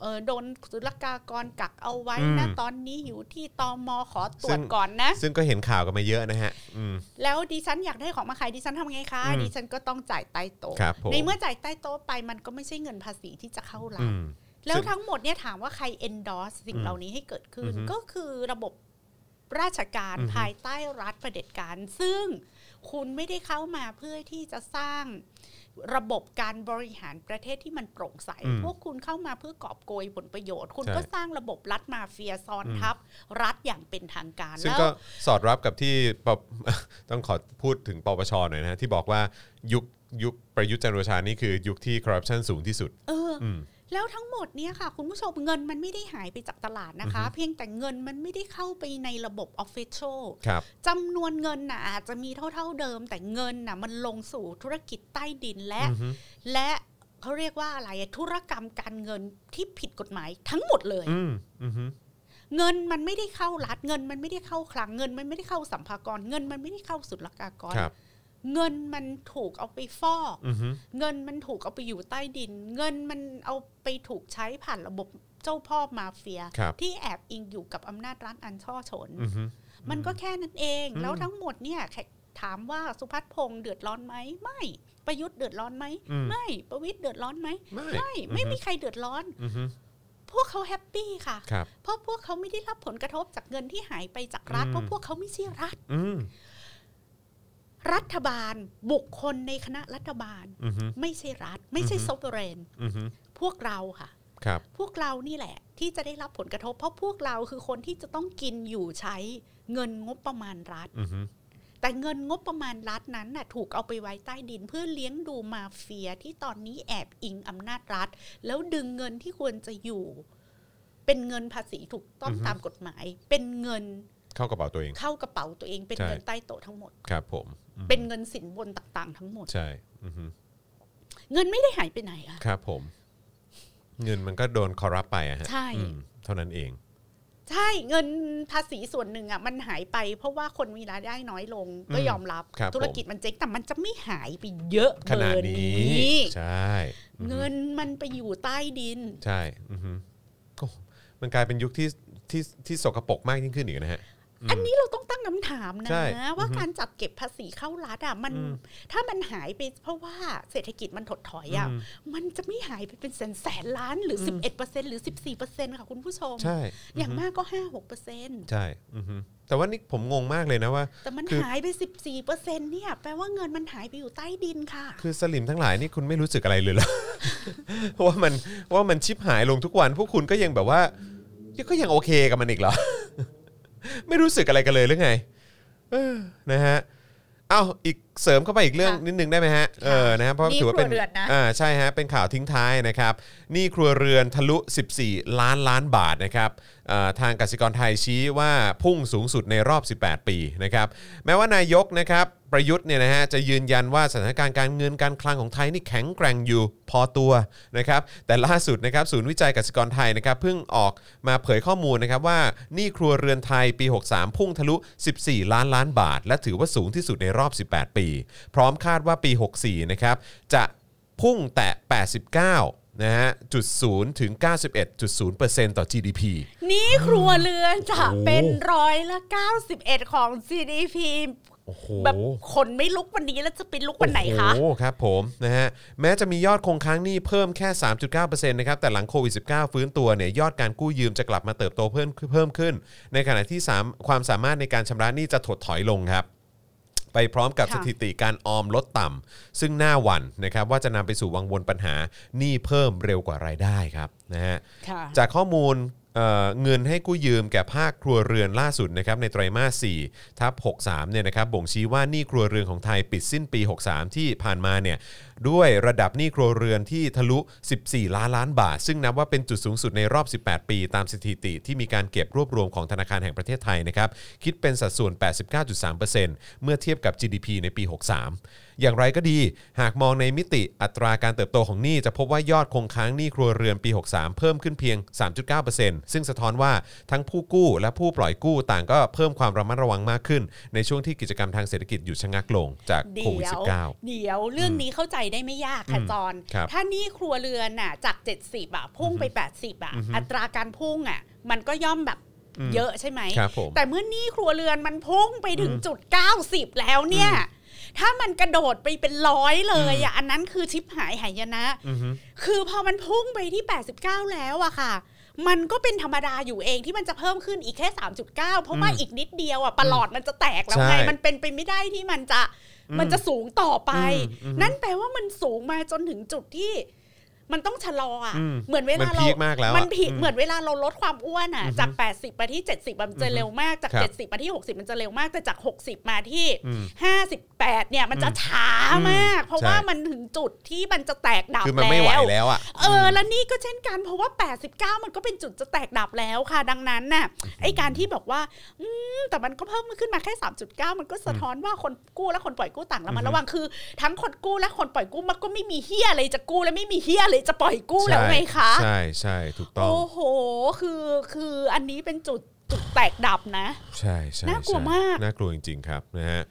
[SPEAKER 3] เออโดนศุลกากรกักเอาไว้นะตอนนี้อยู่ที่ตมขอตรวจก่อนนะ
[SPEAKER 2] ซึ่งก็เห็นข่าวกันมาเยอะนะฮะ อืม
[SPEAKER 3] แล้วดิฉันอยากได้ของมาขายดิฉันทำไงคะ
[SPEAKER 2] อืม
[SPEAKER 3] ดิฉันก็ต้องจ่ายใต้โต๊ะ
[SPEAKER 2] ครับผม
[SPEAKER 3] ในเมื่อจ่ายใต้โต๊ะไปมันก็ไม่ใช่เงินภาษีที่จะเข้ารั
[SPEAKER 2] อื
[SPEAKER 3] ฐ
[SPEAKER 2] ม
[SPEAKER 3] แล้วทั้งหมดเนี่ยถามว่าใคร endorse สิ่ง
[SPEAKER 2] อืม
[SPEAKER 3] เหล่านี้ให้เกิดขึ้น
[SPEAKER 2] อือฮึ
[SPEAKER 3] ก็คือระบบราชการ
[SPEAKER 2] อือฮึ
[SPEAKER 3] ภายใต้รัฐเผด็จการ ซึ่งคุณไม่ได้เข้ามาเพื่อที่จะสร้างระบบการบริหารประเทศที่มันโปร่งใส
[SPEAKER 2] อืม
[SPEAKER 3] พวกคุณเข้ามาเพื่อกอบโกยผลประโยชน์ คุณ
[SPEAKER 2] ใช่
[SPEAKER 3] ก็สร้างระบบรัฐมาเฟียซ้อน
[SPEAKER 2] อืม
[SPEAKER 3] ทับ รัฐอย่างเป็นทางการ
[SPEAKER 2] ซึ่ง
[SPEAKER 3] แล้ว
[SPEAKER 2] ก็สอด รับกับที่ปป ต้องขอพูดถึงปปชหน่อยนะฮะที่บอกว่ายุคยุคประยุทธ์จันทร์โอชานี่คือยุคที่คอร์รัปชันสูงที่สุด
[SPEAKER 3] เอออ
[SPEAKER 2] ม
[SPEAKER 3] แล้วทั้งหมดเนี่ยค่ะ คุณผู้ชมเงินมันไม่ได้หายไปจากตลาดนะคะ
[SPEAKER 2] อือฮึ
[SPEAKER 3] เพียงแต่เงินมันไม่ได้เข้าไปในระบบ Official
[SPEAKER 2] ครับ
[SPEAKER 3] จำนวนเงินน่ะอาจจะมีเท่าๆเดิม แต่เงินน่ะมันลงสู่ธุรกิจใต้ดินและ
[SPEAKER 2] อือฮึ
[SPEAKER 3] และเขาเรียกว่าอะไรอะธุรกรรมการเงินที่ผิดกฎหมายทั้งหมดเลย
[SPEAKER 2] อืมอือฮึ
[SPEAKER 3] เงินมันไม่ได้เข้ารัฐเงินมันไม่ได้เข้าคลังเงิน มันไม่ได้เข้าสัมภากรเงินมันไม่ได้เข้าศุลกากร
[SPEAKER 2] ครับ
[SPEAKER 3] เงินมันถูกเอาไปฟอก
[SPEAKER 2] อือฮึ
[SPEAKER 3] เงินมันถูกเอาไปอยู่ใต้ดิน เงินมันเอาไปถูกใช้ผ่านระบบเจ้าพ่อมาเฟีย
[SPEAKER 2] ครับ
[SPEAKER 3] ที่แอบอิงอยู่กับอำนาจรัฐอันช่อชน
[SPEAKER 2] อือฮึ
[SPEAKER 3] มันก็แค่นั้นเอง
[SPEAKER 2] อืม
[SPEAKER 3] แล้วทั้งหมดเนี่ยแขกถามว่าสุพัฒน์พงษ์เดือดร้อนไหมไม่ ประยุทธ์เดือดร้อนไหม
[SPEAKER 2] อืม
[SPEAKER 3] ไม่ประวิทย์เดือดร้อนไหม
[SPEAKER 2] ไม่
[SPEAKER 3] ไม่ไม่มีใครเดือดร้อน
[SPEAKER 2] อือฮึ
[SPEAKER 3] พวกเขาแฮปปี้ค่ะ
[SPEAKER 2] ครับ
[SPEAKER 3] เพราะพวกเขาไม่ได้รับผลกระทบจากเงินที่หายไปจากรัฐ
[SPEAKER 2] อืม
[SPEAKER 3] เพราะพวกเขาไม่ใช่รัฐ
[SPEAKER 2] อืม
[SPEAKER 3] รัฐบาล บุคคลในคณะรัฐบาล
[SPEAKER 2] อือฮึ
[SPEAKER 3] ไม่ใช่รัฐ ไม่ใช่
[SPEAKER 2] อือฮึ
[SPEAKER 3] ซอฟเรน
[SPEAKER 2] อือฮึ
[SPEAKER 3] พวกเราค่ะ
[SPEAKER 2] ครับ
[SPEAKER 3] พวกเรานี่แหละ ที่จะได้รับผลกระทบ เพราะพวกเราคือคนที่จะต้องกินอยู่ใช้เงินงบประมาณรัฐ
[SPEAKER 2] อือฮึ
[SPEAKER 3] แต่เงินงบประมาณรัฐนั้นน่ะถูกเอาไปไว้ใต้ดินเพื่อเลี้ยงดูมาเฟียที่ตอนนี้แอบอิงอำนาจรัฐ แล้วดึงเงินที่ควรจะอยู่ เป็นเงินภาษีถูกต้อง
[SPEAKER 2] อือฮึ
[SPEAKER 3] ตามกฎหมาย เป็นเงิน
[SPEAKER 2] เข้ากระเป๋าตัวเอง
[SPEAKER 3] เข้ากระเป๋าตัวเอง เป็น
[SPEAKER 2] ใช่
[SPEAKER 3] เงินใต้โต๊ะทั้งหมด
[SPEAKER 2] ครับผมอือฮึ
[SPEAKER 3] เป็นเงินสินบนต่างๆ ทั้งหมด
[SPEAKER 2] ใช่ อือฮึ
[SPEAKER 3] เงินไม่ได้หายไปไหนอะ
[SPEAKER 2] ครับผม เงินมันก็โดนคอร์รัปไปอะฮะ
[SPEAKER 3] ใช่
[SPEAKER 2] อืมเท่านั้นเอง
[SPEAKER 3] ใช่เงินภาษีส่วนหนึ่งอ่ะมันหายไป เพราะว่าคนมีรายได้น้อยลงก็
[SPEAKER 2] อืม
[SPEAKER 3] ยอมรับ
[SPEAKER 2] ครับ
[SPEAKER 3] ธุรกิจมันเจ๊งแต่มันจะไม่หายไปเยอะ
[SPEAKER 2] ขนาด
[SPEAKER 3] เบอร์
[SPEAKER 2] นี้ ใช่อือฮึ
[SPEAKER 3] เงินมันไปอยู่ใต้ดิน
[SPEAKER 2] ใช่อือฮึโอ้มันกลายเป็นยุคที่ที่ที่สกปรกมากยิ่งขึ้นอีกนะฮะ ม
[SPEAKER 3] อันนี้เราต้องตั้งคำถามนะ
[SPEAKER 2] ใช่
[SPEAKER 3] ว่า
[SPEAKER 2] อือฮึ
[SPEAKER 3] การจัดเก็บภาษีเข้ารัฐอ่ะมัน
[SPEAKER 2] อืม
[SPEAKER 3] ถ้ามันหายไปเพราะว่าเศรษฐกิจมันถดถอยอ่ะมันจะไม่หายไปเป็นแสนแสนล้านหรือ 11%หรือ 14%ค่ะคุณผู้ชม
[SPEAKER 2] ใช่
[SPEAKER 3] อย่าง
[SPEAKER 2] ม
[SPEAKER 3] มากก็ 5-6%
[SPEAKER 2] ใช่อือฮึแต่ว่านี่ผมงงมากเลยนะว่า
[SPEAKER 3] แต่มัน
[SPEAKER 2] คือ
[SPEAKER 3] หายไป 14%เนี่ย แปลว่าเงินมันหายไปอยู่ใต้ดินค่ะ
[SPEAKER 2] คือสลิมทั้งหลายนี่คุณไม่รู้สึกอะไรเลยเหรอ ว่ามันว่ามันชิบหายลงทุกวัน พวกคุณก็ยังแบบว่าก็ยังโอเคกับมันอีกเหรอ ไม่รู้สึกอะไรกันเลยหรือไงเออนะฮะเอาอีกเสริมเข้าไปอีกเรื่อง
[SPEAKER 3] ค่ะ
[SPEAKER 2] นิดนึงได้ไหมฮะเออนะฮะเพราะ
[SPEAKER 3] หนี้
[SPEAKER 2] ถือว่าเป็น
[SPEAKER 3] ครัวเรือนนะ
[SPEAKER 2] อ่าใช่ฮะเป็นข่าวทิ้งท้ายนะครับหนี่ครัวเรือนทะลุ 14 ล้านล้านบาทนะครับอ่าทางกสิกรไทยชี้ว่าพุ่งสูงสุดในรอบ 18 ปีนะครับ แม้ว่านายกนะครับประยุทธ์เนี่ยนะฮะจะยืนยันว่าสถานการณ์การเงินการคลังของไทยนี่แข็งแกร่งอยู่พอตัวนะครับแต่ล่าสุดนะครับศูนย์วิจัยกสิกรไทยนะครับเพิ่งออกมาเผยข้อมูลนะครับว่าหนี้ครัวเรือนไทยปี 63 พุ่งทะลุ 14 ล้านล้านบาท และถือว่าสูงที่สุดในรอบ 18 ปี พร้อมคาดว่าปี 64นะครับจะพุ่งแตะ 89นะฮะจุดศูนย์ถึง 91.0%ต่อ GDP
[SPEAKER 3] นี่ครัวเรือนจะเป็นร้อยละ 91 ของ GDP
[SPEAKER 2] โอ้โห
[SPEAKER 3] แบบคนไม่ลุกวันนี้แล้วจะไปลุกวันไหนคะ
[SPEAKER 2] โอ้โหครับผมนะฮะแม้จะมียอดคงค้างหนี้เพิ่มแค่ 3.9%นะครับแต่หลังโควิด -19 ฟื้นตัวเนี่ยยอดการกู้ยืมจะกลับมาเติบโตเพิ่มเพิ่มขึ้น ในขณะที่สามความสามารถในการชำระหนี้จะถดถอยลงครับ ไปพร้อมกับส
[SPEAKER 3] ค่ะ
[SPEAKER 2] ถิติการออมลดต่ำซึ่งหน้าหวันนะครับว่าจะนำไปสู่วังวนปัญหาหนี้เพิ่มเร็วกว่ารายได้ครับนะฮะ
[SPEAKER 3] ค่ะ
[SPEAKER 2] จากข้อมูลเอ่อเงินให้กู้ยืมแก่ภาคครัวเรือนล่าสุดนะครับในไตรมาส4ทับ63เนี่ยนะครับบ่งชี้ว่าหนี้ครัวเรือนของไทยปิดสิ้นปี 63 ที่ผ่านมาเนี่ยด้วยระดับหนี้ครัวเรือนที่ทะลุ 14 ล้านล้านบาท ซึ่งนับว่าเป็นจุดสูงสุดในรอบ 18 ปี ตามสถิติที่มีการเก็บรวบรวมของธนาคารแห่งประเทศไทยนะครับคิดเป็นสัดส่วน 89.3%เมื่อเทียบกับ GDP ในปี 63 อย่างไรก็ดี หากมองในมิติอัตราการเติบโตของหนี้จะพบว่ายอดคงค้างหนี้ครัวเรือนปี 63 เพิ่มขึ้นเพียง 3.9%ซึ่งสะท้อนว่าทั้งผู้กู้และผู้ปล่อยกู้ต่างก็เพิ่มความระมัดระวังมากขึ้น ในช่วงที่กิจกรรมทางเศรษฐกิจหยุดชะงักลงจาก
[SPEAKER 3] เดี๋
[SPEAKER 2] โควิด
[SPEAKER 3] ยวเดี๋ยวเรื่องนี้เข้าใจได้ไม่ยากค่ะ
[SPEAKER 2] อืม
[SPEAKER 3] จอน
[SPEAKER 2] ครับ
[SPEAKER 3] ถ้าหนี่ครัวเรือนน่ะจาก 70อ่ะพุ่งไป 80อ่ะ
[SPEAKER 2] อือฮึ
[SPEAKER 3] อัตราการพุ่งอ่ะมันก็ย่อมแบบ
[SPEAKER 2] อืม
[SPEAKER 3] เยอะใช่ไหม
[SPEAKER 2] ครับผม
[SPEAKER 3] แต่เมื่อหนี่ครัวเรือนมันพุ่งไปถึง
[SPEAKER 2] อืม
[SPEAKER 3] จุด 90 แล้วเนี่ย ถ้ามันกระโดดไปเป็นร้อยเลยอ่ะอันนั้นคือชิปหายหายนะ
[SPEAKER 2] อือฮึ
[SPEAKER 3] คือพอมันพุ่งไปที่ 89 แล้วอะค่ะ มันก็เป็นธรรมดาอยู่เองที่มันจะเพิ่มขึ้นอีกแค่ 3.9 เพราะว่าอีกนิดเดียวอะประหลอดมันจะแตกแล้วไง
[SPEAKER 2] ใช่
[SPEAKER 3] มันเป็นไปไม่ได้ที่มันจะ มันจะสูงต่อไป
[SPEAKER 2] อืม
[SPEAKER 3] นั่นแปลว่ามันสูงมาจนถึงจุดที่ มันต้องชะลออ่ะ
[SPEAKER 2] อืม
[SPEAKER 3] เหมือนเว
[SPEAKER 2] มั
[SPEAKER 3] ลานเรา
[SPEAKER 2] พีคมากแล้วอะ
[SPEAKER 3] นผิด
[SPEAKER 2] อืม
[SPEAKER 3] เหมือนเวลาเราลดความอ้วนอ่ะ
[SPEAKER 2] อือฮึ
[SPEAKER 3] จาก 80มาที่ 70มันจะเร็วมาก จาก
[SPEAKER 2] ครับ
[SPEAKER 3] 70มาที่ 60 มันจะเร็วมาก แต่จาก 60 มาที่
[SPEAKER 2] อืม
[SPEAKER 3] 58 เนี่ย มันจะช้ามาก
[SPEAKER 2] อืม
[SPEAKER 3] เพราะว่า
[SPEAKER 2] ใช่
[SPEAKER 3] มันถึงจุดที่มันจะแตกดับ
[SPEAKER 2] คือมันไม่ไหว
[SPEAKER 3] แล้ว
[SPEAKER 2] แล้วอ่ะ
[SPEAKER 3] เออและนี่ก็เช่นกันเพราะว่า 89 มันก็เป็นจุดจะแตกดับแล้วค่ะ ดังนั้นน่ะไอการที่บอกว่า อืมแต่มันก็เพิ่มขึ้นมาแค่ 3.9 มันก็สะท้อนว่าคนกู้และคนปล่อยกู้ต่างแล้วมัน
[SPEAKER 2] อือฮึ
[SPEAKER 3] ระวังคือ ทั้งคนกู้และคนปล่อยกู้มันก็ไม่มีเฮียอะไรจะกู้และไม่มีเฮียอะไรจะปล่อยกู้
[SPEAKER 2] ใช่
[SPEAKER 3] แล้วไงคะ
[SPEAKER 2] ใช่ใช่ถูกต้อง
[SPEAKER 3] โอ้โห คือคืออันนี้เป็นจุดจุดแตกดับนะ
[SPEAKER 2] ใช่ใช่
[SPEAKER 3] น่ากลัว
[SPEAKER 2] ใช่
[SPEAKER 3] มาก
[SPEAKER 2] น่ากลัวจริงๆครับนะฮะ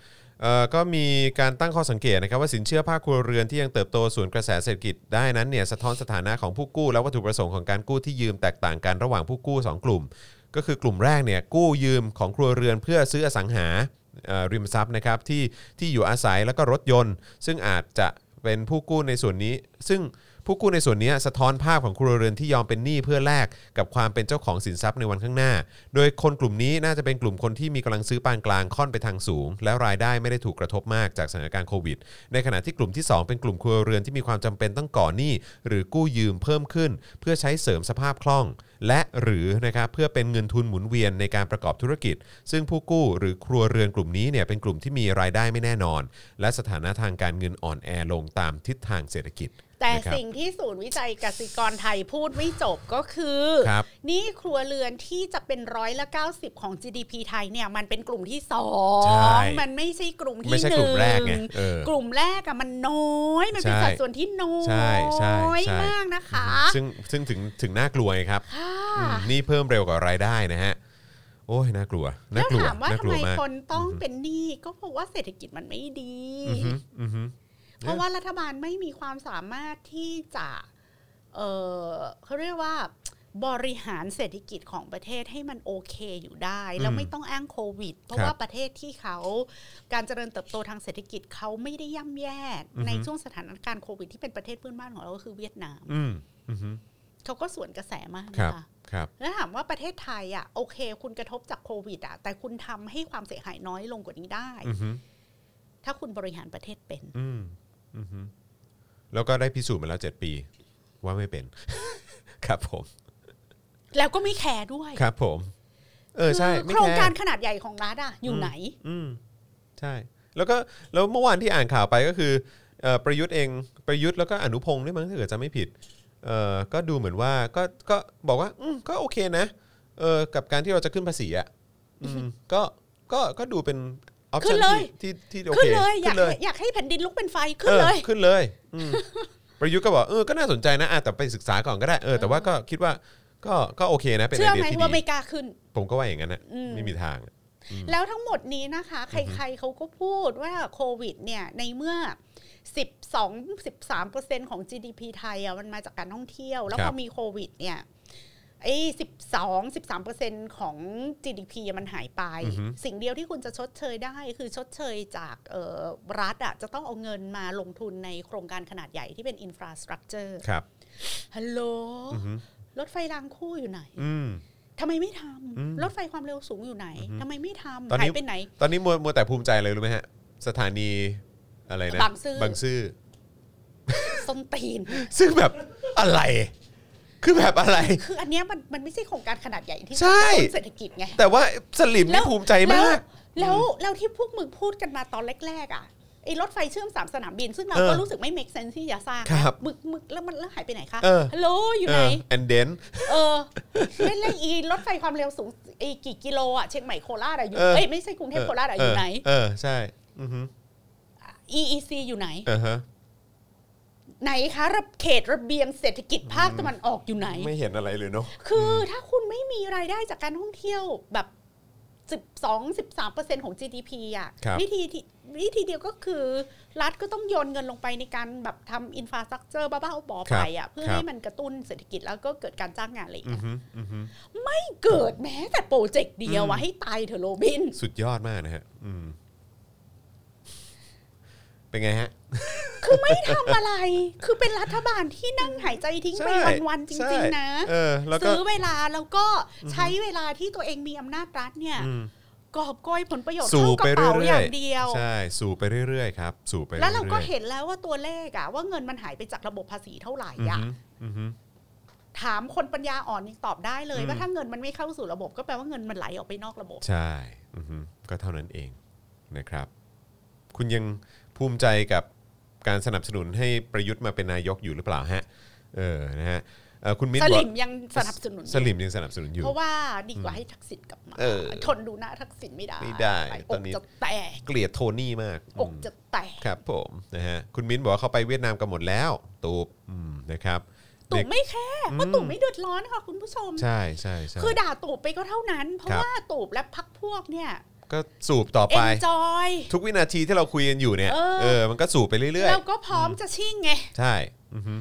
[SPEAKER 2] เอ่อก็มีการตั้งข้อสังเกตนะครับว่าสินเชื่อภาคครัวเรือนที่ยังเติบโตส่วนกระแสเศรษฐกิจได้นั้นเนี่ยสะท้อนสถานะของผู้กู้และวัตถุประสงค์ของการกู้ที่ยืมแตกต่างกันระหว่างผู้กู้สองกลุ่ม ก็คือกลุ่มแรกเนี่ยกู้ยืมของครัวเรือนเพื่อซื้ออสังหาเอ่อริมทรัพย์นะครับที่ที่อยู่อาศัยแล้วก็รถยนต์ ซึ่งอาจจะเป็นผู้กู้ในส่วนนี้ ซึ่งผู้กู้ในส่วนนี้สะท้อนภาพของครัวเรือนที่ยอมเป็นหนี้เพื่อแลกกับความเป็นเจ้าของสินทรัพย์ในวันข้างหน้า โดยคนกลุ่มนี้น่าจะเป็นกลุ่มคนที่มีกำลังซื้อปานกลางค่อนไปทางสูง และรายได้ไม่ได้ถูกกระทบมากจากสถานการณ์โควิด ในขณะที่กลุ่มที่สองเป็นกลุ่มครัวเรือนที่มีความจำเป็นต้องก่อหนี้หรือกู้ยืมเพิ่มขึ้น เพื่อใช้เสริมสภาพคล่อง และหรือนะครับเพื่อเป็นเงินทุนหมุนเวียนในการประกอบธุรกิจ ซึ่งผู้กู้หรือครัวเรือนกลุ่มนี้เนี่ยเป็นกลุ่มที่มีรายได้ไม่แน่นอน และสถานะทางการเงินอ่อนแอลงตามทิศทางเศรษฐกิจ
[SPEAKER 3] แต่
[SPEAKER 2] นะครับ
[SPEAKER 3] สิ่งที่ศูนย์วิจัยกสิกรไทยพูดไม่จบก็คือ
[SPEAKER 2] ครับ
[SPEAKER 3] หนี่ครัวเรือนที่จะเป็นร้อยละ 90 ของ GDP ไทยเนี่ยมันเป็นกลุ่มที่สอง มันไม่ใช่กลุ่มที่
[SPEAKER 2] ไม่ใช่
[SPEAKER 3] ห
[SPEAKER 2] ก
[SPEAKER 3] นึ่
[SPEAKER 2] ลุ่มแรกไง
[SPEAKER 3] ง
[SPEAKER 2] เออ
[SPEAKER 3] กลุ่มแรกอะมันน้อย มันเป็น
[SPEAKER 2] ใช่
[SPEAKER 3] สัดส่วนที่น้อย
[SPEAKER 2] ใช่ใช่ใช่
[SPEAKER 3] มากนะคะ
[SPEAKER 2] ซึ่งซึ่งถึงถึงน่ากลัวไงครับ
[SPEAKER 3] ค่ะ
[SPEAKER 2] อืมนี่เพิ่มเร็วกว่ารายได้นะฮะ โอ้ยน่ากลัว
[SPEAKER 3] แล้ว
[SPEAKER 2] น่ากลัว
[SPEAKER 3] ถามว่า
[SPEAKER 2] น่าก
[SPEAKER 3] ทำ
[SPEAKER 2] ลัว
[SPEAKER 3] ไม
[SPEAKER 2] มาก
[SPEAKER 3] คนต้องเป็นหนี้ก็เพราะว่าเศรษฐกิจมันไม่ดี
[SPEAKER 2] อือฮึอือฮึ
[SPEAKER 3] เพราะว่ารัฐบาลไม่มีความสามารถที่จะ เออเขาเรียกว่า บริหารเศรษฐกิจของประเทศให้มันโอเคอยู่ได้ แล้ว
[SPEAKER 2] อืม
[SPEAKER 3] ไม่ต้องอ้างโควิด
[SPEAKER 2] ค
[SPEAKER 3] เพราะ
[SPEAKER 2] รับ
[SPEAKER 3] ว่าประเทศที่เขาการเจริญเติบโตทางเศรษฐกิจเขาไม่ได้ย่ำแย่
[SPEAKER 2] อือฮึ
[SPEAKER 3] ในช่วงสถานการณ์โควิดที่เป็นประเทศเพื่อนบ้านของเราก็คือเวียดนาม
[SPEAKER 2] อืมอือฮึ
[SPEAKER 3] เขาก็สวนกระแสมาก
[SPEAKER 2] ครับ
[SPEAKER 3] นะคะ
[SPEAKER 2] ครับ
[SPEAKER 3] แล้วถามว่าประเทศไทยอ่ะโอเค คุณกระทบจากโควิดอ่ะแต่คุณทำให้ความเสียหายน้อยลงกว่านี้ได้
[SPEAKER 2] อือฮึ
[SPEAKER 3] ถ้าคุณบริหารประเทศเป็น
[SPEAKER 2] อืมอือฮึแล้วก็ได้พิสูจน์มาแล้ว 7 ปี ว่าไม่เป็น ครับผม
[SPEAKER 3] แล้วก็ไม่แคร์ด้วย
[SPEAKER 2] ครับผม เออใช่
[SPEAKER 3] คือ
[SPEAKER 2] ไม่
[SPEAKER 3] โครง
[SPEAKER 2] แค่
[SPEAKER 3] การขนาดใหญ่ของรัฐอ่ะอยู่ไหน
[SPEAKER 2] อืมใช่ แล้วก็แล้วเมื่อวานที่อ่านข่าวไปก็คือเอ่อประยุทธ์เองประยุทธ์แล้วก็อนุพงศ์ด้วยมั้งถ้าเกิดจะไม่ผิดเอ่อก็ดูเหมือนว่าก็ก็บอกว่าอืมก็โอเคนะเออกับการที่เราจะขึ้นภาษีอ่ะอืมก็ก็ก็ดูเป็นออป
[SPEAKER 3] ขึ้
[SPEAKER 2] ชั่น
[SPEAKER 3] นเลย
[SPEAKER 2] ที่ที่ที่โอ
[SPEAKER 3] ขึ้
[SPEAKER 2] เคน
[SPEAKER 3] เลยอ
[SPEAKER 2] ขึ้
[SPEAKER 3] ยาก
[SPEAKER 2] นเลย
[SPEAKER 3] อยากให้แผ่นดินลุกเป็นไฟขึ้
[SPEAKER 2] เอน อ
[SPEAKER 3] เลย
[SPEAKER 2] ขึ้นเลยอืมประยุทธ์ก็บอกเออก็น่าสนใจนะอ่ะแต่ไปศึกษาก่อนก็ได้เออแต่ว่าก็คิดว่าก็ก็โอเคนะเป็น
[SPEAKER 3] เชื่
[SPEAKER 2] ไอ
[SPEAKER 3] อ
[SPEAKER 2] เดีย
[SPEAKER 3] ไหม
[SPEAKER 2] ที่
[SPEAKER 3] ว่า
[SPEAKER 2] ดี
[SPEAKER 3] ไม่กล้าขึ้น
[SPEAKER 2] ผมก็ว่าอย่างนั้นนะ
[SPEAKER 3] อืม
[SPEAKER 2] ไม่มีทางอะ
[SPEAKER 3] แล้วทั้งหมดนี้นะคะ ใครๆเขาก็พูดว่าโควิดเนี่ยในเมื่อ 12 13 ของ GDP ไทยอ่ะมันมาจากการท่องเที่ยว แล้วพอมีโควิดเนี่ยไอ้12 13 ของ GDP อะมันหายไป สิ่งเดียวที่คุณจะชดเชยได้ คือชดเชยจากเอ่อรัฐอ่ะจะต้องเอาเงินมาลงทุนในโครงการขนาดใหญ่ที่เป็นอินฟราสตรักเจอร์
[SPEAKER 2] ครับ
[SPEAKER 3] ฮัลโหล
[SPEAKER 2] อือฮึ
[SPEAKER 3] รถไฟรางคู่อยู่ไหน
[SPEAKER 2] อืม
[SPEAKER 3] ทำไมไม่ท
[SPEAKER 2] อืม
[SPEAKER 3] ำรถไฟความเร็วสูงอยู่ไหนทำไมไม่ทำ
[SPEAKER 2] ตอนนี้
[SPEAKER 3] หายไปไหน
[SPEAKER 2] ตอนนี้มัวมัวแต่ภูมิใจเลยรู้ไหมฮะ สถานีอะไรนะ
[SPEAKER 3] บางซื่อ
[SPEAKER 2] บางซื่อ
[SPEAKER 3] ส้นตีน
[SPEAKER 2] ซึ่งแบบอะไร คือแบบอะไร
[SPEAKER 3] คืออันเนี้ยมันมันไม่ใช่โครงการขนาดใหญ่ที่
[SPEAKER 2] ใช่
[SPEAKER 3] กระตุ้นเศรษฐกิจไง
[SPEAKER 2] แต่ว่าสลิมนี่ภูมิใจมาก
[SPEAKER 3] แล้วแล้วแล้วที่พวกมึงพูดกันมาตอนแรก ๆ อ่ะไอ้รถไฟเชื่อมสามสนามบิน ซึ่งเรา
[SPEAKER 2] เออ
[SPEAKER 3] ก็รู้สึกไม่ make sense ที่จะสร้าง
[SPEAKER 2] ครับ
[SPEAKER 3] มึกมึกแล้วมันแล้วหายไปไหนคะ
[SPEAKER 2] เออ
[SPEAKER 3] ฮัลโหลอยู่
[SPEAKER 2] เอ
[SPEAKER 3] ไหน
[SPEAKER 2] อแอนเดน
[SPEAKER 3] เออเล่นเล่นอีรถไฟความเร็วสูงไอ้กี่กิโลอ่ะเชียงใหม่โคราชอะอยู่
[SPEAKER 2] เออ
[SPEAKER 3] เอ้ยไม่ใช่กรุงเทพโคราชอะอยู่ไหน
[SPEAKER 2] เออ ใช่ อือฮึ
[SPEAKER 3] EEC อยู่ไหน
[SPEAKER 2] เออฮะ
[SPEAKER 3] ไหนคะระเขตระเบียงเศรษฐกิจภาคตะวันออกอยู่ไหน
[SPEAKER 2] ไม่เห็นอะไรเลยเนาะ
[SPEAKER 3] คืออถ้าคุณไม่มีรายได้จากการท่องเที่ยวแบบ 12-13%ของ GDP อ่ะ
[SPEAKER 2] ครับ
[SPEAKER 3] วิธีที่วิธีเดียวก็คือ รัฐก็ต้องโยนเงินลงไปในการแบบทำอินฟราสตรักเจอร์บ้าๆบอๆไปอ่ะ เพื่อ
[SPEAKER 2] ครับ
[SPEAKER 3] ให้มันกระตุ้นเศรษฐกิจแล้วก็เกิดการจ้างงานอะไรอย่าง
[SPEAKER 2] อือ
[SPEAKER 3] เงี้ย
[SPEAKER 2] ฮึ อือฮึ
[SPEAKER 3] ไม่เกิดแม้แต่โปรเจกต์เดียว
[SPEAKER 2] อื
[SPEAKER 3] อะ
[SPEAKER 2] ม
[SPEAKER 3] ให้ตายเถอะโรบิน
[SPEAKER 2] สุดยอดมากนะฮะ อืม เป็นไงฮะ
[SPEAKER 3] คือไม่ทำอะไร คือเป็นรัฐบาลที่นั่งหายใจทิ้งไป
[SPEAKER 2] ใช่
[SPEAKER 3] วันๆจ
[SPEAKER 2] ใช่
[SPEAKER 3] ริง ๆ นะ
[SPEAKER 2] เออ แล้วก็
[SPEAKER 3] ซื้อเวลาแล้วก็ใช้เวลาที่ตัวเองมีอำนาจรัฐเนี่ย
[SPEAKER 2] อืม
[SPEAKER 3] กอบโกยผลประโยชน์
[SPEAKER 2] สูบ
[SPEAKER 3] เข้าก
[SPEAKER 2] ไประ เรื่
[SPEAKER 3] เป๋า
[SPEAKER 2] อย่
[SPEAKER 3] อาย งเดียว
[SPEAKER 2] ๆ ใช่ สูบไปเรื่อยๆครับ สูบไป
[SPEAKER 3] แล้วเราก็
[SPEAKER 2] อยๆ
[SPEAKER 3] เห็นแล้วว่าตัวเลขอะว่าเงินมันหายไปจากระบบภาษีเท่าไหร่
[SPEAKER 2] อือ
[SPEAKER 3] อะ
[SPEAKER 2] ฮึอือฮึ
[SPEAKER 3] ถามคนปัญญาอ่อนยังตอบได้เลย
[SPEAKER 2] อืม
[SPEAKER 3] ว่าถ้าเงินมันไม่เข้าสู่ระบบ ก็แปลว่าเงินมันไหลออกไปนอกระบบ
[SPEAKER 2] ใช่อือฮึก็เท่านั้นเองนะครับ คุณยังภูมิใจกับการสนับสนุนให้ประยุทธ์มาเป็นนายกอยู่หรือเปล่าฮะ เออ นะฮะเอ่อคุณมิ้น
[SPEAKER 3] ส
[SPEAKER 2] บอก
[SPEAKER 3] ลิมยังสนับสนุน
[SPEAKER 2] สลิมยังสนับสนุนอยู่
[SPEAKER 3] เพราะว่าดีกว่าให้ทักษิณกลับมา
[SPEAKER 2] เออ
[SPEAKER 3] ทนดูหน้าทักษิณไม่ได้
[SPEAKER 2] ไม่ได้ต
[SPEAKER 3] อ
[SPEAKER 2] อก นนี้
[SPEAKER 3] จะแตก
[SPEAKER 2] เกลียดโทนี่มาก
[SPEAKER 3] อก
[SPEAKER 2] ม
[SPEAKER 3] จะแตก
[SPEAKER 2] ครับผม นะฮะ คุณมิ้นบอกว่าเขาไปเวียดนามกันหมดแล้ว ตูบอืมนะครับ
[SPEAKER 3] ตู่
[SPEAKER 2] เด็ก
[SPEAKER 3] ไม่แค่
[SPEAKER 2] อืม
[SPEAKER 3] ว่าตู่ไม่เดือดร้อนค่ะคุณผู้ชม
[SPEAKER 2] ใช่ใช่ใช่
[SPEAKER 3] คือด่าตู่ไปก็เท่านั้น เพราะ
[SPEAKER 2] ครับ
[SPEAKER 3] ว่าตู่และพักพวกเนี่ย
[SPEAKER 2] ก็สูบต่อ
[SPEAKER 3] เอ็
[SPEAKER 2] ไป
[SPEAKER 3] นจอย
[SPEAKER 2] ทุกวินาทีที่เราคุยกันอยู่เนี่ย
[SPEAKER 3] เออ
[SPEAKER 2] เออ มันก็สูบไปเรื่อย
[SPEAKER 3] แล้วก็พร้อมจะชิ่งไง
[SPEAKER 2] ๆ ใช่ อือฮึ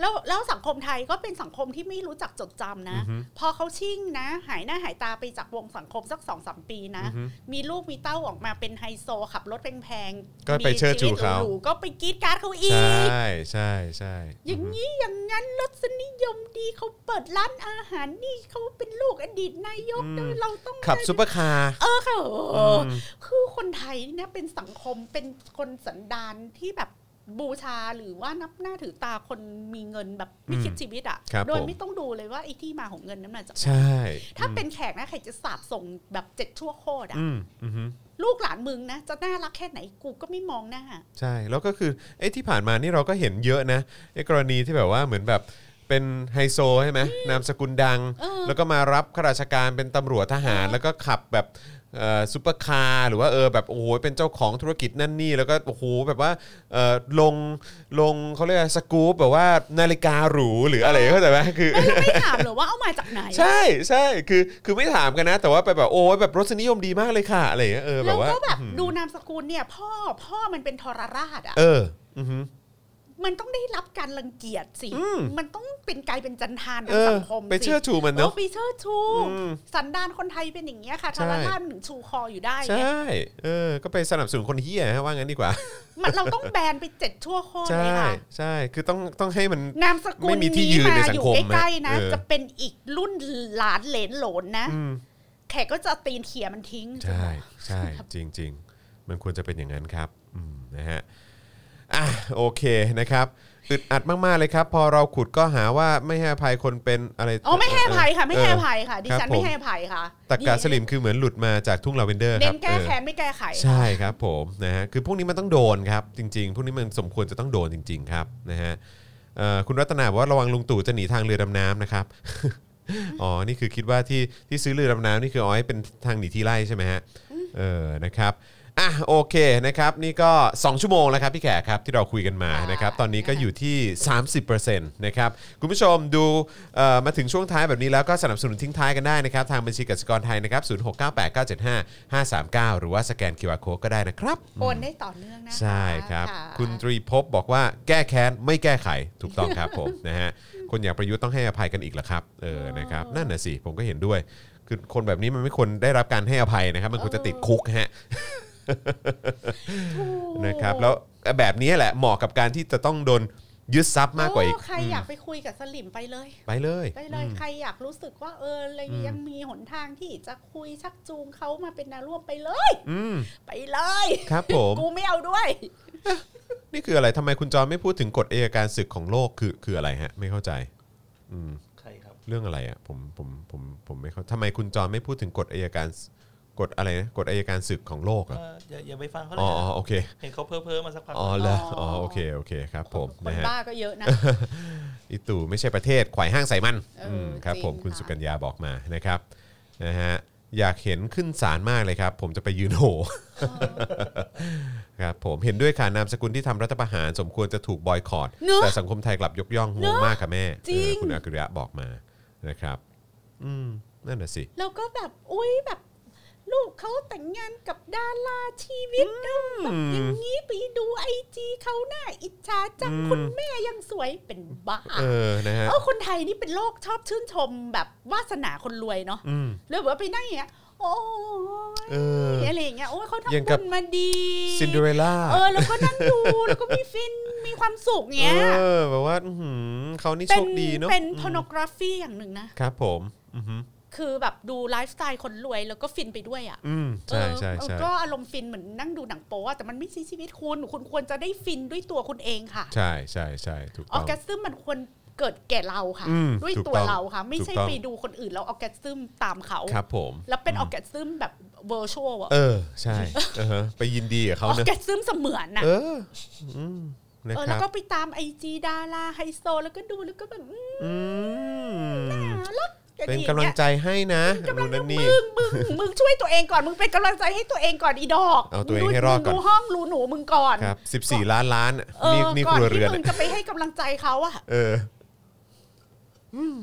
[SPEAKER 3] แล้วแล้วสังคมไทยก็เป็นสังคมที่ไม่รู้จักจดจำนะ
[SPEAKER 2] อือฮึ
[SPEAKER 3] พอเขาชิ่งนะ หายหน้าหายตาไปจากวงสังคมสักสองสามปีนะ
[SPEAKER 2] อือฮึ
[SPEAKER 3] มีลูกมีเต้าออกมาเป็นไฮโซขับรถแพงๆ
[SPEAKER 2] ก็ไป
[SPEAKER 3] มี
[SPEAKER 2] เชิดชูเขา
[SPEAKER 3] ชีวิตหรูๆก็ไปกรีดการ์ดเขาอีก
[SPEAKER 2] ใช่ใช่ใช่
[SPEAKER 3] อ
[SPEAKER 2] อือย่าง ฮึ
[SPEAKER 3] นี้อย่างนั้นรสนิยมดีเขาเปิดร้านอาหารนี่เขาเป็นลูกอดีตนายก
[SPEAKER 2] อืม
[SPEAKER 3] ด้วยเราต้อง
[SPEAKER 2] ขับซุปเปอร์คาร์
[SPEAKER 3] เออค่ะโอ้โห
[SPEAKER 2] อืม
[SPEAKER 3] คือคนไทยเนี่ยเป็นสังคมเป็นคนสันดานที่แบบบูชาหรือว่านับหน้าถือตาคนมีเงินแบบไม่คิดชีวิตอ่ะ
[SPEAKER 2] ครับ
[SPEAKER 3] โดย
[SPEAKER 2] ผม
[SPEAKER 3] ไม่ต้องดูเลยว่าไอ้ที่มาของเงินนั้นมาจากไหน
[SPEAKER 2] ใช่
[SPEAKER 3] ถ้าเป็นแขกนะใครจะสาบส่งแบบเจ็ดชั่วโคตรอะ
[SPEAKER 2] อืมอืมอืม
[SPEAKER 3] ลูกหลานมึงนะ จะน่ารักแค่ไหนกูก็ไม่มองหน้า
[SPEAKER 2] ใช่ แล้วก็คือไอ้ที่ผ่านมานี่เราก็เห็นเยอะนะไอ้กรณีที่แบบว่าเหมือนแบบเป็นไฮโซใช่ไหมนามสกุลดัง
[SPEAKER 3] เออ
[SPEAKER 2] แล้วก็มารับข้าราชการเป็นตำรวจทหาร
[SPEAKER 3] เออ
[SPEAKER 2] แล้วก็ขับแบบเอ่อซุปเปอร์คาร์หรือว่าเออแบบโอ้โหเป็นเจ้าของธุรกิจนั่นนี่ แล้วก็โอ้โหแบบว่าเออลงลงเขาเรียกอะไรสกู๊ปแบบว่านาฬิกาหรูหรืออะไรเข้าใจไหมคือ
[SPEAKER 3] แล้วเราไม่ถามเหรือว่าเอามาจากไหน
[SPEAKER 2] ใช่ใช่คือคือไม่ถามกันนะ แต่ว่าไปแบบโอ้ยแบบรสนิยมดีมากเลยค่ะอะไรอย่างเงี้ยเออแบ
[SPEAKER 3] แล้
[SPEAKER 2] บ
[SPEAKER 3] ว
[SPEAKER 2] ว่า
[SPEAKER 3] ก็แบบ
[SPEAKER 2] อื้อหือ
[SPEAKER 3] ดูนามสกุลเนี่ย พ่อพ่อมันเป็นทรราชอะ
[SPEAKER 2] เออ อือหือ
[SPEAKER 3] มันต้องได้รับการรังเกียจสิ
[SPEAKER 2] อืม
[SPEAKER 3] มันต้องเป็นกลายเป็นจันทาน
[SPEAKER 2] เอ
[SPEAKER 3] ทาง
[SPEAKER 2] อ
[SPEAKER 3] สังคมสิ
[SPEAKER 2] ไปเชื่อชูมันเนาะ
[SPEAKER 3] โอ้ไปเชิดชู
[SPEAKER 2] อืม
[SPEAKER 3] สันดานคนไทยเป็นอย่างเงี้ยค่ะ
[SPEAKER 2] ใช่
[SPEAKER 3] ชาวบ้านมันถึงชูคออยู่ได้
[SPEAKER 2] ใช
[SPEAKER 3] ไง่
[SPEAKER 2] เออก็ไปสนับสนุนคนเฮียฮะว่างั้นดีกว่า
[SPEAKER 3] มันเราต้องแบนไปเจ็ดชั่วโคตร
[SPEAKER 2] ใช่
[SPEAKER 3] เลยค่ะ
[SPEAKER 2] ใช่คือต้องต้องให้มัน
[SPEAKER 3] นามสกุ
[SPEAKER 2] ไม่
[SPEAKER 3] ล
[SPEAKER 2] มีที่
[SPEAKER 3] นี้
[SPEAKER 2] ยืนใน
[SPEAKER 3] มา
[SPEAKER 2] สัง
[SPEAKER 3] อยู่
[SPEAKER 2] คม
[SPEAKER 3] ใกล้ๆนะ
[SPEAKER 2] เออ
[SPEAKER 3] จะเป็นอีกรุ่นหลานเหลนโหลนนะ
[SPEAKER 2] อืม
[SPEAKER 3] แขกก็จะตีนเขี่ยมันทิ้ง
[SPEAKER 2] ใช่ใช่จริงจริง ๆ มันควรจะเป็นอย่างนั้นครับอืมนะฮะอ่ะโอเคนะครับอึดอัดมากๆเลยครับ พอเราขุดก็หาว่าไม่ให้อภัยคนเป็นอะไร
[SPEAKER 3] อ๋อไม่ให้อภัยค่ะ ไม่ให้อ
[SPEAKER 2] เออ
[SPEAKER 3] ภัยค่ะ ดิ
[SPEAKER 2] ค
[SPEAKER 3] ฉัน
[SPEAKER 2] รับผม
[SPEAKER 3] ไม่ให้อภัยค่ะ
[SPEAKER 2] ตักกาสลิมคือเหมือนหลุดมาจากทุ่งลาเวนเดอร์
[SPEAKER 3] เน้
[SPEAKER 2] ครั
[SPEAKER 3] น
[SPEAKER 2] บ
[SPEAKER 3] แก้
[SPEAKER 2] เออ
[SPEAKER 3] แค้นไม่แก้ไข
[SPEAKER 2] ใช่ครับผมนะฮะคือพวกนี้มันต้องโดนครับ จริง ๆ พวกนี้มันสมควรจะต้องโดนจริง ๆ ครับนะฮะเอ่อคุณรัตนาบอกว่าระวังลุงตู่จะหนีทางเรือดำน้ำนะครับ อ๋อ นี่คือคิดว่าที่ที่ซื้อเรือดำน้ำนี่คือเอาให้เป็นทางหนีที่ไล่ใช่ไหมฮะ เออ นะครับ อ่ะ โอเคนะครับ นี่ก็ 2 ชั่วโมงแล้วครับพี่แขกครับที่เราคุยกันมานะครับ ตอนนี้ก็อยู่ที่ 30%นะครับ คุณผู้ชมดูเอ่อมาถึงช่วงท้ายแบบนี้แล้วก็สนับสนุนทิ้งท้ายกันได้นะครับ ทางบัญชีกสิกรไทยนะครับ 0698975539 หรือว่าสแกน QR Code ก็ได้นะครับ
[SPEAKER 3] โอนได้ต่อเนื่องนะคะ
[SPEAKER 2] ใช่ครับ
[SPEAKER 3] ะ
[SPEAKER 2] คุณตรีภพบอกว่าแก้แค้นไม่แก้ไขถูกต้องครับผม นะฮะคนอย่างประยุทธ์ต้องให้อภัยกันอีกเหรอครับเออนะครับนั่นน่ะสิผมก็เห็นด้วย คือคนแบบนี้มันไม่ควรได้รับการให้อภัยนะครับ มันควรจะติดคุกฮะ
[SPEAKER 3] ถูก
[SPEAKER 2] นะครับแล้วแบบนี้แหละเหมาะกับการที่จะต้องโดนยึดทรัพย์มากกว่าอีก
[SPEAKER 3] โใครอยากไปคุยกับสลิมไปเลย
[SPEAKER 2] ไปเลย
[SPEAKER 3] ไปเลย
[SPEAKER 2] อืม
[SPEAKER 3] ใครอยากรู้สึกว่าเอออะไร
[SPEAKER 2] อืม
[SPEAKER 3] ยังมีหนทางที่จะคุยชักจูงเขามาเป็นแนวร่วมไปเลย
[SPEAKER 2] อืม
[SPEAKER 3] ไปเลย
[SPEAKER 2] ครับผม
[SPEAKER 3] กูไม่เอาด้วย
[SPEAKER 2] นี่คืออะไรทำไมคุณจอมไม่พูดถึงกฎเอยการศึกของโลกคือคืออะไรฮะ ไม่เข้าใจ อืม
[SPEAKER 4] ใครครับ
[SPEAKER 2] เรื่องอะไรอ่ะผมผมผมผมไม่เข้าทำไมคุณจอมไม่พูดถึงกฎอายการกฎอะไรนะกฎอายการศึกของโลกเหร
[SPEAKER 4] เอ
[SPEAKER 2] อ่ะ
[SPEAKER 4] ออย่าอย่าไปฟังเขาเล
[SPEAKER 2] อ๋
[SPEAKER 4] ย
[SPEAKER 2] อ
[SPEAKER 4] นะ
[SPEAKER 2] โอเค
[SPEAKER 4] เห็นเขาเพ้อเพ้อๆมาสักพัก
[SPEAKER 2] อ๋อเหรออ๋อโอเคโอเคครับผม
[SPEAKER 3] คน
[SPEAKER 2] นะฮะ
[SPEAKER 3] บ้าก็เยอะ นะ
[SPEAKER 2] อีตู่ไม่ใช่ประเทศไขว่ห้างใส่มัน
[SPEAKER 3] เอออื
[SPEAKER 2] มครับ
[SPEAKER 3] จริง
[SPEAKER 2] ผมคุณ
[SPEAKER 3] ค่ะ
[SPEAKER 2] สุกัญญาบอกมานะครับนะฮะอยากเห็นขึ้นศาลมากเลยครับ ผมจะไปยืนโห ครับผมเห็นด้วยค่ะนามสกุลที่ทำรัฐประหารสมควรจะถูกบอยคอรด
[SPEAKER 3] เนอะ
[SPEAKER 2] แต่สังคมไทยกลับยกย่องงงมากค่ะแม่
[SPEAKER 3] จริ
[SPEAKER 2] เอ
[SPEAKER 3] ง
[SPEAKER 2] อคุณอากิริยะบอกมานะครับ อืมนั่นน่ะสิ
[SPEAKER 3] แล้วก็แบบ อุ้ยแบบ ลูกเขาแต่งงานกับดาราชีวิตเนอะแบบอย่างนี้ไปดูไอจีเขาหน้าอิจฉาจัง
[SPEAKER 2] อืม
[SPEAKER 3] คุณแม่ยังสวยเป็นบ้า
[SPEAKER 2] เออ นะฮะ
[SPEAKER 3] เออคนไทยนี่เป็นโรคชอบชื่นชมแบบวาสนาคนรวยเนาะ
[SPEAKER 2] อืม
[SPEAKER 3] แล้วแบบว่าไปนั่งอย่างเงี้ยโอ้ย
[SPEAKER 2] เออ
[SPEAKER 3] อะไรอย่างเงี้ยโอ้ยเขาทำ
[SPEAKER 2] อย่างกั
[SPEAKER 3] บุ
[SPEAKER 2] บ
[SPEAKER 3] ญมาดี
[SPEAKER 2] ซินเดอเรลล่า
[SPEAKER 3] เออแล้วก็นั่งดูแล้วก็มีฟินมีความสุขเงี้ย
[SPEAKER 2] เออแบบว่าอื้อหือเขานี่
[SPEAKER 3] เป็
[SPEAKER 2] โชคดีเนาะ
[SPEAKER 3] เป็น
[SPEAKER 2] อืม
[SPEAKER 3] พโนกราฟีอย่างหนึ่งนะครับ
[SPEAKER 2] ผม อือหือ
[SPEAKER 3] คือแบบดูไลฟ์สไตล์คนรวยแล้วก็ฟินไปด้วยอ่ะ
[SPEAKER 2] อืมใช่ใช่
[SPEAKER 3] เออ
[SPEAKER 2] ใช่
[SPEAKER 3] ก็อารมณ์ฟินเหมือนนั่งดูหนังโป๊อะแต่มันไม่ใช่ชีวิตคุณ คุณควรจะได้ฟินด้วยตัวคุณเองค่ะ
[SPEAKER 2] ใช่ใช่ใช่ถูก
[SPEAKER 3] ออ
[SPEAKER 2] ต้อง
[SPEAKER 3] ร์แกซึมมันควรเกิดแก่เราค่ะ
[SPEAKER 2] อืม
[SPEAKER 3] ด้วย
[SPEAKER 2] ถูก
[SPEAKER 3] ตัว
[SPEAKER 2] ต้อง
[SPEAKER 3] เราค่ะ ไม่ใช่
[SPEAKER 2] ถูกต้อง
[SPEAKER 3] ไปดูคนอื่นแล้วออร์แกซึมตามเขา
[SPEAKER 2] ครับผม
[SPEAKER 3] แล้วเป็นออร์แกซึมแบบเวอร์ชวลอะ
[SPEAKER 2] เออ ใช่ เออฮะไปยินดีกับ
[SPEAKER 3] อ
[SPEAKER 2] เขา
[SPEAKER 3] อ
[SPEAKER 2] เนอะ
[SPEAKER 3] ร์แกซึมเสมือนน่ะ
[SPEAKER 2] เออ อืมนะ
[SPEAKER 3] เออ
[SPEAKER 2] ค
[SPEAKER 3] แล้ว
[SPEAKER 2] รับ
[SPEAKER 3] ก็ไปตามไอจีดาราไฮโซแล้วก็ดูแล้วก็แบบอืม
[SPEAKER 2] อืม
[SPEAKER 3] น่ารักอะไร
[SPEAKER 2] เป็น
[SPEAKER 3] อย่าง
[SPEAKER 2] กำลัง
[SPEAKER 3] เงี้ย
[SPEAKER 2] ใจให้นะ
[SPEAKER 3] กำลัง
[SPEAKER 2] นู่นนั่นนี่
[SPEAKER 3] มึงมึงมึงช่วยตัวเองก่อนมึงเป็นกำลังใจให้ตัวเองก่อนอีดอก
[SPEAKER 2] เอาตัวเองให้รอดก่อน
[SPEAKER 3] มึดูห้องรูหนูมึงก่อน
[SPEAKER 2] ครับ 14 ล้านล้านอะ
[SPEAKER 3] เอ
[SPEAKER 2] นี่
[SPEAKER 3] อ
[SPEAKER 2] นี่ค
[SPEAKER 3] ก่อน
[SPEAKER 2] รัว
[SPEAKER 3] ที่
[SPEAKER 2] เรือน
[SPEAKER 3] มึ
[SPEAKER 2] อะ
[SPEAKER 3] งจะไปให้กำลังใจเขาอะ
[SPEAKER 2] เอออืม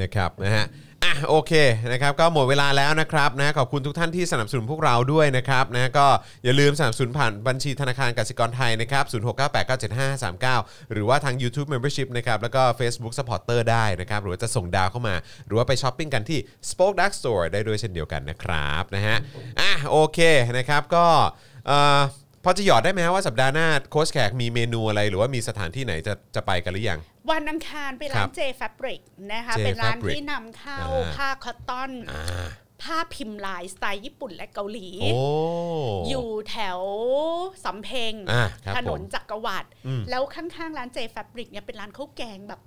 [SPEAKER 2] นะครับนะฮะอ่ะโอเคนะครับก็หมดเวลาแล้วนะครับนะขอบคุณทุกท่านที่สนับสนุนพวกเราด้วยนะครับนะก็อย่าลืมสนับสนุนผ่านบัญชีธนาคารกสิกรไทยนะครับ0698975539 หรือว่าทาง YouTube Membership นะครับแล้วก็ Facebook Supporter ได้นะครับหรือว่าจะส่งดาวเข้ามา หรือว่าไปช้อปปิ้งกันที่ Spoke Dark Store ได้ด้วยเช่นเดียวกันนะครับนะฮะอ่ะโอเคนะครับก็เอ่อพอจะหยอดได้ไหมฮะว่าสัปดาห์หน้าโค้ชแขกมีเมนูอะไรหรือว่ามีสถานที่ไหนจะจะไปกันหรือยัง
[SPEAKER 3] วันอังคารไปร้า
[SPEAKER 2] ครั
[SPEAKER 3] น
[SPEAKER 2] บ
[SPEAKER 3] เจแฟบริกนะคะ
[SPEAKER 2] J
[SPEAKER 3] เป็นร้าน
[SPEAKER 2] Fabric
[SPEAKER 3] ที่นำเข้า
[SPEAKER 2] อ่า
[SPEAKER 3] ผ้าคอตตอน
[SPEAKER 2] อ่า
[SPEAKER 3] ผ้าพิมพ์ลายสไตล์ญี่ปุ่นและเกาหลี
[SPEAKER 2] โอ้
[SPEAKER 3] อยู่แถวสำเพ็ง
[SPEAKER 2] อ่าครับ
[SPEAKER 3] ถน
[SPEAKER 2] ผ
[SPEAKER 3] น
[SPEAKER 2] ม
[SPEAKER 3] จักรวรรดิ
[SPEAKER 2] อืม
[SPEAKER 3] แล้วข้างๆ ร้านเจแฟบริกเนี่ยเป็นร้านข้าวแกงแบบ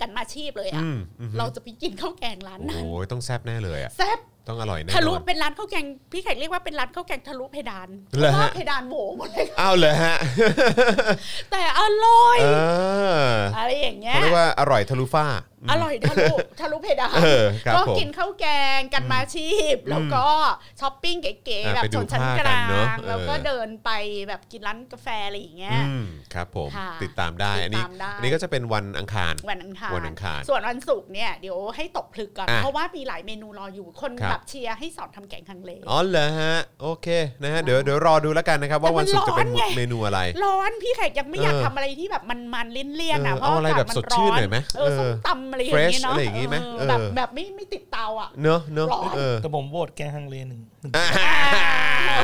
[SPEAKER 3] กันมาชีพเลยอะ
[SPEAKER 2] อืมอืม
[SPEAKER 3] เราจะไปกินข้าวแกงร้านนั้น
[SPEAKER 2] โอ้ยต้องแซบแน่เลยอ่ะ
[SPEAKER 3] แซ่บ
[SPEAKER 2] ต้องอร่อยแน่นอน
[SPEAKER 3] ทะลุเป็นร้านข้าวแกงพี่แขกเรียกว่าเป็นร้านข้าวแกงทะลุเพดานเพ
[SPEAKER 2] เหรอ
[SPEAKER 3] ราะ
[SPEAKER 2] ฮะ
[SPEAKER 3] ว่าเพดานโหวหมดเลย
[SPEAKER 2] อ้าวเลยฮะ
[SPEAKER 3] แต่อร่อย
[SPEAKER 2] เออ
[SPEAKER 3] อะไรอย่างเงี้ย
[SPEAKER 2] เขาเรียกว่าอร่อยทะลุฟ้า
[SPEAKER 3] อร่อยทะ ลุทะลุเพดาน
[SPEAKER 2] เออครับ
[SPEAKER 3] ก็
[SPEAKER 2] ผม
[SPEAKER 3] กินข้าวแกงกันมาชีพ แล้วก็ช้อปปิ้งเก๋
[SPEAKER 2] อ่ะ
[SPEAKER 3] ๆแบบ
[SPEAKER 2] ไปดู
[SPEAKER 3] ชนชั้น
[SPEAKER 2] ผ้าก กั
[SPEAKER 3] ลาน
[SPEAKER 2] เนอะ
[SPEAKER 3] ง แล้วก็
[SPEAKER 2] เออ
[SPEAKER 3] เดินไปแบบกินร้านกาแฟอะไรอย่างเงี้ย
[SPEAKER 2] อืมครับผม
[SPEAKER 3] ค่ะ
[SPEAKER 2] ติดตามได้อันนี้
[SPEAKER 3] ติดตามได้
[SPEAKER 2] อันนี้ก็จะเป็นวันอังคาร
[SPEAKER 3] วันอังคาร
[SPEAKER 2] วันอังคาร
[SPEAKER 3] ส่วนวันศุกร์เนี่ยเดี๋ยวให้ตกผลึกก่อน
[SPEAKER 2] อ่ะ
[SPEAKER 3] เพราะว่ามีหลายเมนูรออยู่คน
[SPEAKER 2] ครับ
[SPEAKER 3] แบบเชียร์ให้สอนทำแกงฮังเล
[SPEAKER 2] อ๋อเหรอฮะโอเคนะฮะเดี๋ยวเดี๋ยวรอดูแล้วกันนะครับ ว่า
[SPEAKER 3] แต่มั
[SPEAKER 2] วัน นศุกร์จะเป็น
[SPEAKER 3] ร้อนไง
[SPEAKER 2] เมนูอะไร
[SPEAKER 3] ร้อนพี่แขกยังไม่อยาก
[SPEAKER 2] เออ
[SPEAKER 3] ทำอะไรที่แบบมันมันๆเลี่ยนๆอ่ะ
[SPEAKER 2] เออ
[SPEAKER 3] เพราะ
[SPEAKER 2] เอาอะไร
[SPEAKER 3] กศ
[SPEAKER 2] แบบสดชื่นหน่อยไหม
[SPEAKER 3] เออ
[SPEAKER 2] เออ
[SPEAKER 3] ส้มตำอะไรอย่างเงี้
[SPEAKER 2] fresh
[SPEAKER 3] ยเนาะ
[SPEAKER 2] อะไรอย่างงี้ไหม
[SPEAKER 3] เออแบบ
[SPEAKER 2] เออ
[SPEAKER 3] แบบไม่ไม่ติดเตาอ่ะ
[SPEAKER 2] เนอะเนอะ
[SPEAKER 3] ร้อน
[SPEAKER 2] เออ
[SPEAKER 4] แต่ผมโหวตแกงฮังเลหนึ่งหนึ่ง
[SPEAKER 3] อ่า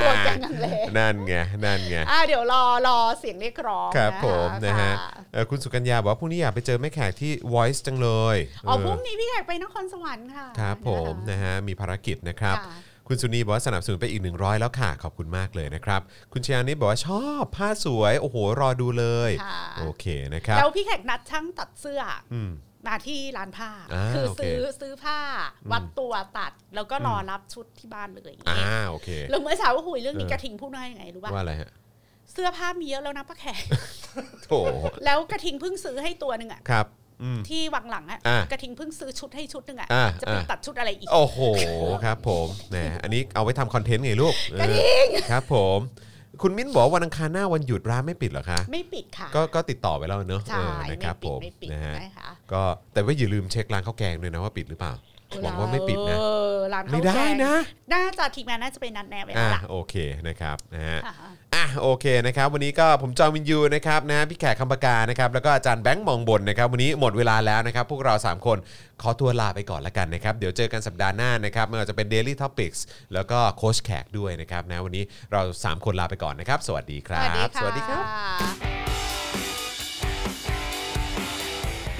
[SPEAKER 3] โหดแกงฮังเล
[SPEAKER 2] นั่นไงนั่นไง
[SPEAKER 3] อ่าเดี๋ยวรอรอเสียงเรียกร้อง
[SPEAKER 2] ครับ
[SPEAKER 3] นะะ
[SPEAKER 2] ผมนะฮะ
[SPEAKER 3] ค่
[SPEAKER 2] เอ่อคุณสุกัญญาบอกว่าพรุ่งนี้อยากไปเจอแม่แขกที่ Voice จังเลย
[SPEAKER 3] อ๋อ
[SPEAKER 2] เออ
[SPEAKER 3] พรุ่งนี้พี่แขกไปนครสวรรค์ค่ะ
[SPEAKER 2] ครับผม
[SPEAKER 3] นะ
[SPEAKER 2] นะคะ ฮะมีภารกิจนะครับ
[SPEAKER 3] ค่ะ
[SPEAKER 2] คุณสุนีบอกว่าสนับสนุนไปอีก 100 แล้วค่ะ ขอบคุณมากเลยนะครับ คุณเชียานิบอกว่าชอบผ้าสวย โอ้โห รอดูเลย
[SPEAKER 3] ค่ะ
[SPEAKER 2] โอเคนะครับ
[SPEAKER 3] แล้วพี่แขกนัดช่างตัดเสื้ออ
[SPEAKER 2] อืม
[SPEAKER 3] มาที่ร้านผ้า
[SPEAKER 2] อ่า
[SPEAKER 3] คือ
[SPEAKER 2] โอเค
[SPEAKER 3] ซื้อซื้อผ้า
[SPEAKER 2] อืม
[SPEAKER 3] วัดตัวตัดแล้วก็รอรับชุดที่บ้านเลย
[SPEAKER 2] อ่าโอเค
[SPEAKER 3] แล้วเมื่อเช้าก็คุยเรื่องนี้
[SPEAKER 2] เออ
[SPEAKER 3] กระทิงพูดว่ายังไงรู้ป่ะ
[SPEAKER 2] ว่าอะไรฮะ
[SPEAKER 3] เสื้อผ้ามีเยอะแล้วนะป้าแขก
[SPEAKER 2] โถ่
[SPEAKER 3] แล้วกระทิงเพิ่งซื้อให้ตัวหนึ่งอะ
[SPEAKER 2] ครับ อืม
[SPEAKER 3] ที่วังหลังอะ
[SPEAKER 2] อ่ะ
[SPEAKER 3] กระทิงเพิ่งซื้อชุดให้ชุดหนึ่งอะ
[SPEAKER 2] อ่ะ
[SPEAKER 3] จะไป
[SPEAKER 2] อ่ะ
[SPEAKER 3] ตัดชุดอะไรอีก
[SPEAKER 2] โอ้โห ครับผม แหมอันนี้เอาไว้ทำคอนเทนต์ไงลูกเออครับผม คุณมิ้นบอกว่าวันอังคารหน้าวันหยุดร้านไม่ปิดเหรอคะ
[SPEAKER 3] ไม่ปิดค่ะ
[SPEAKER 2] ก็ก็ติดต่อไปแล้วเนอะ
[SPEAKER 3] ใช่
[SPEAKER 2] เออ
[SPEAKER 3] ไม่
[SPEAKER 2] นะครับ
[SPEAKER 3] ปิ
[SPEAKER 2] ผ
[SPEAKER 3] ด
[SPEAKER 2] ม
[SPEAKER 3] ไม่ปิด
[SPEAKER 2] นะฮะ
[SPEAKER 3] นะคะ
[SPEAKER 2] ก็แต่ว่าอย่าลืมเช็คร้านข้าวแกงด้วยนะว่าปิดหรือเปล่าหวังว่าไม่ปิดนะ
[SPEAKER 3] เออร้านข้าว
[SPEAKER 2] ไม่ได้
[SPEAKER 3] แกง
[SPEAKER 2] นะ
[SPEAKER 3] น่าจะทีมงานน่าจะเป็นนัดแนะไว้แล้
[SPEAKER 2] อ่าว
[SPEAKER 3] ล่ะ
[SPEAKER 2] โอเคนะครับนะฮะ
[SPEAKER 3] ค่ะ
[SPEAKER 2] อ่ะโอเคนะครับ วันนี้ก็ผมจอมวินยูนะครับนะพี่แขกคำปากานะครับแล้วก็อาจารย์แบงค์มองบนนะครับ วันนี้หมดเวลาแล้วนะครับ พวกเรา 3 คนขอตัวลาไปก่อนละกันนะครับ เดี๋ยวเจอกันสัปดาห์หน้านะครับไม่ว่าจะเป็น Daily Topics แล้วก็โค้ชแขกด้วยนะครับนะวันนี้เราสามคนลาไปก่อนนะครับ สวัสดีครับ
[SPEAKER 3] สวัสดีค่ะ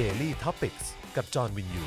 [SPEAKER 1] Daily t o p i c กกับจอห์นวินยู